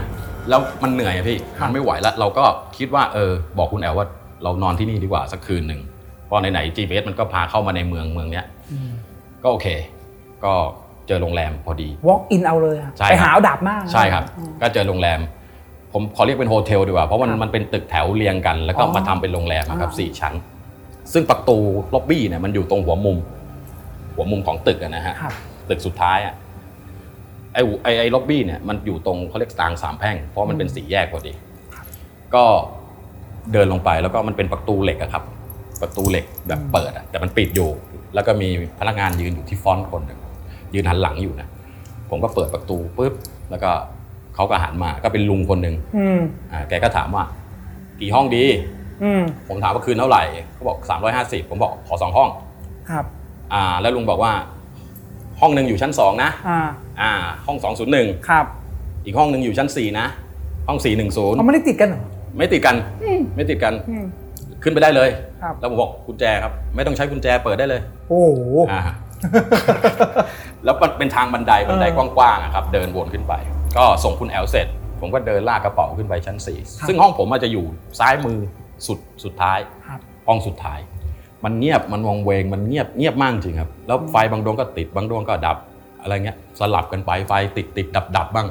S7: แล้วมันเหนื่อยอะพี่ มันไม่ไหวแล้วเราก็คิดว่าเออ บอกคุณแอลว่าเรานอนที่นี่ดีกว่าสักคืนหนึ่งเพราะไหนๆ GPS มันก็พาเข้ามาในเมืองเมืองเนี้ยก็โอเค ก็เจอโรงแรมพอดี
S5: walk in เอาเลยอะ
S7: ใช่ครับ
S5: ไปหาเอาดาบมาก
S7: ใช่ครับ ก็เจอโรงแรม ผมขอเรียกเป็นโฮเทลดีกว่า เพราะมันมันเป็นตึกแถวเรียงกัน แล้วก็มาทำเป็นโรงแรมอะครับสี่ชั้น ซึ่งประตูล็อบบี้เนี่ยมันอยู่ตรงหัวมุม หัวมุมของตึกอะนะฮะ
S5: ครับ
S7: ตึกสุดท้ายอะไอหัวไอไอล็อบบี้เนี่ยมันอยู่ตรงเขาเรียกทางสามแพร่ง เพราะมันเป็นสี่แยกพอดี ก็เดินลงไปแล้วก็มันเป็นประตูเหล็กอะครับ ประตูเหล็กแบบเปิดอะแต่มันปิดอยู่ แล้วก็มีพนักงานยืนอยู่ที่ฟรอนต์คนหนึ่งยืนหันหลังอยู่นะ ผมก็เปิดประตูปุ๊บแล้วก็เขาก็หันมาก็เป็นลุงคนหนึ่งอ่าแกก็ถามว่า กี่ห้องดี
S2: อืม
S7: ผมถามว่าคืนเท่าไหร่เขาบอก 350 ผมบอกขอสองห้อง
S2: ครับ
S7: อ่า แล้วลุงบอกว่า ห้องหนึ่งอยู่ชั้นสองนะ
S2: อ่า
S7: อ่า ห้อง 201
S2: ครับ
S7: อีกห้องหนึ่งอยู่ชั้นสี่นะ ห้อง 410
S2: เขาไม่ได้ติดกันเหรอ
S7: ไม่ติดกัน ไม่ติดกัน ขึ้นไปได้เลย
S2: ครับ
S7: แล้วผมบอกกุญแจครับ ไม่ต้องใช้กุญแจเปิดได้เลย
S2: โอ้โห
S7: อ่า แล้วมันเป็นทางบันไดบันได
S2: เออก
S7: ว้างๆอะครับ เดินวนขึ้นไป ก็ส่งคุณแอลเสร็จ ผมก็เดินลากกระเป๋าขึ้นไปชั้น 4 ซึ่งห้องผมอาจจะอยู่ซ้ายมือสุดสุดท้าย
S2: ครับ
S7: ห้องสุดท้าย มันเงียบมันวงเวงมันเงียบเงียบมากจริงครับ แล้วไฟบางดวงก็ติดบางดวงก็ดับ อะไรเงี้ย สลับกันไปไฟติดติดดับดับบ้าง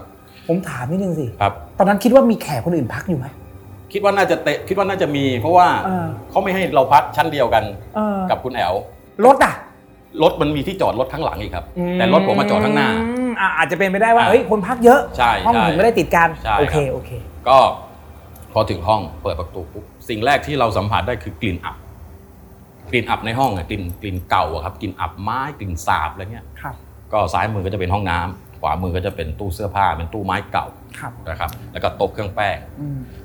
S2: ผมถามนิดนึงสิ
S7: ครับ
S2: ตอนนั้นคิดว่ามีแขกคนอื่นพักอยู่ไหม
S7: คิดว่าน่าจะเตะคิดว่าน่าจะมี เพราะว่า
S2: เออ
S7: เขาไม่ให้เราพักชั้นเดียวกัน
S2: เออ
S7: กับคุณแอล
S2: รถอ่ะ
S7: รถมันมีที่จอดรถข้างหลังอีกครับ แต่รถผมมาจอดข้างหน้า
S2: อืมอ่ะอาจจะเป็นไปได้ว่า
S7: อ่ะ
S2: เฮ้ยคนพักเยอะ
S7: ใช่
S2: ห้อง
S7: ใช่
S2: ถึงไม่ได้ติดกัน
S7: ใช่
S2: โอเค
S7: ครับ
S2: โอเค
S7: ก็พอถึงห้องเปิดประตูปุ๊บสิ่งแรกที่เราสัมผัสได้คือกลิ่นอับ กลิ่นอับในห้องอะกลิ่นกลิ่นเก่าอะครับกลิ่นอับไม้กลิ่นสาบอะไรเงี้ย
S2: ครับ
S7: ก็ซ้ายมือก็จะเป็นห้องน้ำขวามือก็จะเป็นตู้เสื้อผ้าเป็นตู้ไม้เก่า
S2: ครับ
S7: นะครับแล้วก็โต๊ะเครื่องแป้ง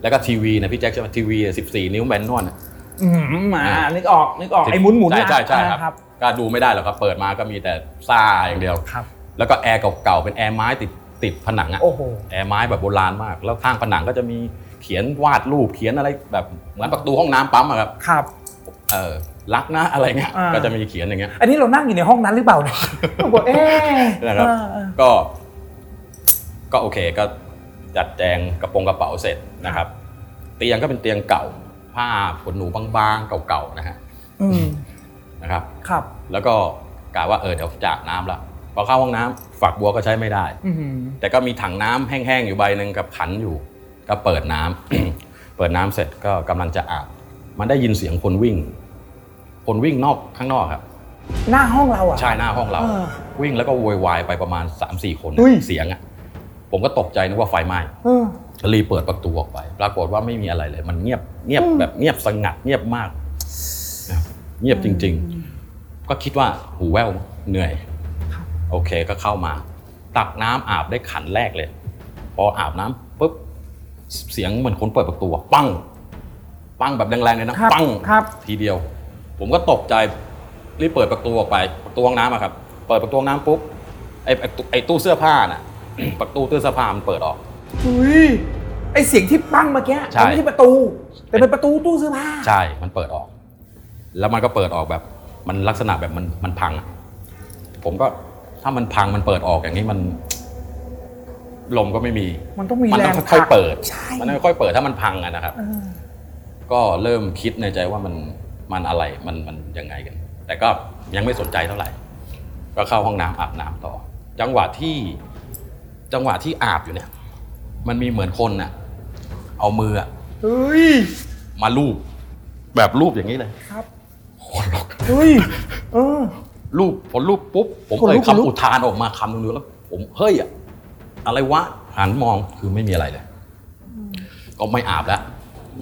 S7: แล้วก็ทีวีนะพี่แจ็คใช่ไหมทีวีสิบสี่นิ้วแมนนวลอะ
S2: อืมมา
S7: อ่ะ
S2: นึกออกนึกออกไอ้หมุนหมุน
S7: ใช่
S2: อ่ะ
S7: ใช่ใช่
S2: นะ
S7: ค
S2: ค
S7: รั
S2: รั
S7: บบ ก็ดูไม่ได้หรอกครับเปิดมาก็มีแต่ซ่าอย่างเดียว
S2: ครับ
S7: แล้วก็แอร์เก่าๆเป็นแอร์ไม้ติดติดผนังอะ
S2: โอ้โห
S7: แอร์ไม้แบบโบราณมาก แล้วข้างผนังก็จะมีเขียนวาดรูปเขียนอะไรแบบเหมือนประตูห้องน้ำปั๊มอะครับ
S2: ครับ
S7: เออรักนะอะไรเงี้ย
S2: อ่า
S7: ก็จะมีเขียนอย่างเงี้ย
S2: อันนี้เรานั่งอยู่ในห้องนั้นหรือเปล่าเนี่ยผมบอกเอ๊ะ
S7: นะครับ
S2: เออเออ
S7: ก็ ก็โอเคก็จัดแจงกระโปรงกระเป๋าเสร็จนะครับ เตียงก็เป็นเตียงเก่า ผ้าขนหนูบางๆเก่าๆนะฮะ
S2: อืม
S7: นะครับ
S2: ครับ
S7: แล้วก็กะว่าเออเดี๋ยวจากน้ำละพอเข้าห้องน้ำฝักบัวก็ใช้ไม่ได้
S2: อือหือ
S7: แต่ก็มีถังน้ำแห้งๆอยู่ใบหนึ่งกับขันอยู่ ก็เปิดน้ำ เปิดน้ำ เสร็จก็กำลังจะอาบมันได้ยินเสียงคนวิ่ง คนวิ่งนอกข้างนอกครับ
S2: หน้าห้องเราอ่ะ
S7: ใช่หน้าห้องเรา
S2: เออ
S7: วิ่งแล้วก็โวยวายไปประมาณ 3 4 คน
S2: อุ้ย
S7: เสียงอ่ะผมก็ตกใจนึกว่าไฟไหม้
S2: เออ
S7: ก็รีบเปิดประตูออกไป ปรากฏว่าไม่มีอะไรเลย มันเงียบเงียบแบบเงียบสงัด เงียบมากนะเงียบจริง ๆ ก็คิดว่าหูแว่วเหนื่อย โอเคก็เข้ามา ตักน้ำอาบได้ขันแรกเลย พออาบน้ำปุ๊บเสียงเหมือนคนเปิดประตูอะปัง ปังแบบแรงๆเลยนะครับ ปัง
S2: ครับ
S7: ทีเดียว ผมก็ตกใจรีบเปิดประตูออกไปประตูห้องน้ำอะครับ เปิดประตูห้องน้ำปุ๊บไอ้ไอ้ตู้ไอ้ตู้เสื้อผ้าน่ะ ประตูตู้เสื้อผ้ามันเปิดออก
S2: อุ้ยไอเสียงที่ปั้งเมื่อกี้
S7: ใช่
S2: มันไม่ใช่ประตู แต่เป็นประตูตู้เสื้อผ้า
S7: ใช่ มันเปิดออก แล้วมันก็เปิดออกแบบ มันลักษณะแบบมันมันพังอะผมก็ถ้ามันพังมันเปิดออกอย่างนี้มัน ลมก็ไม่มี
S2: มันต้องมี
S7: มัน
S2: แร
S7: ต้อง งค่อยๆเปิด
S2: ใช่
S7: มันต้องค่อยๆเปิดถ้ามันพังอะนะครับ ก็เริ่มคิดในใจว่ามันมันอะไรมันมันยังไงกัน แต่ก็ยังไม่สนใจเท่าไหร่ ก็เข้าห้องน้ำอาบน้ำต่อ จังหวะที่จังหวะที่อาบอยู่เนี่ย มันมีเหมือนคนน่ะ เอามืออะ
S2: เฮ้ย
S7: มาลูบแบบลูบอย่างนี้เลย
S2: ครับ
S7: ขนลุก
S2: เฮ้ย เออ
S7: รูปพอรูปปุ๊บผม
S2: ขนลุก
S7: เอ่ย
S2: ขนลุก
S7: คำอุทานออกมาคำหนึงแล้ว ผมเฮ้ยอะอะไรวะหันมองคือไม่มีอะไรเลย ก็ไม่อาบแล้ว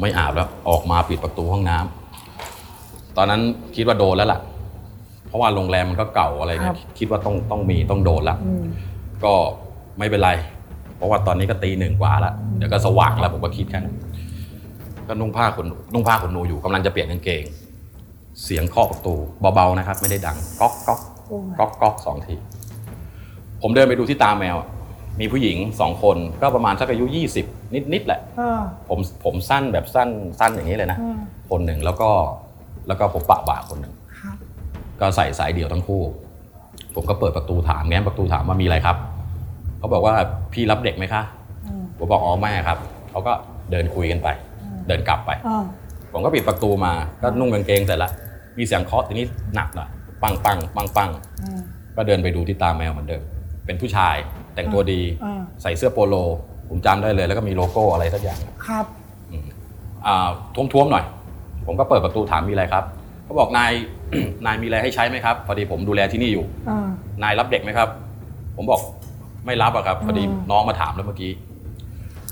S7: ไม่อาบแล้ว ออกมาปิดประตูห้องน้ำตอนนั้นคิดว่าโดนแล้วล่ะ เพราะว่าโรงแรมมันก็เก่าอะไรเงี้ยคิดว่าต้องต้องมีต้องโดนละก็ไม่เป็นไร เพราะว่าตอนนี้ก็ตีหนึ่งกว่าละเดี๋ยวก็สว่างแล้วผมก็คิดแค่นั้นก็นุ่งผ้าขนนุ่งผ้าขนหนูอยู่กำลังจะเปลี่ยนกางเกง เสียงเคาะประตูเบาๆนะครับ ไม่ได้ดังก๊อกก๊อกก๊อกก๊อกสองทีผมเดินไปดูที่ตาแมวอะมีผู้หญิงสองคนก็ประมาณสักอายุยี่สิบนิดๆแหละ
S2: เออ
S7: ผมผมสั้นแบบสั้นสั้นอย่างนี้เลยนะ คนหนึ่งแล้วก็แล้วก็ผมปะบ่าคนหนึ่ง
S2: ครับ
S7: ก็ใส่สายเดี่ยวทั้งคู่ ผมก็เปิดประตูถามแง้มประตูถามว่ามีอะไรครับเขาบอกว่าพี่รับเด็กไหมคะผมบอกอ๋อไม่ครับเขาก็เดินคุยกันไป เดินกลับไป
S2: เออ
S7: ผมก็ปิดประตูมา ก็นุ่งกางเกงเสร็จละ มีเสียงเคาะทีนี้หนักหน่อย ปังปังปังปังก็เดินไปดูที่ตาแมวเหมือนเดิม เป็นผู้ชายแต่งตัวดี
S2: อ่า
S7: ใส่เสื้อโปโล ผมจำได้เลย แล้วก็มีโลโก้อะไรสักอย่าง
S2: ครับ
S7: อ่าท้วมๆหน่อย ผมก็เปิดประตูถามมีอะไรครับเขาบอกนาย นายมีอะไรให้ใช้ไหมครับ พอดีผมดูแลที่นี่อยู่
S2: เออ
S7: นายรับเด็กไหมครับ ผมบอกไม่รับอะครับ พอดีน้องมาถามแล้วเมื่อกี้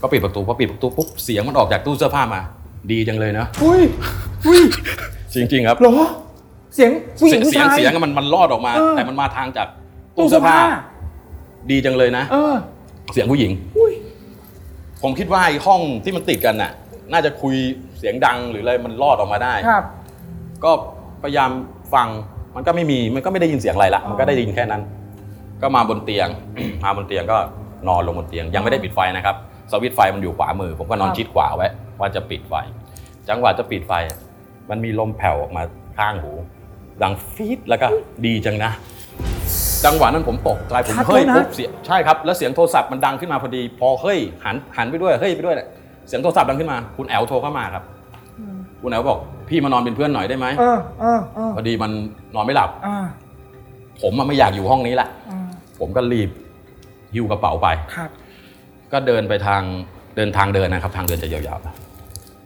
S7: ก็ปิดประตูพอปิดประตูปุ๊บเสียงมันออกจากตู้เสื้อผ้ามา ดีจังเลยเนอะ
S2: อุ้ย อุ้ย
S7: จริงๆครับ
S2: เหรอ เสียงผู้หญิงผู้
S7: เสียง
S2: ชาย
S7: เสียงอะมันมันรอดออกมา
S2: เออ
S7: แต่มันมาทางจาก
S2: ตู้เสื้อผ้า
S7: ดีจังเลยนะ
S2: เออ
S7: เสียงผู้หญิง
S2: อุ้ย
S7: ผมคิดว่าไอ้ห้องที่มันติดกันน่ะ น่าจะคุยเสียงดังหรืออะไรมันรอดออกมาได้
S5: ครับ
S7: ก็พยายามฟังมันก็ไม่มีมันก็ไม่ได้ยินเสียงอะไรละมันก็ได้ยินแค่นั้น ก็มาบนเตียง มาบนเตียงก็นอนลงบนเตียง ยังไม่ได้ปิดไฟนะครับสวิตช์ไฟมันอยู่ขวามือ ผมก็นอน
S5: ครับ
S7: ชิดขวาไว้ ว่าจะปิดไฟ จังหวะจะปิดไฟ มันมีลมแผ่วออกมาข้างหูดังฟีดแล้วก็ดีจังนะ จังหวะนั้นผมตกใจผม
S5: ชัด
S7: เฮ้ย
S5: แล้วนะ
S7: ปุ๊บเสียงใช่ครับแล้วเสียงโทรศัพท์มันดังขึ้นมาพอดี พอเฮ้ยหันหันไปด้วยเฮ้ยไปด้วยเนี่ยเสียงโทรศัพท์ดังขึ้นมา คุณแอลโทรเข้ามาครับ คุณแอลบอกพี่มานอนเป็นเพื่อนหน่อยได้ไหม
S5: เออเออเออ
S7: พอดีมันนอนไม่หลับ
S5: อ่า
S7: ผมอะไม่อยากอยู่ห้องนี้ละ
S5: อ่า
S7: ผมก็รีบหิ้วกระเป๋าไป
S5: ครับ
S7: ก็เดินไปทางเดินทางเดินนะครับ ทางเดินจะยาวๆนะ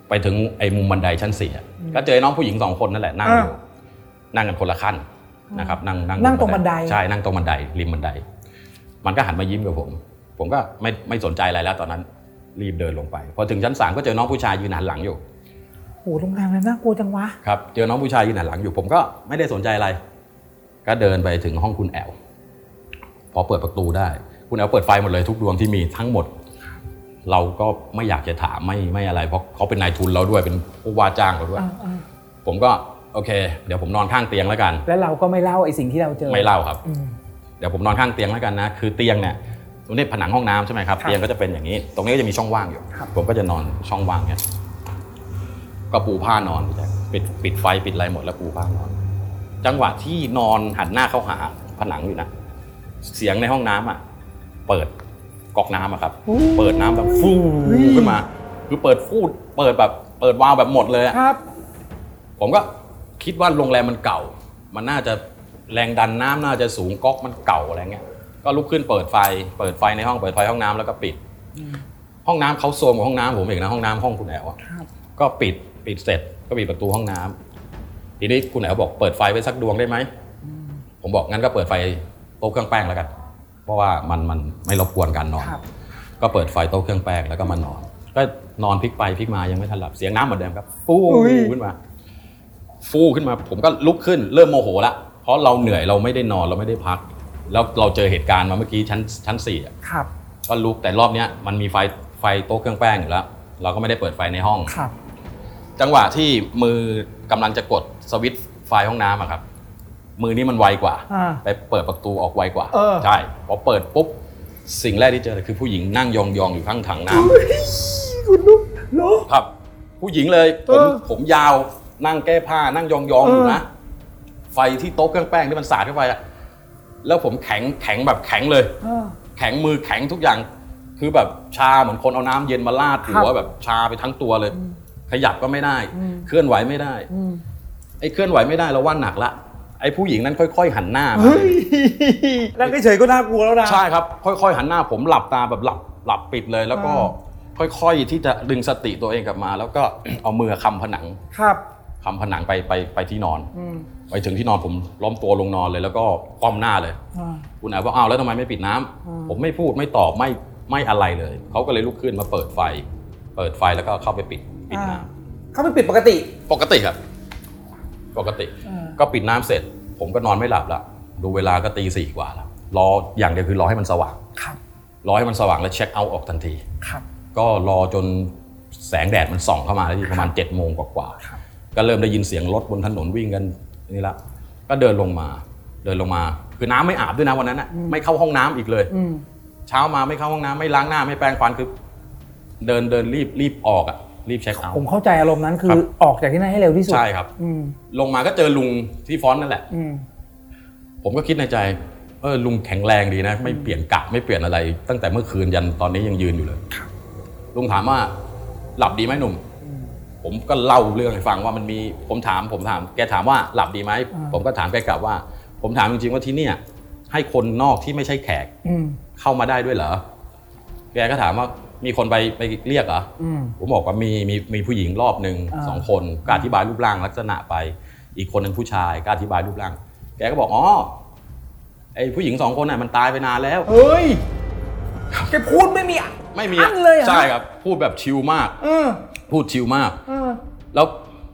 S7: ไปถึงไอ้มุมบันไดชั้นสี่อะก็เจอน้องผู้หญิงสองคนนั่นแหละนั่งอยู่
S5: อ่า
S7: นั่งกันคนละขั้นนะครับ นั่งนั่ง
S5: นั่งตรงบันได
S7: ใช่นั่งตรงบันไดริมบันได มันก็หันมายิ้มกับผม ผมก็ไม่ไม่สนใจอะไรแล้ว ตอนนั้นรีบเดินลงไปพอถึงชั้นสามก็เจอน้องผู้ชายยืนหันหลังอยู่
S5: โหโรงแรมนั้นน่ากลัวจังวะ
S7: ครับเจอน้องผู้ชายยืนหันหลังอยู่ผมก็ไม่ได้สนใจอะไร ก็เดินไปถึงห้องคุณแอลพอเปิดประตูได้ คุณแอลเปิดไฟหมดเลยทุกดวงที่มีทั้งหมด เราก็ไม่อยากจะถามไม่ไม่อะไร เพราะเขาเป็นนายทุนเราด้วยเป็นผู้ว่าจ้างเราด้วย ผมก็โอเค เดี๋ยวผมนอนข้างเตียงแล้วกัน
S5: แล้วเราก็ไม่เล่าไอ้สิ่งที่เราเจอ
S7: ไม่เล่าครับ เดี๋ยวผมนอนข้างเตียงแล้วกันนะ คือเตียงเนี่ยตรงนี้ผนังห้องน้ำใช่ไหมครับ
S5: ครับ
S7: เตียงก็จะเป็นอย่างนี้ ตรงนี้ก็จะมีช่องว่างอยู่ ผมก็จะนอนช่องว่างเนี่ยก็ปูผ้านอนพี่แจ๊คปิดปิดไฟปิดอะไรหมดแล้วปูผ้านอน จังหวะที่นอนหันหน้าเข้าหาผนังอยู่นะ เสียงในห้องน้ำอ่ะ เปิดก๊อกน้ำอ่ะครับ เปิดน้ำแบบฟูขึ้นมา คือเปิดฟูด เปิดแบบเปิดวาล์วแบบหมดเลยอะ
S5: ครับ
S7: ผมก็คิดว่าโรงแรมมันเก่า มันน่าจะแรงดันน้ำน่าจะสูงก๊อกมันเก่าอะไรเงี้ย ก็ลุกขึ้นเปิดไฟ เปิดไฟในห้องเปิดไฟห้องน้ำแล้วก็ปิด ห้องน้ำเขาโซมกว่าห้องน้ำผมอีกนะห้องน้ำห้องคุณแอลอะก็ปิดปิดเสร็จก็ปิดประตูห้องน้ำทีนี้คุณแอลบอกเปิดไฟไว้สักดวงได้ไหมผมบอกงั้นก็เปิดไฟโต๊ะเครื่องแป้งแล้วกัน เพราะว่ามันมันไม่รบกวนการนอน
S5: ครับ
S7: ก็เปิดไฟโต๊ะเครื่องแป้งแล้วก็มานอน ก็นอนพลิกไปพลิกมายังไม่ทันหลับเสียงน้ำเหมือนเดิมครับ ฟูขึ้นมา ฟูขึ้นมาผมก็ลุกขึ้นเริ่มโมโหละเพราะเราเหนื่อยเราไม่ได้นอนเราไม่ได้พัก แล้วเราเจอเหตุการณ์มาเมื่อกี้ชั้นชั้นสี่อะ
S5: ครับ
S7: ก็ลุกแต่รอบเนี้ยมันมีไฟไฟโต๊ะเครื่องแป้งอยู่แล้ว เราก็ไม่ได้เปิดไฟในห้อง
S5: ครับ
S7: จังหวะที่มือกำลังจะกดสวิตช์ไฟห้องน้ำอะครับ มือนี้มันไวกว่า
S5: อ่า
S7: ไปเปิดประตูออกไวกว่า
S5: เออ
S7: ใช่พอเปิดปุ๊บสิ่งแรกที่เจอเลยคือผู้หญิงนั่งยองๆอยู่ข้างถังน้ำ
S5: คุณลุกลุก
S7: ครับผู้หญิงเลยผ
S5: เอ
S7: ม
S5: อ
S7: ผมยาวนั่งแก้ผ้านั่งยองๆอยู่
S5: เออ
S7: นะไฟที่โต๊ะเครื่องแป้งที่มันสาดเข้าไปอะแล้วผมแข็งแข็งแบบแข็งเลย
S5: เออ
S7: แข็งมือแข็งทุกอย่าง คือแบบชาเหมือนคนเอาน้ำเย็นมาลาดหั
S5: ค
S7: ว
S5: รับ
S7: แบบชาไปทั้งตัวเลย ขยับก็ไม่ได้ เคลื่อนไหวไม่ได้ไอ้เคลื่อนไหวไม่ได้เราว่าหนักละไอ้ผู้หญิงนั้นค่อย ๆ หันหน้ามา
S2: นั่งเฉยๆก็น่ากลัวแล้วนะ
S7: ใช่ครับ ค่อยๆ หันหน้าผมหลับตาแบบหลับหลับปิดเลย แล้วก็ค่อยๆที่จะดึงสติตัวเองกลับมา แล้วก็ เอามือคำผนัง
S5: ครับ
S7: คำผนังไปไปไปที่นอนไปถึงที่นอนผมล้มตัวลงนอนเลย แล้วก็คว่ำหน้าเลย
S5: อ่า
S7: คุณอาบอกอ้าวแล้วทำไมไม่ปิดน้ำผมไม่พูดไม่ตอบไม่ไม่อะไรเลยเขาก็เลยลุกขึ้นมาเปิดไฟ เปิดไฟแล้วก็เข้าไปปิดปิดน้ำ
S5: อ่า เขาไม่ปิดปกติ
S7: ปกติครับ ปกติ
S5: อ่า
S7: ก็ปิดน้ำเสร็จ ผมก็นอนไม่หลับละดูเวลาก็ตีสี่กว่าแล้วรออย่างเดียวคือรอให้มันสว่าง
S5: ครับ
S7: รอให้มันสว่างแล้วเช็คเอาท์ออกทันที
S5: ครับ
S7: ก็รอจนแสงแดดมันส่องเข้ามาที่ประมาณ7จ็ดโมงกว่าๆ
S5: ครับ
S7: ก็เริ่มได้ยินเสียงรถบนถนนวิ่งกันนี่ละก็เดินลงมา เดินลงมา คือน้ำไม่อาบด้วยนะวันนั้นน่ะไม่เข้าห้องน้ำอีกเลย
S5: อืม
S7: เช้ามาไม่เข้าห้องน้ำไม่ล้างหน้าไม่แปรงฟันคือ เดินเดินรีบรีบออกอะรีบเช็คเอาท์
S5: ผมเข้าใจอารมณ์นั้นคื
S7: ครั
S5: อบ ออกจากที่นั่นให้เร็วที่สุด
S7: ใช่ครับ
S5: อืม
S7: ลงมาก็เจอลุงที่ฟอนต์นั่นแหละ
S5: อืม
S7: ผมก็คิดในใจ เออลุงแข็งแรงดีนะ ไม่เปลี่ยนกะไม่เปลี่ยนอะไร ตั้งแต่เมื่อคืนยันตอนนี้ยังยืนอยู่เลยลุงถามว่า หลับดีไหมหนุ่ม ผมก็เล่าเรื่องให้ฟังว่ามันมีผมถาม ผมถาม แกถามว่าหลับดีไหม
S5: อ่า
S7: ผมก็ถามแกกลับว่า ผมถามจริงๆว่าที่เนี่ย ให้คนนอกที่ไม่ใช่แขก
S5: อืม
S7: เข้ามาได้ด้วยเหรอแกก็ถามว่ามีคนไปไปเรียกเหรอ
S5: อืม
S7: ผมบอกว่ามีมีมีผู้หญิงรอบหนึ่ง
S5: อ่า
S7: สองคนก็อธิบายรูปร่างลักษณะไป อีกคนหนึ่งผู้ชายก็อธิบายรูปร่าง แกก็บอกอ๋อไอผู้หญิงสองคนน่ะมันตายไปนานแล้ว
S5: เฮ้ยแกพูดไม่มี
S7: ไม่มี
S5: อั้นเลยเหรอ
S7: ใช่ครับ พูดแบบชิลมาก
S5: เออ
S7: พูดชิลมาก
S5: เออ
S7: แล้ว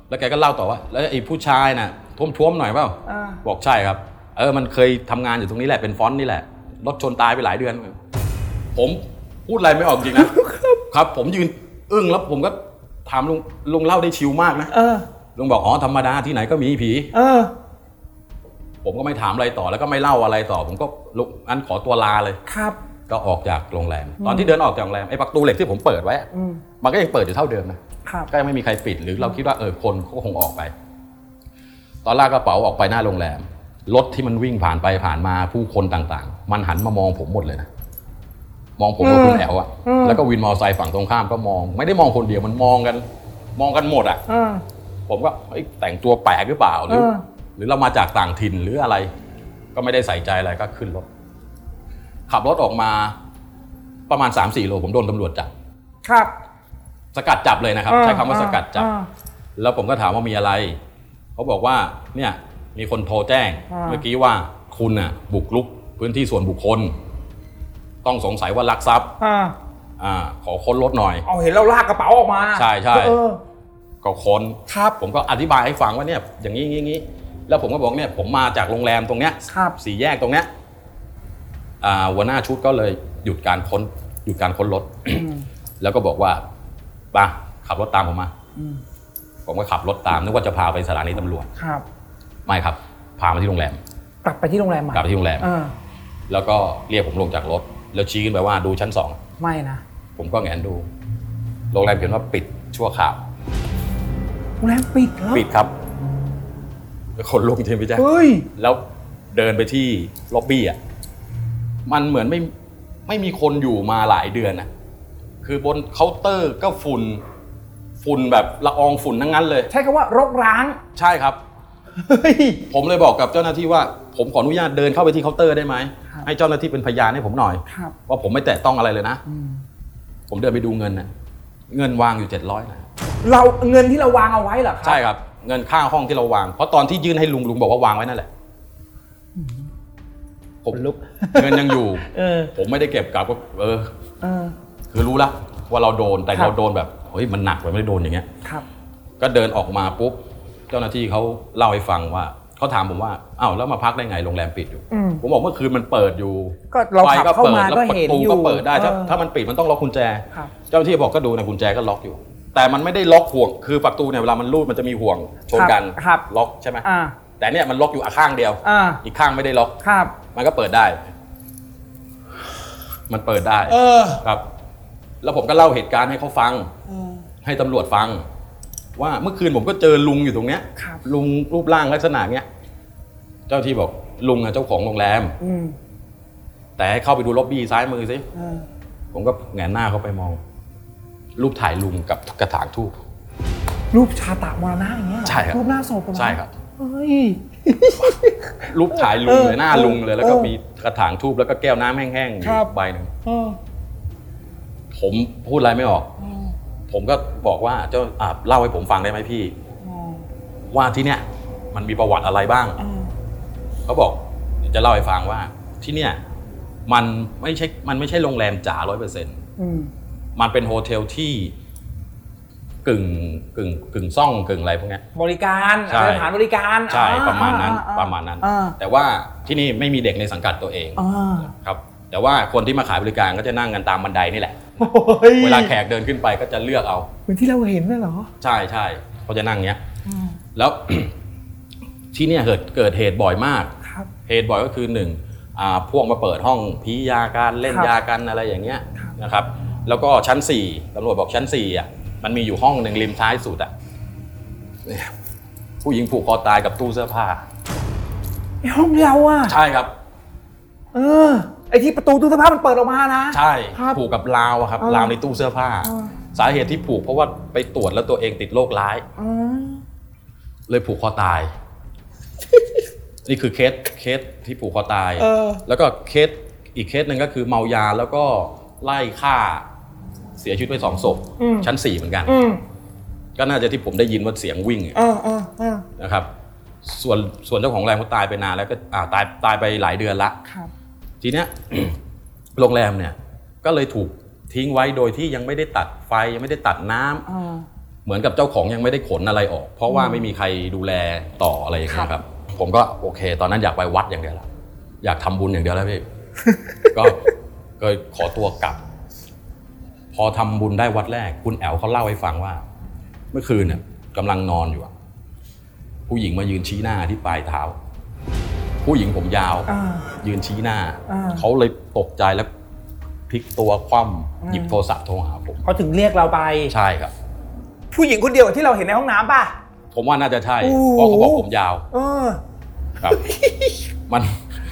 S7: แล้วแกก็เล่าต่อว่า แล้วไอ้ผู้ชายน่ะท้วมท้วมๆหน่อยเปล่า
S5: อ่า
S7: บอกใช่ครับ เออมันเคยทำงานอยู่ตรงนี้แหละเป็นฟอนต์นี่แหละรถชนตายไปหลายเดือน ผมพูดอะไรไม่ออกจริงนะครับ ผมยืนอึ้งแล้วผมก็ ถามลุงลุงเล่าได้ชิวมากนะ
S5: เออ
S7: ลุงบอกอ๋อธรรมดาที่ไหนก็มีผี
S5: เออ
S7: ผมก็ไม่ถามอะไรต่อแล้วก็ไม่เล่าอะไรต่อ ผมก็ลุกอันขอตัวลาเลย
S5: ครับ
S7: ก็ออกจากโรงแรม ตอนที่เดินออกจากโรงแรมไอ้ประตูเหล็กที่ผมเปิดไว้อะมันก็ยังเปิดอยู่เท่าเดิมนะครับ ก็ยังไม่มีใครปิดหรือเราคิดว่าเออคนก็คงออกไป ตอนลากกระเป๋าออกไปหน้าโรงแรมรถที่มันวิ่งผ่านไปผ่านมาผู้คนต่างๆ มันหันมามองผมหมดเลยนะมองผมกับคุณแอลอะแล้วก็วินมอเตอร์ไซค์ฝั่งตรงข้ามก็มอง ไม่ได้มองคนเดียวมันมองกัน มองกันหมดอะ
S5: เออ
S7: ผมก็เอ้ยแต่งตัวแปลกหรือเปล่าหรือ
S5: เออ
S7: หรือเรามาจากต่างถิ่นหรืออะไร ก็ไม่ได้ใส่ใจอะไรก็ขึ้นรถ ขับรถออกมาประมาณ 3 4 โล ผมโดนตำรวจจับ
S5: ครับ
S7: สกัดจับเลยนะครับ ใช้คำว่าสกัดจับ
S5: อ่า
S7: แล้วผมก็ถามว่ามีอะไร เขาบอกว่าเนี่ยมีคนโทรแจ้ง
S5: อ่า
S7: เมื่อกี้ว่าคุณน่ะบุกรุกพื้นที่ส่วนบุคคล ต้องสงสัยว่าลักทรัพย์
S5: อ่า
S7: อ่าขอค้นรถหน่อย
S5: เอาเห็นเราลากกระเป๋าออกมา
S7: ใช่ใช่
S5: เออ
S7: ก็ค้น
S5: ครับ
S7: ผมก็อธิบายให้ฟังว่าเนี่ยอย่างนี้อย่างนี้แล้วผมก็บอกเนี่ยผมมาจากโรงแรมตรงเนี้ย
S5: ครับ
S7: สี่แยกตรงเนี้ยอ่าหัวหน้าชุดก็เลยหยุดการค้นหยุดการค้นรถ แล้วก็บอกว่ามาขับรถตามผมมาผมก็ขับรถตามนึกว่าจะพาไปสถานีตำรวจ
S5: ครับ
S7: ไม่ครับ พามาที่โรงแรม
S5: กลับไปที่โรงแรมใหม่
S7: กลับไปที่โรงแรม
S5: เออ
S7: แล้วก็เรียกผมลงจากรถ แล้วชี้ขึ้นไปว่าดูชั้นสอง
S5: ไม่นะ
S7: ผมก็แงนดู โรงแรมเขียนว่าปิดชั่วคราว
S5: โรงแรมปิดเหรอ
S7: ปิดครับคนลงใช่ไหมพี่แจ๊ค
S5: เฮ้ย
S7: แล้วเดินไปที่ล็อบบี้อ่ะ มันเหมือนไม่ไม่มีคนอยู่มาหลายเดือนอ่ะ คือบนเคาน์เตอร์ก็ฝุ่น ฝุ่นแบบละอองฝุ่นทั้งนั้นเลย
S5: ใช้คำว่ารกร้าง
S7: ใช่ครับ
S5: เฮ้ย
S7: ผมเลยบอกกับเจ้าหน้าที่ว่า ผมขออนุญาตเดินเข้าไปที่เคาน์เตอร์ได้ไหม ให้เจ้าหน้าที่เป็นพยานให้ผมหน่อย
S5: ครับ
S7: ว่าผมไม่แตะต้องอะไรเลยนะ ผมเดินไปดูเงินนะเงินวางอยู่เจ็ดร้อยนะ
S5: เราเงินที่เราวางเอาไว้เหรอครับ
S7: ใช่ครับ เงินค่าห้องที่เราวาง เพราะตอนที่ยื่นให้ลุงลุงบอกว่าวางไว้นั่นแหละผมลุก เงินยังอยู่ผมไม่ได้เก็บกลับก็เออ
S5: เออ
S7: คือรู้แล้วว่าเราโดนแต่
S5: ครับ
S7: เราโดนแบบเฮ้ยมันหนักไปไม่ได้โดนอย่างเงี้ย
S5: ครับ
S7: ก็เดินออกมาปุ๊บเจ้าหน้าที่เขาเล่าให้ฟังว่าเขาถามผมว่าอ้าวแล้วมาพักได้ไงโรงแรมปิดอยู่
S5: อืม
S7: ผมบอกเมื่อคืนมันเปิดอยู่
S5: ก็เรา
S7: ไฟ
S5: ขับเข้ามา
S7: แล้ว
S5: ก็
S7: ประ
S5: เห็น
S7: ตู
S5: อยู่
S7: ก็เปิดได้ถ้า
S5: เออ
S7: ถ้ามันปิดมันต้องล็อกกุญแจ
S5: ครับ
S7: เจ้าหน้าที่บอกก็ดูนะกุญแจก็ล็อกอยู่ แต่มันไม่ได้ล็อกห่วงคือประตูเนี่ยเวลามันรูดมันจะมีห่วงชนกัน
S5: ครับครับ
S7: ล็อกใช่ไหม
S5: อ่า
S7: แต่เนี่ยมันล็อกอยู่ข้างเดียว
S5: อ่า
S7: อีกข้างไม่ได้ล็อก
S5: ครับ
S7: มันก็เปิดได้ มันเปิดได้
S5: เออ
S7: ครับ แล้วผมก็เล่าเหตุการณ์ให้เขาฟัง ให้ตำรวจฟัง ว่าเมื่อคืนผมก็เจอลุงอยู่ตรงเนี้ย
S5: ครับ
S7: ลุงรูปร่างลักษณะเนี้ย เจ้าที่บอกลุงอะเจ้าของโรงแรม
S5: อืม
S7: แต่ให้เข้าไปดูล็อบบี้ซ้ายมือสิ
S5: เออ
S7: ผมก็แหงนหน้าเข้าไปมอง รูปถ่ายลุงกับกระถางทูบ
S5: รูปชาตามรณะอย่างเงี้ยเหอ
S7: ใช่ครับ
S5: รูปหน้าศพอะนะ
S7: ใช่ครับ
S5: เฮ้ย
S7: รูปถ่ายลุงเลยหน้า
S5: เออ
S7: ลุงเลย แล้วก็
S5: เออ
S7: มีกระถางทูบแล้วก็แก้วน้ำแห้งๆอยู่
S5: ครับ
S7: ใบหนึ่ง
S5: เออ
S7: ผมพูดอะไรไม่ออก ผมก็บอกว่าเจ้าอ่ะเล่าให้ผมฟังได้ไหมพี่ ว่าที่เนี่ย มันมีประวัติอะไรบ้าง เขาบอกเดี๋ยวจะเล่าให้ฟังว่า ที่เนี่ย มันไม่ใช่ มันไม่ใช่โรงแรมจ๋าร้อยเปอร์เซ็นต์มันเป็นโฮเทลที่กึ่งกึ่งกึ่งซ่องกึ่งอะไรพวกเนี้ย
S5: บริการ
S7: ใช่
S5: สถานบริการ
S7: ใช่
S5: อ่
S7: ประมาณนั้น
S5: อ่อ่
S7: ประมาณนั้น
S5: อ่า
S7: แต่ว่าที่นี่ไม่มีเด็กในสังกัดตัวเอง
S5: อ่า
S7: ครับ แต่ว่าคนที่มาขายบริการก็จะนั่งกันตามบันไดนี่แหละ
S5: โอ้ย
S7: เวลาแขกเดินขึ้นไปก็จะเลือกเอา
S5: เหมือนที่เราเห็นน่ะเหรอ
S7: ใช่ใช่เขาจะนั่งเงี้ยแล้ว ที่เนี่ยเกิดเกิดเหตุบ่อยมาก
S5: ครับ
S7: เหตุบ่อยก็คือหนึ่งอ่าพวกมาเปิดห้องพียาการเล่น
S5: ครับ
S7: ยากันอะไรอย่างเงี้ยนะครับ แล้วก็ชั้นสี่ตำรวจบอกชั้นสี่อ่ะมันมีอยู่ห้องหนึ่งริมท้ายสุดอ่ะเนี่ยผู้หญิงผูกคอตายกับตู้เสื้อ ผ้า
S5: ไอ้ห้องเราอ่ะ
S7: ใช่ครับ
S5: เออ ไอ้ที่ประตูตู้เสื้อผ้ามันเปิดออกมานะ
S7: ใช่
S5: ครับ
S7: ผูกกับราวอะครับ
S5: อ่าร
S7: ราวในตู้เสื้อผ้า
S5: อ่า
S7: สาเหตุที่ผูกเพราะว่าไปตรวจแล้วตัวเองติดโรคร้าย
S5: อืม
S7: เลยผูกคอ ตาย นี่คือเคสเคสที่ผูกคอตาย
S5: เออ
S7: แล้วก็เคสอีกเคสหนึ่งก็คือเมายาแล้วก็ไล่ฆ่าเสียชีวิตไปสองศพ
S5: อืม
S7: ชั้นสี่เหมือนกัน
S5: อืม
S7: ก็น่าจะที่ผมได้ยินว่าเสียงวิ่งอะ
S5: เออเออเออ
S7: นะครับ ส่วนส่วนเจ้าของโรงแรมเขาตายไปนานแล้วก็อ่าตายตายไปหลายเดือนละ
S5: ครับ
S7: ทีเนี้ย โรงแรมเนี่ยก็เลยถูกทิ้งไว้โดยที่ยังไม่ได้ตัดไฟยังไม่ได้ตัดน้ำ
S5: อ่า
S7: เหมือนกับเจ้าของยังไม่ได้ขนอะไรออก เพราะว่าไม่มีใครดูแลต่ออะไรอย่างเงี้ยครับ ผมก็โอเค ตอนนั้นอยากไปวัดอย่างเดียวละอยากทำบุญอย่างเดียวแล้ว พี่ ก็ก็ขอตัวกลับ พอทำบุญได้วัดแรก คุณแอลเขาเล่าให้ฟังว่า เมื่อคืนเนี่ยกำลังนอนอยู่อะผู้หญิงมายืนชี้หน้าที่ปลายเท้า ผู้หญิงผมยาว ยืนชี้หน้า เขาเลยตกใจแล้วพลิกตัวคว่ำหยิบโทรศัพท์โทรหาผม
S2: เขาถึงเรียกเราไป
S7: ใช่ครับ
S2: ผู้หญิงคนเดียวกับที่เราเห็นในห้องน้ำป่ะ
S7: ผมว่าน่าจะใช่
S2: โอ้โห
S7: เพราะเขาบอกผมยาว
S2: เออ
S7: ครับ มัน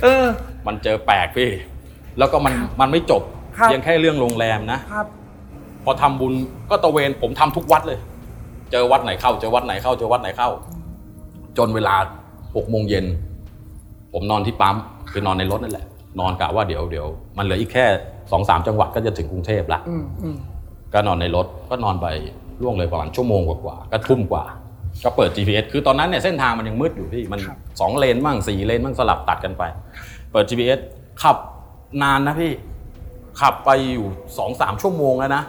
S2: เออ
S7: มันเจอแปลกพี่ แล้วก็มันมันไม่จบ
S2: ครับ
S7: ยังแค่เรื่องโรงแรมนะ
S2: ครับ
S7: พอทำบุญก็ตระเวนผมทำทุกวัดเลย เจอวัดไหนเข้า เจอวัดไหนเข้า เจอวัดไหนเข้า จนเวลาหกโมงเย็น ผมนอนที่ปั๊มคือนอนในรถนั่นแหละ นอนกะว่าเดี๋ยวเดี๋ยวมันเหลืออีกแค่สองสามจังหวัดก็จะถึงกรุงเทพละก็นอนในรถก็นอนไปล่วงเลยประมาณชั่วโมงกว่าๆก็ทุ่มกว่า ก็เปิด GPS คือตอนนั้นเนี่ยเส้นทางมันยังมืดอยู่พี่มันสองเลนบ้างสี่เลนบ้างสลับตัดกันไป เปิด GPS ขับนานนะพี่ ขับไปอยู่สองสามชั่วโมงแล้วนะ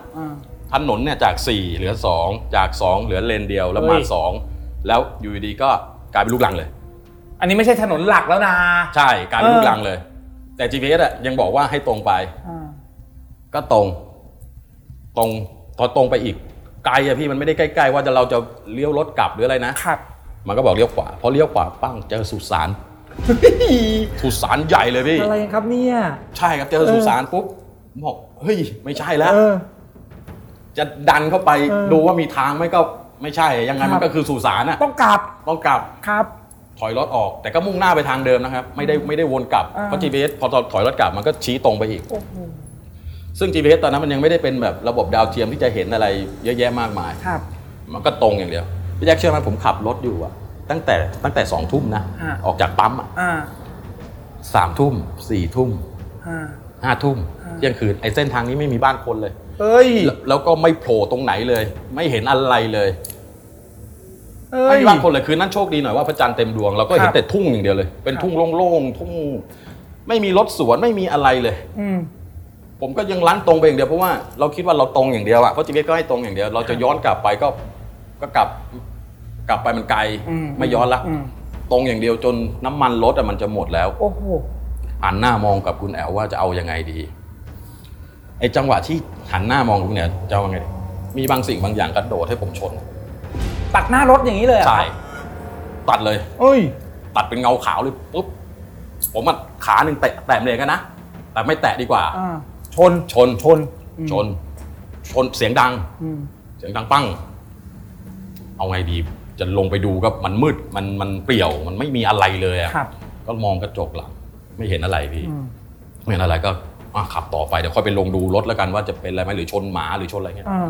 S7: ถนนเนี่ยจาก 4 เหลือ 2 จาก 2 เหลือเลนเดียวแล้วมา
S2: เฮ้ย
S7: 2 แล้วอยู่ดีๆก็กลายเป็นลูกลังเลย
S2: อันนี้ไม่ใช่ถนนหลักแล้วนะ
S7: ใช่กลายเป็
S2: เอ
S7: น
S2: อ
S7: ลูกลังเลย แต่ GPS อะยังบอกว่าให้ตรงไป ก็ตรง ตรงพอตรงไปอีก ไกลอะพี่มันไม่ได้ใกล้ๆว่าจะเราจะเลี้ยวรถกลับหรืออะไรนะ
S2: ครับ
S7: มันก็บอกเลี้ยวขวาพอเลี้ยวขวาปั้งเจอสุสานสุสานใหญ่เลยพี่
S2: อะไรครับเนี่ย
S7: ใช่ครับเจอสุสานปุ๊บผมบอกเฮ้ยไม่ใช่แล้ว
S2: เออ
S7: จะดันเข้าไป
S2: เออ
S7: ดูว่ามีทางไหมก็ไม่ใช่ยังไง
S2: ครับ
S7: มันก็คือสุสานอะ
S2: ต้องกลับ
S7: ต้องกลับ
S2: ครับ
S7: ถอยรถออก แต่ก็มุ่งหน้าไปทางเดิมนะครับ ไม่ได้ไม่ได้วนกลับ
S2: อ่า
S7: เพราะ GPS พอถอยรถกลับมันก็ชี้ตรงไปอีก ซึ่ง GPS ตอนนั้นมันยังไม่ได้เป็นแบบระบบดาวเทียมที่จะเห็นอะไรเยอะแยะมากมาย
S2: ครับ
S7: มันก็ตรงอย่างเดียวพี่แจ็คเชื่อไหมผมขับรถอยู่อะตั้งแต่ตั้งแต่สองทุ่มนะ
S2: อ่า
S7: ออกจากปั๊มอะ
S2: อ่า
S7: สามทุ่มสี่ทุ่ม
S2: อ่า
S7: ห้าทุ่มเที่ยงคืนไอ้เส้นทางนี้ไม่มีบ้านคนเลย
S2: เอ้ย
S7: แล้วแล้วก็ไม่โผล่ตรงไหนเลย ไม่เห็นอะไรเลย
S2: เอ้ย
S7: ไม่มีบางคนเลยคืนนั้นโชคดีหน่อยว่าพระจันทร์เต็มดวงเราก็
S2: คน
S7: เห็
S2: รับ
S7: แต่ทุ่งอย่างเดียวเลย เป็นทุ่งโล่งๆทุ่งไม่มีรถสวนไม่มีอะไรเลย
S2: อืม
S7: ผมก็ยังลั้นตรงไปอย่างเดียวเพราะว่าเราคิดว่าเราตรงอย่างเดียวอะเพราะจีเวก็ให้ตรงอย่างเดียว เราจะย้อนกลับไปก็ก็กลับกลับไปมันไกล
S2: อืม
S7: ไม่ย้อนละ
S2: อืม
S7: ตรงอย่างเดียวจนน้ำมันรถอะมันจะหมดแล้ว
S2: โอ้โห
S7: หันหน้ามองกับคุณแอลว่าจะเอายังไงดีไอ้จังหวะที่หันหน้ามองคุณเนี่ยจะเอายังไงดีมีบางสิ่งบางอย่างกระโดดให้ผมชน
S2: ตักหน้ารถอย่างนี้เลยเหรอ
S7: ใช่ตัดเลย
S2: เอ้ย
S7: ตัดเป็นเงาขาวเลยปุ๊บผมอ่ะขาหนึ่งแตะแตะเบรกอะนะแต่ไม่แตะดีกว่า
S2: อ่า
S7: ชนชนชนชน ชนเสียงดังเสียงดังปั้ง เอาไงดี จะลงไปดูก็มันมืดมันมันเปลี่ยวมันไม่มีอะไรเลยอะ
S2: ครับ
S7: ก็มองกระจกหลังไม่เห็นอะไรพี่ไม่เห็นอะไรก็อ่ะขับต่อไปเดี๋ยวค่อยไปลงดูรถแล้วกันว่าจะเป็นอะไรไหมหรือชนหมาหรือชนอะไรเงี้ย
S2: อ่า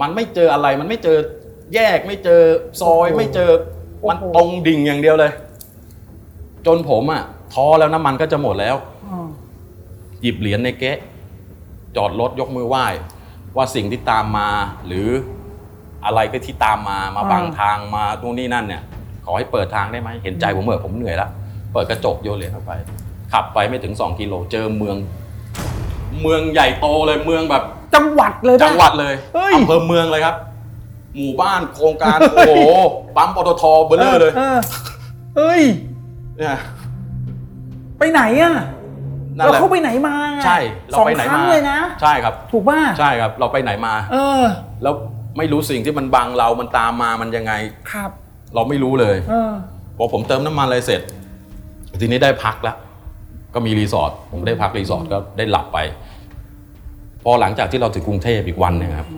S7: มันไม่เจออะไร มันไม่เจอแยก ไม่เจอซอย ไม่เจอ มัน
S2: โอ้โห
S7: ตรงดิ่งอย่างเดียวเลย จนผมอ่ะท้อแล้วน้ำมันก็จะหมดแล้ว
S2: อ่า
S7: หยิบเหรียญในเก๊ะ จอดรถยกมือไหว้ ว่าสิ่งที่ตามมา หรืออะไรก็ที่ตามมา มาบัง
S2: อ่า
S7: ทางมานู่นนี่นั่นเนี่ย ขอให้เปิดทางได้ไหม เห็นใจผมเหอะผมเหนื่อยแล้วเปิดกระจกโยนเหรียญเข้าไป ขับไปไม่ถึงสองกิโลเจอเมือง เมืองใหญ่โตเลยเมืองแบบ
S2: จังหวัดเลยปะ
S7: จังหวัดเลย
S2: เฮ้ย
S7: อำเภอเมืองเลยครับ หมู่บ้านโครงการ โอ้โห ปั๊มปตทเบลเลอร์เลย
S2: ออเอ้ย
S7: เนี่ย
S2: ไปไหนอ่ะ
S7: นั่น
S2: เรา
S7: แหละ
S2: เข้าไปไหนมา
S7: ใช่ เรา
S2: สอง
S7: ไปไหน
S2: ครั้
S7: มาง
S2: เลยนะ
S7: ใช่ครับ
S2: ถูกป่ะ
S7: ใช่ครับ เราไปไหนมา
S2: เออ
S7: แล้วไม่รู้สิ่งที่มันบังเรา มันตามมา มันยังไง
S2: ครับ
S7: เราไม่รู้เลย
S2: เออ
S7: พอผมเติมน้ำมันอะไรเสร็จ ทีนี้ได้พักแล้ว ก็มีรีสอร์ทผมได้พักรีสอร์ทก็ได้หลับไป พอหลังจากที่เราถึงกรุงเทพอีกวันหนึงครับ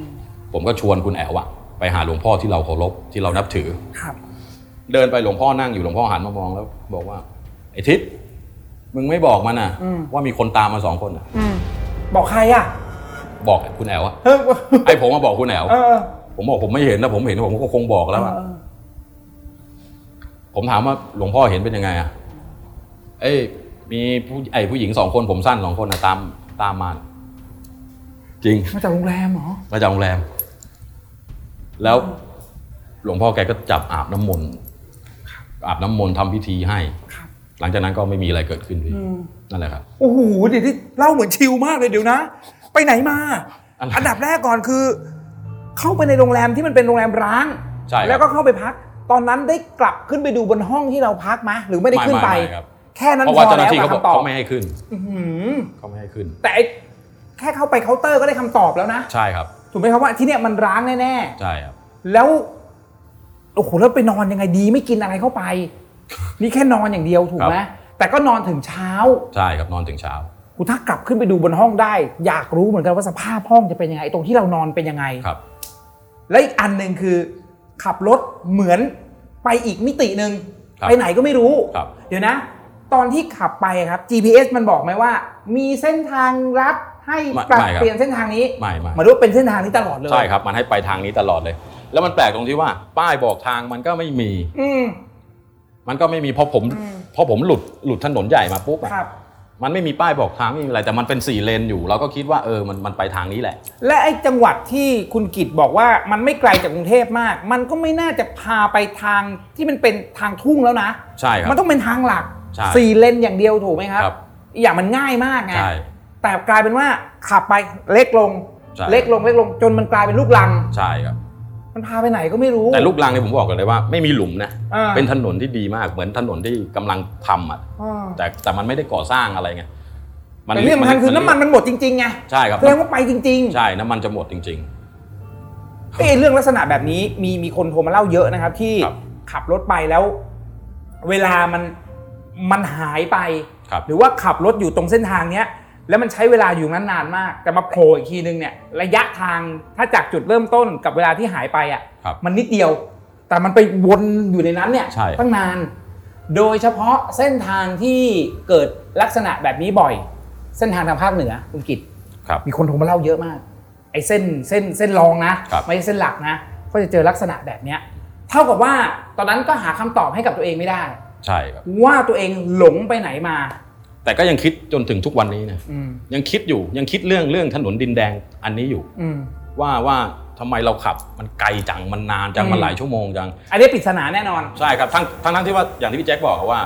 S7: ผมก็ชวนคุณแอ๋วอะไปหาหลวงพ่อที่เราเคารพที่เรานับถือ
S2: ครับ
S7: เดินไปหลวงพ่อนั่งอยู่หลวงพ่อหันมามองแล้ว บอกว่า ไอ้ทิศมึงไม่บอกมันนะ
S2: อืม
S7: ว่ามีคนตามมาสองคนน่ะ
S2: อืม บอกใครอ่ะ
S7: บอกคุณแอลอะ
S2: เออ
S7: ไอ้ผมมาบอกคุณแอล
S2: เออ
S7: ผมบอกผมไม่เห็นนะผมเห็นผมก็คงบอกแล้วอะ
S2: เออ
S7: ผมถามว่าหลวงพ่อเห็นเป็นยังไงอะเอ้ยมีผู้ไอ้ผู้หญิงสองคนผมสั้นสองคนนะตามตามมา จริง
S5: มาจากโรงแรมเหรอ
S7: มาจากโรงแรม แล้วหลวงพ่อแกก็จับอาบน้ำมนต์อาบน้ำมนต์ทำพิธีให้ หลังจากนั้นก็ไม่มีอะไรเกิดขึ้นพี่นั่นแหละครับ
S2: โอ้โห เดี๋ยวที่เล่าเหมือนชิลมากเลยเดี๋ยวนะ ไปไหนมา
S7: อะไร
S2: อันดับแรกก่อนคือ เข้าไปในโรงแรมที่มันเป็นโรงแรมร้าง
S7: ใช่ครับ
S2: แล้วก็เข้าไปพัก ตอนนั้นได้กลับขึ้นไปดูบนห้องที่เราพักมะหรือไม่ได้ขึ้นไป
S7: ม่ครับ
S2: แค่นั้น
S7: เพราะ
S2: พอ
S7: ว่าเจ้าห
S2: แล้
S7: น้าว ที่เขาบอก
S2: คำตอบ
S7: เขาไม่ให้ขึ้น
S2: อื้อหือ
S7: เขาไม่ให้ขึ้น
S2: แต่ไอ้แค่เข้าไปเคาน์เตอร์ก็ได้คำตอบแล้วนะ
S7: ใช่ครับ
S2: ถูกไหมครับว่าที่เนี่ยมันร้างแน่
S7: ใช่ครับ
S2: ๆ แล้วโอ้โหแล้วไปนอนยังไงดีไม่กินอะไรเข้าไป นี่แค่นอนอย่างเดียวถูกไหม
S7: ครับ
S2: แต่ก็นอนถึงเช้า
S7: ใช่ครับนอนถึงเช้า
S2: กูถ้ากลับขึ้นไปดูบนห้องได้ อยากรู้เหมือนกันว่าสภาพห้องจะเป็นยังไงไอ้ตรงที่เรานอนเป็นยังไง
S7: ครับ
S2: และอีกอันหนึ่งคือ ขับรถเหมือนไปอีกมิติหนึ่ง
S7: ครับ
S2: ไปไหนก็ไม่รู้
S7: ครับ
S2: เดี๋ยวนะ ตอนที่ขับไปครับ GPS มันบอกไหมว่า มีเส้นทางลัดให้
S7: ไม่
S2: ปรับ
S7: ไม่ครับ
S2: เปลี่ยนเส้นทางนี้
S7: ไม่ไม่
S2: หมายถึงว่าเป็นเส้นทางนี้ตลอดเลย
S7: ใช่ครับมันให้ไปทางนี้ตลอดเลย แล้วมันแปลกตรงที่ว่า ป้ายบอกทางมันก็ไม่มี
S2: อืม
S7: มันก็ไม่มีพอผม
S2: อืม
S7: พอผมหลุดหลุดถนนใหญ่มาปุ๊บอะ
S2: ครับ
S7: มันไม่มีป้ายบอกทางไม่มีอะไรแต่มันเป็นสี่เลนอยู่เราก็คิดว่าเออมันมันไปทางนี้แหละ
S2: และไอ้จังหวัดที่คุณกิตบอกว่ามันไม่ไกลจากกรุงเทพมาก มันก็ไม่น่าจะพาไปทางที่มันเป็นทางทุ่งแล้วนะ
S7: ใช่ครับ
S2: มันต้องเป็นทางหลัก
S7: ใช่
S2: สี่เลนอย่างเดียวถูกไหมครับ
S7: ครับ
S2: อีกอย่างมันง่ายมากไง
S7: ใช่
S2: แต่กลายเป็นว่าขับไปเล็กลง
S7: ใช่
S2: เล็กลงเล็กลงจนมันกลายเป็นลูกลัง
S7: ใช่ครับ
S2: มันพาไปไหนก็ไม่รู้
S7: แต่ลูกรังเนี่ยผมบอกกันเลยว่าไม่มีหลุมนะ
S2: อ่า
S7: เป็นถนนที่ดีมากเหมือนถนนที่กำลังทำอ่ะ
S2: อ่า
S7: แต่แต่มันไม่ได้ก่อสร้างอะไรไง
S2: แต่เรื่องสำคัญคือน้ำมันมันหมดจริงๆไง
S7: ใช่ครับ
S2: แสดงว่าไปจริง
S7: ใช่น้ำมันจะหมดจริง
S2: ๆเอ้ยเรื่องลักษณะแบบนี้มีมีคนโทรมาเล่าเยอะนะครับ ที่
S7: ครับ
S2: ขับรถไปแล้ว เวลามันมันหายไป
S7: ครับ
S2: หรือว่าขับรถอยู่ตรงเส้นทางเนี้ย แล้วมันใช้เวลาอยู่นั้นนานมาก แต่มาโผล่อีกทีนึงเนี่ย ระยะทางถ้าจากจุดเริ่มต้นกับเวลาที่หายไปอ่ะ
S7: ๆครับ
S2: มันนิดเดียว แต่มันไปวนอยู่ในนั้นเนี่ย
S7: ใช่
S2: ตั้งนาน โดยเฉพาะเส้นทางที่เกิดลักษณะแบบนี้บ่อย เส้นทางทางภาคเหนือคุณกิต
S7: ครับ
S2: มีคนโทรมาเล่าเยอะมาก ไอ้เส้นเส้นเส้นรองนะ
S7: ครับ
S2: ไม่ใช่เส้นหลักนะ ก็จะเจอลักษณะแบบเนี้ยเท่ากับว่าตอนนั้นก็หาคำตอบให้กับตัวเองไม่ได้
S7: ใช่ครับ
S2: ว่าตัวเองหลงไปไหนมา
S7: แต่ก็ยังคิดจนถึงทุกวันนี้นะ
S2: อืม
S7: ยังคิดอยู่ยังคิดเรื่องเรื่องถนนดินแดงอันนี้อยู่
S2: อืม
S7: ว่าว่าทำไมเราขับมันไกลจังมันนานจัง
S2: อืม
S7: มันหลายชั่วโมงจัง
S2: อันนี้ปริศนาแน่นอน
S7: ใช่ครับทั้งทั้งทั้งที่ว่าอย่างที่พี่แจ็คบอกอะว่า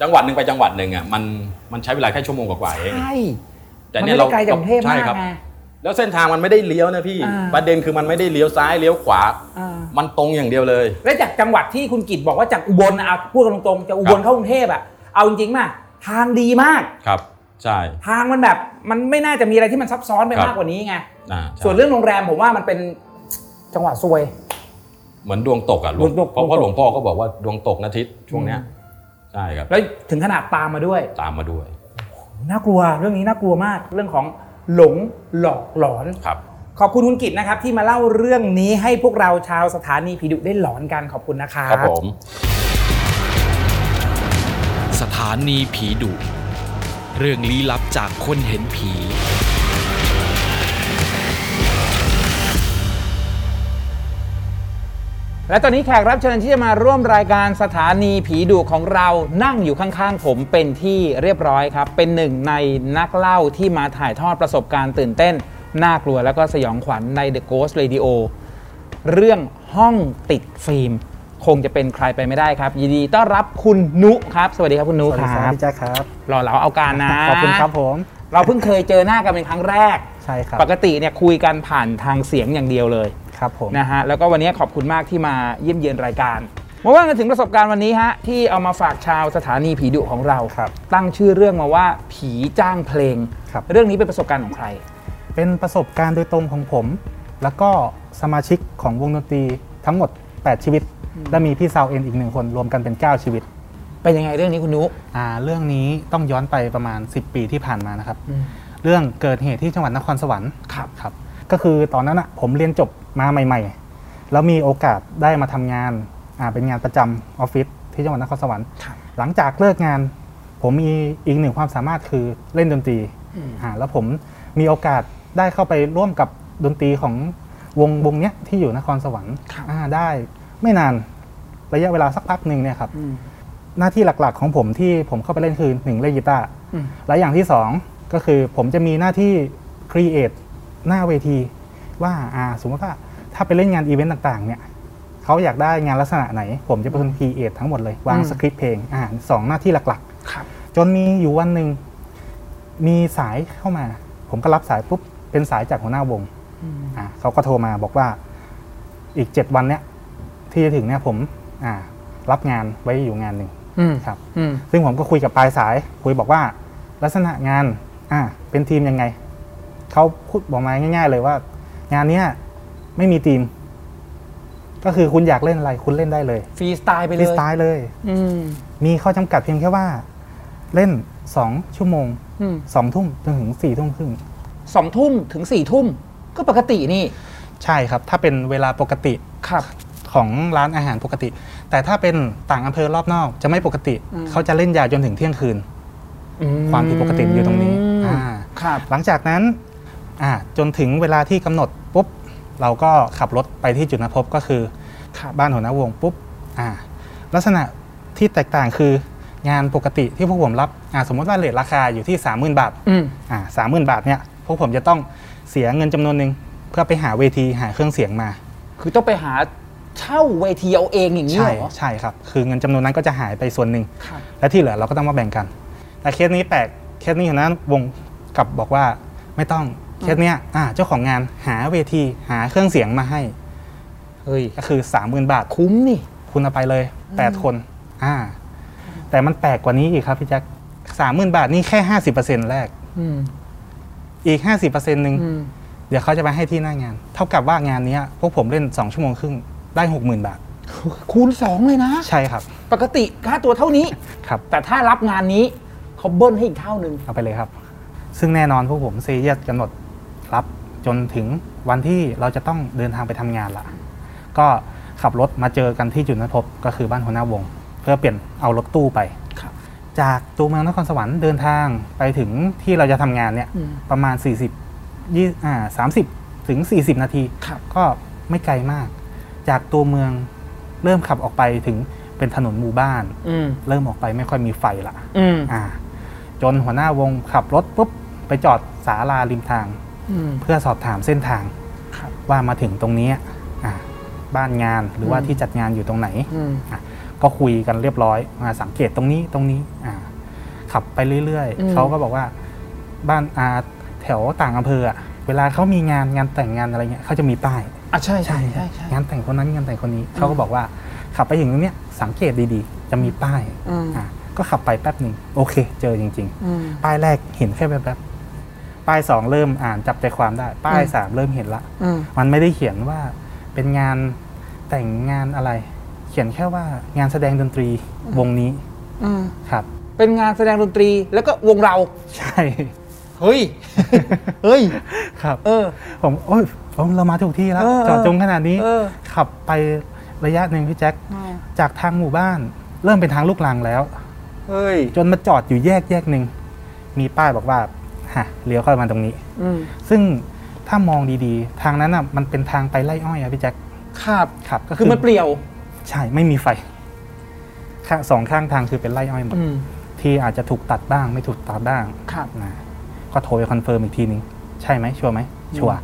S7: จังหวัดหนึ่งไปจังหวัดหนึ่งอ่ะมันมันใช้เวลาแค่ชั่วโมงกว่าๆเอง
S2: ใช่
S7: แต่
S2: มัน
S7: เนี่ย
S2: ไม่ได้
S7: เรา
S2: ไกลจากกรุงเทพมา
S7: ใช่
S2: ก
S7: ครับ
S2: ไง
S7: แล้วเส้นทางมันไม่ได้เลี้ยวนะพี่
S2: อ่า
S7: ประเด็นคือมันไม่ได้เลี้ยวซ้ายเลี้ยวขวา
S2: อ่า
S7: มันตรงอย่างเดียวเลย
S2: และจากจังหวัดที่คุณกิตบอกว่าจากอุบลนะเอาพูดกันตรงๆจากอุบล
S7: ครับ
S2: เข้ากรุงเทพอะเอาจริงๆมาทางดีมาก
S7: ครับ ใช่
S2: ทางมันแบบมันไม่น่าจะมีอะไรที่มันซับซ้อนไป
S7: ครับ
S2: มากกว่านี้ไง
S7: อ่าใช่
S2: ส่วนเรื่องโรงแรมผมว่ามันเป็นจังหวะซวย
S7: เหมือนดวงตกอ่ะหลวง
S2: ดวงตก
S7: เพราะเพราะหลวงพ่อก็บอกว่าดวงตกนะทิศช่วงเนี้ยใช่ครับ
S2: แล้วถึงขนาดตามมาด้วย
S7: ตามมาด้วย
S2: น่ากลัวเรื่องนี้น่ากลัวมากเรื่องของหลงหลอกหลอน
S7: ครับ
S2: ขอบคุณคุณกิตนะครับ ที่มาเล่าเรื่องนี้ให้พวกเราชาวสถานีผีดุได้หลอนกันขอบคุณนะครับ
S7: ครับผม
S1: สถานีผีดุ เรื่องลี้ลับจากคนเห็นผี
S8: และตอนนี้แขกรับเชิญที่จะมาร่วมรายการสถานีผีดุของเรานั่งอยู่ข้างๆ ผมเป็นที่เรียบร้อยครับ เป็นหนึ่งในนักเล่าที่มาถ่ายทอดประสบการณ์ตื่นเต้น น่ากลัวแล้วก็สยองขวัญใน The Ghost Radio เรื่องห้องติดฟิล์ม คงจะเป็นใครไปไม่ได้ครับ ยินดีต้อนรับคุณนุครับ สวัสดีครับคุณนุ
S9: สวัส
S8: ค
S9: ดีค
S8: รั
S9: รับบ พี่แจ็คครับ
S8: รอเหลาเอาการนะ
S9: ขอบคุณครับผม
S8: เราเพิ่งเคยเจอหน้ากันเป็นครั้งแรก
S9: ใช่ครับ
S8: ปกติเนี่ยคุยกันผ่านทางเสียงอย่างเดียวเลย
S9: ครับผม
S8: นะฮะแล้วก็วันนี้ขอบคุณมากที่มาเยี่ยมเยือนรายการมาว่ากันถึงประสบการณ์วันนี้ฮะที่เอามาฝากชาวสถานีผีดุของเรา
S10: ครับ
S8: ตั้งชื่อเรื่องมาว่าผีจ้างเพลง
S10: ครับ
S8: เรื่องนี้เป็นประสบการณ์ของใคร
S10: เป็นประสบการณ์โดยตรงของผม แล้วก็สมาชิกของวงดนตรีทั้งหมด 8 ชีวิต และมีพี่ซาวเอ็นอีกหนึ่งคนรวมกันเป็น 9 ชีวิต
S8: เป็นยังไงเรื่องนี้คุณนุ
S10: อ่าเรื่องนี้ต้องย้อนไปประมาณ 10 ปีที่ผ่านมานะครับ
S8: อืม
S10: เรื่องเกิดเหตุที่จังหวัดนครสวรรค์
S8: ครับ
S10: ครับ ก็คือตอนนั้นอ่ะผมเรียนจบมาใหม่ ๆ แล้วมีโอกาสได้มาทำงานอ่าเป็นงานประจำออฟฟิศที่จังหวัดนครสวรรค์
S8: ครับ
S10: หลังจากเลิกงาน ผมมีอีกหนึ่งความสามารถคือเล่นดนตรีอ่าแล้วผมมีโอกาสได้เข้าไปร่วมกับดนตรีของวงวงเนี้ยที่อยู่นครสวรรค์อ่าได้ไม่นานระยะเวลาสักพักหนึ่งเนี่ยครับ หน้าที่หลักๆของผมที่ผมเข้าไปเล่นคือหนึ่งเล่นกีตาร์และอย่างที่สองก็คือผมจะมีหน้าที่ครีเอทหน้าเวทีว่าอ่าสมมติว่าถ้าไปเล่นงานอีเวนต์ต่างๆเนี่ย เขาอยากได้งานลักษณะไหน ผมจะเป็นคนพีเอททั้งหมดเลย วางสคริปต์เพลงอ่านสองหน้าที่หลักๆ จนมีอยู่วันหนึ่งมีสายเข้ามา ผมก็รับสายปุ๊บ เป็นสายจากหัวหน้าวงอ่าเขาก็โทรมาบอกว่าอีกเจ็ดวันเนี้ยที่จะถึงเนี่ยผมอ่า รับงานไว้อยู่งานหนึ่งครับ ซึ่งผมก็คุยกับปลายสาย คุยบอกว่า ลักษณะงานอ่าเป็นทีมยังไง เขาพูดบอกมาง่าย ๆ เลยว่า งานเนี้ยไม่มีทีม ก็คือคุณอยากเล่นอะไรคุณเล่นได้เลย
S5: ฟรีสไตล์ไป
S10: ฟ
S5: เล
S10: รี
S5: ย
S10: สไตล์เลย
S5: อืม
S10: มีข้อจำกัดเพียงแค่ว่า เล่น 2 ชั่วโมง
S5: อืม
S10: สองทุ่มจนถึง4ี่ทุ่มครึ่ง
S5: สองทุ่มถึงสี่ทุ่มก็ปกตินี่
S10: ใช่ครับ ถ้าเป็นเวลาปกติ
S5: ครับ
S10: ของร้านอาหารปกติ แต่ถ้าเป็นต่างอำเภอรอบนอกจะไม่ปกติ เขาจะเล่นยาวจนถึงเที่ยงคืน ความผิดปกติมันอยู่ตรงนี้อ่า
S5: ครับ
S10: หลังจากนั้นอ่าจนถึงเวลาที่กำหนดปุ๊บ เราก็ขับรถไปที่จุดนัดพบก็คือบ้านหัวหน้าวงปุ๊บอ่าลักษณะที่แตกต่างคืองานปกติที่พวกผมรับอ่าสมมติว่าเลทราคาอยู่ที่ 30,000 บาท
S5: อืม
S10: อ่าสามหมบาทเนี่ยพวกผมจะต้องเสียเงินจำนวนหนึ่งเพื่อไปหาเวทีหาเครื่องเสียงมา
S5: คือต้องไปหาเช่าเวทีเอาเองอย่างนี้
S10: ใช่
S5: เหรอ
S10: ใช่ครับ คือเงินจำนวนนั้นก็จะหายไปส่วนหนึ่ง
S5: ครับ
S10: และที่เหลือเราก็ต้องมาแบ่งกัน แต่เคสนี้แปลกเคสนี้หัวหน้าวงกลับบอกว่าไม่ต้องเคสเนี้ยอ่าเจ้าของงานหาเวทีหาเครื่องเสียงมาให้
S5: เฮ้ย
S10: ก็คือ3 0,000 บาท
S5: คุ้มนี่
S10: คุณเอาไปเลย 8 คนอ่าแต่มันแปลกกว่านี้อีกครับพี่แจ็คสามหมื่นบาทนี่แค่ห้าสิบเปอร์เซ็นต์แรก
S5: อืม
S10: อีกห้าสิบเปอร์เซ็นต์หนึ่ง
S5: อืม
S10: เดี๋ยวเขาจะมาให้ที่หน้างาน เท่ากับว่างานเนี้ยพวกผมเล่นสองชั่วโมงครึ่งได้หกหมื่นบาท
S5: คูณสองเลยนะ
S10: ใช่ครับ
S5: ปกติค่าตัวเท่านี้
S10: ครับ
S5: แต่ถ้ารับงานนี้เขาเบิ้ลให้อีกเท่าหนึ่ง
S10: เอาไปเลยครับ ซึ่งแน่นอนพวกผมซีเรียสกันหมดรับจนถึงวันที่เราจะต้องเดินทางไปทำงานละ ก็ขับรถมาเจอกันที่จุดนัดพบก็คือบ้านหัวหน้าวง เพื่อเปลี่ยนเอารถตู้ไป
S5: ครับ
S10: จากตัวเมืองนครสวรรค์เดินทางไปถึงที่เราจะทำงานเนี่ย
S5: อืม
S10: ประมาณ 40ยี่อ่า30 ถึง 40 นาที
S5: ครับ
S10: ก็ไม่ไกลมาก จากตัวเมืองเริ่มขับออกไปถึงเป็นถนนหมู่บ้าน
S5: อืม
S10: เริ่มออกไปไม่ค่อยมีไฟละ
S5: อืม
S10: อ่าจนหัวหน้าวงขับรถปุ๊บ ไปจอดศาลาริมทาง
S5: อืม
S10: เพื่อสอบถามเส้นทาง
S5: ครับ
S10: ว่ามาถึงตรงนี้อ่ะบ้านงานหรือว่า
S5: อืม
S10: ที่จัดงานอยู่ตรงไหน
S5: อืม
S10: ก็คุยกันเรียบร้อยมาสังเกตตรงนี้ตรงนี้อ่าขับไปเรื่อย
S5: อืม
S10: ๆเขาก็บอกว่าบ้านอาแถวต่างอำเภออะเวลาเขามีงานงานแต่งงานอะไรเงี้ยเขาจะมีป้าย
S5: อ่ะใช่ใช่ใช่ใช่
S10: งานแต่งคนนั้นงานแต่งคนนี้เขาก็บอกว่าขับไปถึงตรงเนี้ยสังเกตดีๆ จะมีป้าย
S5: อืม
S10: อ่ะก็ขับไปแป๊บหนึ่งโอเค เจอจริง ๆ
S5: อืม
S10: ป้ายแรกเห็นแค่แบบแบบๆป้ายสองเริ่มอ่านจับใจความได้ ป้าย
S5: อืม
S10: สามเริ่มเห็นละ
S5: อืม
S10: มันไม่ได้เขียนว่าเป็นงานแต่งงานอะไร เขียนแค่ว่างานแสดงดนตรีวงนี้
S5: อืม
S10: ครับ
S5: เป็นงานแสดงดนตรีแล้วก็วงเรา
S10: ใช่
S5: เฮ้ย เฮ้ย
S10: ครับ
S5: เออ
S10: ผมโอ้ยผมเรามาถูกที่แล้ว
S5: เออ
S10: จอดจงขนาดนี้
S5: เออ
S10: ขับไประยะหนึ่งพี่แจ็คจากทางหมู่บ้าน เริ่มเป็นทางลูกลังแล้ว
S3: เฮ้ย
S10: จนมาจอดอยู่แยกแยกหนึ่งมีป้ายบอกว่าฮะเลี้ยวเข้ามาตรงนี้
S5: อืม
S10: ซึ่งถ้ามองดีๆ ทางนั้นอ่ะมันเป็นทางไปไล่อ้อยอะพี่แจ็ค
S5: ครับ
S10: ครับก็
S5: คือมันเปลี่ยว
S10: ใช่ไม่มีไฟข้างสองข้างทางคือเป็นไล่อ้อยหมด
S5: อืม
S10: ที่อาจจะถูกตัดบ้าง ไม่ถูกตัดบ้าง
S5: ครับ
S10: นะก็โทรไปคอนเฟิร์มอีกทีนึง ใช่ไหมชัวร์ไหมชัวร์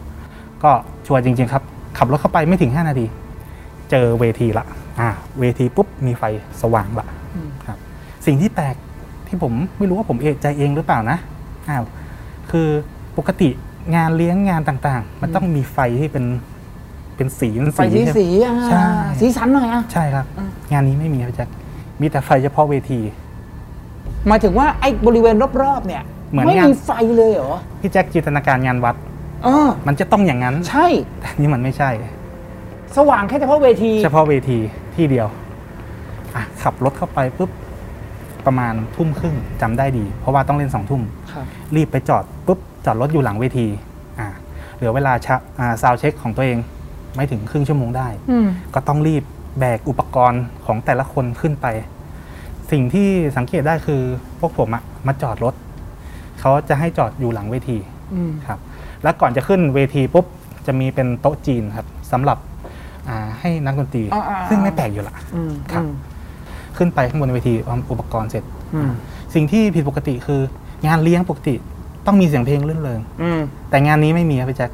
S10: ก็ชัวร์จริง ๆ ครับ ขับรถเข้าไปไม่ถึง 5 นาที เจอเวทีละอ่าเวทีปุ๊บมีไฟสว่างละครับ สิ่งที่แปลกที่ผมไม่รู้ว่าผมเอะใจเองหรือเปล่านะอ้าวคือปกติงานเลี้ยงงานต่างๆ มันต้องมีไฟที่เป็นเป็นสีเป็น
S5: ไฟสี
S10: ใช่หม
S5: สีอ่ะ
S10: ใช่
S5: สีสันหน่อยอ่ะ
S10: ใช่ครับ งานนี้ไม่มีครับพี่แจ็คมีแต่ไฟเฉพาะเวที
S5: หมายถึงว่าไอ้บริเวณรอบๆเนี่ย
S10: เหมือน
S5: ไม่
S10: งาน
S5: มีไฟเลยเหรอ
S10: พี่แจ็คจินตนาการงานวัด
S5: เออ
S10: มันจะต้องอย่างนั้น
S5: ใช่
S10: แต่นี่มันไม่ใช่
S5: สว่างแค่เฉพาะเวที
S10: เฉพาะเวทีที่เดียวอ่ะขับรถเข้าไปปุ๊บประมาณทุ่มครึ่งจำได้ดี เพราะว่าต้องเล่นสองทุ่ม
S5: ครับ
S10: รีบไปจอดปุ๊บจอดรถอยู่หลังเวทีอ่าเหลือเวลาชะอ่าซาวเช็คของตัวเองไม่ถึงครึ่งชั่วโมงได้
S5: อืม
S10: ก็ต้องรีบแบกอุปกรณ์ของแต่ละคนขึ้นไป สิ่งที่สังเกตได้คือพวกผมอะมาจอดรถเขาจะให้จอดอยู่หลังเวที
S5: อืม
S10: ครับ แล้วก่อนจะขึ้นเวทีปุ๊บจะมีเป็นโต๊ะจีนครับสำหรับอ่าให้นักดนตรี
S5: อ่าๆๆ
S10: ซึ่งไม่แปลกอยู่ละ
S5: อืม
S10: ครับ
S5: อืม
S10: ขึ้นไปข้างบนเวทีเอาอุปกรณ์เสร็จ
S5: อืม
S10: สิ่งที่ผิดปกติคืองานเลี้ยงปกติต้องมีเสียงเพลงรื่นเริง
S5: อืม
S10: แต่งานนี้ไม่มีครับพี่แจ็ค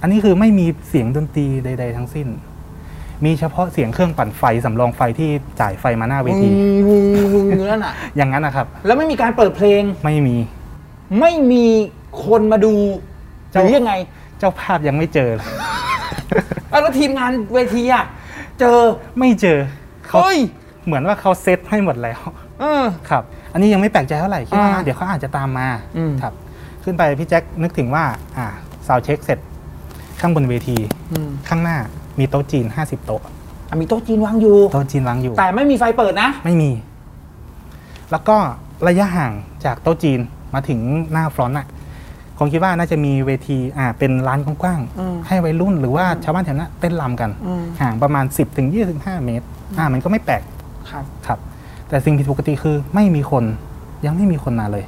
S10: อันนี้คือไม่มีเสียงดนตรีใด ๆ ทั้งสิ้น มีเฉพาะเสียงเครื่องปั่นไฟสำรองไฟที่จ่ายไฟมาหน้าเวที
S5: วึงวึงวึงอยู่นั่นน่ะ
S10: อย่างนั้นนะครับ
S5: แล้วไม่มีการเปิดเพลง
S10: ไม่มี
S5: ไม่มีคนมาดูห
S10: เจ้า
S5: รือยังไง
S10: เจ้าภาพยังไม่เจอเลย
S5: อ้าวแล้วทีมงานเวทีอ่ะ เจอ
S10: ไม่เจอเขา
S5: เฮ้ย
S10: เหมือนว่าเขาเซตให้หมดแล้ว
S5: เออ
S10: ครับ อันนี้ยังไม่แปลกใจเท่าไหร่คิดว่า
S5: อ่า
S10: เดี๋ยวเขาอาจจะตามมา
S5: อืม
S10: ครับ ขึ้นไปพี่แจ็คนึกถึงว่า อ่าซาวเช็คเสร็จข้างบนเวที
S5: อืม
S10: ข้างหน้ามีโต๊ะจีน 50 โต๊ะ
S8: อ่ะมีโต๊ะจีนวางอยู่
S10: โต๊ะจีนวางอยู่
S8: แต่ไม่มีไฟเปิดนะ
S10: ไม่มี แล้วก็ระยะห่างจากโต๊ะจีนมาถึงหน้าฟรอนต์อ่ะผมคิดว่าน่าจะมีเวทีอ่าเป็นร้านกว้าง
S8: อืม
S10: ให้วัยรุ่นหรือว่าชาวบ้านแถวนั้นเต้นรำกัน
S8: อืม
S10: ห่างประมาณ 10ถึง25 เมตร อ่า มันก็ไม่แปลก
S8: ครับ
S10: ครับ แต่สิ่งผิดปกติคือไม่มีคน ยังไม่มีคนมาเลย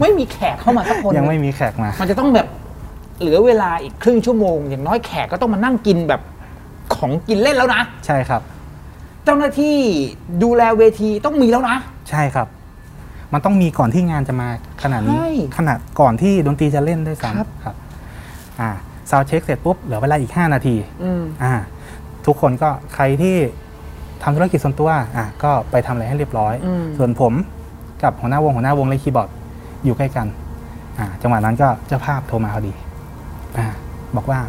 S8: ไม่มีแขกเข้ามาสักคน
S10: ยังไม่มีแขกมา
S8: มันจะต้องแบบเหลือเวลาอีกครึ่งชั่วโมง อย่างน้อยแขกก็ต้องมานั่งกินแบบของกินเล่นแล้วนะ
S10: ใช่ครับ
S8: เจ้าหน้าที่ดูแลเวทีต้องมีแล้วนะ
S10: ใช่ครับ มันต้องมีก่อนที่งานจะมาขนาดนี้
S8: ใช่
S10: ขนาดก่อนที่ดนตรีจะเล่นด้วย
S8: ครับ
S10: ซ้ำครับ อ่าซาวเช็คเสร็จปุ๊บ เหลือเวลาอีก 5 นาที
S8: อืม
S10: อ่า ทุกคนก็ใครที่ทำธุรกิจส่วนตัว อ่ะก็ไปทำอะไรให้เรียบร้อย
S8: อืม
S10: ส่วนผมกับหัวหน้าวงหัวหน้าวงเล่นคีย์บอร์ดอยู่ใกล้กัน อ่า จังหวะนั้นก็เจ้าภาพโทรมาพอดี อ่า บอกว่า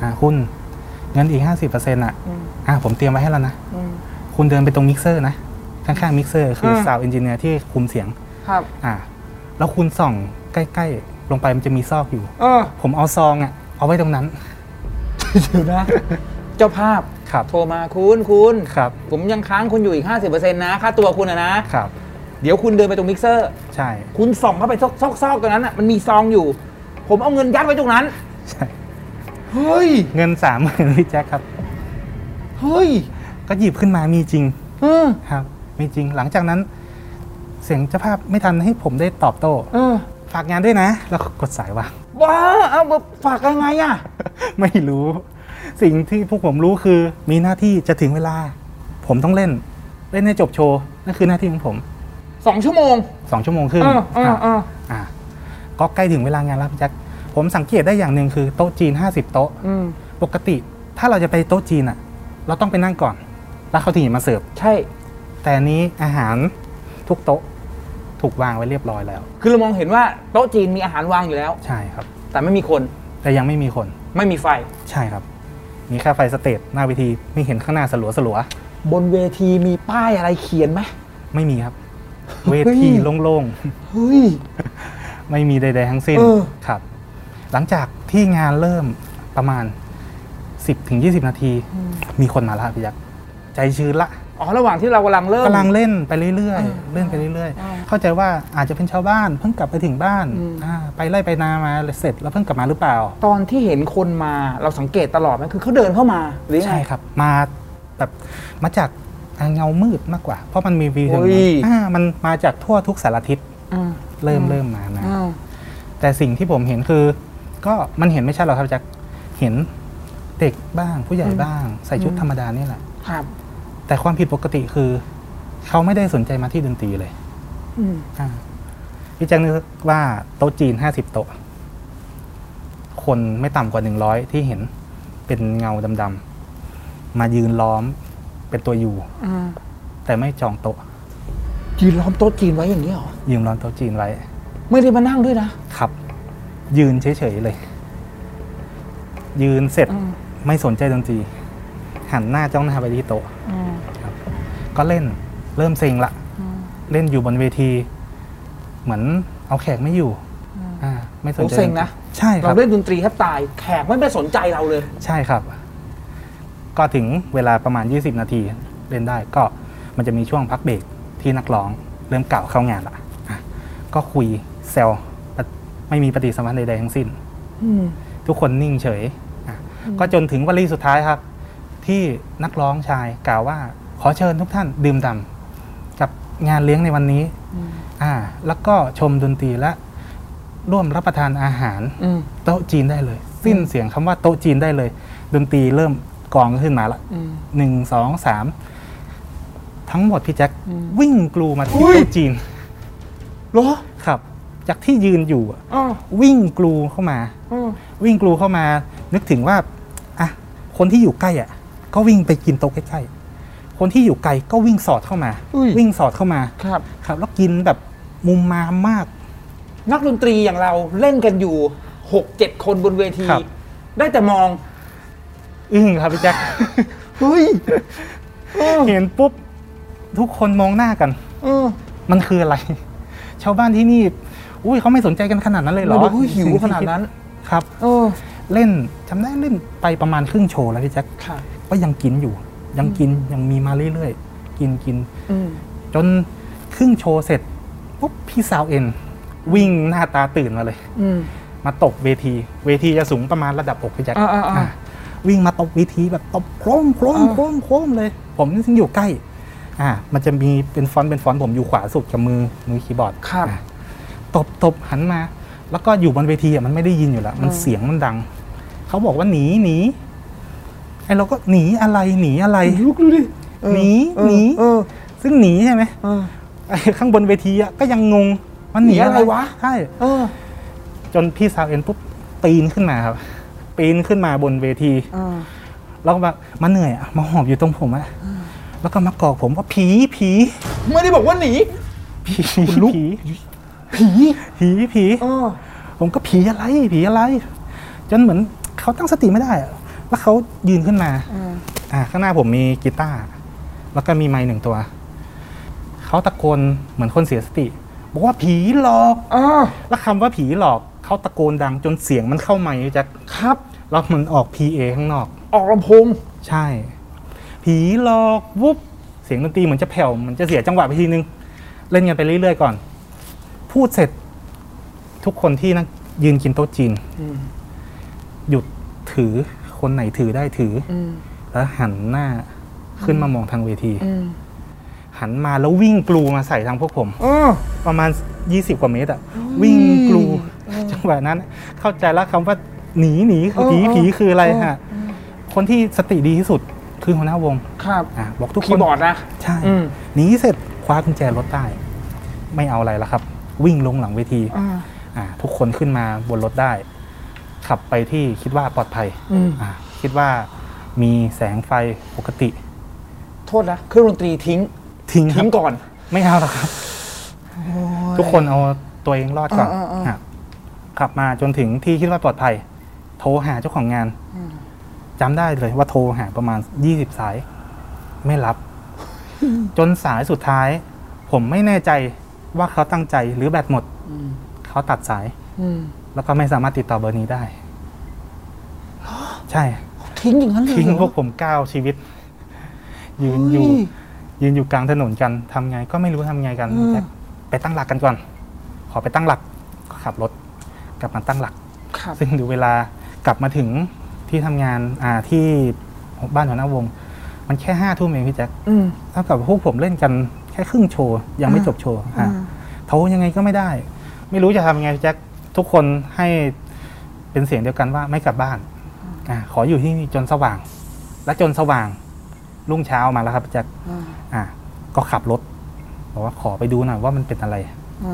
S10: อ่าคุณเงินอีก 50%อน่ะ อ่า ผมเตรียมไว้ให้แล้วนะ
S8: อืม
S10: คุณเดินไปตรงมิกเซอร์นะ ข้างๆมิกเซอร์คือ
S8: ม
S10: ซาวเอนจิเนียร์ที่คุมเสียง
S8: ครับ
S10: อ่า แล้วคุณส่องใกล้ๆ ลงไปมันจะมีซอกอยู่
S8: เออ
S10: ผมเอาซองอ่ะ เอาไว้ตรงนั้น
S8: เดี๋ยวนะ เจ้าภาพ
S10: ครับ
S8: โทรมาคุณคุณ
S10: ครับ
S8: ผมยังค้างคุณอยู่อีก 50%นะค่าตัวคุณอะนะ
S10: ครับ
S8: เดี๋ยวคุณเดินไปตรงมิกเซอร์
S10: ใช่
S8: คุณส่องเข้าไปซอกซอกซอกตรงนั้นอ่ะมันมีซองอยู่ ผมเอาเงินยัดไว้ตรงนั้น
S10: ใช่
S8: เฮ้ย
S10: เงินสามหมื่นพี่แจ็คครับ
S8: เฮ้ย
S10: ก็หยิบขึ้นมามีจริง
S8: เออ
S10: ครับ มีจริง หลังจากนั้น เสียงเจ้าภาพไม่ทันให้ผมได้ตอบโต้
S8: เออ
S10: ฝากงานด้วยนะ แล้วก็กดสายวาง
S8: ว้าเอามาฝากยังไงอ่ะ
S10: ไม่รู้ สิ่งที่พวกผมรู้คือ มีหน้าที่จะถึงเวลา ผมต้องเล่น เล่นให้จบโชว์นั่นคือหน้าที่ของผม
S8: สองชั่วโมง
S10: สองชั่วโมงครึ่ง
S8: เออเออ
S10: ครับ
S8: เออ
S10: อ่าก็ใกล้ถึงเวลางานแล้วพี่แจ็คผมสังเกตได้อย่างหนึ่งคือโต๊ะจีน 50 โต๊ะ
S8: อืม
S10: ปกติ ถ้าเราจะไปโต๊ะจีนอ่ะ เราต้องไปนั่งก่อน แล้วเขาถึงจะมาเสิร์ฟ
S8: ใช่
S10: แต่อันนี้อาหารทุกโต๊ะถูกวางไว้เรียบร้อยแล้ว
S8: คือเรามองเห็นว่าโต๊ะจีนมีอาหารวางอยู่แล้ว
S10: ใช่ครับ
S8: แต่ไม่มีคน
S10: แต่ยังไม่มีคน
S8: ไม่มีไฟ
S10: ใช่ครับ มีแค่ไฟสเตจหน้าเวทีไม่เห็นข้างหน้าสลัวสลัว
S8: บนเวทีมีป้ายอะไรเขียนไหม
S10: ๆไม่มีครับ เวทีโล่ง
S8: เฮ้ย
S10: ๆ ไม่มีใด ๆ ทั้งสิ้น
S8: เออ
S10: ครับ หลังจากที่งานเริ่มประมาณ 10ถึง20 นาที มีคนมาและพี่ยักษ์ใจชื้นละ
S8: อ๋อ ระหว่างที่เรากำลังเริ่ม
S10: กำลังเล่นไปเรื่อยๆ เล่นไปเรื่อย ๆ เข้าใจว่าอาจจะเป็นชาวบ้านเพิ่งกลับไปถึงบ้านอ่าไปไล่ไปนามาเสร็จแล้วเพิ่งกลับมาหรือเปล่า
S8: ตอนที่เห็นคนมาเราสังเกตตลอดไหมคือเขาเดินเข้ามาหรือยัง
S10: ใช่
S8: ไง
S10: ครับ มาแบบมาจากเงามืดมากกว่า เพราะมันมีวิว
S8: โอ้ย
S10: อ่ามันมาจากทั่วทุกสารทิศ
S8: อ่า
S10: เริ่มเริ่มมานะ
S8: อ่า
S10: แต่สิ่งที่ผมเห็นคือ ก็มันเห็นไม่ใช่หรอกครับอาจากเห็นเด็กบ้างผู้ใหญ่บ้าง ใส่ชุดธรรมดานี่แหละ
S8: ครับ
S10: แต่ความผิดปกติคือ เขาไม่ได้สนใจมาที่ดนตรีเลย
S8: อืม
S10: อ่าพี่แจ็คนึกว่าโต๊ะจีนห้าสิบโต๊ะ คนไม่ต่ำกว่าหนึ่งร้อยที่เห็นเป็นเงาดำๆ มายืนล้อมเป็นตัวอยู่
S8: อ่า
S10: แต่ไม่จองโต๊ะ
S8: ยืนล้อมโต๊ะจีนไว้อย่างนี้เหรอ
S10: ยืนล้อมโต๊ะจีนไว้
S8: ไม่ได้มานั่งด้วยนะ
S10: ครับ ยืนเฉยๆเลย ยืนเสร็จไม่สนใจดนตรีหันหน้าจ้องหน้าไปที่โต๊ะ ก็เล่นเริ่มเซ็งละ เล่นอยู่บนเวที เหมือนเอาแขกไม่อยู่อ่าไม่สน
S8: โอ้
S10: ใจ
S8: เซ็งนะ
S10: ใช่ค
S8: เรา
S10: รับ
S8: เล่นดนตรีแทบตาย แขกไม่ได้สนใจเราเลย
S10: ใช่ครับ ก็ถึงเวลาประมาณ 20 นาที เล่นได้ก็มันจะมีช่วงพักเบรกที่นักร้อง เริ่มเก่าเข้างานละอ่ะก็คุยแซวไม่มีปฏิสัมพันธ์ใดๆทั้งสิ้น ทุกคนนิ่งเฉยอ่ะก็จนถึงวลีสุดท้ายครับ ที่นักร้องชายกล่าวว่าขอเชิญทุกท่านดื่มด่ำกับงานเลี้ยงในวันนี้อ่า แล้วก็ชมดนตรีและร่วมรับประทานอาหาร
S8: อืม
S10: โต๊ะจีนได้เลย สิ้นเสียงคำว่าโต๊ะจีนได้เลย ดนตรีเริ่มกองขึ้นมาละหนึ่งสองสามทั้งหมดพี่แจ็ควิ่งกลูมาที่โต๊ะจีน
S8: เหรอ
S10: ครับ จากที่ยืนอยู่อะ
S8: อ๋อ
S10: วิ่งกลูเข้ามา
S8: อืม
S10: วิ่งกลูเข้ามา นึกถึงว่าอ่ะคนที่อยู่ใกล้อ่ะ ก็วิ่งไปกินโต๊ะใกล้ๆคนที่อยู่ไกลก็วิ่งสอดเข้ามา วิ่งสอดเข้ามา
S8: ครับ
S10: ครับ แล้วกินแบบมุมมามมาก
S8: นักดนตรีอย่างเราเล่นกันอยู่หกเจ็ดคนบนเวที
S10: ครับ
S8: ได้แต่มอง
S10: อึ้งครับพี่แจ๊ค
S8: เฮ้ยเออ
S10: เห็นปุ๊บ ทุกคนมองหน้ากัน
S8: เออ
S10: มันคืออะไร ชาวบ้านที่นี่ อุ้ยเขาไม่สนใจกันขนาดนั้นเลยเหรอ
S8: เราดูหิวขนาดนั้น
S10: ครับ
S8: เออ
S10: เล่นจำได้เล่นไปประมาณครึ่งโชว์แล้วพี่แจ๊ค
S8: ค่ะ
S10: ก็ยังกินอยู่ ยังกินยังมีมาเรื่อยๆ กินกิน จนครึ่งโชว์เสร็จปุ๊บพี่สาวเอ็น วิ่งหน้าตาตื่นมาเลย
S5: อืม
S10: มาตบเวที เวทีจะสูงประมาณระดับอกพี่แจ็ค
S5: อ่าอ่าอ่า
S10: อ่ะวิ่งมาตบเวทีแบบตบโครมโครมโครมโครมเลย ผมนี่ซึ่งอยู่ใกล้ อ่า มันจะมีเป็นฟอนต์เป็นฟอนต์ผมอยู่ขวาสุดกับมือมือคีย์บอร์ด
S5: ครับ
S10: อ่ะตบตบหันมา แล้วก็อยู่บนเวทีอ่ะมันไม่ได้ยินอยู่แล้ว มันเสียงมันดัง เขาบอกว่าหนีหนีไอ้เราก็หนีอะไรหนีอะไรลุกดูดิหนีหนี
S5: เออ
S10: ซึ่งหนีใช่ไหม
S5: เออ
S10: ไอ้ข้างบนเวทีอ่ะก็ยังงงมันห
S5: ห
S10: นี
S5: นี
S10: อะ
S5: อะไร ไร
S10: วะ
S5: วะ
S10: ใช่
S5: เออ
S10: จนพี่สาวเอ็นปุ๊บปีนขึ้นมาครับ ปีนขึ้นมาบนเวทีแล้วก็มามาเหนื่อยอะมาหอบอยู่ตรงผมอะแล้วก็มากอกผมว่าผีผี
S5: ไม่ได้บอกว่าหนี
S10: ผีผีผีผีผีผมก็ผีอะไรผีอะไร จนเหมือนเขาตั้งสติไม่ได้อะแล้วเขายืนขึ้นมาอ่าข้างหน้าผมมีกีตาร์แล้วก็มีไม้หนึ่งตัวเขาตะโกนเหมือนคนเสียสติ บอกว่าผีหลอก
S5: อ่า
S10: แล้วคำว่าผีหลอกเขาตะโกนดังจนเสียงมันเข้าไมค์จาก
S5: ครับ
S10: แล้วมันออก PA ข้างนอก
S5: ออกลำโพง
S10: ใช่ ผีหลอกวุบเสียงดนตรีเหมือนจะแผ่วเหมันจะเสียจังหวะไปทีนึง เล่นกันไปเรื่อยๆก่อน พูดเสร็จ ทุกคนที่นั่งยืนกินโต๊ะจีนหยุดถือคนไหนถือได้ถืออแล้วหันหน้าขึ้นมามองทางเวทีหันมาแล้ววิ่งกลูมาใส่ทางพวกผม
S5: เออ
S10: ประมาณ 20 กว่าเมตรอะวิ่งกลูจังหวะนั้น เข้าใจแล้วคำว่าหนีหนีคือผีผีคืออะไรฮะคนที่สติดีที่สุดคือหัวหน้าวง
S5: ครับ
S10: อ่ะบอกทุกค
S5: คี
S10: น
S5: ย์บอร์ดนะ
S10: ใช่
S5: อืม
S10: หนีเสร็จคว้ากุญแจรถได้ ไม่เอาอะไรแล้วครับ วิ่งลงหลังเวทีอ่ะทุกคนขึ้นมาบนรถได้ ขับไปที่คิดว่าปลอดภัยอ่ะคิดว่ามีแสงไฟปกติ
S5: โทษนะ เครื่องดนตรีทิ้ง
S10: ทิ้งครับ
S5: ทิ้งก่อน
S10: ไม่เอาหรอกครับ ทุกคนเอาตัวเองรอดก่อนครับขับมาจนถึงที่คิดว่าปลอดภัย โทรหาเจ้าของงานจำได้เลยว่าโทรหาประมาณยี่สิบสาย ไม่รับ จนสายสุดท้าย ผมไม่แน่ใจว่าเขาตั้งใจหรือแบตหมดเขาตัดสายแล้วก็ไม่สามารถติดต่อเบอร์นี้ได้ใช่
S5: ทิ้งอย่างนั้นเลย
S10: ทิ้ง
S5: เหรอ
S10: พวกผมเก้าชีวิต ยืนอยู่ ยืนอยู่กลางถนนกันทำไงก็ไม่รู้ทำไงกันแต่ไปตั้งหลักกันก่อน ขอไปตั้งหลักก็ขับรถ กลับมาตั้งหลัก
S5: ครับ
S10: ซึ่งดูเวลากลับมาถึงที่ทำงานอ่าที่บ้านหัวหน้าวง มันแค่ห้าทุ่มเองพี่แจ็ค
S5: อืม
S10: เท่ากับพวกผมเล่นกันแค่ครึ่งโชว์ยังไม่จบโชว์ฮะโทรยังไงก็ไม่ได้ ไม่รู้จะทำยังไงพี่แจ็คทุกคนให้เป็นเสียงเดียวกันว่าไม่กลับบ้านอ่าขออยู่ที่นี่จนสว่าง และจนสว่างรุ่งเช้ามาแล้วครับพี่แจ็คอ่าก็ขับรถบอกว่าขอไปดูหน่อยว่ามันเป็นอะไร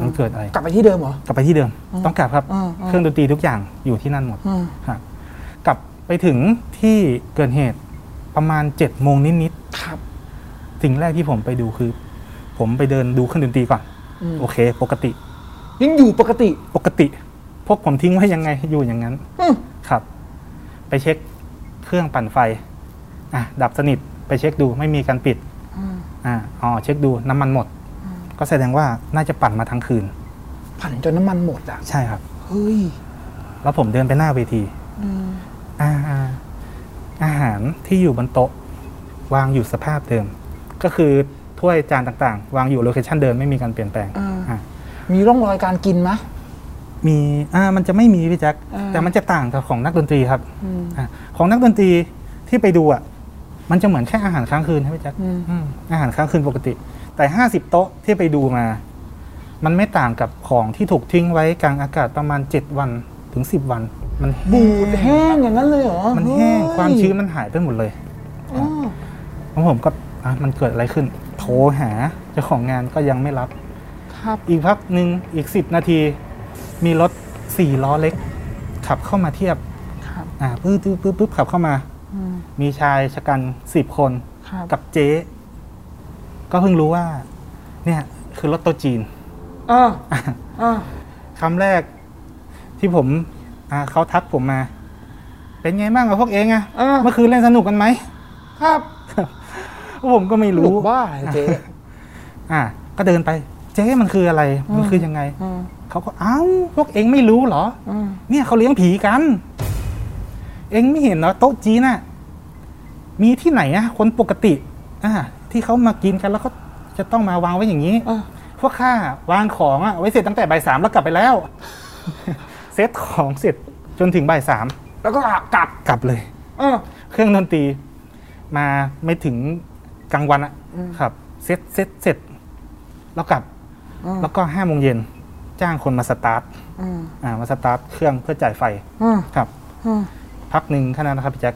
S10: มันเกิดอะไร
S5: กลับไปที่เดิมเหรอ
S10: กลับไปที่เดิม ต้องกลับครับ เครื่องดนตรีทุกอย่างอยู่ที่นั่นหมดครับกลับไปถึงที่เกิดเหตุประมาณเจ็ดโมงนิดๆ
S5: ครับ
S10: สิ่งแรกที่ผมไปดูคือ ผมไปเดินดูเครื่องดนตรีก่อน โอเค ปกติ
S5: ยังอยู่ปกติ
S10: ปกติ พวกผมทิ้งไว้ยังไงอยู่อย่างนั้น
S5: อืม
S10: ครับ ไปเช็คเครื่องปั่นไฟ อ่ะ ดับสนิท ไปเช็คดูไม่มีการปิดอ่าอ๋อเช็คดูน้ำมันหมด ก็แสดงว่าน่าจะปั่นมาทั้งคืน
S5: ผันจนน้ำมันหมดอ่ะ
S10: ใช่ครับ
S5: เฮ้ย
S10: แล้วผมเดินไปหน้าเวทีอาหารอาหารที่อยู่บนโต๊ะ วางอยู่สภาพเดิม ก็คือถ้วยจานต่างๆ วางอยู่โลเคชันเดิมไม่มีการเปลี่ยนแปลงอ่ะ
S5: มีร่องรอยการกินไหม
S10: มีอ่ามันจะไม่มีพี่แจ็คแต่มันจะต่างกับของนักดนตรีครับอะของนักดนตรีที่ไปดูอ่ะ มันจะเหมือนแค่อาหารค้างคืนใช่ไหมพี่แจ็คอืมอาหารค้างคืนปกติ แต่ห้าสิบโต๊ะที่ไปดูมา มันไม่ต่างกับของที่ถูกทิ้งไว้กลางอากาศประมาณเจ็ดวันถึงสิบวัน มันแห้ง
S5: บูดแห้งอย่างนั้นเลยเหรอ
S10: มันแห้ง
S5: เฮ้ย
S10: ความชื้นมันหายไปหมดเลยแล้วผมก็อ่ะมันเกิดอะไรขึ้น โทรหาเจ้าของงานก็ยังไม่รับ
S5: ครับ
S10: อีกพักหนึ่งอีกสิบนาที มีรถสี่ล้อเล็ก ขับเข้ามาเทียบ
S5: ครับ
S10: อ่าปื๊บปื๊บปื๊บปึ๊บขับเข้ามา มีชายชะกันสิบคน
S5: ครับ
S10: กับเจ๊ ก็เพิ่งรู้ว่า เนี่ย คือรถโตัวจีน
S5: อ่าอ่า
S10: คำแรกที่ผมอ่าเขาทักผมมา เป็นไงบ้างกับพวกเองอะ
S5: อ่า
S10: เมื่อคืนเล่นสนุกกันไหม
S5: ครับ
S10: ผมก็ไม่
S5: หลุ
S10: รู้
S5: ดบ้าเหรอเจ๊
S10: อ่ะก็เดินไป เจ๊มันคืออะไร มันคือยังไง เขาก็เอ้าพวกเองไม่รู้เหรออเนี่ยเขาเลี้ยงผีกัน เองไม่เห็นเหรอโต๊ะจีนน่ะ มีที่ไหนอะคนปกติอ่าที่เขามากินกันแล้วก็จะต้องมาวางไว้อย่างนี้พวกข้าวางของอะไว้เสร็จตั้งแต่บ่ายสามแล้วกลับไปแล้ว เซตของเสร็จจนถึงบ่ายสาม
S5: แล้วก็กลับ
S10: กลับเลย
S5: เออ
S10: เครื่องดนตรีมาไม่ถึงกลางวันอะครับ เซ็ตเซ็ตเสร็จแล้วกลับ แล้วก็ห้าโมงเย็นจ้างคนมาสตาร์ทอ่ามาสตาร์ทเครื่องเพื่อจ่ายไฟ
S5: อืม
S10: ครับ
S5: อืม
S10: พักหนึ่งแค่นั้นนะครับพี่แจ็ค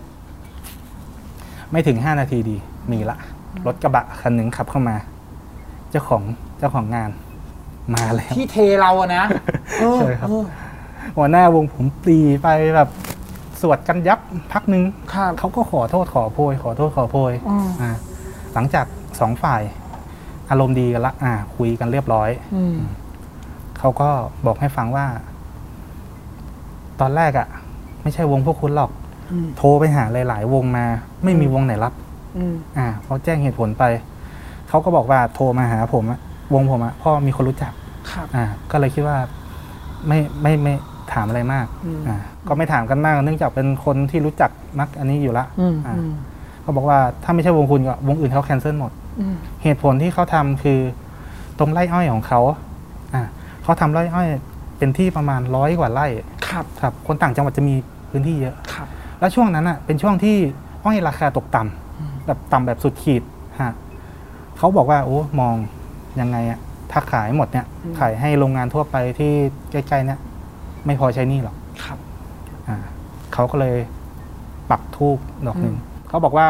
S10: ไม่ถึงห้านาทีดี มีละ รถกระบะคันหนึ่งขับเข้ามา เจ้าของเจ้าของงาน มาแล้ว
S5: ที่เทเราอะนะเออ
S10: ใช่ครับ
S5: เออ
S10: หัวหน้าวงผมปรีไปแบบสวดกันยับพักหนึ่ง
S5: ครับ
S10: เขาก็ขอโทษขอโพย ขอโทษขอโพย
S5: อืม
S10: อ่าหลังจากสองฝ่าย อารมณ์ดีกันละอ่า คุยกันเรียบร้อย
S5: อืม
S10: เขาก็บอกให้ฟังว่า ตอนแรกอะ่ะ ไม่ใช่วงพวกคุณหรอก
S5: อืม
S10: โทรไปหาหลาย ๆ วงมา ไม่มีวงไหนรับ
S5: อืม
S10: อ่าเขาแจ้งเหตุผลไป เขาก็บอกว่าโทรมาหาผมอะวงผมอะพ่อมีคนรู้จัก
S5: ครับ
S10: อ่าก็เลยคิดว่าไม่ไม่ไม่ถามอะไรมาก
S5: อืม
S10: อ่าก็ไม่ถามกันมากเนื่องจากเป็นคนที่รู้จักมักอันนี้อยู่ละ
S5: อืม
S10: อ่า
S5: อืม
S10: เขาบอกว่าถ้าไม่ใช่วงคุณก็วงอื่นเขาแคนเซิลหมด
S5: อืม
S10: เหตุผลที่เขาทำคือตรงไร่อ้อยของเขาอ่าเขาทำไร่อ้อยเป็นที่ประมาณร้อยกว่าไร่
S5: ครับ
S10: ครับ คนต่างจังหวัดจะมีพื้นที่เยอะ
S5: ครับ
S10: แล้วช่วงนั้นอ่ะเป็นช่วงที่อ้อยราคาตกต่ำแบบต่ำแบบสุดขีดฮะเขาบอกว่าโอ้มองยังไงอ่ะถ้าขายหมดเนี่ยขายให้โรงงานทั่วไปที่ใกล้ๆเนี่ยไม่พอใช้หนี่หรอก
S5: ครับ
S10: อ่าเขาก็เลยปักทูบดอกหนึ่งเขาบอกว่า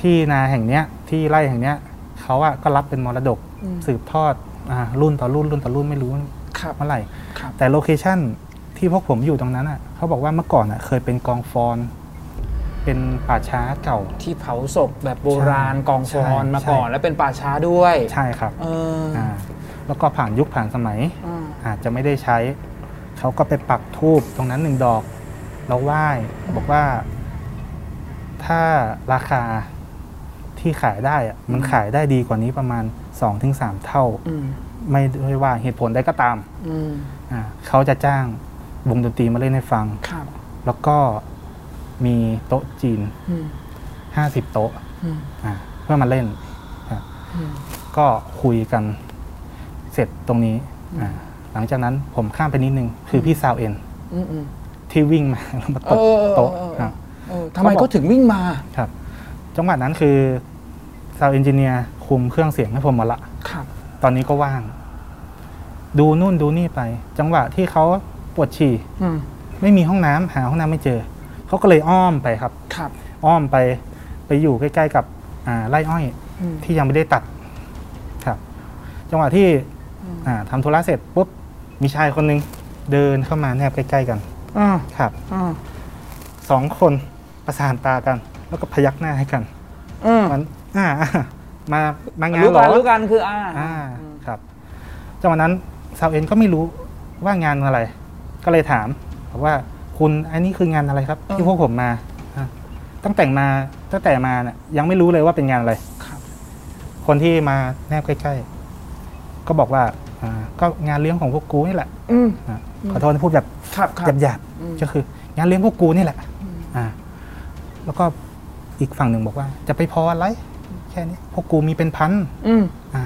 S10: ที่นาแห่งเนี้ย ที่ไร่แห่งเนี้ยเขาอ่ะก็รับเป็นมรดกสืบทอดอารุ่นต่อรุ่นรุ่นต่อรุ่นไม่รู้
S5: ครับ
S10: เมื่อไหร่
S5: ครับ
S10: แต่โลเคชั่นที่พวกผมอยู่ตรงนั้นอ่ะเขาบอกว่าเมื่อก่อนอ่ะ เคยเป็นกองฟอน เป็นป่าช้าเก่า
S5: ที่เผาศพแบบโบราณกองฟอนมา
S10: ใช่
S5: ก่อนแล้วเป็นป่าช้าด้วย
S10: ใช่ครับ
S5: เออ
S10: อ่าแล้วก็ผ่านยุคผ่านสมัย
S5: อืม
S10: อาจจะไม่ได้ใช้ เขาก็ไปปักทูบตรงนั้นหนึ่งดอกแล้วไหว้บอกว่า ถ้าราคาที่ขายได้อะมันขายได้ดีกว่านี้ประมาณ 2-3 เท่า
S5: อืม
S10: ไม่ด้วยว่าเหตุผลใดก็ตาม
S5: อืม
S10: อ่าเขาจะจ้างวงดนตรีมาเล่นให้ฟัง
S5: ครับ
S10: แล้วก็มีโต๊ะจีน
S5: อืม
S10: ห้าสิบโต๊ะ
S5: อืม
S10: อ่าเพื่อมาเล่นอ่ะ
S5: อืม
S10: ก็คุยกันเสร็จตรงนี้อ่าหลังจากนั้นผมข้ามไปนิดนึง คือพี่ซาวเอ็น
S5: อืมอืม
S10: ที่วิ่งมา แล้วมาตบ
S5: เออเออ
S10: โต๊ะ
S5: เออ
S10: ครับ
S5: เออทำไมเขาถึงวิ่งมา
S10: ครับ จังหวะนั้นคือซาวเอนจิเนียร์คุมเครื่องเสียงให้ผมหมดละ
S5: ครับ
S10: ตอนนี้ก็ว่าง ดูนู่นดูนี่ไป จังหวะที่เขาปวดฉี่
S5: อืม
S10: ไม่มีห้องน้ำหาห้องน้ำไม่เจอ เขาก็เลยอ้อมไปครับ
S5: ครับ
S10: อ้อมไปไปอยู่ใกล้ๆกับอ่าไร่อ้อย
S5: อืม
S10: ที่ยังไม่ได้ตัดครับ จังหวะที่อ่าทำาธุระเสร็จปุ๊บมีชายคนหนึงเดินเข้ามาแนบใกล้ๆกัน
S5: อ่า
S10: ครับ
S5: อ่า
S10: สองคนประสานตากัน แล้วก็พยักหน้าให้กัน
S5: อืม
S10: มันอ่า อ่ามามางาน
S5: รู้
S10: เหร
S5: กั
S10: อน
S5: รู้กันคืออ่า
S10: อ่าครับจังหวะนั้นสาวเอ็นก็ไม่รู้ว่างานอะไร ก็เลยถามบอกว่าคุณไอ้นี่คืองานอะไรครับ ที่พวกผมมาอ่ะตั้งแต่งมาตั้งแต่มาเนี่ยยังไม่รู้เลยว่าเป็นงานอะไร คนที่มาแนบใกล้ๆ ก็บอกว่าอ่าก็งานเลี้ยงของพวกกูนี่แหละ
S5: อืม
S10: อ่ะขอโทษที่พูดแบบ
S5: ครับครับ
S10: หยาบๆก็คืองานเลี้ยงพวกกูนี่แหละอ่าแล้วก็อีกฝั่งหนึ่งบอกว่า จะไปพออะไร แค่นี้พวกกูมีเป็นพัน
S5: อืม
S10: อ่า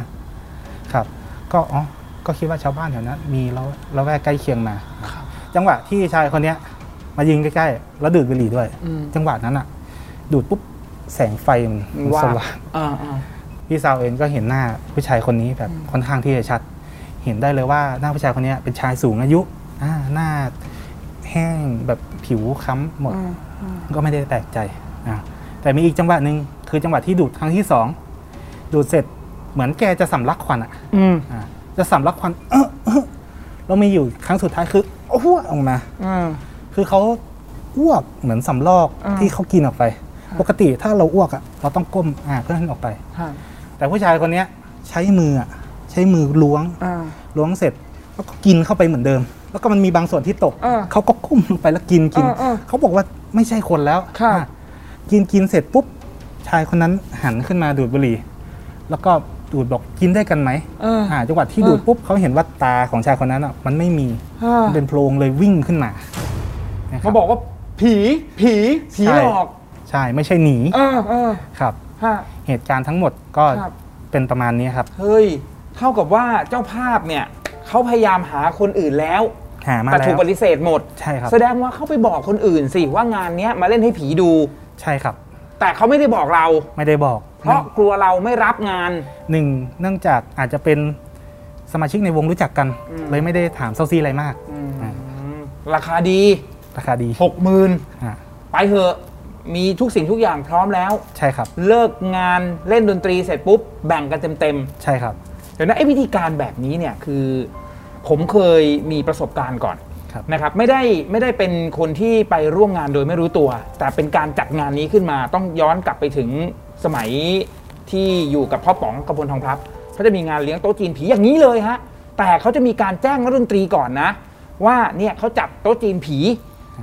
S10: ครับ ก็อ๋อก็คิดว่าชาวบ้านแถวนั้นมีแล้วแล้วแวกใกล้เคียงมาจังหวะที่ชายคนเนี้ย มายิงใกล้ๆแล้วดูดบุหรี่ด้วย
S5: อืม
S10: จังหวะนั้นอ่ะ ดูดปุ๊บแสงไฟมันมันสว่าง
S5: อ่าอ่า
S10: พี่สาวเองก็เห็นหน้าผู้ชายคนนี้แบบค่อนข้างที่จะชัด เห็นได้เลยว่าหน้าผู้ชายคนนี้เป็นชายสูงอายุอ่าหน้าแห้งแบบผิวค้ำหมด ก็ไม่ได้แปลกใจอ่ะแต่มีอีกจังหวะหนึ่งคือจังหวะที่ดูดครั้งที่สองดูดเสร็จเหมือนแกจะสำลักควันอ่ะอ่ะจะสำลักควัน เออเออแล้วมีอยู่ครั้งสุดท้ายคืออ้วกออกมา คือเขาอ้วกเหมือนสำลอกที่เขากินออกไป ปกติถ้าเราอ้วกอ่ะเราต้องก้มอ่าเพื่อให้มันออกไป แต่ผู้ชายคนเนี้ยใช้มืออะใช้มือล้วงล้วงเสร็จแล้วก็กินเข้าไปเหมือนเดิม แล้วก็มันมีบางส่วนที่ตกเขาก็ก้มลงไปแล้วกินกินเขาบอกว่าไม่ใช่คนแล้ว
S5: ค่ะ
S10: อ่ะกินกินเสร็จปุ๊บชายคนนั้นหันขึ้นมาดูดบุหรี่แล้วก็ดูดบอกกินได้กันไหม
S5: เออ
S10: อ่าจังหวะที่ดูดปุ๊บเขาเห็นว่าตาของชายคนนั้นอ่ะมันไม่มี
S5: อ่ามั
S10: นเป็นโพรงเลยวิ่งขึ้นมานะครับ
S5: มาบอกว่าผีผีผีหลอก
S10: ใช่ ใช่ไม่ใช่หนี
S8: เออเออ
S10: ครับ
S8: ฮะ
S10: เหตุการณ์ทั้งหมดก็
S8: ครับ
S10: เป็นประมาณนี้ครับ
S8: เฮ้ย เท่ากับว่าเจ้าภาพเนี่ยเขาพยายามหาคนอื่นแล้ว
S10: หามา
S8: แต่
S10: แล้
S8: ถูก
S10: ว
S8: ปฏิเสธหมด
S10: ใช่ครับ
S8: แสดงว่าเขาไปบอกคนอื่นสิว่างานเนี้ยมาเล่นให้ผีดู
S10: ใช่ครับ
S8: แต่เขาไม่ได้บอกเรา
S10: ไม่ได้บอก
S8: เพราะกลัวเราไม่รับงาน
S10: หนึ่งเนื่องจากอาจจะเป็นสมาชิกในวงรู้จักกัน
S8: อืม
S10: เลยไม่ได้ถามเซาซีอะไรมากอ่า
S8: ราคาดี
S10: ราคาดี
S8: หกหมื่น
S10: อ่า
S8: ไปเถอะ มีทุกสิ่งทุกอย่างพร้อมแล้ว
S10: ใช่ครับ
S8: เลิกงานเล่นดนตรีเสร็จปุ๊บ แบ่งกันเต็ม
S10: ใช่ครับ
S8: ๆเดี๋ยวนะไอ้วิธีการแบบนี้เนี่ยคือ ผมเคยมีประสบการณ์ก่อน
S10: ครับ
S8: นะครับ ไม่ได้ไม่ได้เป็นคนที่ไปร่วมงานโดยไม่รู้ตัว แต่เป็นการจัดงานนี้ขึ้นมา ต้องย้อนกลับไปถึงสมัยที่อยู่กับพ่อป๋องกระพลทองพลับเขาจะมีงานเลี้ยงโต๊ะจีนผีอย่างนี้เลยฮะแต่เขาจะมีการแจ้งนักดนตรีก่อนนะ ว่าเนี่ยเขาจัดโต๊ะจีนผี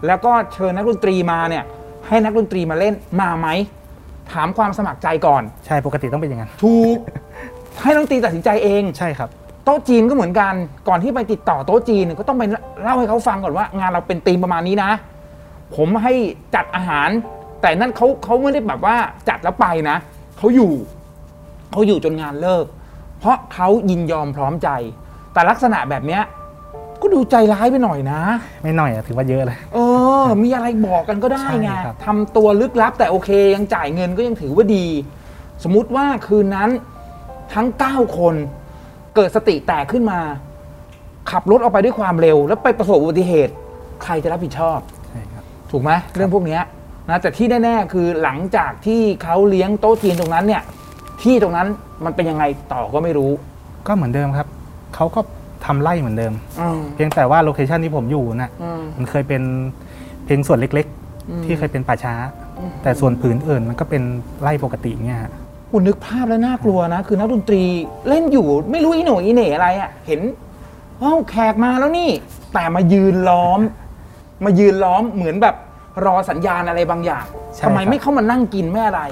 S8: แล้วก็เชิญนักดนตรีมาเนี่ย ให้นักดนตรีมาเล่นมาไหม ถามความสมัครใจก่อน
S10: ใช่ปกติต้องเป็นอย่างนั้น
S8: ถูก ให้นักดนตรีตัดสินใจเอง
S10: ใช่ครับ
S8: โต๊ะจีนก็เหมือนกันก่อนที่ไปติดต่อโต๊ะจีนก็ต้องไปเล่าให้เขาฟังก่อนว่า งานเราเป็นธีมประมาณนี้นะ ผมให้จัดอาหาร แต่นั่นเขาเขาไม่ได้แบบว่าจัดแล้วไปนะเขาอยู่เขาอยู่จนงานเลิก เพราะเขายินยอมพร้อมใจ แต่ลักษณะแบบเนี้ยก็ดูใจร้ายไปหน่อยนะ
S10: ไม่หน่อยอะถือว่าเยอะเลย
S8: เออ มีอะไรบอกกันก็ได้ไง
S10: ใช่ครับ
S8: ทำตัวลึกลับแต่โอเคยังจ่ายเงินก็ยังถือว่าดี สมมุติว่าคืนนั้นทั้ง 9 คน เกิดสติแตกขึ้นมา ขับรถออกไปด้วยความเร็ว แล้วไปประสบอุบัติเหตุ ใครจะรับผิดชอบ
S10: ใช่ครับ
S8: ถูกไหมเรื่องพวกเนี้ยนะแต่ที่แน่ๆคือหลังจากที่เขาเลี้ยงโต๊ะจีนตรงนั้นเนี่ย ที่ตรงนั้นมันเป็นยังไงต่อก็ไม่รู้
S10: ก็เหมือนเดิมครับ เขาก็ทำไล่เหมือนเดิม
S8: อืม
S10: เพียงแต่ว่าโลเคชันที่ผมอยู่น่ะ
S8: อืม
S10: มันเคยเป็นเพียงส่วนเล็กๆ ที่เคยเป็นป่าช้า แต่ส่วนผืนอื่นมันก็เป็นไร่ปกติเนี่ยฮะ
S8: คุณนึกภาพแล้วน่ากลัวนะ คือนักดนตรีเล่นอยู่ไม่รู้อีโหน่อีเหน่อะไรอะ่ะ เห็นเอ้าแขกมาแล้วนี่ แต่มายืนล้อม มายืนล้อมเหมือนแบบรอสัญญาณอะไรบางอย่างทำไมไม่เข้ามานั่งกินไม่อะไร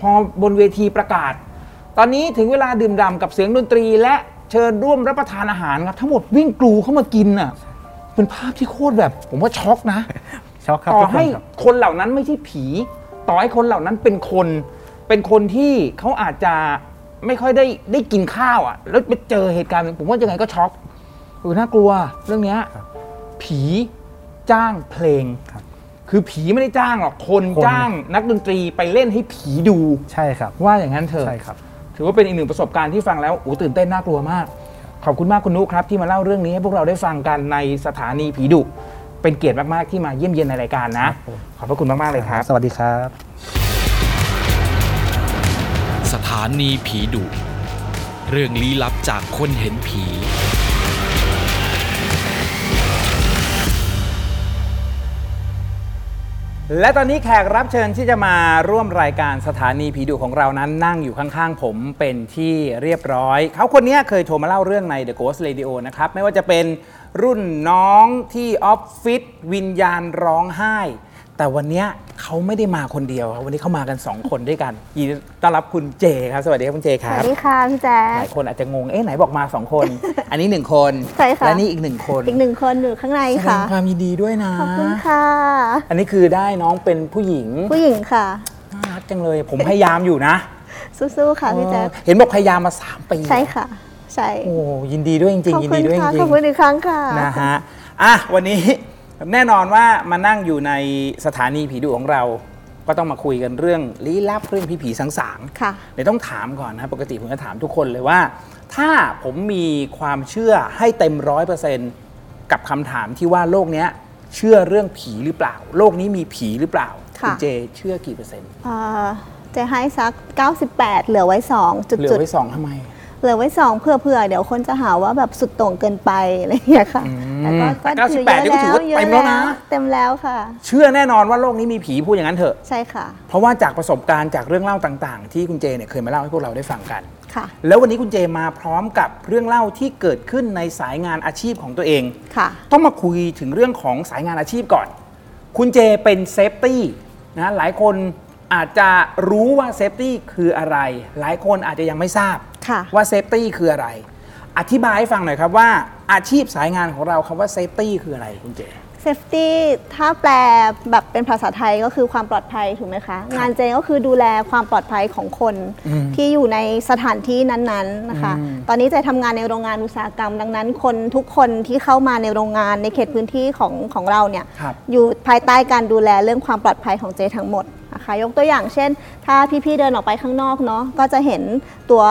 S8: พอบนเวทีประกาศ ตอนนี้ถึงเวลาดื่มด่ำกับเสียงดนตรี และเชิญร่วมรับประทานอาหารครับทั้งหมดวิ่งกลูเข้ามากินน่ะ เป็นภาพที่โคตรแบบ ผมว่าช็อกนะ
S10: ช็อกครับ
S8: ต่อ
S10: ทุกคน
S8: ให้
S10: ครับ
S8: คนเหล่านั้นไม่ใช่ผี ต่อให้คนเหล่านั้นเป็นคน เป็นคนที่เขาอาจจะไม่ค่อยได้ได้กินข้าวอ่ะ แล้วไปเจอเหตุการณ์ผมว่ายังไงก็ช็อกเออน่ากลัว เรื่องเนี้ย
S10: ครับ
S8: ผีจ้างเพลง
S10: ครับ
S8: คือผีไม่ได้จ้างหรอกคน
S10: คน
S8: จ้างนักดนตรีไปเล่นให้ผีดู
S10: ใช่ครับ
S8: ว่าอย่างนั้นเถอะ
S10: ใช่ครับ
S8: ถือว่าเป็นอีกหนึ่งประสบการณ์ที่ฟังแล้วโอ้ตื่นเต้นน่ากลัวมาก ขอบคุณมากคุณนุครับ ที่มาเล่าเรื่องนี้ให้พวกเราได้ฟังกันในสถานีผีดุเป็นเกียรติมาก ๆ ที่มาเยี่ยมเยียนในรายการนะ ขอบพระคุณมาก ๆ เลยครับ
S10: สวัสดีครับ
S1: สถานีผีดุ เรื่องลี้ลับจากคนเห็นผี
S2: และตอนนี้แขกรับเชิญที่จะมาร่วมรายการสถานีผีดุของเรานั้นนั่งอยู่ข้างๆ ผมเป็นที่เรียบร้อย เขาคนนี้เคยโทรมาเล่าเรื่องใน The Ghost Radio นะครับ ไม่ว่าจะเป็นรุ่นน้องที่ออฟฟิศวิญญาณร้องไห้ แต่วันนี้เขาไม่ได้มาคนเดียวครับวันนี้เขามากัน 2 คนด้วยกันยินดีต้อนรับคุณเจครับ สวัสดีครับคุณเจค
S11: ส
S2: รั
S11: วั
S2: บ
S11: สดีค่ะพี่แจ๊
S2: ห
S11: ค
S2: ลายคนอาจจะงงเอ๊ะไหนบอกมาสองคน อันนี้หนึ่งคน
S11: ใช่ค่ะ
S2: และนี่อีกหนึ่งคน
S11: อีกหนึ่งคนอยู่ข้างใน
S2: แสด
S11: ค่ะ
S2: งความยินดีด้วยนะ
S11: ขอบคุณค่ะ
S2: อันนี้คือได้น้องเป็นผู้หญิง
S11: ผู้หญิงค่ะ
S2: น่ารักจังเลยผมพยายามอยู่นะ
S11: สู้ๆค่ะพี่แจ๊ค
S2: เออเห็นบอกพยายามมา 3 ปี
S11: ใช่ค่ะ ใช่
S2: โอ้ยินดีด้วยจริง
S11: ขอบ
S2: ๆยิน
S11: คุ
S2: ดี
S11: ณ
S2: ด้วยจ
S11: ค่ะ
S2: ริ
S11: ขอบ
S2: ง
S11: คุณอีกครั้งค่ะ
S2: ๆนะฮะอ่ะวันนี้ แน่นอนว่ามานั่งอยู่ในสถานีผีดุของเรา ก็ต้องมาคุยกันเรื่องลี้ลับเรื่องผีผีๆสังสางๆ
S11: ค่ะ
S2: เดี๋ยวต้องถามก่อนนะปกติผมจะถามทุกคนเลยว่า ถ้าผมมีความเชื่อให้เต็มร้อยเปอร์เซนกับคำถามที่ว่าโลกเนี้ยเชื่อเรื่องผีหรือเปล่า โลกนี้มีผีหรือเปล่าณเจเชื่อกี่เปอร์เซ็นต์
S11: เอ่อเจะให้สัก 98 เหลือไว้ 2 จุด
S2: เหลื
S11: จุ
S2: อ
S11: ด
S2: ไว้สองทำไม
S11: เหลือไว้ 2 เพื่อเพื่อเดี๋ยวคนจะหาว่าแบบสุดโต่งเกินไปอะไรอย่างเงี้ยค่ะแต่ก็
S2: แต่
S11: ก็ถือเยอะ
S2: 98นี่ก็ถือว่า
S11: แล้วเยอะ
S2: เต็มแล้วนะ
S11: เต็มแล้วค่ะ
S2: เชื่อแน่นอนว่าโลกนี้มีผีพูดอย่างนั้นเถอะ
S11: ใช่ค่ะ
S2: เพราะว่าจากประสบการณ์จากเรื่องเล่าต่างๆ ที่คุณเจเนี่ยเคยมาเล่าให้พวกเราได้ฟังกัน
S11: ค่ะ
S2: แล้ววันนี้คุณเจมาพร้อมกับเรื่องเล่าที่เกิดขึ้นในสายงานอาชีพของตัวเอง
S11: ค่ะ
S2: ต้องมาคุยถึงเรื่องของสายงานอาชีพก่อน คุณเจเป็นเซฟตี้นะหลายคนอาจจะรู้ว่าเซฟตี้คืออะไร หลายคนอาจจะยังไม่ทราบ
S11: ค่ะ
S2: ว่าเซฟตี้คืออะไร อธิบายให้ฟังหน่อยครับว่าอาชีพสายงานของเราคำว่าเซฟตี้คืออะไรคุณเจ
S8: เซฟตี้ถ้าแปลแบบเป็นภาษาไทยก็คือความปลอดภัยถูกไหมคะ งานเจนก็คือดูแลความปลอดภัยของคนที่อยู่ในสถานที่นั้นๆนะคะ ตอนนี้เจทำงานในโรงงานอุตสาหกรรม ดังนั้น คนทุกคนที่เข้ามาในโรงงานในเขตพื้นที่ของของเราเนี่ย
S2: ครับ
S8: อยู่ภายใต้การดูแลเรื่องความปลอดภัยของเจทั้งหมดนะคะยกตัวอย่างเช่น ถ้าพี่ๆเดินออกไปข้างนอกเนาะก็จะเห็นตัว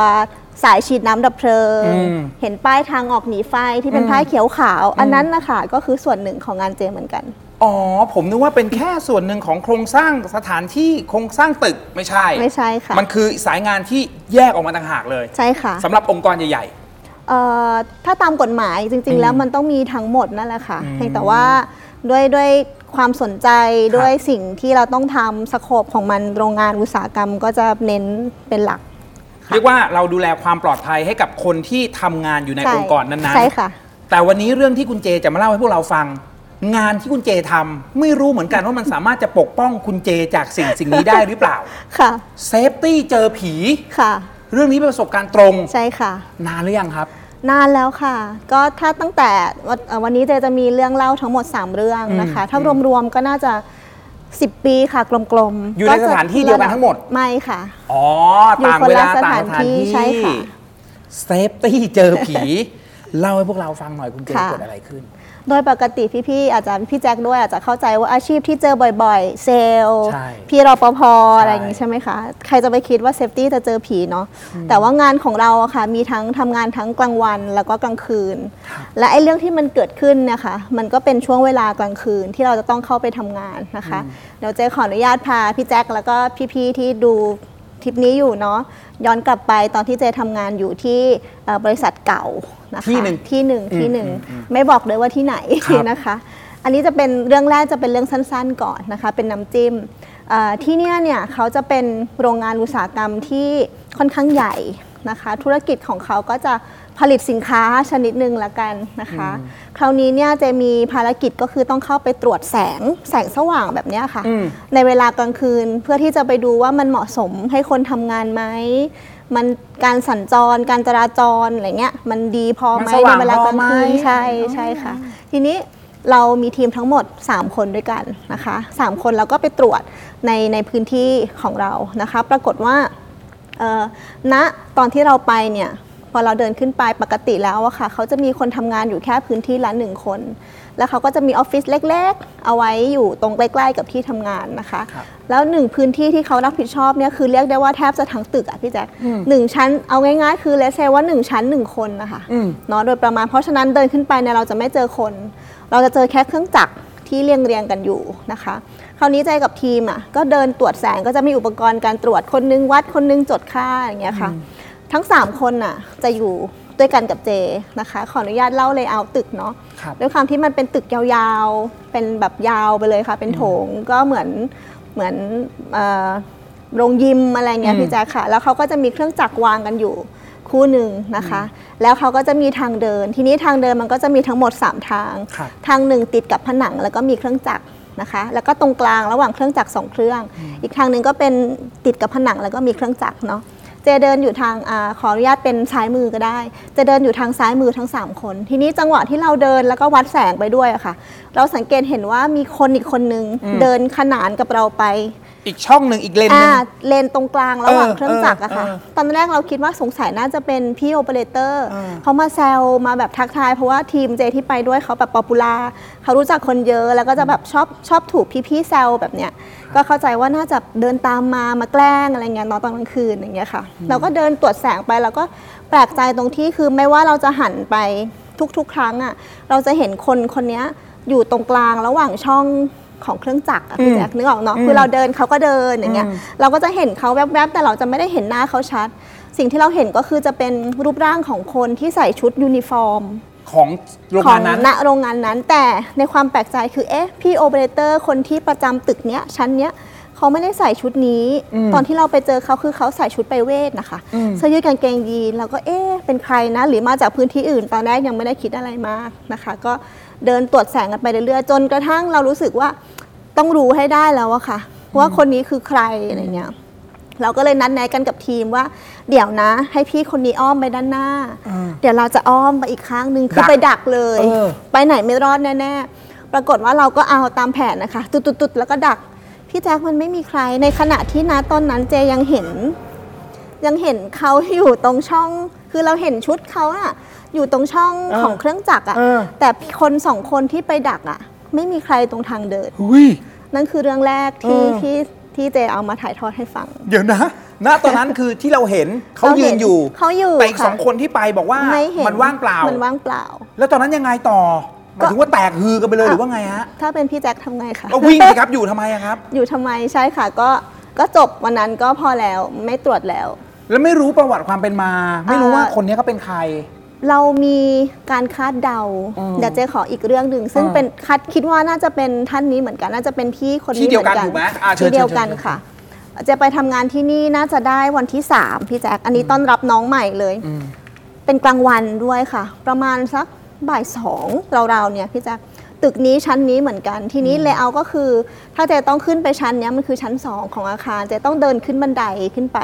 S8: สายฉีดน้ำดับเพลิง
S2: อืม
S8: เห็นป้ายทางออกหนีไฟที่เป็นป้ายเขียวขาว อันนั้นนะคะก็คือส่วนหนึ่งของงานเจเหมือนกัน
S2: อ๋อ ผมนึกว่าเป็นแค่ส่วนหนึ่งของโครงสร้างสถานที่โครงสร้างตึกไม่ใช่
S8: ไม่ใช่ค่ะ
S2: มันคือสายงานที่แยกออกมาต่างหากเลย
S8: ใช่ค่ะ
S2: สำหรับองค์กรใหญ่
S8: เอ่อถ้าตามกฎหมายจริง ๆ แล้วมันต้องมีทั้งหมดนั่นแหละค่ะ
S2: อืม
S8: เพียงแต่ว่าด้วยด้วยความสนใจด้วยสิ่งที่เราต้องทำสโคปของมันโรงงานอุตสาหกรรมก็จะเน้นเป็นหลัก
S2: ะเรียกว่าเราดูแลความปลอดภัยให้กับคนที่ทำงานอยู่ใน
S8: ช่
S2: องค์กรนั้น
S8: ใช่ค่ะ
S2: ๆ แต่วันนี้เรื่องที่คุณเจจะมาเล่าให้พวกเราฟัง งานที่คุณเจทำไม่รู้เหมือนกันว่ามันสามารถจะปกป้องคุณเจจากสิ่งสิ่งนี้ได้หรือเปล่า
S8: ค่ะ
S2: เซฟตี้เจอผี
S8: ค่ะ
S2: เรื่องนี้เป็นประสบการณ์ตรง
S8: ใช่ค่ะ
S2: นานหรือยังครับ
S8: นานแล้วค่ะ ก็ถ้าตั้งแต่วันเอ่อวันนี้เจจะมีเรื่องเล่าทั้งหมด 3 เรื่องนะคะ ถ้ารวมๆก็น่าจะ 10 ปีค่ะกลมๆ
S2: อยู่ในสถานที่เดียวกันทั้งหมด
S8: ไม่ค่ะ
S2: อ๋อต่างเวลาต่างสถานที่
S8: อยู่คนละสถานที่ใช่ค่ะ
S2: เซฟตี้เจอผี เล่าให้พวกเราฟังหน่อยคุณเจ
S8: ค่ะ
S2: เกิดอะไรขึ้น
S8: โดยปกติพี่ๆอาจจะพี่แจ็คด้วยอาจจะเข้าใจว่าอาชีพที่เจอบ่อยๆ เซลล์
S2: ใช่
S8: พี่รปภอะไรอย่างนี้ใช่ไหมคะ ใครจะไปคิดว่าเซฟตี้จะเจอผีเนาะแต่ว่างานของเราอะค่ะมีทั้งทำงานทั้งกลางวันแล้วก็กลางคืน และไอ้เรื่องที่มันเกิดขึ้นเนะคะมันก็เป็นช่วงเวลากลางคืนที่เราจะต้องเข้าไปทำงานนะคะ เดี๋ยวเจ๊ขออนุญาตพาพี่แจ็คแล้วก็พี่ๆที่ดูทริปนี้อยู่เนาะย้อนกลับไปตอนที่เจทำงานอยู่ที่เอ่อบริษัทเก่านะคะ
S2: ที่หนึ่ง
S8: ที่หนึ่งที่หนึ่งไม่บอกเลยว่าที่ไหน
S2: ครับ
S8: นะคะ อันนี้จะเป็นเรื่องแรกจะเป็นเรื่องสั้นๆก่อนนะคะ เป็นน้ำจิ้มเอ่อที่เนี่ยเนี่ยเขาจะเป็นโรงงานอุตสาหกรรมที่ค่อนข้างใหญ่นะคะ ธุรกิจของเขาก็จะผลิตสินค้าชนิดหนึ่งละกันนะคะ คราวนี้เนี่ยจะมีภารกิจก็คือต้องเข้าไปตรวจแสงแสงสว่างแบบเนี้ยค่ะ
S2: อืม
S8: ในเวลากลางคืนเพื่อที่จะไปดูว่ามันเหมาะสมให้คนทำงานไหมมันการสัญจรการจราจรอะไรเงี้ยมันดีพอไหม
S2: มันส
S8: ใน
S2: ว่าง
S8: เวลากลางคื
S2: พ
S8: น
S2: อไหม
S8: ใช่ใช่ค่ะ ทีนี้เรามีทีมทั้งหมด 3 คนด้วยกันนะคะ 3 คนเราก็ไปตรวจในในพื้นที่ของเรานะคะ ปรากฏว่าเอ่อณตอนที่เราไปเนี่ยพอเราเดินขึ้นไปปกติแล้วอะค่ะเขาจะมีคนทำงานอยู่แค่พื้นที่ละหนึ่งคน แล้วเขาก็จะมีออฟฟิศเล็กๆ เอาไว้อยู่ตรงใกล้ๆกับที่ทำงานนะคะ แล้วหนึ่งพื้นที่ที่เขารับผิดชอบเนี่ยคือเรียกได้ว่าแทบจะทั้งตึกอะพี่แจ๊คหนึ่งชั้นเอาง่ายๆ คือเลเซว่าหนึ่งชั้นหนึ่งคนนะคะเนาะโดยประมาณเพราะฉะนั้นเดินขึ้นไปเนี่ยเราจะไม่เจอคน เราจะเจอแค่เครื่องจักรที่เรียงเรียงๆกันอยู่นะคะ คราวนี้ใจกับทีมอ่ะก็เดินตรวจแสงก็จะมีอุปกรณ์การตรวจคนนึงวัดคนนึงจดค่าอย่างเงี้ยค่ะ ทั้ง 3 คนน่ะจะอยู่ด้วยกันกับเจนะคะ ขออนุญาตเล่าเลยเอาตึกเนาะ
S2: ครับ
S8: ด้วยความที่มันเป็นตึกยาวๆ เป็นแบบยาวไปเลยค่ะ เป็นโถงก็เหมือนเหมือนเอ่อโรงยิมอะไรเงี้ยพี่แจ๊คค่ะ แล้วเขาก็จะมีเครื่องจักรวางกันอยู่คู่หนึ่งนะคะ แล้วเขาก็จะมีทางเดิน ทีนี้ทางเดินมันก็จะมีทั้งหมด 3 ทาง
S2: ครับ
S8: ทางหนึ่งติดกับผนังแล้วก็มีเครื่องจักรนะคะ แล้วก็ตรงกลางระหว่างเครื่องจักรสองเครื่อง อีกทางหนึ่งก็เป็นติดกับผนังแล้วก็มีเครื่องจักรเนาะเจเดินอยู่ทางอาขออนุญาตเป็นซ้ายมือก็ได้เจะเดินอยู่ทางซ้ายมือทั้ง 3 คน ทีนี้จังหวะที่เราเดินแล้วก็วัดแสงไปด้วยอะค่ะ เราสังเกตเห็นว่ามีคนอีกคนนึงเดินขนานกับเราไป
S2: อีกช่องหนึ่งอีกเลนหนึ่ง
S8: อ่าเลนตรงกลางระหว่าง
S2: เออ
S8: เครื่องจักรอะค่ะ
S2: เออเออ
S8: ตอนแรกเราคิดว่าสงสัยน่าจะเป็นพี่โอเปอเรเตอร์
S2: เออ
S8: เขามาแซวมาแบบทักทาย เพราะว่าทีมเจที่ไปด้วยเขาแบบป๊อปปูล่าเขารู้จักคนเยอะแล้วก็จะแบบชอบชอบถูกพี่ๆแซวแบบเนี้ยก็เข้าใจว่าน่าจะเดินตามมามาแกล้งอะไรเงี้ยเนอนตอนกลางคืนอย่างเงี้ยค่ะ เราก็เดินตรวจแสงไปเราก็แปลกใจตรงที่คือไม่ว่าเราจะหันไปทุกๆ ครั้งอะเราจะเห็นคนคนเนี้ยอยู่ตรงกลางระหว่างช่องของเครื่องจักรอะพี่แจ๊คนึกออกเนาะคือเราเดินเขาก็เดินอย่างเงี้ย เราก็จะเห็นเขาแวบๆ แต่เราจะไม่ได้เห็นหน้าเขาชัด สิ่งที่เราเห็นก็คือจะเป็นรูปร่างของคนที่ใส่ชุดยูนิฟอร์ม
S2: ของโรงงานนั้น
S8: ของณโรงงานนั้นแต่ในความแปลกใจคือเอ๊ะพี่โอเปอเรเตอร์คนที่ประจำตึกเนี้ยชั้นเนี้ยเขาไม่ได้ใส่ชุดนี้ ตอนที่เราไปเจอเขาคือเขาใส่ชุดไปเวทนะคะเสื้อยืดกางเกงยีนแล้วก็เอ๊ะเป็นใครนะ หรือมาจากพื้นที่อื่น ตอนแรกยังไม่ได้คิดอะไรมากนะคะ ก็เดินตรวจแสงกันไปเรื่อยๆจนกระทั่งเรารู้สึกว่าต้องรู้ให้ได้แล้วอะค่ะ ว่าคนนี้คือใครอะไรเงี้ย เราก็เลยนัดแนะกันกับทีมว่า เดี๋ยวนะ ให้พี่คนนี้อ้อมไปด้านหน้า เดี๋ยวเราจะอ้อมไปอีกข้างหนึ่งคื
S2: ดั
S8: อ
S2: ก
S8: ไปดักเลย
S2: เออ
S8: ไปไหนไม่รอดแน่ ๆ ปรากฏว่าเราก็เอาตามแผนนะคะตุดๆๆแล้วก็ดัก พี่แจ๊คมันไม่มีใครในขณะที่นะตอนนั้นเจยังเห็น ยังเห็นเขาอยู่ตรงช่อง คือเราเห็นชุดเขาอะอยู่ตรงช่องของเครื่องจักรอะ
S5: เออ
S8: แต่คนสองคนที่ไปดักอะไม่มีใครตรงทางเดิน
S2: หุ้ย
S8: นั่นคือเรื่องแรกที่ที่ที่เจเอามาถ่ายทอดให้ฟัง
S2: เดี๋ยวนะณตอนนั้นคือที่เราเห็น เขา
S8: เรา
S2: ยื
S8: เห็น
S2: นอยู่
S8: เขาอยู่
S2: แต่อีก
S8: ค่ะ
S2: สองคนที่ไปบอกว่า
S8: ไม่เห็น
S2: มันว่างเปล่า
S8: นว่างเปล่า
S2: แล้วตอนนั้นยังไงต่อหมายถึงว่าแตกฮือกันไปเลย
S8: อ่ะ
S2: หรือว่าไงฮะ
S8: ถ้าเป็นพี่แจ็คทำไงคะ
S2: ก็วิ่งสิครับอยู่ทำไมอะครับ
S8: อยู่ทำไมใช่ค่ะก็ก็จบวันนั้นก็พอแล้วไม่ตรวจแล้ว
S2: แล้วไม่รู้ประวัติความเป็นมา ไม่รู้ว่าคนนี้เขาเป็นใคร
S8: เรามีการคาดเดา เดี๋ยวเจ๊ขออีกเรื่องหนึ่งซึ่งเป็นคาดคิดว่าน่าจะเป็นท่านนี้เหมือนกันน่าจะเป็นพี่คน
S2: ที่
S8: นี้
S2: เดียวกัน
S8: หมือ
S2: ถูกไหมอ่ะเชิญ
S8: ที่เดียวกัน
S2: เชิญเชิญ
S8: ค่ะเจะไปทำงานที่นี่น่าจะได้วันที่สามพี่แจ๊คอันนี้ต้อนรับน้องใหม่เลย เป็นกลางวันด้วยค่ะ ประมาณสักบ่ายสองเราๆเนี่ยพี่แจ๊คตึกนี้ชั้นนี้เหมือนกัน ทีนี้เลเยอร์ก็คือ ถ้าเจต้องขึ้นไปชั้นเนี้ยมันคือชั้นสองของอาคารเจต้องเดินขึ้นบันไดขึ้นไป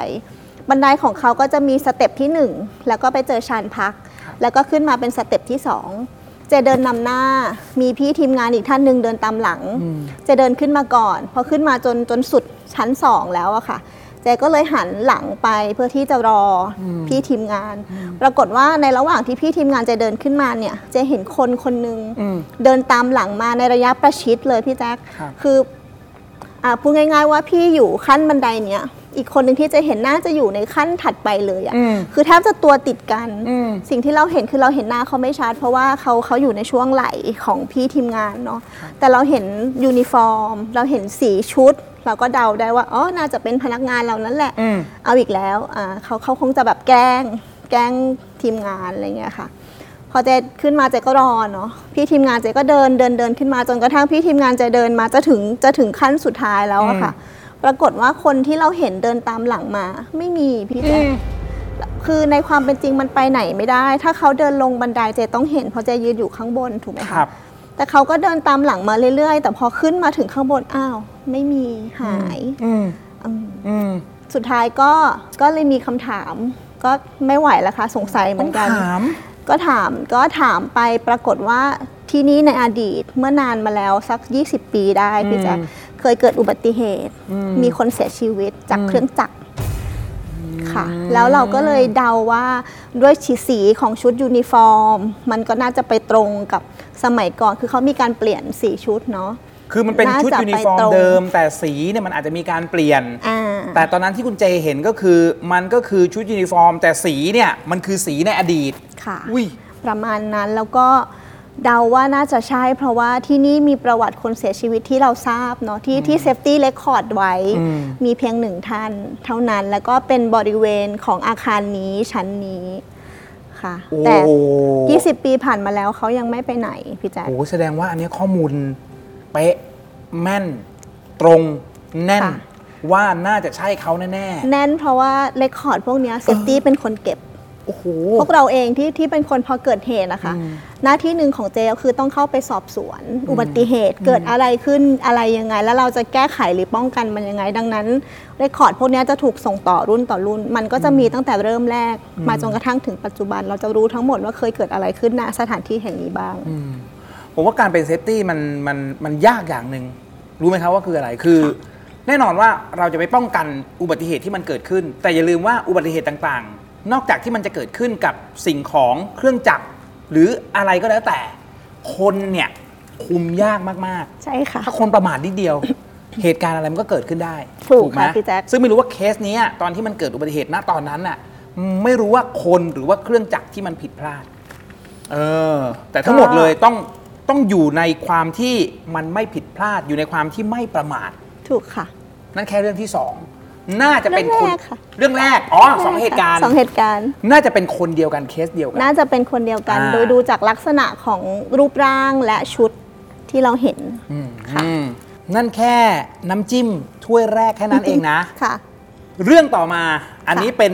S8: บันไดของเขาก็จะมีสเต็ปที่หนึ่งแล้วก็ไปเจอชานพัก แล้วก็ขึ้นมาเป็นสเต็ปที่สองเจเดินนำหน้า มีพี่ทีมงานอีกท่านหนึ่งเดินตามหลัง เจเดินขึ้นมาก่อนพอขึ้นมาจนจนสุดชั้นสองแล้วอะค่ะ เจก็เลยหันหลังไปเพื่อที่จะรออพี่ทีมงาน ปรากฏว่าในระหว่างที่พี่ทีมงานเจะเดินขึ้นมาเนี่ยเจะเห็นคนคนหนึ่งเดินตามหลังมาในระยะประชิดเลยพี่แจ๊คคืออ่าพูดง่ายๆว่าพี่อยู่ขั้นบันไดเนี่ย อีกคนหนึ่งที่เจะเห็นน่าจะอยู่ในขั้นถัดไปเลยอะคือแทบจะตัวติดกัน สิ่งที่เราเห็นคือเราเห็นหน้าเขาไม่ชัดเพราะว่าเขาเขาอยู่ในช่วงไหลของพี่ทีมงานเนาะแต่เราเห็นยูนิฟอร์ม เราเห็นสีชุด เราก็เดาได้ว่าอ๋อน่าจะเป็นพนักงานเรานั่นแหละ เอาอีกแล้วอ่าเขาเขาคงจะแบบแกล้ง แกล้งทีมงานอะไรเงี้ยค่ะ พอเจขึ้นมาเจก็รอเนาะพี่ทีมงานเจก็เดินเดินเดินขึ้นมาจนกระทั่งพี่ทีมงานเจเดินมาจะถึงจะถึงขั้นสุดท้ายแล้วอะค่ะ ปรากฏว่าคนที่เราเห็นเดินตามหลังมา ไม่มีพี่แจ๊คคือในความเป็นจริงมันไปไหนไม่ได้ ถ้าเขาเดินลงบันไดเจต้องเห็นเพราะเจยืนอยู่ข้างบนถูกไหม
S2: ค
S8: คะ
S2: รับ
S8: แต่เขาก็เดินตามหลังมาเรื่อยๆ แต่พอขึ้นมาถึงข้างบนอ้าวไม่มีหายอืม
S2: อืม
S8: สุดท้ายก็ก็เลยมีคำถามก็ไม่ไหวแล้วค่ะสงสัยเหมือนกัน
S2: ถาม
S8: ก็ถามก็ถามไปปรากฏว่าที่นี่ในอดีตเมื่อนานมาแล้วสัก 20 ปีได้พี่แจ๊คเคยเกิดอุบัติเหตุ มีคนเสียชีวิตจากเครื่องจักรค่ะ แล้วเราก็เลยเดาว่าด้วยชีสีของชุดยูนิฟอร์ม มันก็น่าจะไปตรงกับสมัยก่อนคือเขามีการเปลี่ยนสีชุดเนาะ
S2: คือมันเป็นชุด
S8: น่าจะ
S2: ยูนิฟอร์ม
S8: ไปตรง
S2: เดิม แต่สีเนี่ยมันอาจจะมีการเปลี่ยน
S8: อ่า
S2: แต่ตอนนั้นที่คุณเจเห็นก็คือมันก็คือชุดยูนิฟอร์ม แต่สีเนี่ยมันคือสีในอดีต
S8: ค่ะ
S2: อุ้ย
S8: ประมาณนั้นแล้วก็เดาว่าน่าจะใช่ เพราะว่าที่นี่มีประวัติคนเสียชีวิตที่เราทราบเนาะที่ที่เซฟตี้เ e คคอร์ดไว้ มีเพียงหนึ่งท่านเท่านั้นแล้วก็เป็นบริเวณของอาคารนี้ชั้นนี้ค่ะ แต่
S2: โอ้โห
S8: 20 ปีผ่านมาแล้วเขายังไม่ไปไหน พี่แจ๊ค
S2: โอ้โหแสดงว่าอันเนี้ยข้อมูลเป๊ะแม่น ตรงแน่น
S8: ค่ะ
S2: ว่าน่าจะใช่เขาแน่
S8: แน่นเพราะว่าเ e คคอร์ดพวกเนี้เซฟตี้เป็นคนเก็บ
S2: ๆ โอ้โห
S8: พวกเราเองที่ที่เป็นคนพอเกิดเหตุนะคะ หน้าที่หนึ่งของเจก็คือต้องเข้าไปสอบสวน อุบัติเหตุเกิดอะไรขึ้นอะไรยังไง แล้วเราจะแก้ไขหรือป้องกันมันยังไง ดังนั้นเรคคอร์ดพวกเนี้ยจะถูกส่งต่อรุ่นต่อรุ่น มันก็จะมีตั้งแต่เริ่มแรก มาจนกระทั่งถึงปัจจุบัน เราจะรู้ทั้งหมดว่าเคยเกิดอะไรขึ้นณสถานที่แห่งนี้บ้าง
S2: ผมว่าการเป็นเซฟตี้มันมันมันยากอย่างหนึ่งรู้ไหมครับว่าคืออะไรคือ แน่นอนว่าเราจะไปป้องกันอุบัติเหตุที่มันเกิดขึ้น แต่อย่าลืมว่าอุบัติเหตุต่างๆ นอกจากที่มันจะเกิดขึ้นกับสิ่งของเครื่องจักร หรืออะไรก็แล้วแต่ คนเนี่ยคุมยากมาก
S8: ใช่ค่ะ
S2: ๆ ถ้าคนประมาทนิดเดียว เหตุการณ์อะไรมันก็เกิดขึ้นได้
S8: ถูก
S2: ไหม
S8: ค่ะพี่แจ๊ค
S2: ซึ่งไม่รู้ว่าเคสเนี้ยตอนที่มันเกิดอุบัติเหตุณตอนนั้นน่ะไม่รู้ว่าคนหรือว่าเครื่องจักรที่มันผิดพลาด เออแต่ทั้งหมดเลยต้องต้องอยู่ในความที่มันไม่ผิดพลาดอยู่ในความที่ไม่ประมาท
S8: ถูกค่ะ
S2: นั่นแค่เรื่องที่สองน่าจะเป็นคน
S8: เรื่องแรกค่ะ
S2: เรื่องแรกอ๋อสองเหตุการณ์
S8: สองเหตุการณ์
S2: น่าจะเป็นคนเดียวกันเคสเดียวกัน
S8: น่าจะเป็นคนเดียวกัน
S2: อ่า
S8: โดยดูจากลักษณะของรูปร่างและชุดที่เราเห็น
S2: อืมนั่นแค่น้ำจิ้มถ้วยแรกแค่นั้นเอง นะ
S8: ค่ะ
S2: เรื่องต่อมาอันนี้เป็น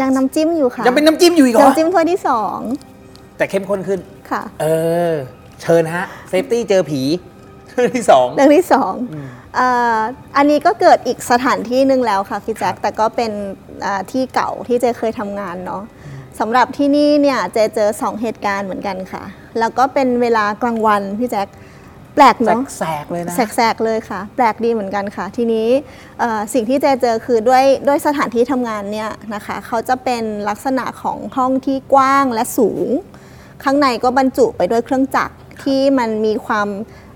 S8: ยังน้ำจิ้มอยู่ค่ะ
S2: ยังเป็นน้ำจิ้มอยู่อีกเหรอ
S8: น้ำจิ้มถ้วยที่สอง
S2: แต่เข้มข้นขึ้น
S8: ค่ะ
S2: เออ เชิญฮะเซฟตี้เจอผีเรื่องที่สอง
S8: เรื่องที่สองเอ่ออันนี้ก็เกิดอีกสถานที่หนึ่งแล้วค่ะพี่แจ็คแต่ก็เป็นอ่าที่เก่าที่เจเคยทำงานเนาะสำหรับที่นี่เนี่ยเจเจอสองเหตุการณ์เหมือนกันค่ะ แล้วก็เป็นเวลากลางวันพี่แจ็ค แปลกเนาะ
S2: แสกๆเลยนะ
S8: แสกๆเลยค่ะ แปลกดีเหมือนกันค่ะ ทีนี้เอ่อสิ่งที่เจเจอคือด้วยด้วยสถานที่ทำงานเนี่ยนะคะเขาจะเป็นลักษณะของห้องที่กว้างและสูง ข้างในก็บรรจุไปด้วยเครื่องจักรที่มันมีความ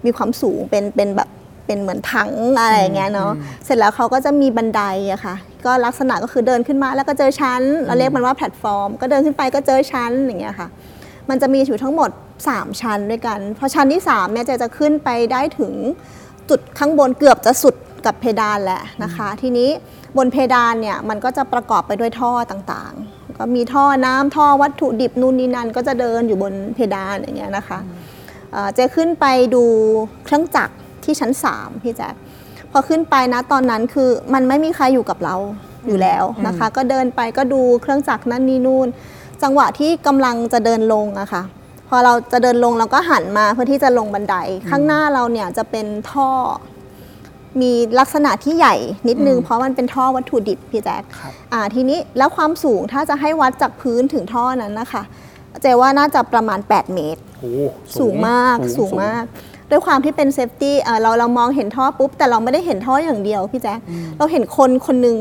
S8: มีความสูงเป็นเป็นแบบเป็นเหมือนถังอะไรอย่างเงี้ยเนาะเสร็จแล้วเขาก็จะมีบันไดอะค่ะ ก็ลักษณะก็คือเดินขึ้นมาแล้วก็เจอชั้น เราเรียกมันว่าแพลตฟอร์ม ก็เดินขึ้นไปก็เจอชั้นอย่างเงี้ยค่ะ มันจะมีอยู่ทั้งหมด 3 ชั้นด้วยกัน เพราะชั้นที่3เนี่ยเจจะขึ้นไปได้ถึงจุดข้างบนเกือบจะสุดกับเพดานแหละนะคะ ทีนี้บนเพดานเนี่ยมันก็จะประกอบไปด้วยท่อต่างๆ ก็มีท่อน้ำท่อวัตถุดิบนู่นนี่นั่นก็จะเดินอยู่บนเพดานอย่างเงี้ยนะคะเอ่อเจขึ้นไปดูเครื่องจักรที่ชั้น 3 พี่แจ๊คพอขึ้นไปนะตอนนั้นคือมันไม่มีใครอยู่กับเราอยู่แล้วนะคะ ก็เดินไปก็ดูเครื่องจักรนั่นนี่นู่น จังหวะที่กำลังจะเดินลงอะค่ะ พอเราจะเดินลงเราก็หันมาเพื่อที่จะลงบันได ข้างหน้าเราเนี่ยจะเป็นท่อ มีลักษณะที่ใหญ่นิดนึง เพราะมันเป็นท่อวัตถุดิบพี่แจ๊คอ่าทีนี้แล้วความสูงถ้าจะให้วัดจากพื้นถึงท่อนั้นนะคะเจว่าน่าจะประมาณ 8 เมตร สูงมากสูงมาก ด้วยความที่เป็นเซฟตี้เอ่อเราเรามองเห็นท่อปุ๊บ แต่เราไม่ได้เห็นท่ออย่างเดียวพี่แจ๊คเราเห็นคนคนหนึ่ง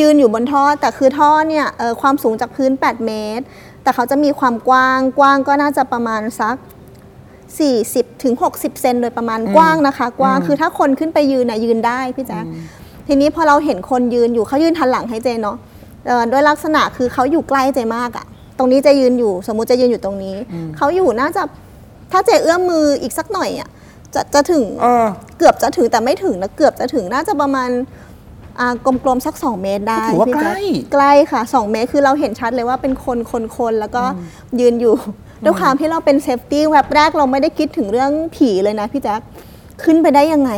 S8: ยืนอยู่บนท่อ แต่คือท่อเนี่ยเอ่อความสูงจากพื้น 8 เมตร แต่เขาจะมีความกว้างกว้างก็น่าจะประมาณสัก 40ถึง60 เซนโดยประมาณกว้างนะคะ กว้างคือถ้าคนขึ้นไปยืนน่ะยืนได้พี่แจ๊คทีนี้พอเราเห็นคนยืนอยู่เขายืนทันหลังให้เจเนาะเอ่อด้วยลักษณะคือเขาอยู่ใกล้เจมากอะตรงนี้เจยืนอยู่ สมมุติเจยืนอยู่ตรงนี้เขาอยู่น่าจะ ถ้าเจเอื้อมมืออีกสักหน่อยอ่ะจะจะถึงเกือบจะถึงแต่ไม่ถึงนะเกือบจะถึงน่าจะประมาณอ่ากลมๆสัก 2 เมตรได้
S2: ก็ถือว่า
S8: พี่แจ๊ค
S2: ใกล้
S8: ใกล้ค่ะ 2 เมตรคือเราเห็นชัดเลยว่าเป็นคนคนคนแล้วก็ยืนอยู่ ด้วยความที่เราเป็นเซฟตี้แวบแรกเราไม่ได้คิดถึงเรื่องผีเลยนะพี่แจ๊คขึ้นไปได้ยังไง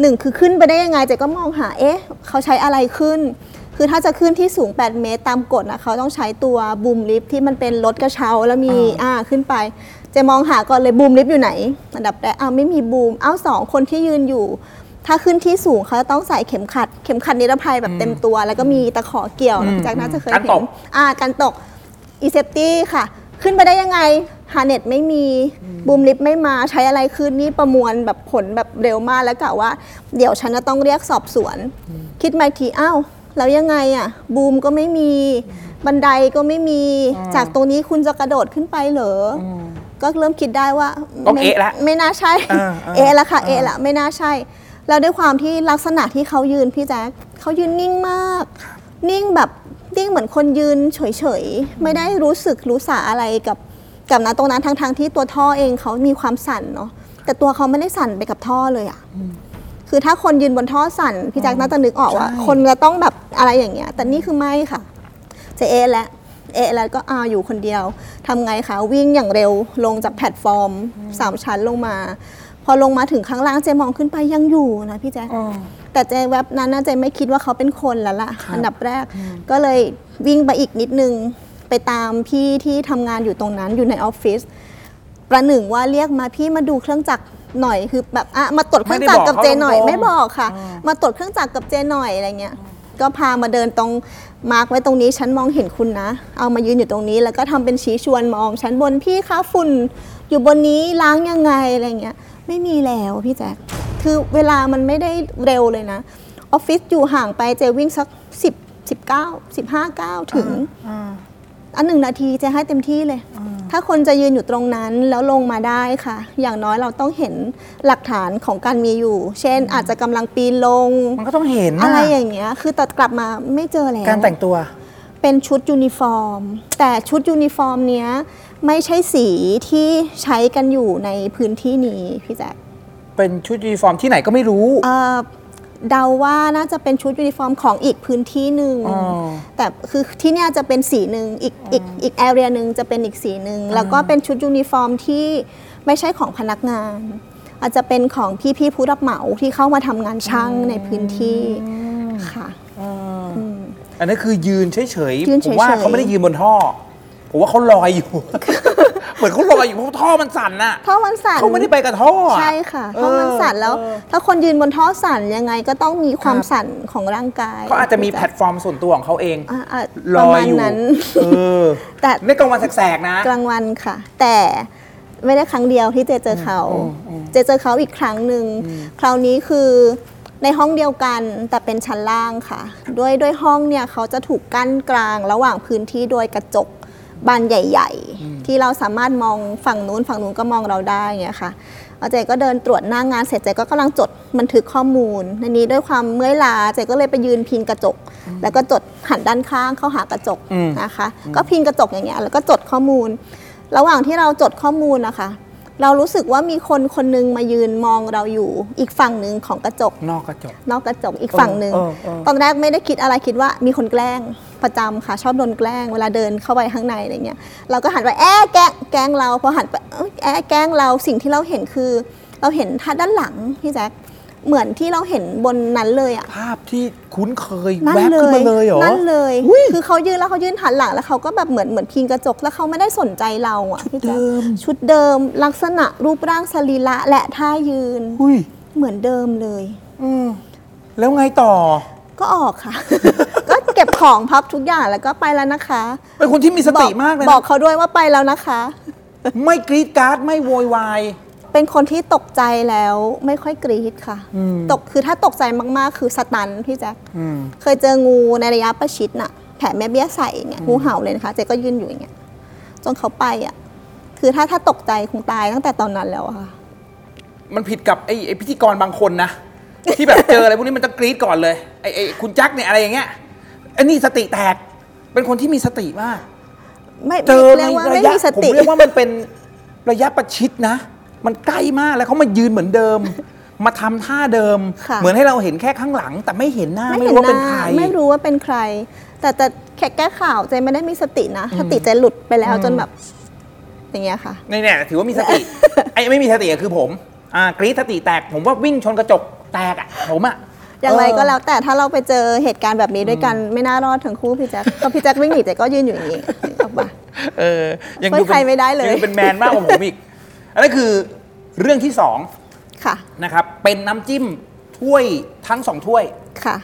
S8: หนึ่งคือขึ้นไปได้ยังไงเจ๊ก็มองหา เอ๊ะ เขาใช้อะไรขึ้น คือถ้าจะขึ้นที่สูง 8 เมตรตามกฎนะเขาต้องใช้ตัวบูมลิฟท์ที่มันเป็นรถกระเช้าแล้วมีอ่าขึ้นไป เจะมองหาก่อนเลยบูมลิฟต์อยู่ไหน อันดับแรกอ้าวไม่มีบูมอ้าวสองคนที่ยืนอยู่ ถ้าขึ้นที่สูงเขาจะต้องใส่เข็มขัด เข็มขัดนิรภัยแบบเต็มตัว แล้วก็มีตะขอเกี่ยวนะจากนั้นจะเคย
S2: การ
S8: เห็
S2: ต
S8: น
S2: ก
S8: อ่าการตก อีเซฟตี้ค่ะ ขึ้นไปได้ยังไงฮาเน็ตไม่มีบูมลิฟต์ไม่มาใช้อะไรขึ้นนี่ประมวลแบบผลแบบเร็วมากแล้วกะว่า เดี๋ยวฉันจะต้องเรียกสอบสวน คิดมาอีกทีอ้าวแล้วยังไงอะ่ะบูมก็ไม่มีบันไดก็ไม่มีจากตรงนี้คุณจะกระโดดขึ้นไปเหรออก็เริ่มคิดได้ว่า
S2: ต้อง
S8: ไม่
S2: เอะละ
S8: ไม่น่าใช่ เอะละค่ะเอะละไม่น่าใช่ แล้วด้วยความที่ลักษณะที่เขายืนพี่แจ๊คเขายืนนิ่งมาก นิ่งแบบนิ่งเหมือนคนยืนเฉยๆ ไม่ได้รู้สึกรู้สาอะไรกับกับนะตรงนั้นทั้งๆทที่ตัวท่อเองเขามีความสั่นเนาะแต่ตัวเขาไม่ได้สั่นไปกับท่อเลยอะ่ะคือถ้าคนยืนบนท่อสั่นพี่แจ็คน่าจะนึกออกว่า คนจะต้องแบบอะไรอย่างเงี้ย แต่นี่คือไม่ค่ะ จะเอะแล้วเอะแล้วก็อาวอยู่คนเดียวทำไงคะวิ่งอย่างเร็วลงจากแพลตฟอร์มสามชั้นลงมา พอลงมาถึงข้างล่างเจมองขึ้นไปยังอยู่นะพี่แจ๊คแต่เจแวบนั้นนะเจไม่คิดว่าเขาเป็นคนแล้วล่ะ อันดับแรก ก็เลยวิ่งไปอีกนิดนึง ไปตามพี่ที่ทำงานอยู่ตรงนั้นอยู่ในออฟฟิศประหนึ่งว่าเรียกมาพี่มาดูเครื่องจักรหน่อยคือแบบอ่ะมาตรวจเครื่องจักรกับเจหน่อยไม่บอกค่ะ มาตรวจเครื่องจักรกับเจหน่อยอะไรเงี้ย ก็พามาเดินตรงมาร์กไว้ตรงนี้ฉันมองเห็นคุณนะ เอามายืนอยู่ตรงนี้ แล้วก็ทำเป็นชี้ชวนมองชั้นบนพี่คะฝุ่นอยู่บนนี้ล้างยังไงอะไรเงี้ย ไม่มีแล้วพี่แจ๊คคือเวลามันไม่ได้เร็วเลยนะ ออฟฟิศอยู่ห่างไปเจวิ่งสัก 10 19 15 9 ถึง อันหนึ่งนาทีเจให้เต็มที่เลย ถ้าคนจะยืนอยู่ตรงนั้นแล้วลงมาได้ค่ะ อย่างน้อยเราต้องเห็นหลักฐานของการมีอยู่ เช่น อาจจะกำลังปีนลง
S2: มันก็ต้องเห็นน
S8: อะไรอย่างเงี้ย คือตัดกลับมาไม่เจอแล้ว
S2: การแต่งตัว
S8: เป็นชุดยูนิฟอร์ม แต่ชุดยูนิฟอร์มเนี้ยไม่ใช่สีที่ใช้กันอยู่ในพื้นที่นี้พี่แจ๊ค
S2: เป็นชุดยูนิฟอร์มที่ไหนก็ไม่รู้
S8: เอ่อเดาว่าน่าจะเป็นชุดยูนิฟอร์มของอีกพื้นที่หนึ่ง
S2: อ๋อ
S8: แต่คือที่เนี่ยจะเป็นสีหนึ่งอีกอีกอีกแอเรียหนึ่งจะเป็นอีกสีหนึ่ง แล้วก็เป็นชุดยูนิฟอร์มที่ไม่ใช่ของพนักงาน อาจจะเป็นของพี่ๆผู้รับเหมาที่เข้ามาทำงานช่างในพื้นที่ค่ะ
S2: อันนั้นคือยืนเฉย
S8: ยืน
S2: ๆ
S8: เฉ
S2: ผ
S8: ย
S2: ม
S8: ๆ
S2: ว่าเขาไม่ได้ยืนบนท่อ ผมว่าเขาลอย อยู่ เหมือนเขาลอยอยู่เพราะท่อมันสั่นน่ะ
S8: ท่อมันสั่น
S2: เขาไม่ได้ไปกับท่ออะ
S8: ใช่ค่ะเพราะมันสั่นแล้ว
S2: เออ
S8: ถ้าคนยืนบนท่อสั่นยังไงก็ต้องมีความสั่นของร่างกาย
S2: เขาอาจจะมีแพลตฟอร์มส่วนตัวของเขาเอง
S8: อ่ะอ่ะ
S2: ล
S8: ประ
S2: อย
S8: มาณ
S2: อยู่
S8: นั้น
S2: เออ
S8: แต่
S2: ในกลางวันแสกๆนะ
S8: กลางวันค่ะ แต่ ไม่ได้ครั้งเดียวที่เจเจอเขา เจเจอเขาอีกครั้งหนึ่ง คราวนี้คือในห้องเดียวกันแต่เป็นชั้นล่างค่ะ ด้วยด้วยห้องเนี่ยเขาจะถูกกั้นกลางระหว่างพื้นที่โดยกระจกบานใหญ่ ๆ ที่เราสามารถมองฝั่งนู้นฝั่งนู้นก็มองเราได้เงี้ยค่ะเอาเจก็เดินตรวจหน้างงานเสร็จเจก็กำลังจดบันทึกข้อมูลในนี้ด้วยความเมื่อยล้าเจก็เลยไปยืนพิงกระจก แล้วก็จดหันด้านข้างเข้าหากระจกนะคะ ก็พิงกระจกอย่างเงี้ยแล้วก็จดข้อมูล ระหว่างที่เราจดข้อมูลนะคะ เรารู้สึกว่ามีคนคนหนึงมายืนมองเราอยู่อีกฝั่งหนึ่งของกระจก
S5: นอกกระจก
S8: นอกกระจกอีกฝั่งหนึ่งตอนแรกไม่ได้คิดอะไรคิดว่ามีคนแกล้งประจำค่ะ ชอบโดนแกล้งเวลาเดินเข้าไปข้างในอะไรเงี้ยเราก็หันไปแอะแกล้งแกล้งเราพอหันไปเอ้ยแอะแกล้งเราสิ่งที่เราเห็นคือ เราเห็นท่าด้านหลังพี่แจ๊คเหมือนที่เราเห็นบนนั้นเลยอะ
S2: ภาพที่คุ้นเคย
S8: นั่
S2: แวบ
S8: นเล
S2: ขึ้น
S8: ย
S2: มาเลยเหรอ
S8: นั่นเลย คือเขายืนแล้วเขายืนหันหลังแล้วเขาก็แบบเหมือนเหมือนพิงกระจกแล้วเขาไม่ได้สนใจเราอ่ะพี่แจ๊คชุดเดิมลักษณะรูปร่างสรีระและท่ายืน
S2: อุ้ย
S8: เหมือนเดิมเลย
S2: อืมแล้วไงต่อ
S8: ก็ออกค่ะ ก็เก็บของพับทุกอย่างแล้วก็ไปแล้วนะคะ
S2: เป็นคนที่มีสติ
S8: บอก
S2: มากเลย
S8: บอ
S2: นะ
S8: กเขาด้วยว่าไปแล้วนะคะ
S2: ไม่กรีดการ์ดไม่โวยวาย
S8: เป็นคนที่ตกใจแล้วไม่ค่อยกรี๊ดค่ะ ตกคือถ้าตกใจมาก ๆ คือสตันพี่แจ๊คเคยเจองูในระยะประชิดน่ะ แผ่แม่เบี้ยใส่เนี่ยงูเห่าเลยนะคะเจ๊ก็ยืนอยู่อย่างเงี้ยจนเขาไปอ่ะ คือถ้าถ้าตกใจคงตายตั้งแต่ตอนนั้นแล้วอะค่ะ
S2: มันผิดกับไอ้ไอ้พิธีกรบางคนนะ ที่แบบเจออะไรพวกนี้มันต้องกรี๊ดก่อนเลยไอ้ไอ้คุณแจ็คเนี่ยอะไรอย่างเงี้ยไอ้นี่สติแตก เป็นคนที่มีสติมาก
S8: ไม่
S2: เจอ
S8: เรี
S2: ใน
S8: ยกว่า
S2: ระ
S8: ไม่
S2: ยะ
S8: มีส
S2: ผม
S8: ติ
S2: เรียกว่ามันเป็นระยะประชิดนะ มันใกล้มากแล้วเขามายืนเหมือนเดิม มาทำท่าเดิม
S8: ค่ะ
S2: เหมือนให้เราเห็นแค่ข้างหลัง แต่ไม่เห็นหน้าไม่
S8: เห็
S2: รู้ว่าเป็น
S8: ห
S2: ใคร
S8: ไม่รู้ว่าเป็นใคร แต่แต่แค่แก้ข่าวเจ๊ไม่ได้มีสตินะสติเจ๊หลุดไปแล้วจนแบบ อย่างเงี้ยค่ะ
S2: นี่เนี่ยถือว่ามีส ติ ไอ้ไม่มีสติอะคือผมอ่ากรีดสติแตก ผมว่าวิ่งชนกระจกแตกอะผมอะ
S8: อย่างไร
S2: เ
S8: ก็แล้วแต่ถ้าเราไปเจอเหตุการณ์แบบนี้ด้วยกันไม่น่ารอดทั้งคู่พี่แจ๊คเพราะพี่แจ๊ควิ่งหนีแต่ก็ยืนอยู่อย่างนี้ออกปะ
S2: เออยัง
S8: ช่วย
S2: ดูเป็น
S8: ใครไม่ได้เลย
S2: งเป็นแมนมากกว่าผมอีก อันนั้นคือเรื่องที่สอง
S8: ค่ะ
S2: นะครับ เป็นน้ำจิ้มถ้วยทั้งสองถ้วย
S8: ค่ะ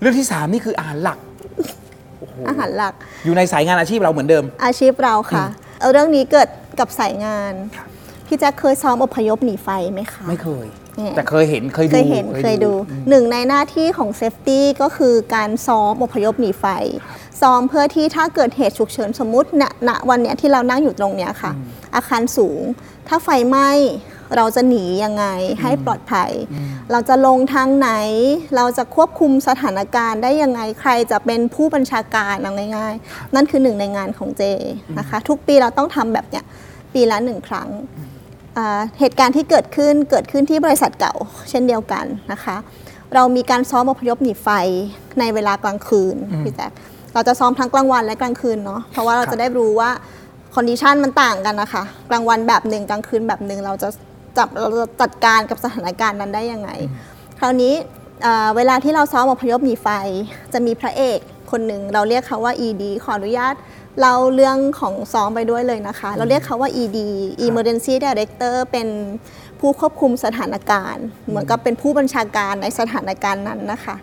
S2: เรื่องที่สามนี่คืออาหารหลัก
S8: อาหารหลัก
S2: อยู่ในสายงานอาชีพเราเหมือนเดิม
S8: อาชีพเราค่ะเอาเรื่องนี้เกิดกับสายงาน พี่แจ๊คเคยซ้อมอพยพหนีไฟไหมคะ
S2: ไม่เคย
S8: เนี่ย
S2: แต่เคยเห็นเคยดู
S8: เคยเห็นเคยดูหนึ่งในหน้าที่ของเซฟตี้ก็คือการซ้อมอพยพหนีไฟ ซ้อมเพื่อที่ถ้าเกิดเหตุฉุกเฉินสมมติณณวันเนี้ยที่เรานั่งอยู่ตรงเนี้ยค่ะ อาคารสูง ถ้าไฟไหม้เราจะหนียังไงให้ปลอดภัย เราจะลงทางไหน เราจะควบคุมสถานการณ์ได้ยังไงใครจะเป็นผู้บัญชาการเอาง่าย ๆ นั่นคือหนึ่งในงานของเจนะคะ ทุกปีเราต้องทำแบบเนี้ยปีละหนึ่งครั้ง อ่าเหตุการณ์ที่เกิดขึ้นเกิดขึ้นที่บริษัทเก่าเช่นเดียวกันนะคะ เรามีการซ้อมอพยพหนีไฟในเวลากลางคืนพี่แจ๊คเราจะซ้อมทั้งกลางวันและกลางคืนเนาะเพราะว่าเราจะได้รู้ว่าคอนดิชันมันต่างกันนะคะกลางวันแบบหนึ่งกลางคืนแบบหนึ่งเราจะจับเราจะจัดการกับสถานการณ์นั้นได้ยังไง คราวนี้เอ่อเวลาที่เราซ้อมอพยพหนีไฟ จะมีพระเอกคนหนึ่งเราเรียกเขาว่า ED ขออนุญาตเราเรื่องของซ้อมไปด้วยเลยนะคะ เราเรียกเขาว่า ED Emergency Director เป็นผู้ควบคุมสถานการณ์ เหมือนกับเป็นผู้บัญชาการในสถานการณ์นั้นนะคะ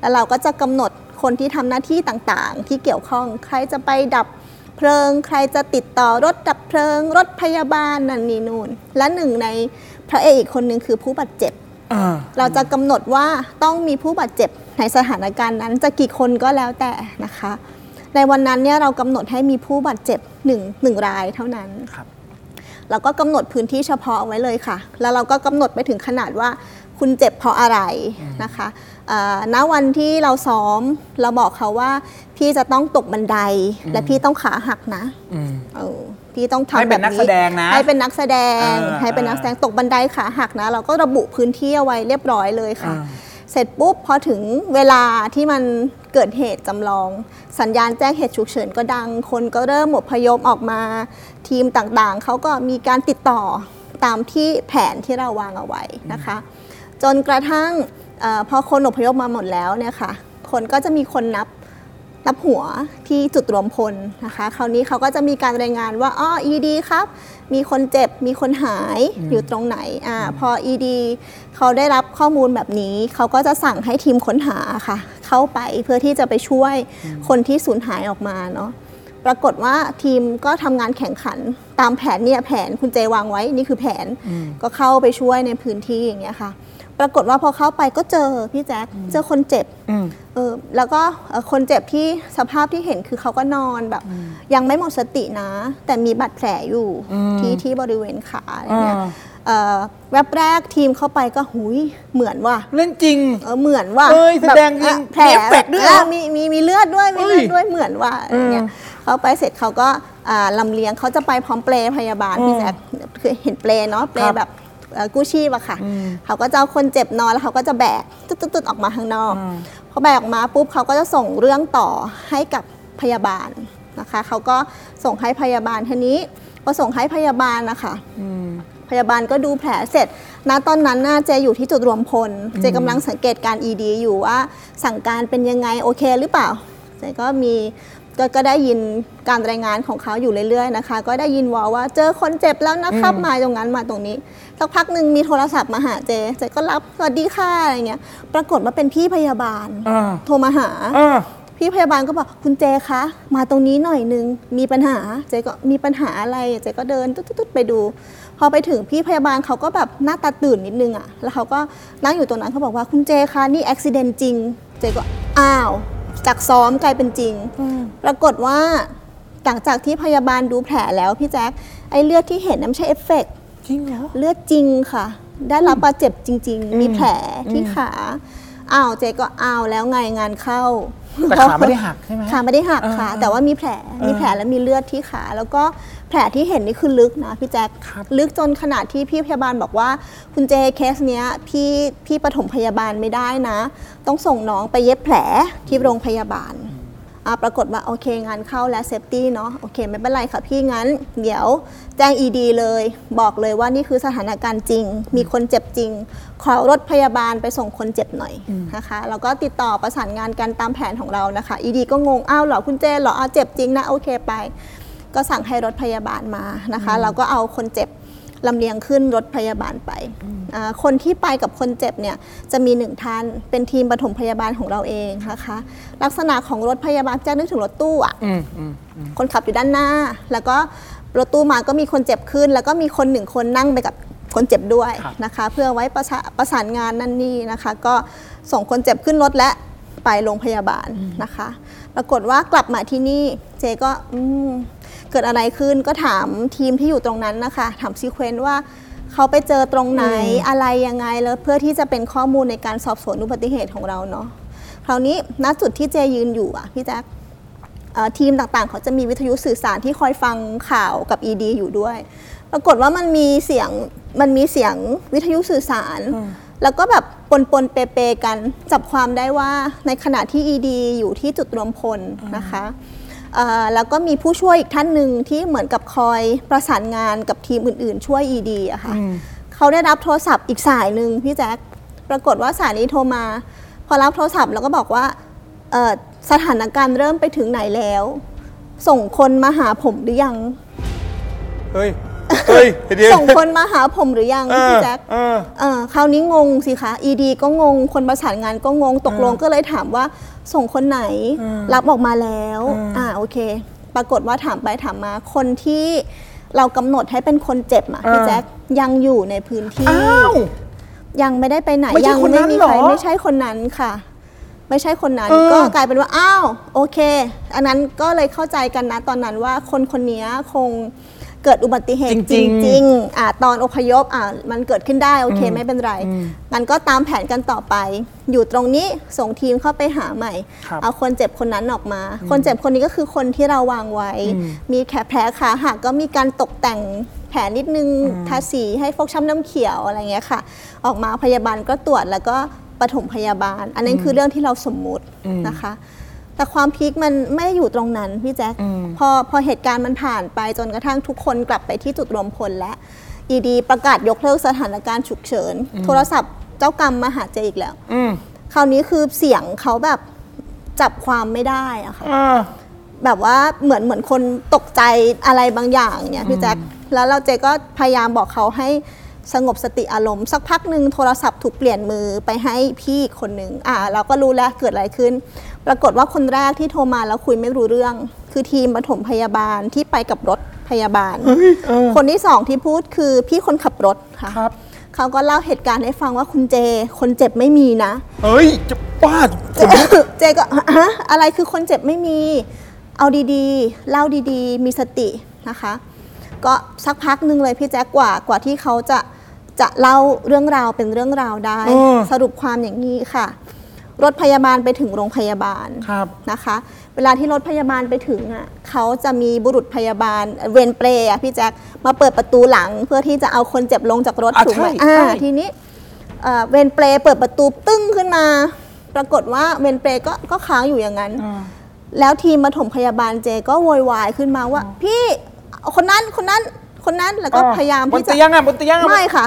S8: แล้วเราก็จะกำหนดคนที่ทำหน้าที่ต่างๆ ที่เกี่ยวข้องใครจะไปดับเพลิง ใครจะติดต่อรถดับเพลิง รถพยาบาลนั่นนี่นู่นและหนึ่งในพระเอกอีกคนหนึ่งคือผู้บาดเจ็บ เราจะกำหนดว่าต้องมีผู้บาดเจ็บในสถานการณ์นั้นจะกี่คนก็แล้วแต่นะคะ ในวันนั้นเนี่ยเรากำหนดให้มีผู้บาดเจ็บหนึ่งหนึ่งรายเท่านั้น
S2: ครับ
S8: เราก็กำหนดพื้นที่เฉพาะไว้เลยค่ะ แล้วเราก็กำหนดไปถึงขนาดว่าคุณเจ็บเพราะอะไรนะคะเอ่อณวันที่เราซ้อมเราบอกเขาว่า พี่จะต้องตกบันไดและพี่ต้องขาหักนะเออพี่ต้องทำแบ
S2: ให้เป็
S8: บนี้
S2: นนักแสดงนะ
S8: ให้เป็นนักแสดง
S2: เออ
S8: ให้เป็นนักแสดงตกบันไดขาหักนะ เราก็ระบุพื้นที่เอาไว้เรียบร้อยเลยค่ะ เสร็จปุ๊บพอถึงเวลาที่มันเกิดเหตุจำลอง สัญญาณแจ้งเหตุฉุกเฉินก็ดัง คนก็เริ่มอพยพออกมา ทีมต่างๆ เขาก็มีการติดต่อตามที่แผนที่เราวางเอาไว้นะคะ จนกระทั่งเออพอคนอพยพมาหมดแล้วเนี่ยค่ะ คนก็จะมีคนนับ นับหัวที่จุดรวมพลนะคะ คราวนี้เขาก็จะมีการรายงานว่าอ้อ ED ครับ มีคนเจ็บ มีคนหายอยู่ตรงไหนอ่าพอ ED เขาได้รับข้อมูลแบบนี้ เขาก็จะสั่งให้ทีมค้นหาค่ะ เข้าไปเพื่อที่จะไปช่วยคนที่สูญหายออกมาเนาะ ปรากฏว่าทีมก็ทำงานแข่งขันตามแผนเนี่ยแผนคุณเจวางไว้นี่คือแผนก็เข้าไปช่วยในพื้นที่อย่างเงี้ยค่ะ ปรากฏว่าพอเข้าไปก็เจอพี่แจ๊คเจอคนเจ็บเออแล้วก็เอ่อคนเจ็บที่สภาพที่เห็นคือเขาก็นอนแบบ ยังไม่หมดสตินะ แต่มีบาดแผลอยู่ที่ที่บริเวณขาอะไรเงี้ยเอ่อแวบแรกทีมเข้าไปก็หุยเหมือนว่า
S5: เล่นจริง
S8: เออเหมือนว่า
S5: เอ้ยแสดง
S8: บบ
S5: จ
S8: อ่ะ
S5: ริง
S8: แผล
S5: มีเอฟเฟกต์ด้วยเหรอ
S8: อ่ะมีมีมีเลือดด้วยมีเลือด
S5: เฮ้ย
S8: ด้วยเหมือนว่าอะไรเงี้ยเขาไปเสร็จเขาก็อ่าลำเลียงเขาจะไปพร้อมเปลพยาบาลพี่แจ๊คคือเห็นเปลเนาะเปล
S5: ครับ
S8: แบบเอ่อกู้ชีพอะค่ะ เขาก็จะเอาคนเจ็บนอนแล้วเขาก็จะแบกตุ๊ดๆๆออกมาข้างนอกพอแบกออกมาปุ๊บเขาก็จะส่งเรื่องต่อให้กับพยาบาลนะคะเขาก็ส่งให้พยาบาลทีนี้พอส่งให้พยาบาลนะคะ พยาบาลก็ดูแผลเสร็จ ณ ตอนนั้นน่าเจอยู่ที่จุดรวมพล เจกำลังสังเกตการ ED อยู่ว่าสั่งการเป็นยังไงโอเคหรือเปล่า เจก็มีกก็ได้ยินการรายงานของเขาอยู่เรื่อยๆนะคะ ก็ได้ยินวอว่าเจอคนเจ็บแล้วนะครับมาตรงนั้นมาตรงนี้ สักพักหนึ่งมีโทรศัพท์มาหาเจ เจก็รับสวัสดีค่ะอะไรเงี้ย ปรากฏว่าเป็นพี่พยาบาล
S5: อ่า
S8: โทรมาหา
S5: อ่า
S8: พี่พยาบาลก็บอกคุณเจคะมาตรงนี้หน่อยนึงมีปัญหาเจก็มีปัญหาอะไรเจก็เดินตุ๊ดๆๆไปดู พอไปถึงพี่พยาบาลเขาก็แบบหน้าตาตื่นนิดนึงอะ่ะแล้วเขาก็นั่งอยู่ตรงนั้นเขาบอกว่าคุณเจคะนี่อุบิเหตุจริง เจก็อ้าวจากซ้อมกลายเป็นจริง ปรากฏว่าหลังจากที่พยาบาลดูแผลแล้วพี่แจ๊คไอ้เลือดที่เห็นน่ะไม่ใช่เอฟเฟกต์
S5: จริงเหรอ
S8: เลือดจริงค่ะ ได้รับบาดเจ็บจริง ๆ มีแผลที่ขาอ้าวเจ๊ก็อ้าวแล้วไงงานเข้า
S5: แต่ขาไม่ได้หักใช่ไหม
S8: ขาไม่ได้หักค่ะ แต่ว่ามีแผลมีแผลและมีเลือดที่ขา แล้วก็แผลที่เห็นนี่คือลึกนะพี่แจ๊คลึกจนขนาดที่พี่พยาบาลบอกว่า คุณเจเคสเนี้ยพี่พี่ปฐมพยาบาลไม่ได้นะ ต้องส่งน้องไปเย็บแผลที่โรงพยาบาล อ่ะปรากฏว่าโอเคงานเข้าแล้วเซฟตี้เนาะโอเค ไม่เป็นไรค่ะพี่งั้น เดี๋ยวแจ้ง ED เลย บอกเลยว่านี่คือสถานการณ์จริง มีคนเจ็บจริง ขอรถพยาบาลไปส่งคนเจ็บหน่อยนะคะแล้วก็ติดต่อประสานงานกันตามแผนของเรานะคะ ED ก็งงอ้าวเหรอคุณเจเหรออ้าวเจ็บจริงนะโอเคไป ก็สั่งให้รถพยาบาลมานะคะเราก็เอาคนเจ็บลำเลียงขึ้นรถพยาบาลไปอ่าคนที่ไปกับคนเจ็บเนี่ยจะมีหนึ่งท่านเป็นทีมปฐมพยาบาลของเราเองนะคะ ลักษณะของรถพยาบาลจะนึกถึงรถตู้อ่ะคนขับอยู่ด้านหน้า แล้วก็รถตู้มาก็มีคนเจ็บขึ้น แล้วก็มีคนหนึ่งคนนั่งไปกับคนเจ็บด้วยนะคะ เพื่อไว้ประสาประสานงานนั่นนี่นะคะ ก็ส่งคนเจ็บขึ้นรถและ ไปโรงพยาบาลนะคะ ปรากฏว่ากลับมาที่นี่เจก็อืมเกิดอะไรขึ้นก็ถามทีมที่อยู่ตรงนั้นนะคะ ถามซีเควนต์ว่าเขาไปเจอตรงไหนอะไรยังไงแล้วเพื่อที่จะเป็นข้อมูลในการสอบสวนอุบัติเหตุของเราเนาะคราวนี้ณจุดที่เจยืนอยู่อะพี่แจ๊ค เอ่อทีมต่างๆ เขาจะมีวิทยุสื่อสารที่คอยฟังข่าวกับ ED อยู่ด้วย ปรากฏว่ามันมีเสียงมันมีเสียงวิทยุสื่อสาร แล้วก็แบบปนปนๆเปเปๆกันจับความได้ว่าในขณะที่ ED อยู่ที่จุดรวมพลนะคะเอ่อแล้วก็มีผู้ช่วยอีกท่านหนึ่งที่เหมือนกับคอยประสานงานกับทีมอื่นๆ ช่วย ED อะค่ะเขาได้รับโทรศัพท์อีกสายหนึ่งพี่แจ๊คปรากฏว่าสายนี้โทรมา พอรับโทรศัพท์แล้วก็บอกว่า เอ่อสถานการณ์เริ่มไปถึงไหนแล้ว ส่งคนมาหาผมหรือยัง
S2: เฮ้ย เฮ้ยเดี๋ยว
S8: ส่งคนมาหาผมหรือยัง
S2: เออ
S8: พี่แจ๊ค
S2: เออ
S8: เอ่อคราวนี้งงสิคะ ED ก็งง คนประสานงานก็งง ตกลงก็เลยถามว่าส่งคนไหน รับออกมาแล้ว อ่าโอเค ปรากฏว่าถามไปถามมา คนที่เรากำหนดให้เป็นคนเจ็บอ่ะพี่แจ๊คยังอยู่ในพื้นที่
S5: อ้าว
S8: ยังไม่ได้ไปไหน
S5: ไม่ใช่
S8: ยั
S5: คนนั้น
S8: ไม่มี
S5: เหร
S8: ใคร
S5: อ
S8: ไม่ใช่คนนั้นค่ะ ไม่ใช่คนนั้น
S5: เออ
S8: ก็กลายเป็นว่าอ้าวโอเค อันนั้นก็เลยเข้าใจกันนะตอนนั้นว่าคนคนนี้คงเกิดอุบัติเหตุจริงๆอ่าตอนอพยพอ่ามันเกิดขึ้นได้โอเคไม่เป็นไรงั้นก็ตามแผนกันต่อไป อยู่ตรงนี้ส่งทีมเข้าไปหาใหม่ เอาคนเจ็บคนนั้นออกมา คนเจ็บคนนี้ก็คือคนที่เราวางไว้ มีแผลแผลขาหักก็มีการตกแต่ง แผลนิดนึงทาสีให้ฟกช้ำน้ำเขียวอะไรเงี้ยค่ะ ออกมาพยาบาลก็ตรวจแล้วก็ปฐมพยาบาล อันนั้นคือเรื่องที่เราสมมุตินะคะ แต่ความพีคมันไม่ได้อยู่ตรงนั้นพี่แจ๊คพอพอเหตุการณ์มันผ่านไปจนกระทั่งทุกคนกลับไปที่จุดรวมพลและอีดีประกาศยกเลิกสถานการณ์ฉุกเฉิน โทรศัพท์เจ้ากรรมมาหาเจอีกแล้วคราวนี้คือเสียงเขาแบบจับความไม่ได้อะค่ะ แบบว่าเหมือนเหมือนคนตกใจอะไรบางอย่างเนี่ยพี่แจ๊คแล้วเราเจก็พยายามบอกเขาให้สงบสติอารมณ์ สักพักหนึ่งโทรศัพท์ถูกเปลี่ยนมือไปให้พี่อีกคนหนึ่งอ่า เราก็รู้แล้วเกิดอะไรขึ้น ปรากฏว่าคนแรกที่โทรมาแล้วคุยไม่รู้เรื่อง คือทีมปฐมพยาบาลที่ไปกับรถพยาบาล คนที่สองที่พูดคือพี่คนขับรถค่ะเขาก็เล่าเหตุการณ์ให้ฟังว่าคุณเจ คนเจ็บไม่มีนะ
S12: เฮ้ย จะบ้า
S8: เจเจก็ฮะอะไรคือคนเจ็บไม่มี เอาดีๆ เล่าดีๆ มีสตินะคะ ก็สักพักหนึ่งเลยพี่แจ๊กกว่ากว่าที่เขาจะจะเล่าเรื่องราวเป็นเรื่องราวได้ สรุปความอย่างนี้ค่ะ รถพยาบาลไปถึงโรงพยาบาล
S5: ครับ
S8: นะคะ เวลาที่รถพยาบาลไปถึงอ่ะเขาจะมีบุรุษพยาบาลเวรเปรย์อ่ะพี่แจ๊คมาเปิดประตูหลังเพื่อที่จะเอาคนเจ็บลงจากรถ
S5: อ่ะ
S8: ถูกไหม
S5: ใช่
S8: อ่า
S5: ใช่
S8: ทีนี้ เอ่อเวนเปลเปิดประตูตึ้งขึ้นมา ปรากฏว่าเวนเปลก็ก็ค้างอยู่อย่างนั้น แล้วทีมปฐมพยาบาลเจก็โวยวายขึ้นมาว่า พี่คนนั้นคนนั้นคนนั้นแล้วก็พยายาม
S5: บน
S8: ที่จะ
S5: เตียงอ่ะบนเตียงอ่ะ
S8: ไม่ค่ะ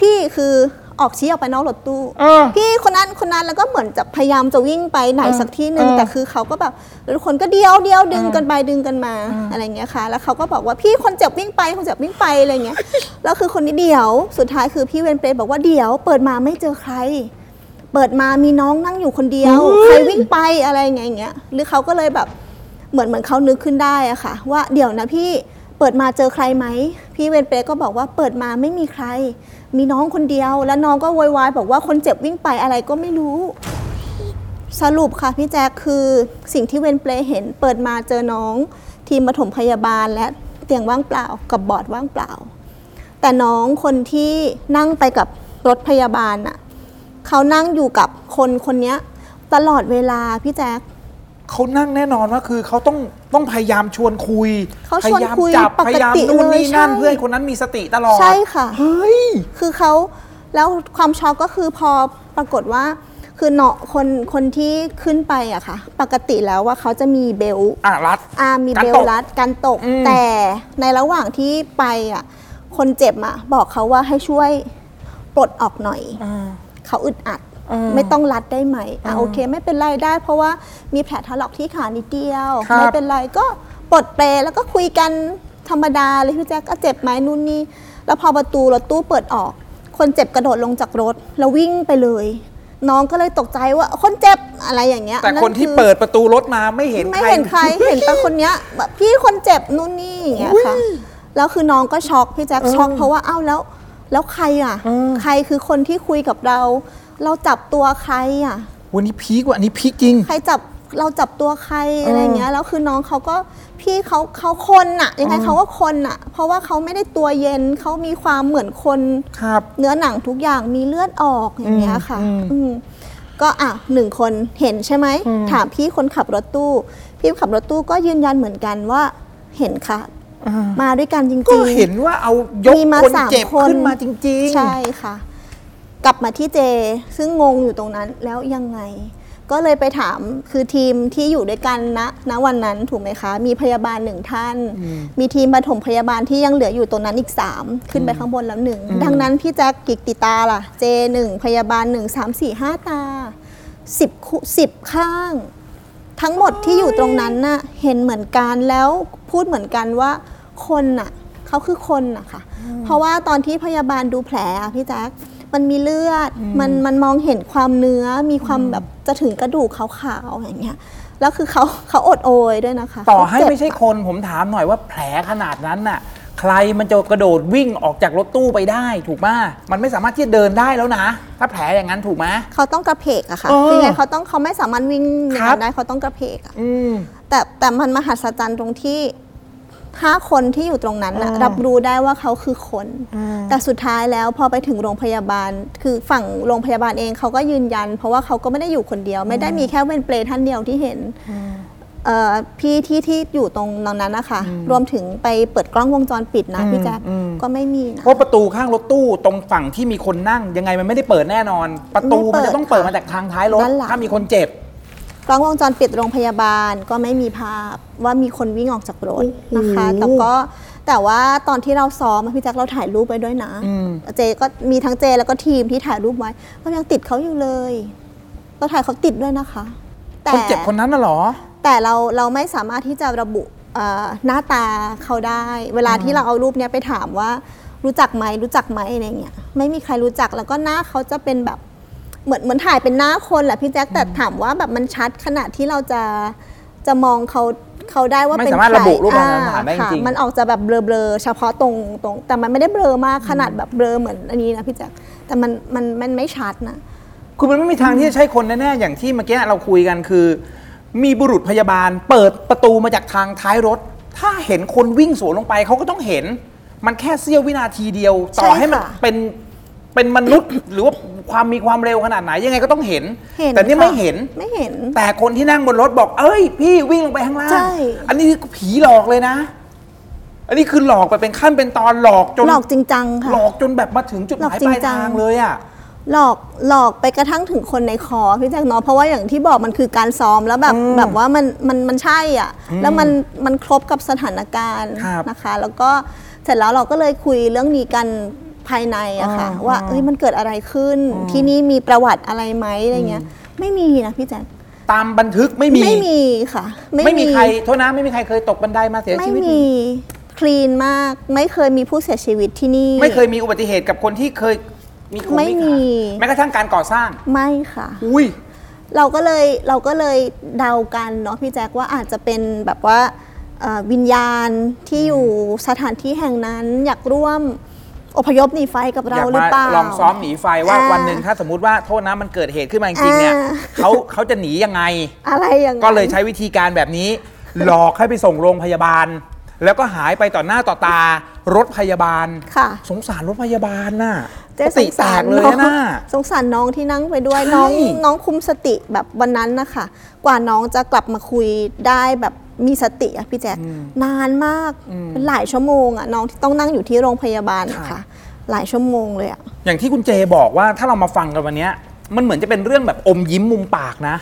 S8: พี่คือออกชี้ออกไปนอกรถตู้
S5: เออ
S8: พี่คนนั้นคนนั้นแล้วก็เหมือนจะพยายามจะวิ่งไปไหน
S5: เออ
S8: สักที่หนึ่ง
S5: เออ
S8: แต่คือเขาก็แบบแล้วทุกคนก็เดียวเดียวดึงกันไปดึงกันมาอะไรเงี้ยค่ะ แล้วเขาก็บอกว่าพี่คนเจ็บวิ่งไปคนเจ็บวิ่งไปอะไรเงี้ย แล้วคือคนนี้เดี๋ยวสุดท้ายคือพี่เวนเปรย์บอกว่าเดี๋ยว เปิดมาไม่เจอใคร เปิดมามีน้องนั่งอยู่คนเดียว ใครวิ่งไปอะไรอย่างเงี้ย หรือเขาก็เลยแบบเหมือนเหมือนเขานึกขึ้นได้อะค่ะ ว่าเดี๋ยวนะพี่เปิดมาเจอใครไหมพี่เวนเปรย์ก็บอกว่าเปิดมาไม่มีใคร มีน้องคนเดียว แล้วน้องก็โวยวายบอกว่าคนเจ็บวิ่งไปอะไรก็ไม่รู้ สรุปค่ะพี่แจ๊คคือสิ่งที่เวนเปลเห็น เปิดมาเจอน้อง ทีมปฐมพยาบาลและเตียงว่างเปล่ากับบอร์ดว่างเปล่า แต่น้องคนที่นั่งไปกับรถพยาบาลน่ะเขานั่งอยู่กับคนคนเนี้ยตลอดเวลาพี่แจ๊ค
S12: เขานั่งแน่นอนว่าคือเขาต้องต้องพยายามชวนคุย
S8: เขา
S12: พ
S8: ชวน
S12: ยายาม
S8: คุย
S12: จับ
S8: ป
S12: พ
S8: ก
S12: ยายาม
S8: ติ
S12: นู่น
S8: เลย
S12: นี่
S8: ใช่
S12: นั่นเพื่อให้คนนั้นมีสติตลอด
S8: ใช่ค่ะ
S12: เฮ้ย
S8: คือเขาแล้วความช็อกก็คือพอปรากฏว่าคือเนาะคนคนที่ขึ้นไปอะค่ะ ปกติแล้วว่าเขาจะมีเบลต์
S12: อ่ะ รัด
S8: อามี
S12: การ
S8: เบล
S12: ตก
S8: รัดกันตก แต่ในระหว่างที่ไปอ่ะ คนเจ็บอ่ะ บอกเขาว่าให้ช่วยปลดออกหน่อย เขาอึดอัด ไม่ต้องรัดได้ไหมอ่ะโอเค ไม่เป็นไรได้ เพราะว่ามีแผลถลอกที่ขานิดเดียว
S5: ครับ
S8: ไม่เป็นไรก็ปลดเปรย์แล้วก็คุยกันธรรมดาเลยพี่แจ๊คก็เจ็บไหมนู่นนี่ แล้วพอประตูรถตู้เปิดออก คนเจ็บกระโดดลงจากรถ แล้ววิ่งไปเลย น้องก็เลยตกใจว่าคนเจ็บอะไรอย่างเงี้ย
S12: แต่คนที่
S8: อ
S12: เปิดประตูรถมาไม่เห็น
S8: ไม่
S12: ใคร
S8: เห็น ใคร เห็นแต่คนเนี้ยแบบพี่คนเจ็บนู่นนี่อย่างเงี้ยค่ะ แล้วคือน้องก็ช็อกพี่แจ๊คช็อกเพราะว่าอ้าวแล้ว แล้วใครอ่ะ ใครคือคนที่คุยกับเรา เราจับตัวใครอ่ะ
S12: วันนี้พีกว่าอันนี้พีกจริง
S8: ใครจับเราจับตัวใครอะไรเงี้ยแล้วคือน้องเขาก็พี่เขาเขาคนน่ะ ยังไงเขาก็คนน่ะ เพราะว่าเขาไม่ได้ตัวเย็นเขามีความเหมือนคน
S12: ครับ
S8: เนื้อหนังทุกอย่างมีเลือดออกอย่างเงี้ยค่ะอืมก็อ่ะหนึ่งคนเห็นใช่ไหมถามพี่คนขับรถตู้ พี่คนขับรถตู้ก็ยืนยันเหมือนกันว่าเห็นค่ะ มาด้วยกันจริงๆ
S12: ก็เห็นว่าเอายก
S8: มีมา
S12: คน
S8: สาม
S12: เจ็บ
S8: คน
S12: ขึ้นมาจริง
S8: ใช่ค่ะ กลับมาที่เจซึ่งงงอยู่ตรงนั้นแล้วยังไง ก็เลยไปถามคือทีมที่อยู่ด้วยกันนะณวันนั้นถูกไหมคะ มีพยาบาลหนึ่งท่าน มีทีมปฐมพยาบาลที่ยังเหลืออยู่ตรงนั้นอีก 3 ขึ้นไปข้างบนแล้วหนึ่งดังนั้นพี่แจ๊กกิกติตาล่ะ เจหนึ่งพยาบาลหนึ่งสามสี่ห้าตาสิบคู่สิบข้าง ทั้งหมดที่อยู่ตรงนั้นน่ะเห็นเหมือนกันแล้วพูดเหมือนกันว่าคนน่ะเขาคือคนน่ะค่ะ เพราะว่าตอนที่พยาบาลดูแผลอะพี่แจ๊คมันมีเลือดมันมันมองเห็นความเนื้อมีความแบบจะถึงกระดูกขาวๆอย่างเงี้ยแล้วคือเขาเขาอดโอยด้วยนะคะ
S5: ต่อให้
S8: เขาเจ็บ
S5: ไม่ใช่คนผมถามหน่อยว่าแผลขนาดนั้นน่ะ ใครมันจะกระโดดวิ่งออกจากรถตู้ไปได้ ถูกไหมมันไม่สามารถที่จะเดินได้แล้วนะ ถ้าแผลอย่างนั้นถูกไหม
S8: เขาต้องกระเพกอะค่ะ
S5: เออ
S8: คือไงเขาต้องเขาไม่สามารถวิ่งอย่า
S5: ค
S8: ง
S5: รับ
S8: นั้นได้เขาต้องกระเพกอะ
S5: อืม
S8: แต่แต่มันมหัศจรรย์ตรงที่ห้าคนที่อยู่ตรงนั้นน่ะรับรู้ได้ว่าเขาคือคน แต่สุดท้ายแล้วพอไปถึงโรงพยาบาล คือฝั่งโรงพยาบาลเองเขาก็ยืนยัน เพราะว่าเขาก็ไม่ได้อยู่คนเดียว ไม่ได้มีแค่เวนเปลท่านเดียวที่เห็นเอ่อพี่ที่ที่อยู่ตรงนั้นนะคะ รวมถึงไปเปิดกล้องวงจรปิดนะพี่แจ๊คก็ไม่มีนะ
S5: เพราะประตูข้างรถตู้ตรงฝั่งที่มีคนนั่งยังไงมันไม่ได้เปิดแน่นอน ประตูมันจะต้องเปิดมาจากทางท้ายรถ
S8: ด้านหลัง
S5: ถ้ามีคนเจ็บ
S8: กล้องวงจรปิดโรงพยาบาลก็ไม่มีภาพว่ามีคนวิ่งออกจากรถนะคะ แต่ก็แต่ว่าตอนที่เราซ้อมอะพี่แจ็คเราถ่ายรูปไว้ด้วยนะ เจก็มีทั้งเจแล้วก็ทีมที่ถ่ายรูปไว้ก็ยังติดเขาอยู่เลยเราถ่ายเขาติดด้วยนะคะ แต่
S5: คนเจ็บคนนั้นน่ะเหรอ
S8: แต่เราเราไม่สามารถที่จะระบุเอ่อหน้าตาเขาได้ เวลาที่เราเอารูปเนี้ยไปถามว่า รู้จักไหมรู้จักไหมอะไรเงี้ยไม่มีใครรู้จักแล้วก็หน้าเขาจะเป็นแบบ เหมือนเหมือนถ่ายเป็นหน้าคนแหละพี่แจ๊คแต่ถามว่าแบบมันชัดขนาดที่เราจะจะมองเขา เขาได้ว่า
S2: ไม่
S8: เป็น
S2: สามารถระบุรูปร่างสัน
S8: อ่
S2: ฐานได้จริงๆ
S8: ค่ะมันออกจะแบบเบลอๆเฉพาะตรงตรงแต่มันไม่ได้เบลอมากขนาดแบบเบลอเหมือนอันนี้นะพี่แจ๊คแต่มันมันมันไม่ชัดนะ
S2: คือมันไม่มีทางที่จะใช่คนแน่ๆอย่างที่เมื่อกี้เราคุยกันคือ มีบุรุษพยาบาล เปิดประตูมาจากทางท้ายรถ ถ้าเห็นคนวิ่งสวนลงไปเขาก็ต้องเห็น มันแค่เสี้ยววินาทีเดียว ต่อ
S8: ใช่ค่ะ
S2: ให้มันเป็นเป็นมนุษย์ หรือว่าความมีความเร็วขนาดไหนยังไงก็ต้องเห็น
S8: เห็น
S2: แต่นี่
S8: ค่ะ
S2: ไม่เห็น
S8: ไม่เห็น
S2: แต่คนที่นั่งบนรถบอก เอ้ย พี่วิ่งลงไปข้างล่าง
S8: ใช่
S2: อันนี้คือผีหลอกเลยนะ อันนี้คือหลอกไปเป็นขั้นเป็นตอนหลอกจน
S8: หลอกจริงจังค่ะ
S2: หลอกจนแบบมาถึงจุดหมายปลายทางเลยอ่ะ
S8: หลอกหลอกไปกระทั่งถึงคนในคอพี่แจ็คเนาะเพราะว่าอย่างที่บอกมันคือการซ้อมแล้วแบบแบบว่ามันมันมันใช่อ่ะแล้วมันมันครบกับสถานการณ์
S2: ครับ
S8: นะคะ แล้วก็เสร็จแล้วเราก็เลยคุยเรื่องนี้กันภายในอะค่ะ ว่าเอ้ยมันเกิดอะไรขึ้น ที่นี่มีประวัติอะไรไหมอะไรเงี้ย ไม่มีนะพี่แจ็ค
S2: ตามบันทึกไม่มี
S8: ไม่มีค่ะ
S2: ไม่มีใครโทษนะไม่มีใครเคยตกบันไดมาเสีย
S8: ไม่
S2: ชีวิต
S8: มีคลีนมาก ไม่เคยมีผู้เสียชีวิตที่นี่
S2: ไม่เคยมีอุบัติเหตุกับคนที่เคยมีคง
S8: ไม่มี
S2: ขาแม้กระทั่งการก่อสร้าง
S8: ไม่ค่ะ
S2: อุ้ย
S8: เราก็เลยเราก็เลยเดากันเนาะพี่แจ๊คว่าอาจจะเป็นแบบว่าเอ่อวิญญาณที่อยู่สถานที่แห่งนั้นอยากร่วมอพยพหนีไฟกับ
S2: อ
S8: เรา
S2: ยาก
S8: หรือ
S2: มา
S8: เปล่า
S2: ลองซ้อมหนีไฟว่า
S8: อ่า
S2: วันหนึ่งถ้าสมมติว่าโทษนะมันเกิดเหตุขึ้นมาจริงๆเนี่ย
S8: อ่า
S2: เขาเขาจะหนียังไง
S8: อะไรอย่างนั้น
S2: ก็เลยใช้วิธีการแบบนี้ หลอกให้ไปส่งโรงพยาบาล แล้วก็หายไปต่อหน้าต่อตารถพยาบาล
S8: ค่ะ
S2: สงสารรถพยาบาลน่ะ
S8: เจ๊
S2: สติแตกเลย
S8: สงสารน้
S2: นะ
S8: องสงสารน้องที่นั่งไปด้วยน้อง
S2: ใช่
S8: น้องคุมสติแบบวันนั้นนะคะกว่าน้องจะกลับมาคุยได้แบบมีสติอะพี่แจ๊คนานมากเป็นหลายชั่วโมงอะน้องที่ต้องนั่งอยู่ที่โรงพยาบาลนะคะหลายชั่วโมงเลยอะ
S2: อย่างที่คุณเจบอกว่าถ้าเรามาฟังกันวันเนี้ยมันเหมือนจะเป็นเรื่องแบบอมยิ้มมุมปากนะ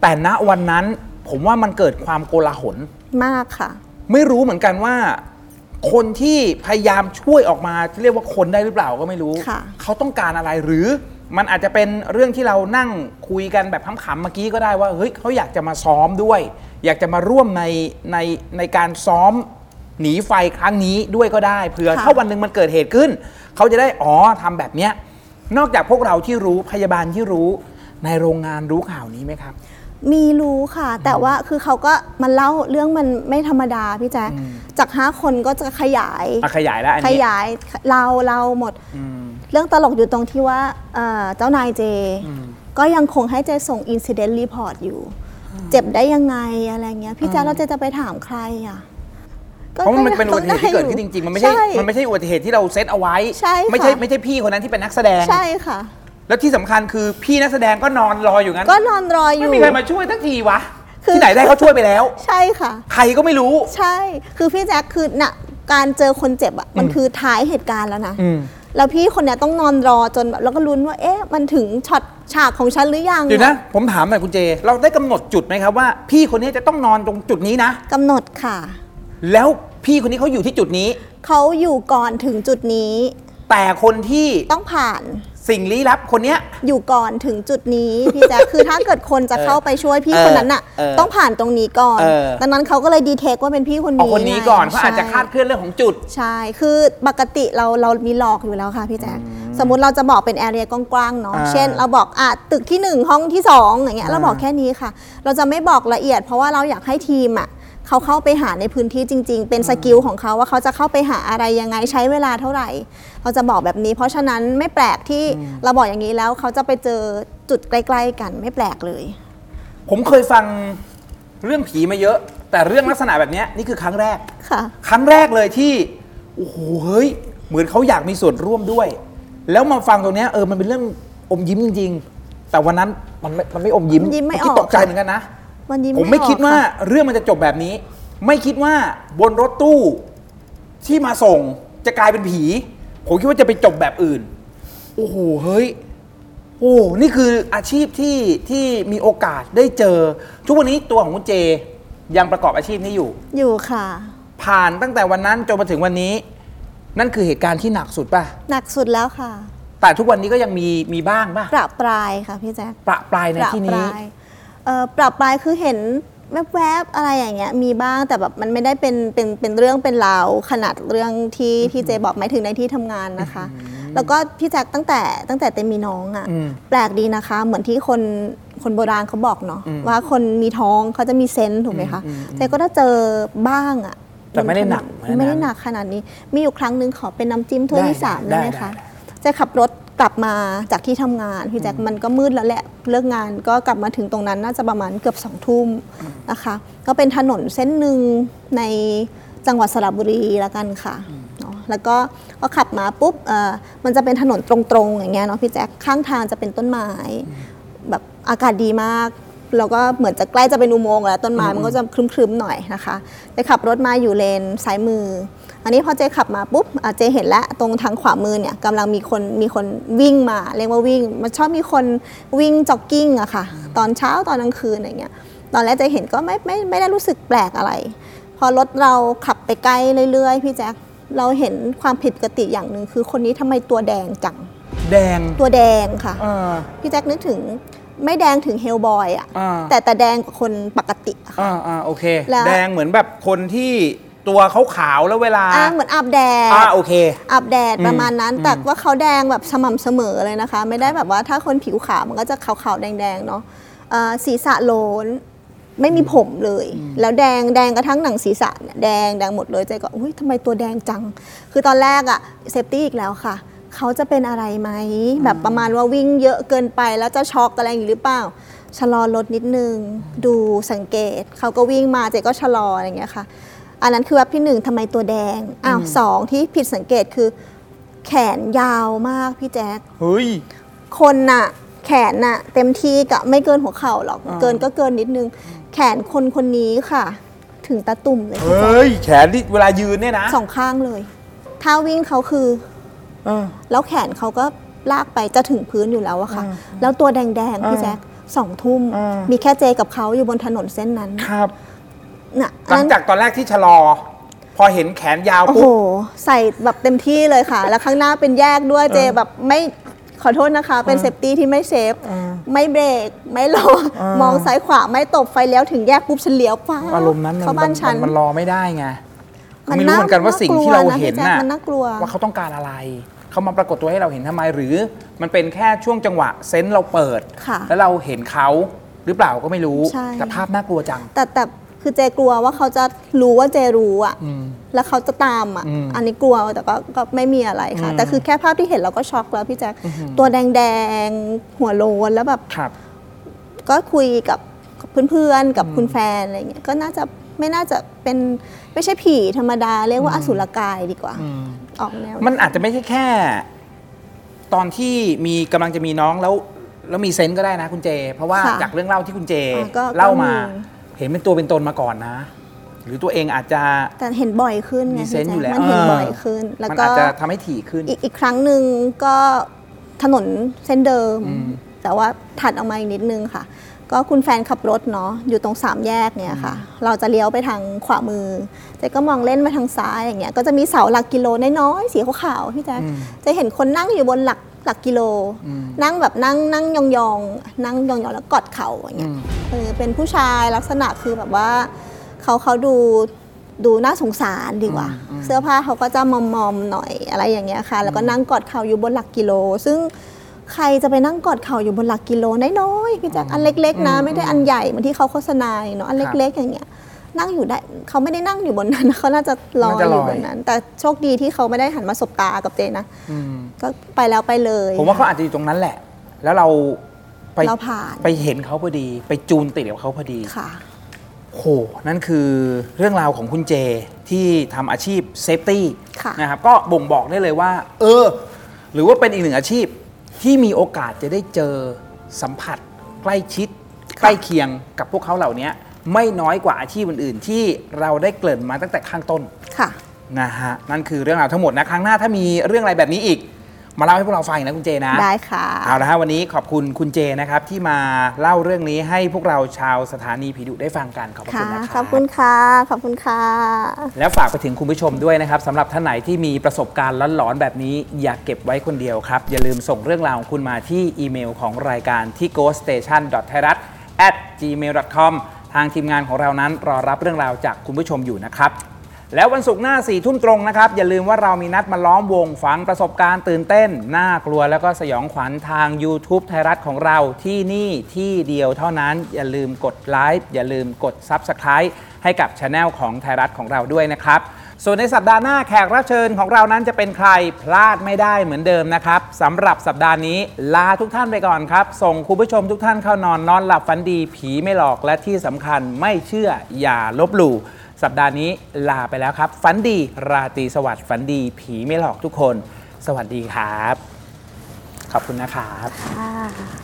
S2: แต่ณวันนั้นผมว่ามันเกิดความโกลาหล
S8: มากค่ะ
S2: ไม่รู้เหมือนกันว่า คนที่พยายามช่วยออกมาเรียกว่าคนได้หรือเปล่าก็ไม่รู้
S8: ค่ะ
S2: เขาต้องการอะไรหรือมันอาจจะเป็นเรื่องที่เรานั่งคุยกันแบบขำๆเมื่อกี้ก็ได้ว่าเฮ้ยเขาอยากจะมาซ้อมด้วย อยากจะมาร่วมในในในการซ้อมหนีไฟครั้งนี้ด้วยก็ได้เผื่อถ้าวันหนึ่งมันเกิดเหตุขึ้น เขาจะได้อ๋อทำแบบเนี้ยนอกจากพวกเราที่รู้พยาบาลที่รู้ในโรงงานรู้ข่าวนี้ไหมครับ
S8: มีรู้ค่ะ แต่ว่าคือเขาก็มันเล่าเรื่องมันไม่ธรรมดาพี่แจ๊คจากห้าคนก็จะขยาย
S2: อ่ะขยายแล้วอันนี้
S8: ขยายเราเราหมด เรื่องตลกอยู่ตรงที่ว่าเอ่อเจ้านายเจ ก็ยังคงให้เจส่ง Incident Report อยู่ เจ็บได้ยังไงอะไรเงี้ย พี่แจ๊คเราเจจะไปถามใครอ่ะ
S2: เพราะมันเป็นอุ
S8: ก็
S2: บัติเหตุที่เกิดขึ้นจริงๆ มันไม่ใช่
S8: ช่
S2: มันไม่ใช่อุบัติเหตุที่เราเซตเอาไว้
S8: ใช่ค่ะ
S2: ไม่ใช่ไม่ใช่พี่คนนั้นที่เป็นนักแสดง
S8: ใช่ค่ะ
S2: แล้วที่สำคัญคือพี่นักแสดงก็นอนรออยู่งั้น
S8: ก็นอนรออยู่
S2: ไม่มีใครมาช่วยทักทีวะ
S8: คือ
S2: ที่ไหนได้เขาช่วยไปแล้ว
S8: ใช่ค่ะ
S2: ใครก็ไม่รู้
S8: ใช่ คือพี่แจ๊คคือน่ะการเจอคนเจ็บอ่ะ มันคือท้ายเหตุการณ์แล้วนะ แล้วพี่คนเนี้ยต้องนอนรอจนแบบแล้วก็ลุ้นว่า เอ๊ะ มันถึงช็อตฉากของฉันหรือยัง
S2: เดี๋ยวนะ ผมถามหน่อยคุณเจ เราได้กำหนดจุดไหมครับว่า พี่คนนี้จะต้องนอนตรงจุดนี้นะ
S8: กำหนดค่ะ
S2: แล้วพี่คนนี้เขาอยู่ที่จุดนี้
S8: เขาอยู่ก่อนถึงจุดนี้
S2: แต่คนที่
S8: ต้องผ่าน
S2: สิ่งลี้ลับคนเนี้ย
S8: อยู่ก่อนถึงจุดนี้ พี่แจ๊คคือถ้าเกิดคนจะเข้าไปช่วยพี่
S2: เออ
S8: คนนั้นน่ะ
S2: เออ
S8: ต้องผ่านตรงนี้ก่อน
S2: เออ
S8: ดังนั้นเขาก็เลยดีเทคว่าเป็นพี่คน
S2: เอา
S8: นี้
S2: คนนี้ก่อนเขาอาจจะ
S8: ใช่
S2: คาดเคลื่อนเรื่องของจุด
S8: ใช่ คือปกติเราเรามีหลอกอยู่แล้วค่ะพี่แจ๊คสมมุติเราจะบอกเป็นแอเรียกว้างๆเนาะ
S2: อ่า
S8: เช่น เราบอกอ่ะตึกที่ 1 ห้องที่ 2 อย่างเงี้ย เราบอกแค่นี้ค่ะ เราจะไม่บอกละเอียด เพราะว่าเราอยากให้ทีมอ่ะเขาเข้าไปหาในพื้นที่จริง ๆ เป็นสกิลของเขาว่าเขาจะเข้าไปหาอะไรยังไงใช้เวลาเท่าไหร่ เราจะบอกแบบนี้ เพราะฉะนั้นไม่แปลกที่เราบอกอย่างนี้แล้วเขาจะไปเจอจุดใกล้ๆกันไม่แปลกเลย
S2: ผมเคยฟังเรื่องผีมาเยอะ แต่เรื่องลักษณะแบบเนี้ยนี่คือครั้งแรก
S8: ค่ะ
S2: ครั้งแรกเลยที่โอ้โหเฮ้ย เหมือนเขาอยากมีส่วนร่วมด้วย แล้วมาฟังตรงเนี้ยเออมันเป็นเรื่องอมยิ้มจริง ๆ แต่วันนั้นมันไม่มันไม่อมยิ้ม
S8: อมยิ้มไม่ออก
S2: เกี้ตกใจเหมือนกันนะ
S8: วันนี้
S2: ผมไม่
S8: ออก
S2: คิดว่า
S8: ะ
S2: เรื่องมันจะจบแบบนี้ ไม่คิดว่าบนรถตู้ที่มาส่งจะกลายเป็นผี ผมคิดว่าจะไปจบแบบอื่น โอ้โหเฮ้ย โอ้ นี่คืออาชีพที่ที่มีโอกาสได้เจอ ทุกวันนี้ตัวของคุณเจยังประกอบอาชีพนี้อยู่
S8: อยู่ค่ะ
S2: ผ่านตั้งแต่วันนั้นจนมาถึงวันนี้ นั่นคือเหตุการณ์ที่หนักสุดป่ะ
S8: หนักสุดแล้วค่ะ
S2: แต่ทุกวันนี้ก็ยังมีมีบ้างป่ะ
S8: ประปรายค่ะพี่แจ๊ค
S2: ประปรายในที่นี้
S8: ปรับปลายเอ่อปรับปลายคือเห็นแวบๆอะไรอย่างเงี้ยมีบ้างแต่แบบมันไม่ได้เป็นเป็นเป็นเรื่องเป็นราวขนาดเรื่องที่ที่เจบอกหมายถึงในที่ทำงานนะคะ แล้วก็พี่แจ็คตั้งแต่ตั้งแต่เต็มมีน้องอะ่ะแปลกดีนะคะ เหมือนที่คน คนโบราณเขาบอกเนาะว่าคนมีท้องเขาจะมีเซนส์ถูกไหมคะเจก็ได้เจอบ้างอะ
S2: แต่ไม่ได้หนัก
S8: บถไม่ได้หนักขนาดนี้ มีอยู่ครั้งหนึ่งขอเป็นน้ำจิ้มถ้วย
S2: ได้
S8: ที่สาม
S2: ได้
S8: ได้ไหม
S2: ได้
S8: คะเจขับรถกลับมาจากที่ทำงานพี่แจ็คมันก็มืดแล้วแหละเลิกงานก็กลับมาถึงตรงนั้นน่าจะประมาณเกือบสองทุ่มนะคะ ก็เป็นถนนเส้นหนึ่งในจังหวัดสระบุรีละกันค่ะเนาะแล้วก็ก็ขับมาปุ๊บเอ่อมันจะเป็นถนนตรงๆอย่างเงี้ยเนาะพี่แจ็คข้างทางจะเป็นต้นไม้ แบบอากาศดีมาก แล้วก็เหมือนจะใกล้จะเป็นอุโมงค์แล้วต้นไม้มันก็จะครึ้มๆหน่อยนะคะเจขับรถมาอยู่เลนซ้ายมือ อันนี้พอเจขับมาปุ๊บอ่ะเจเห็นแล้วตรงทางขวามือเนี่ยกำลังมีคนมีคนวิ่งมาเรียกว่าวิ่ง มันชอบมีคนวิ่งจ็อกกิ้งอะค่ะ ตอนเช้าตอนกลางคืนอะไรเงี้ยตอนแรกเจเห็นก็ไม่ไม่ไม่ได้รู้สึกแปลกอะไร พอรถเราขับไปใกล้เรื่อยๆพี่แจ๊คเราเห็นความผิดปกติอย่างหนึ่งคือคนนี้ทำไมตัวแดงจัง
S2: แดง
S8: ตัวแดงค่ะ
S2: เออ
S8: พี่แจ็คนึกถึงไม่แดงถึงเฮลบอยอะ
S2: อ่า
S8: แต่แต่แดงกว่าคนปกติอะค่ะ
S2: อ่าอ่าโอเค
S8: แล้ว
S2: แดงเหมือนแบบคนที่ตัวเขาขาวๆแล้วเวลา
S8: อ่าเหมือนอาบแดด
S2: อ่าโอเค
S8: อาบแดด
S2: อืม
S8: ประมาณนั้น แต่ว่าเขาแดงแบบสม่ำเสมอเลยนะคะ ไม่ได้แบบว่าถ้าคนผิวขาวมันก็จะขาวๆแดงๆเนาะอ่าศีรษะโลนไม่มีผมเลย แล้วแดงแดงกระทั่งหนังศีรษะเนี่ยแดงแดงหมดเลยใจก็อุ้ยทำไมตัวแดงจัง คือตอนแรกอะเซฟตี้อีกแล้วค่ะ เขาจะเป็นอะไรไหม แบบประมาณว่าวิ่งเยอะเกินไปแล้วจะช็อกอะไรอย่างนี้หรือเปล่า ชะลอรถนิดนึง ดูสังเกต เขาก็วิ่งมาเจ๊ก็ชะลออะไรอย่างเงี้ยค่ะ อันนั้นคือแบบที่หนึ่งทำไมตัวแดงอ้าวสองที่ผิดสังเกตคือ แขนยาวมากพี่แจ๊ค
S2: เฮ้ย
S8: คนน่ะ แขนน่ะ เต็มที่กะไม่เกินหัวเข่าหรอก เกินก็เกินนิดนึง แขนคนคนนี้ค่ะ ถึงตาตุ่มเลย
S2: เฮ
S8: พี่แจ๊ค้
S2: ย แขนที่เวลายืนเนี่ยนะ
S8: สองข้างเลยถ้าวิ่งเขาคือ
S2: เออ
S8: แล้วแขนเขาก็ลากไปจะถึงพื้นอยู่แล้วอะค่ะ แล้วตัวแดงๆพี่แจ๊คสองทุ่ม
S2: อ่ามี
S8: มีแค่เจกับเขาอยู่บนถนนเส้นนั้น
S2: ครับ
S8: น่ะ
S2: หลังจากตอนแรกที่ชะลอ พอเห็นแขนยาว
S8: โอ้
S2: ปุ๊
S8: โห
S2: บ
S8: ใส่แบบเต็มที่เลยค่ะ แล้วข้างหน้าเป็นแยกด้วยเจแบบไม่ขอโทษนะคะ เป็นเซฟตี้ที่ไม่เซฟ ไม่เบรก ไม่รออมองซ้ายขวาไม่ตบไฟเลี้ยวถึงแยกปุ๊บฉันเลี้ยวป้าบ
S2: อารมณ์นั้นมั
S8: เข้าบ้านฉัน
S2: มันรอไม่ได้ไง ไม่รู้เหมือนกันว่าสิ่งที่เราเห็น
S8: น่ะ
S2: น่ะ
S8: มันน่ากลัว
S2: ว่าเขาต้องการอะไร เขามาปรากฏตัวให้เราเห็นทำไม หรือมันเป็นแค่ช่วงจังหวะเซนส์เราเปิด
S8: ค่ะ
S2: แล้วเราเห็นเขาหรือเปล่าก็ไม่รู้
S8: ใช่
S2: แต่ภาพน่ากลัวจัง
S8: แต่แต่คือเจกลัวว่าเขาจะรู้ว่าเจรู้อะแล้วเขาจะตามอะ
S2: อืม
S8: อันนี้กลัวแต่ก็ก็ไม่มีอะไรค่ะ
S2: อืม
S8: แต่คือแค่ภาพที่เห็นเราก็ช็อกแล้วพี่แจ๊คตัวแดงๆ หัวโลนแล้วแบบ
S2: ครับ
S8: ก็คุยกับกับเพื่อนๆ กับคุณแฟนอะไรเงี้ยก็น่าจะไม่น่าจะเป็นไม่ใช่ผีธรรมดา เรียกว่าอสุรกายดีกว่า ออกแนว
S2: มันอาจจะไม่ใช่แค่ ตอนที่มีกำลังจะมีน้องแล้ว แล้วมีเซนส์ก็ได้นะคุณเจ เพราะว่า
S8: ค่ะ
S2: จากเรื่องเล่าที่คุณเจ
S8: อ่าก็
S2: เล่ามา
S8: ก็มี
S2: เห็นเป็นตัวเป็นตนมาก่อนนะ หรือตัวเองอาจจะ
S8: แต่เห็นบ่อยขึ้นไง
S2: มี
S8: พี่
S2: เซนส์
S8: แจ๊
S2: อยู่แล้ว
S8: คมันเห็น
S2: เออ
S8: บ่อยขึ้น แล้ว
S2: มัน
S8: ก็
S2: อาจจะทำให้ถี่ขึ้น
S8: อีกอีกครั้งหนึ่งก็ถนนเส้นเดิม แต่ว่าถัดออกมาอีกนิดนึงค่ะ ก็คุณแฟนขับรถเนาะอยู่ตรงสามแยกเนี่ยค่ะ เราจะเลี้ยวไปทางขวามือเจ๊ก็มองเล่นมาทางซ้ายอย่างเงี้ยก็จะมีเสาหลักกิโลน้อยๆสีขาวๆพี่แจ๊คจะเห็นคนนั่งอยู่บนหลักหลักกิโล นั่งแบบนั่งนั่งยองๆนั่งยองๆแล้วกอดเข่าอย่างเงี้ยเออเป็นผู้ชายลักษณะคือแบบว่าเขาเขาดู ดูน่าสงสารดีกว่า เสื้อผ้าเขาก็จะมอมๆหน่อยอะไรอย่างเงี้ยค่ะ แล้วก็นั่งกอดเข่าอยู่บนหลักกิโล ซึ่งใครจะไปนั่งกอดเข่าอยู่บนหลักกิโลน้อยๆพี่แจ๊คอันเล็ก ๆ นะ ไม่ได้อันใหญ่เหมือนที่เขาโฆษณาเนาะอันเล็ก ๆ อย่างเงี้ยนั่งอยู่ได้เขาไม่ได้นั่งอยู่บนนั้น เขาน่าจะลอย
S2: น่าจะ
S8: อ
S2: ลอย
S8: ยู่บนนั้น แต่โชคดีที่เขาไม่ได้หันมาสบตากับเจนะก็ไปแล้วไปเลย
S2: ผมว่าเขาอาจจะอยู่ตรงนั้นแหละ แล้วเราไป
S8: เราผ่าน
S2: ไปเห็นเขาพอดี ไปจูนติดกับเขาพอดี
S8: ค่ะ
S2: โห นั่นคือเรื่องราวของคุณเจที่ทำอาชีพเซฟตี้
S8: ค่ะ
S2: นะครับ ก็บ่งบอกได้เลยว่า เออ หรือว่าเป็นอีกหนึ่งอาชีพที่มีโอกาสจะได้เจอสัมผัส ใกล้ชิด ใกล้เคียงกับพวกเขาเหล่านี้ไม่น้อยกว่าอาชีพอื่น ๆ ที่เราได้เกริ่นมาตั้งแต่ข้างต้น
S8: ค่ะ
S2: นะฮะ นั่นคือเรื่องราวทั้งหมดนะ ครั้งหน้าถ้ามีเรื่องอะไรแบบนี้อีก มาเล่าให้พวกเราฟังอีกนะคุณเจนะ
S8: ได้ค่ะ
S2: เอาละฮะวันนี้ขอบคุณคุณเจนะครับ ที่มาเล่าเรื่องนี้ให้พวกเราชาวสถานีผีดุได้ฟังกัน ขอบพระคุ
S8: ค่ะ
S2: ณนะครับ
S8: ขอบคุณค่ะ ขอบคุณค่ะ
S2: แล้วฝากไปถึงคุณผู้ชมด้วยนะครับสำหรับท่านไหนที่มีประสบการณ์หลอนๆแบบนี้ อย่าเก็บไว้คนเดียวครับ อย่าลืมส่งเรื่องราวของคุณมาที่อีเมลของรายการที่ ghoststation t h a i r a t gmail com ทางทีมงานของเรานั้นรอรับเรื่องราวจากคุณผู้ชมอยู่นะครับ แล้ววันศุกร์หน้า4ี่ทุ่มตรงนะครับ อย่าลืมว่าเรามีนัดมาล้อมวงฝังประสบการณ์ตื่นเต้น น่ากลัวแล้วก็สยองขวัญทาง YouTube ไทยรัฐของเราที่นี่ที่เดียวเท่านั้น อย่าลืมกดไลค์อย่าลืมกด Subscribe ให้กับช anel ของไทยรัฐของเราด้วยนะครับ ส่วนในสัปดาห์หน้าแขกรับเชิญของเรานั้นจะเป็นใครพลาดไม่ได้เหมือนเดิมนะครับสำหรับสัปดาห์นี้ลาทุกท่านไปก่อนครับ ส่งคุณผู้ชมทุกท่านเข้านอนนอนหลับฝันดี ผีไม่หลอกและที่สำคัญไม่เชื่ออย่าลบหลู่ สัปดาห์นี้ลาไปแล้วครับ ฝันดีราตรีสวัสดิ์ฝันดี ผีไม่หลอกทุกคน สวัสดีครับ ขอบคุณนะครับ
S8: ค่ะ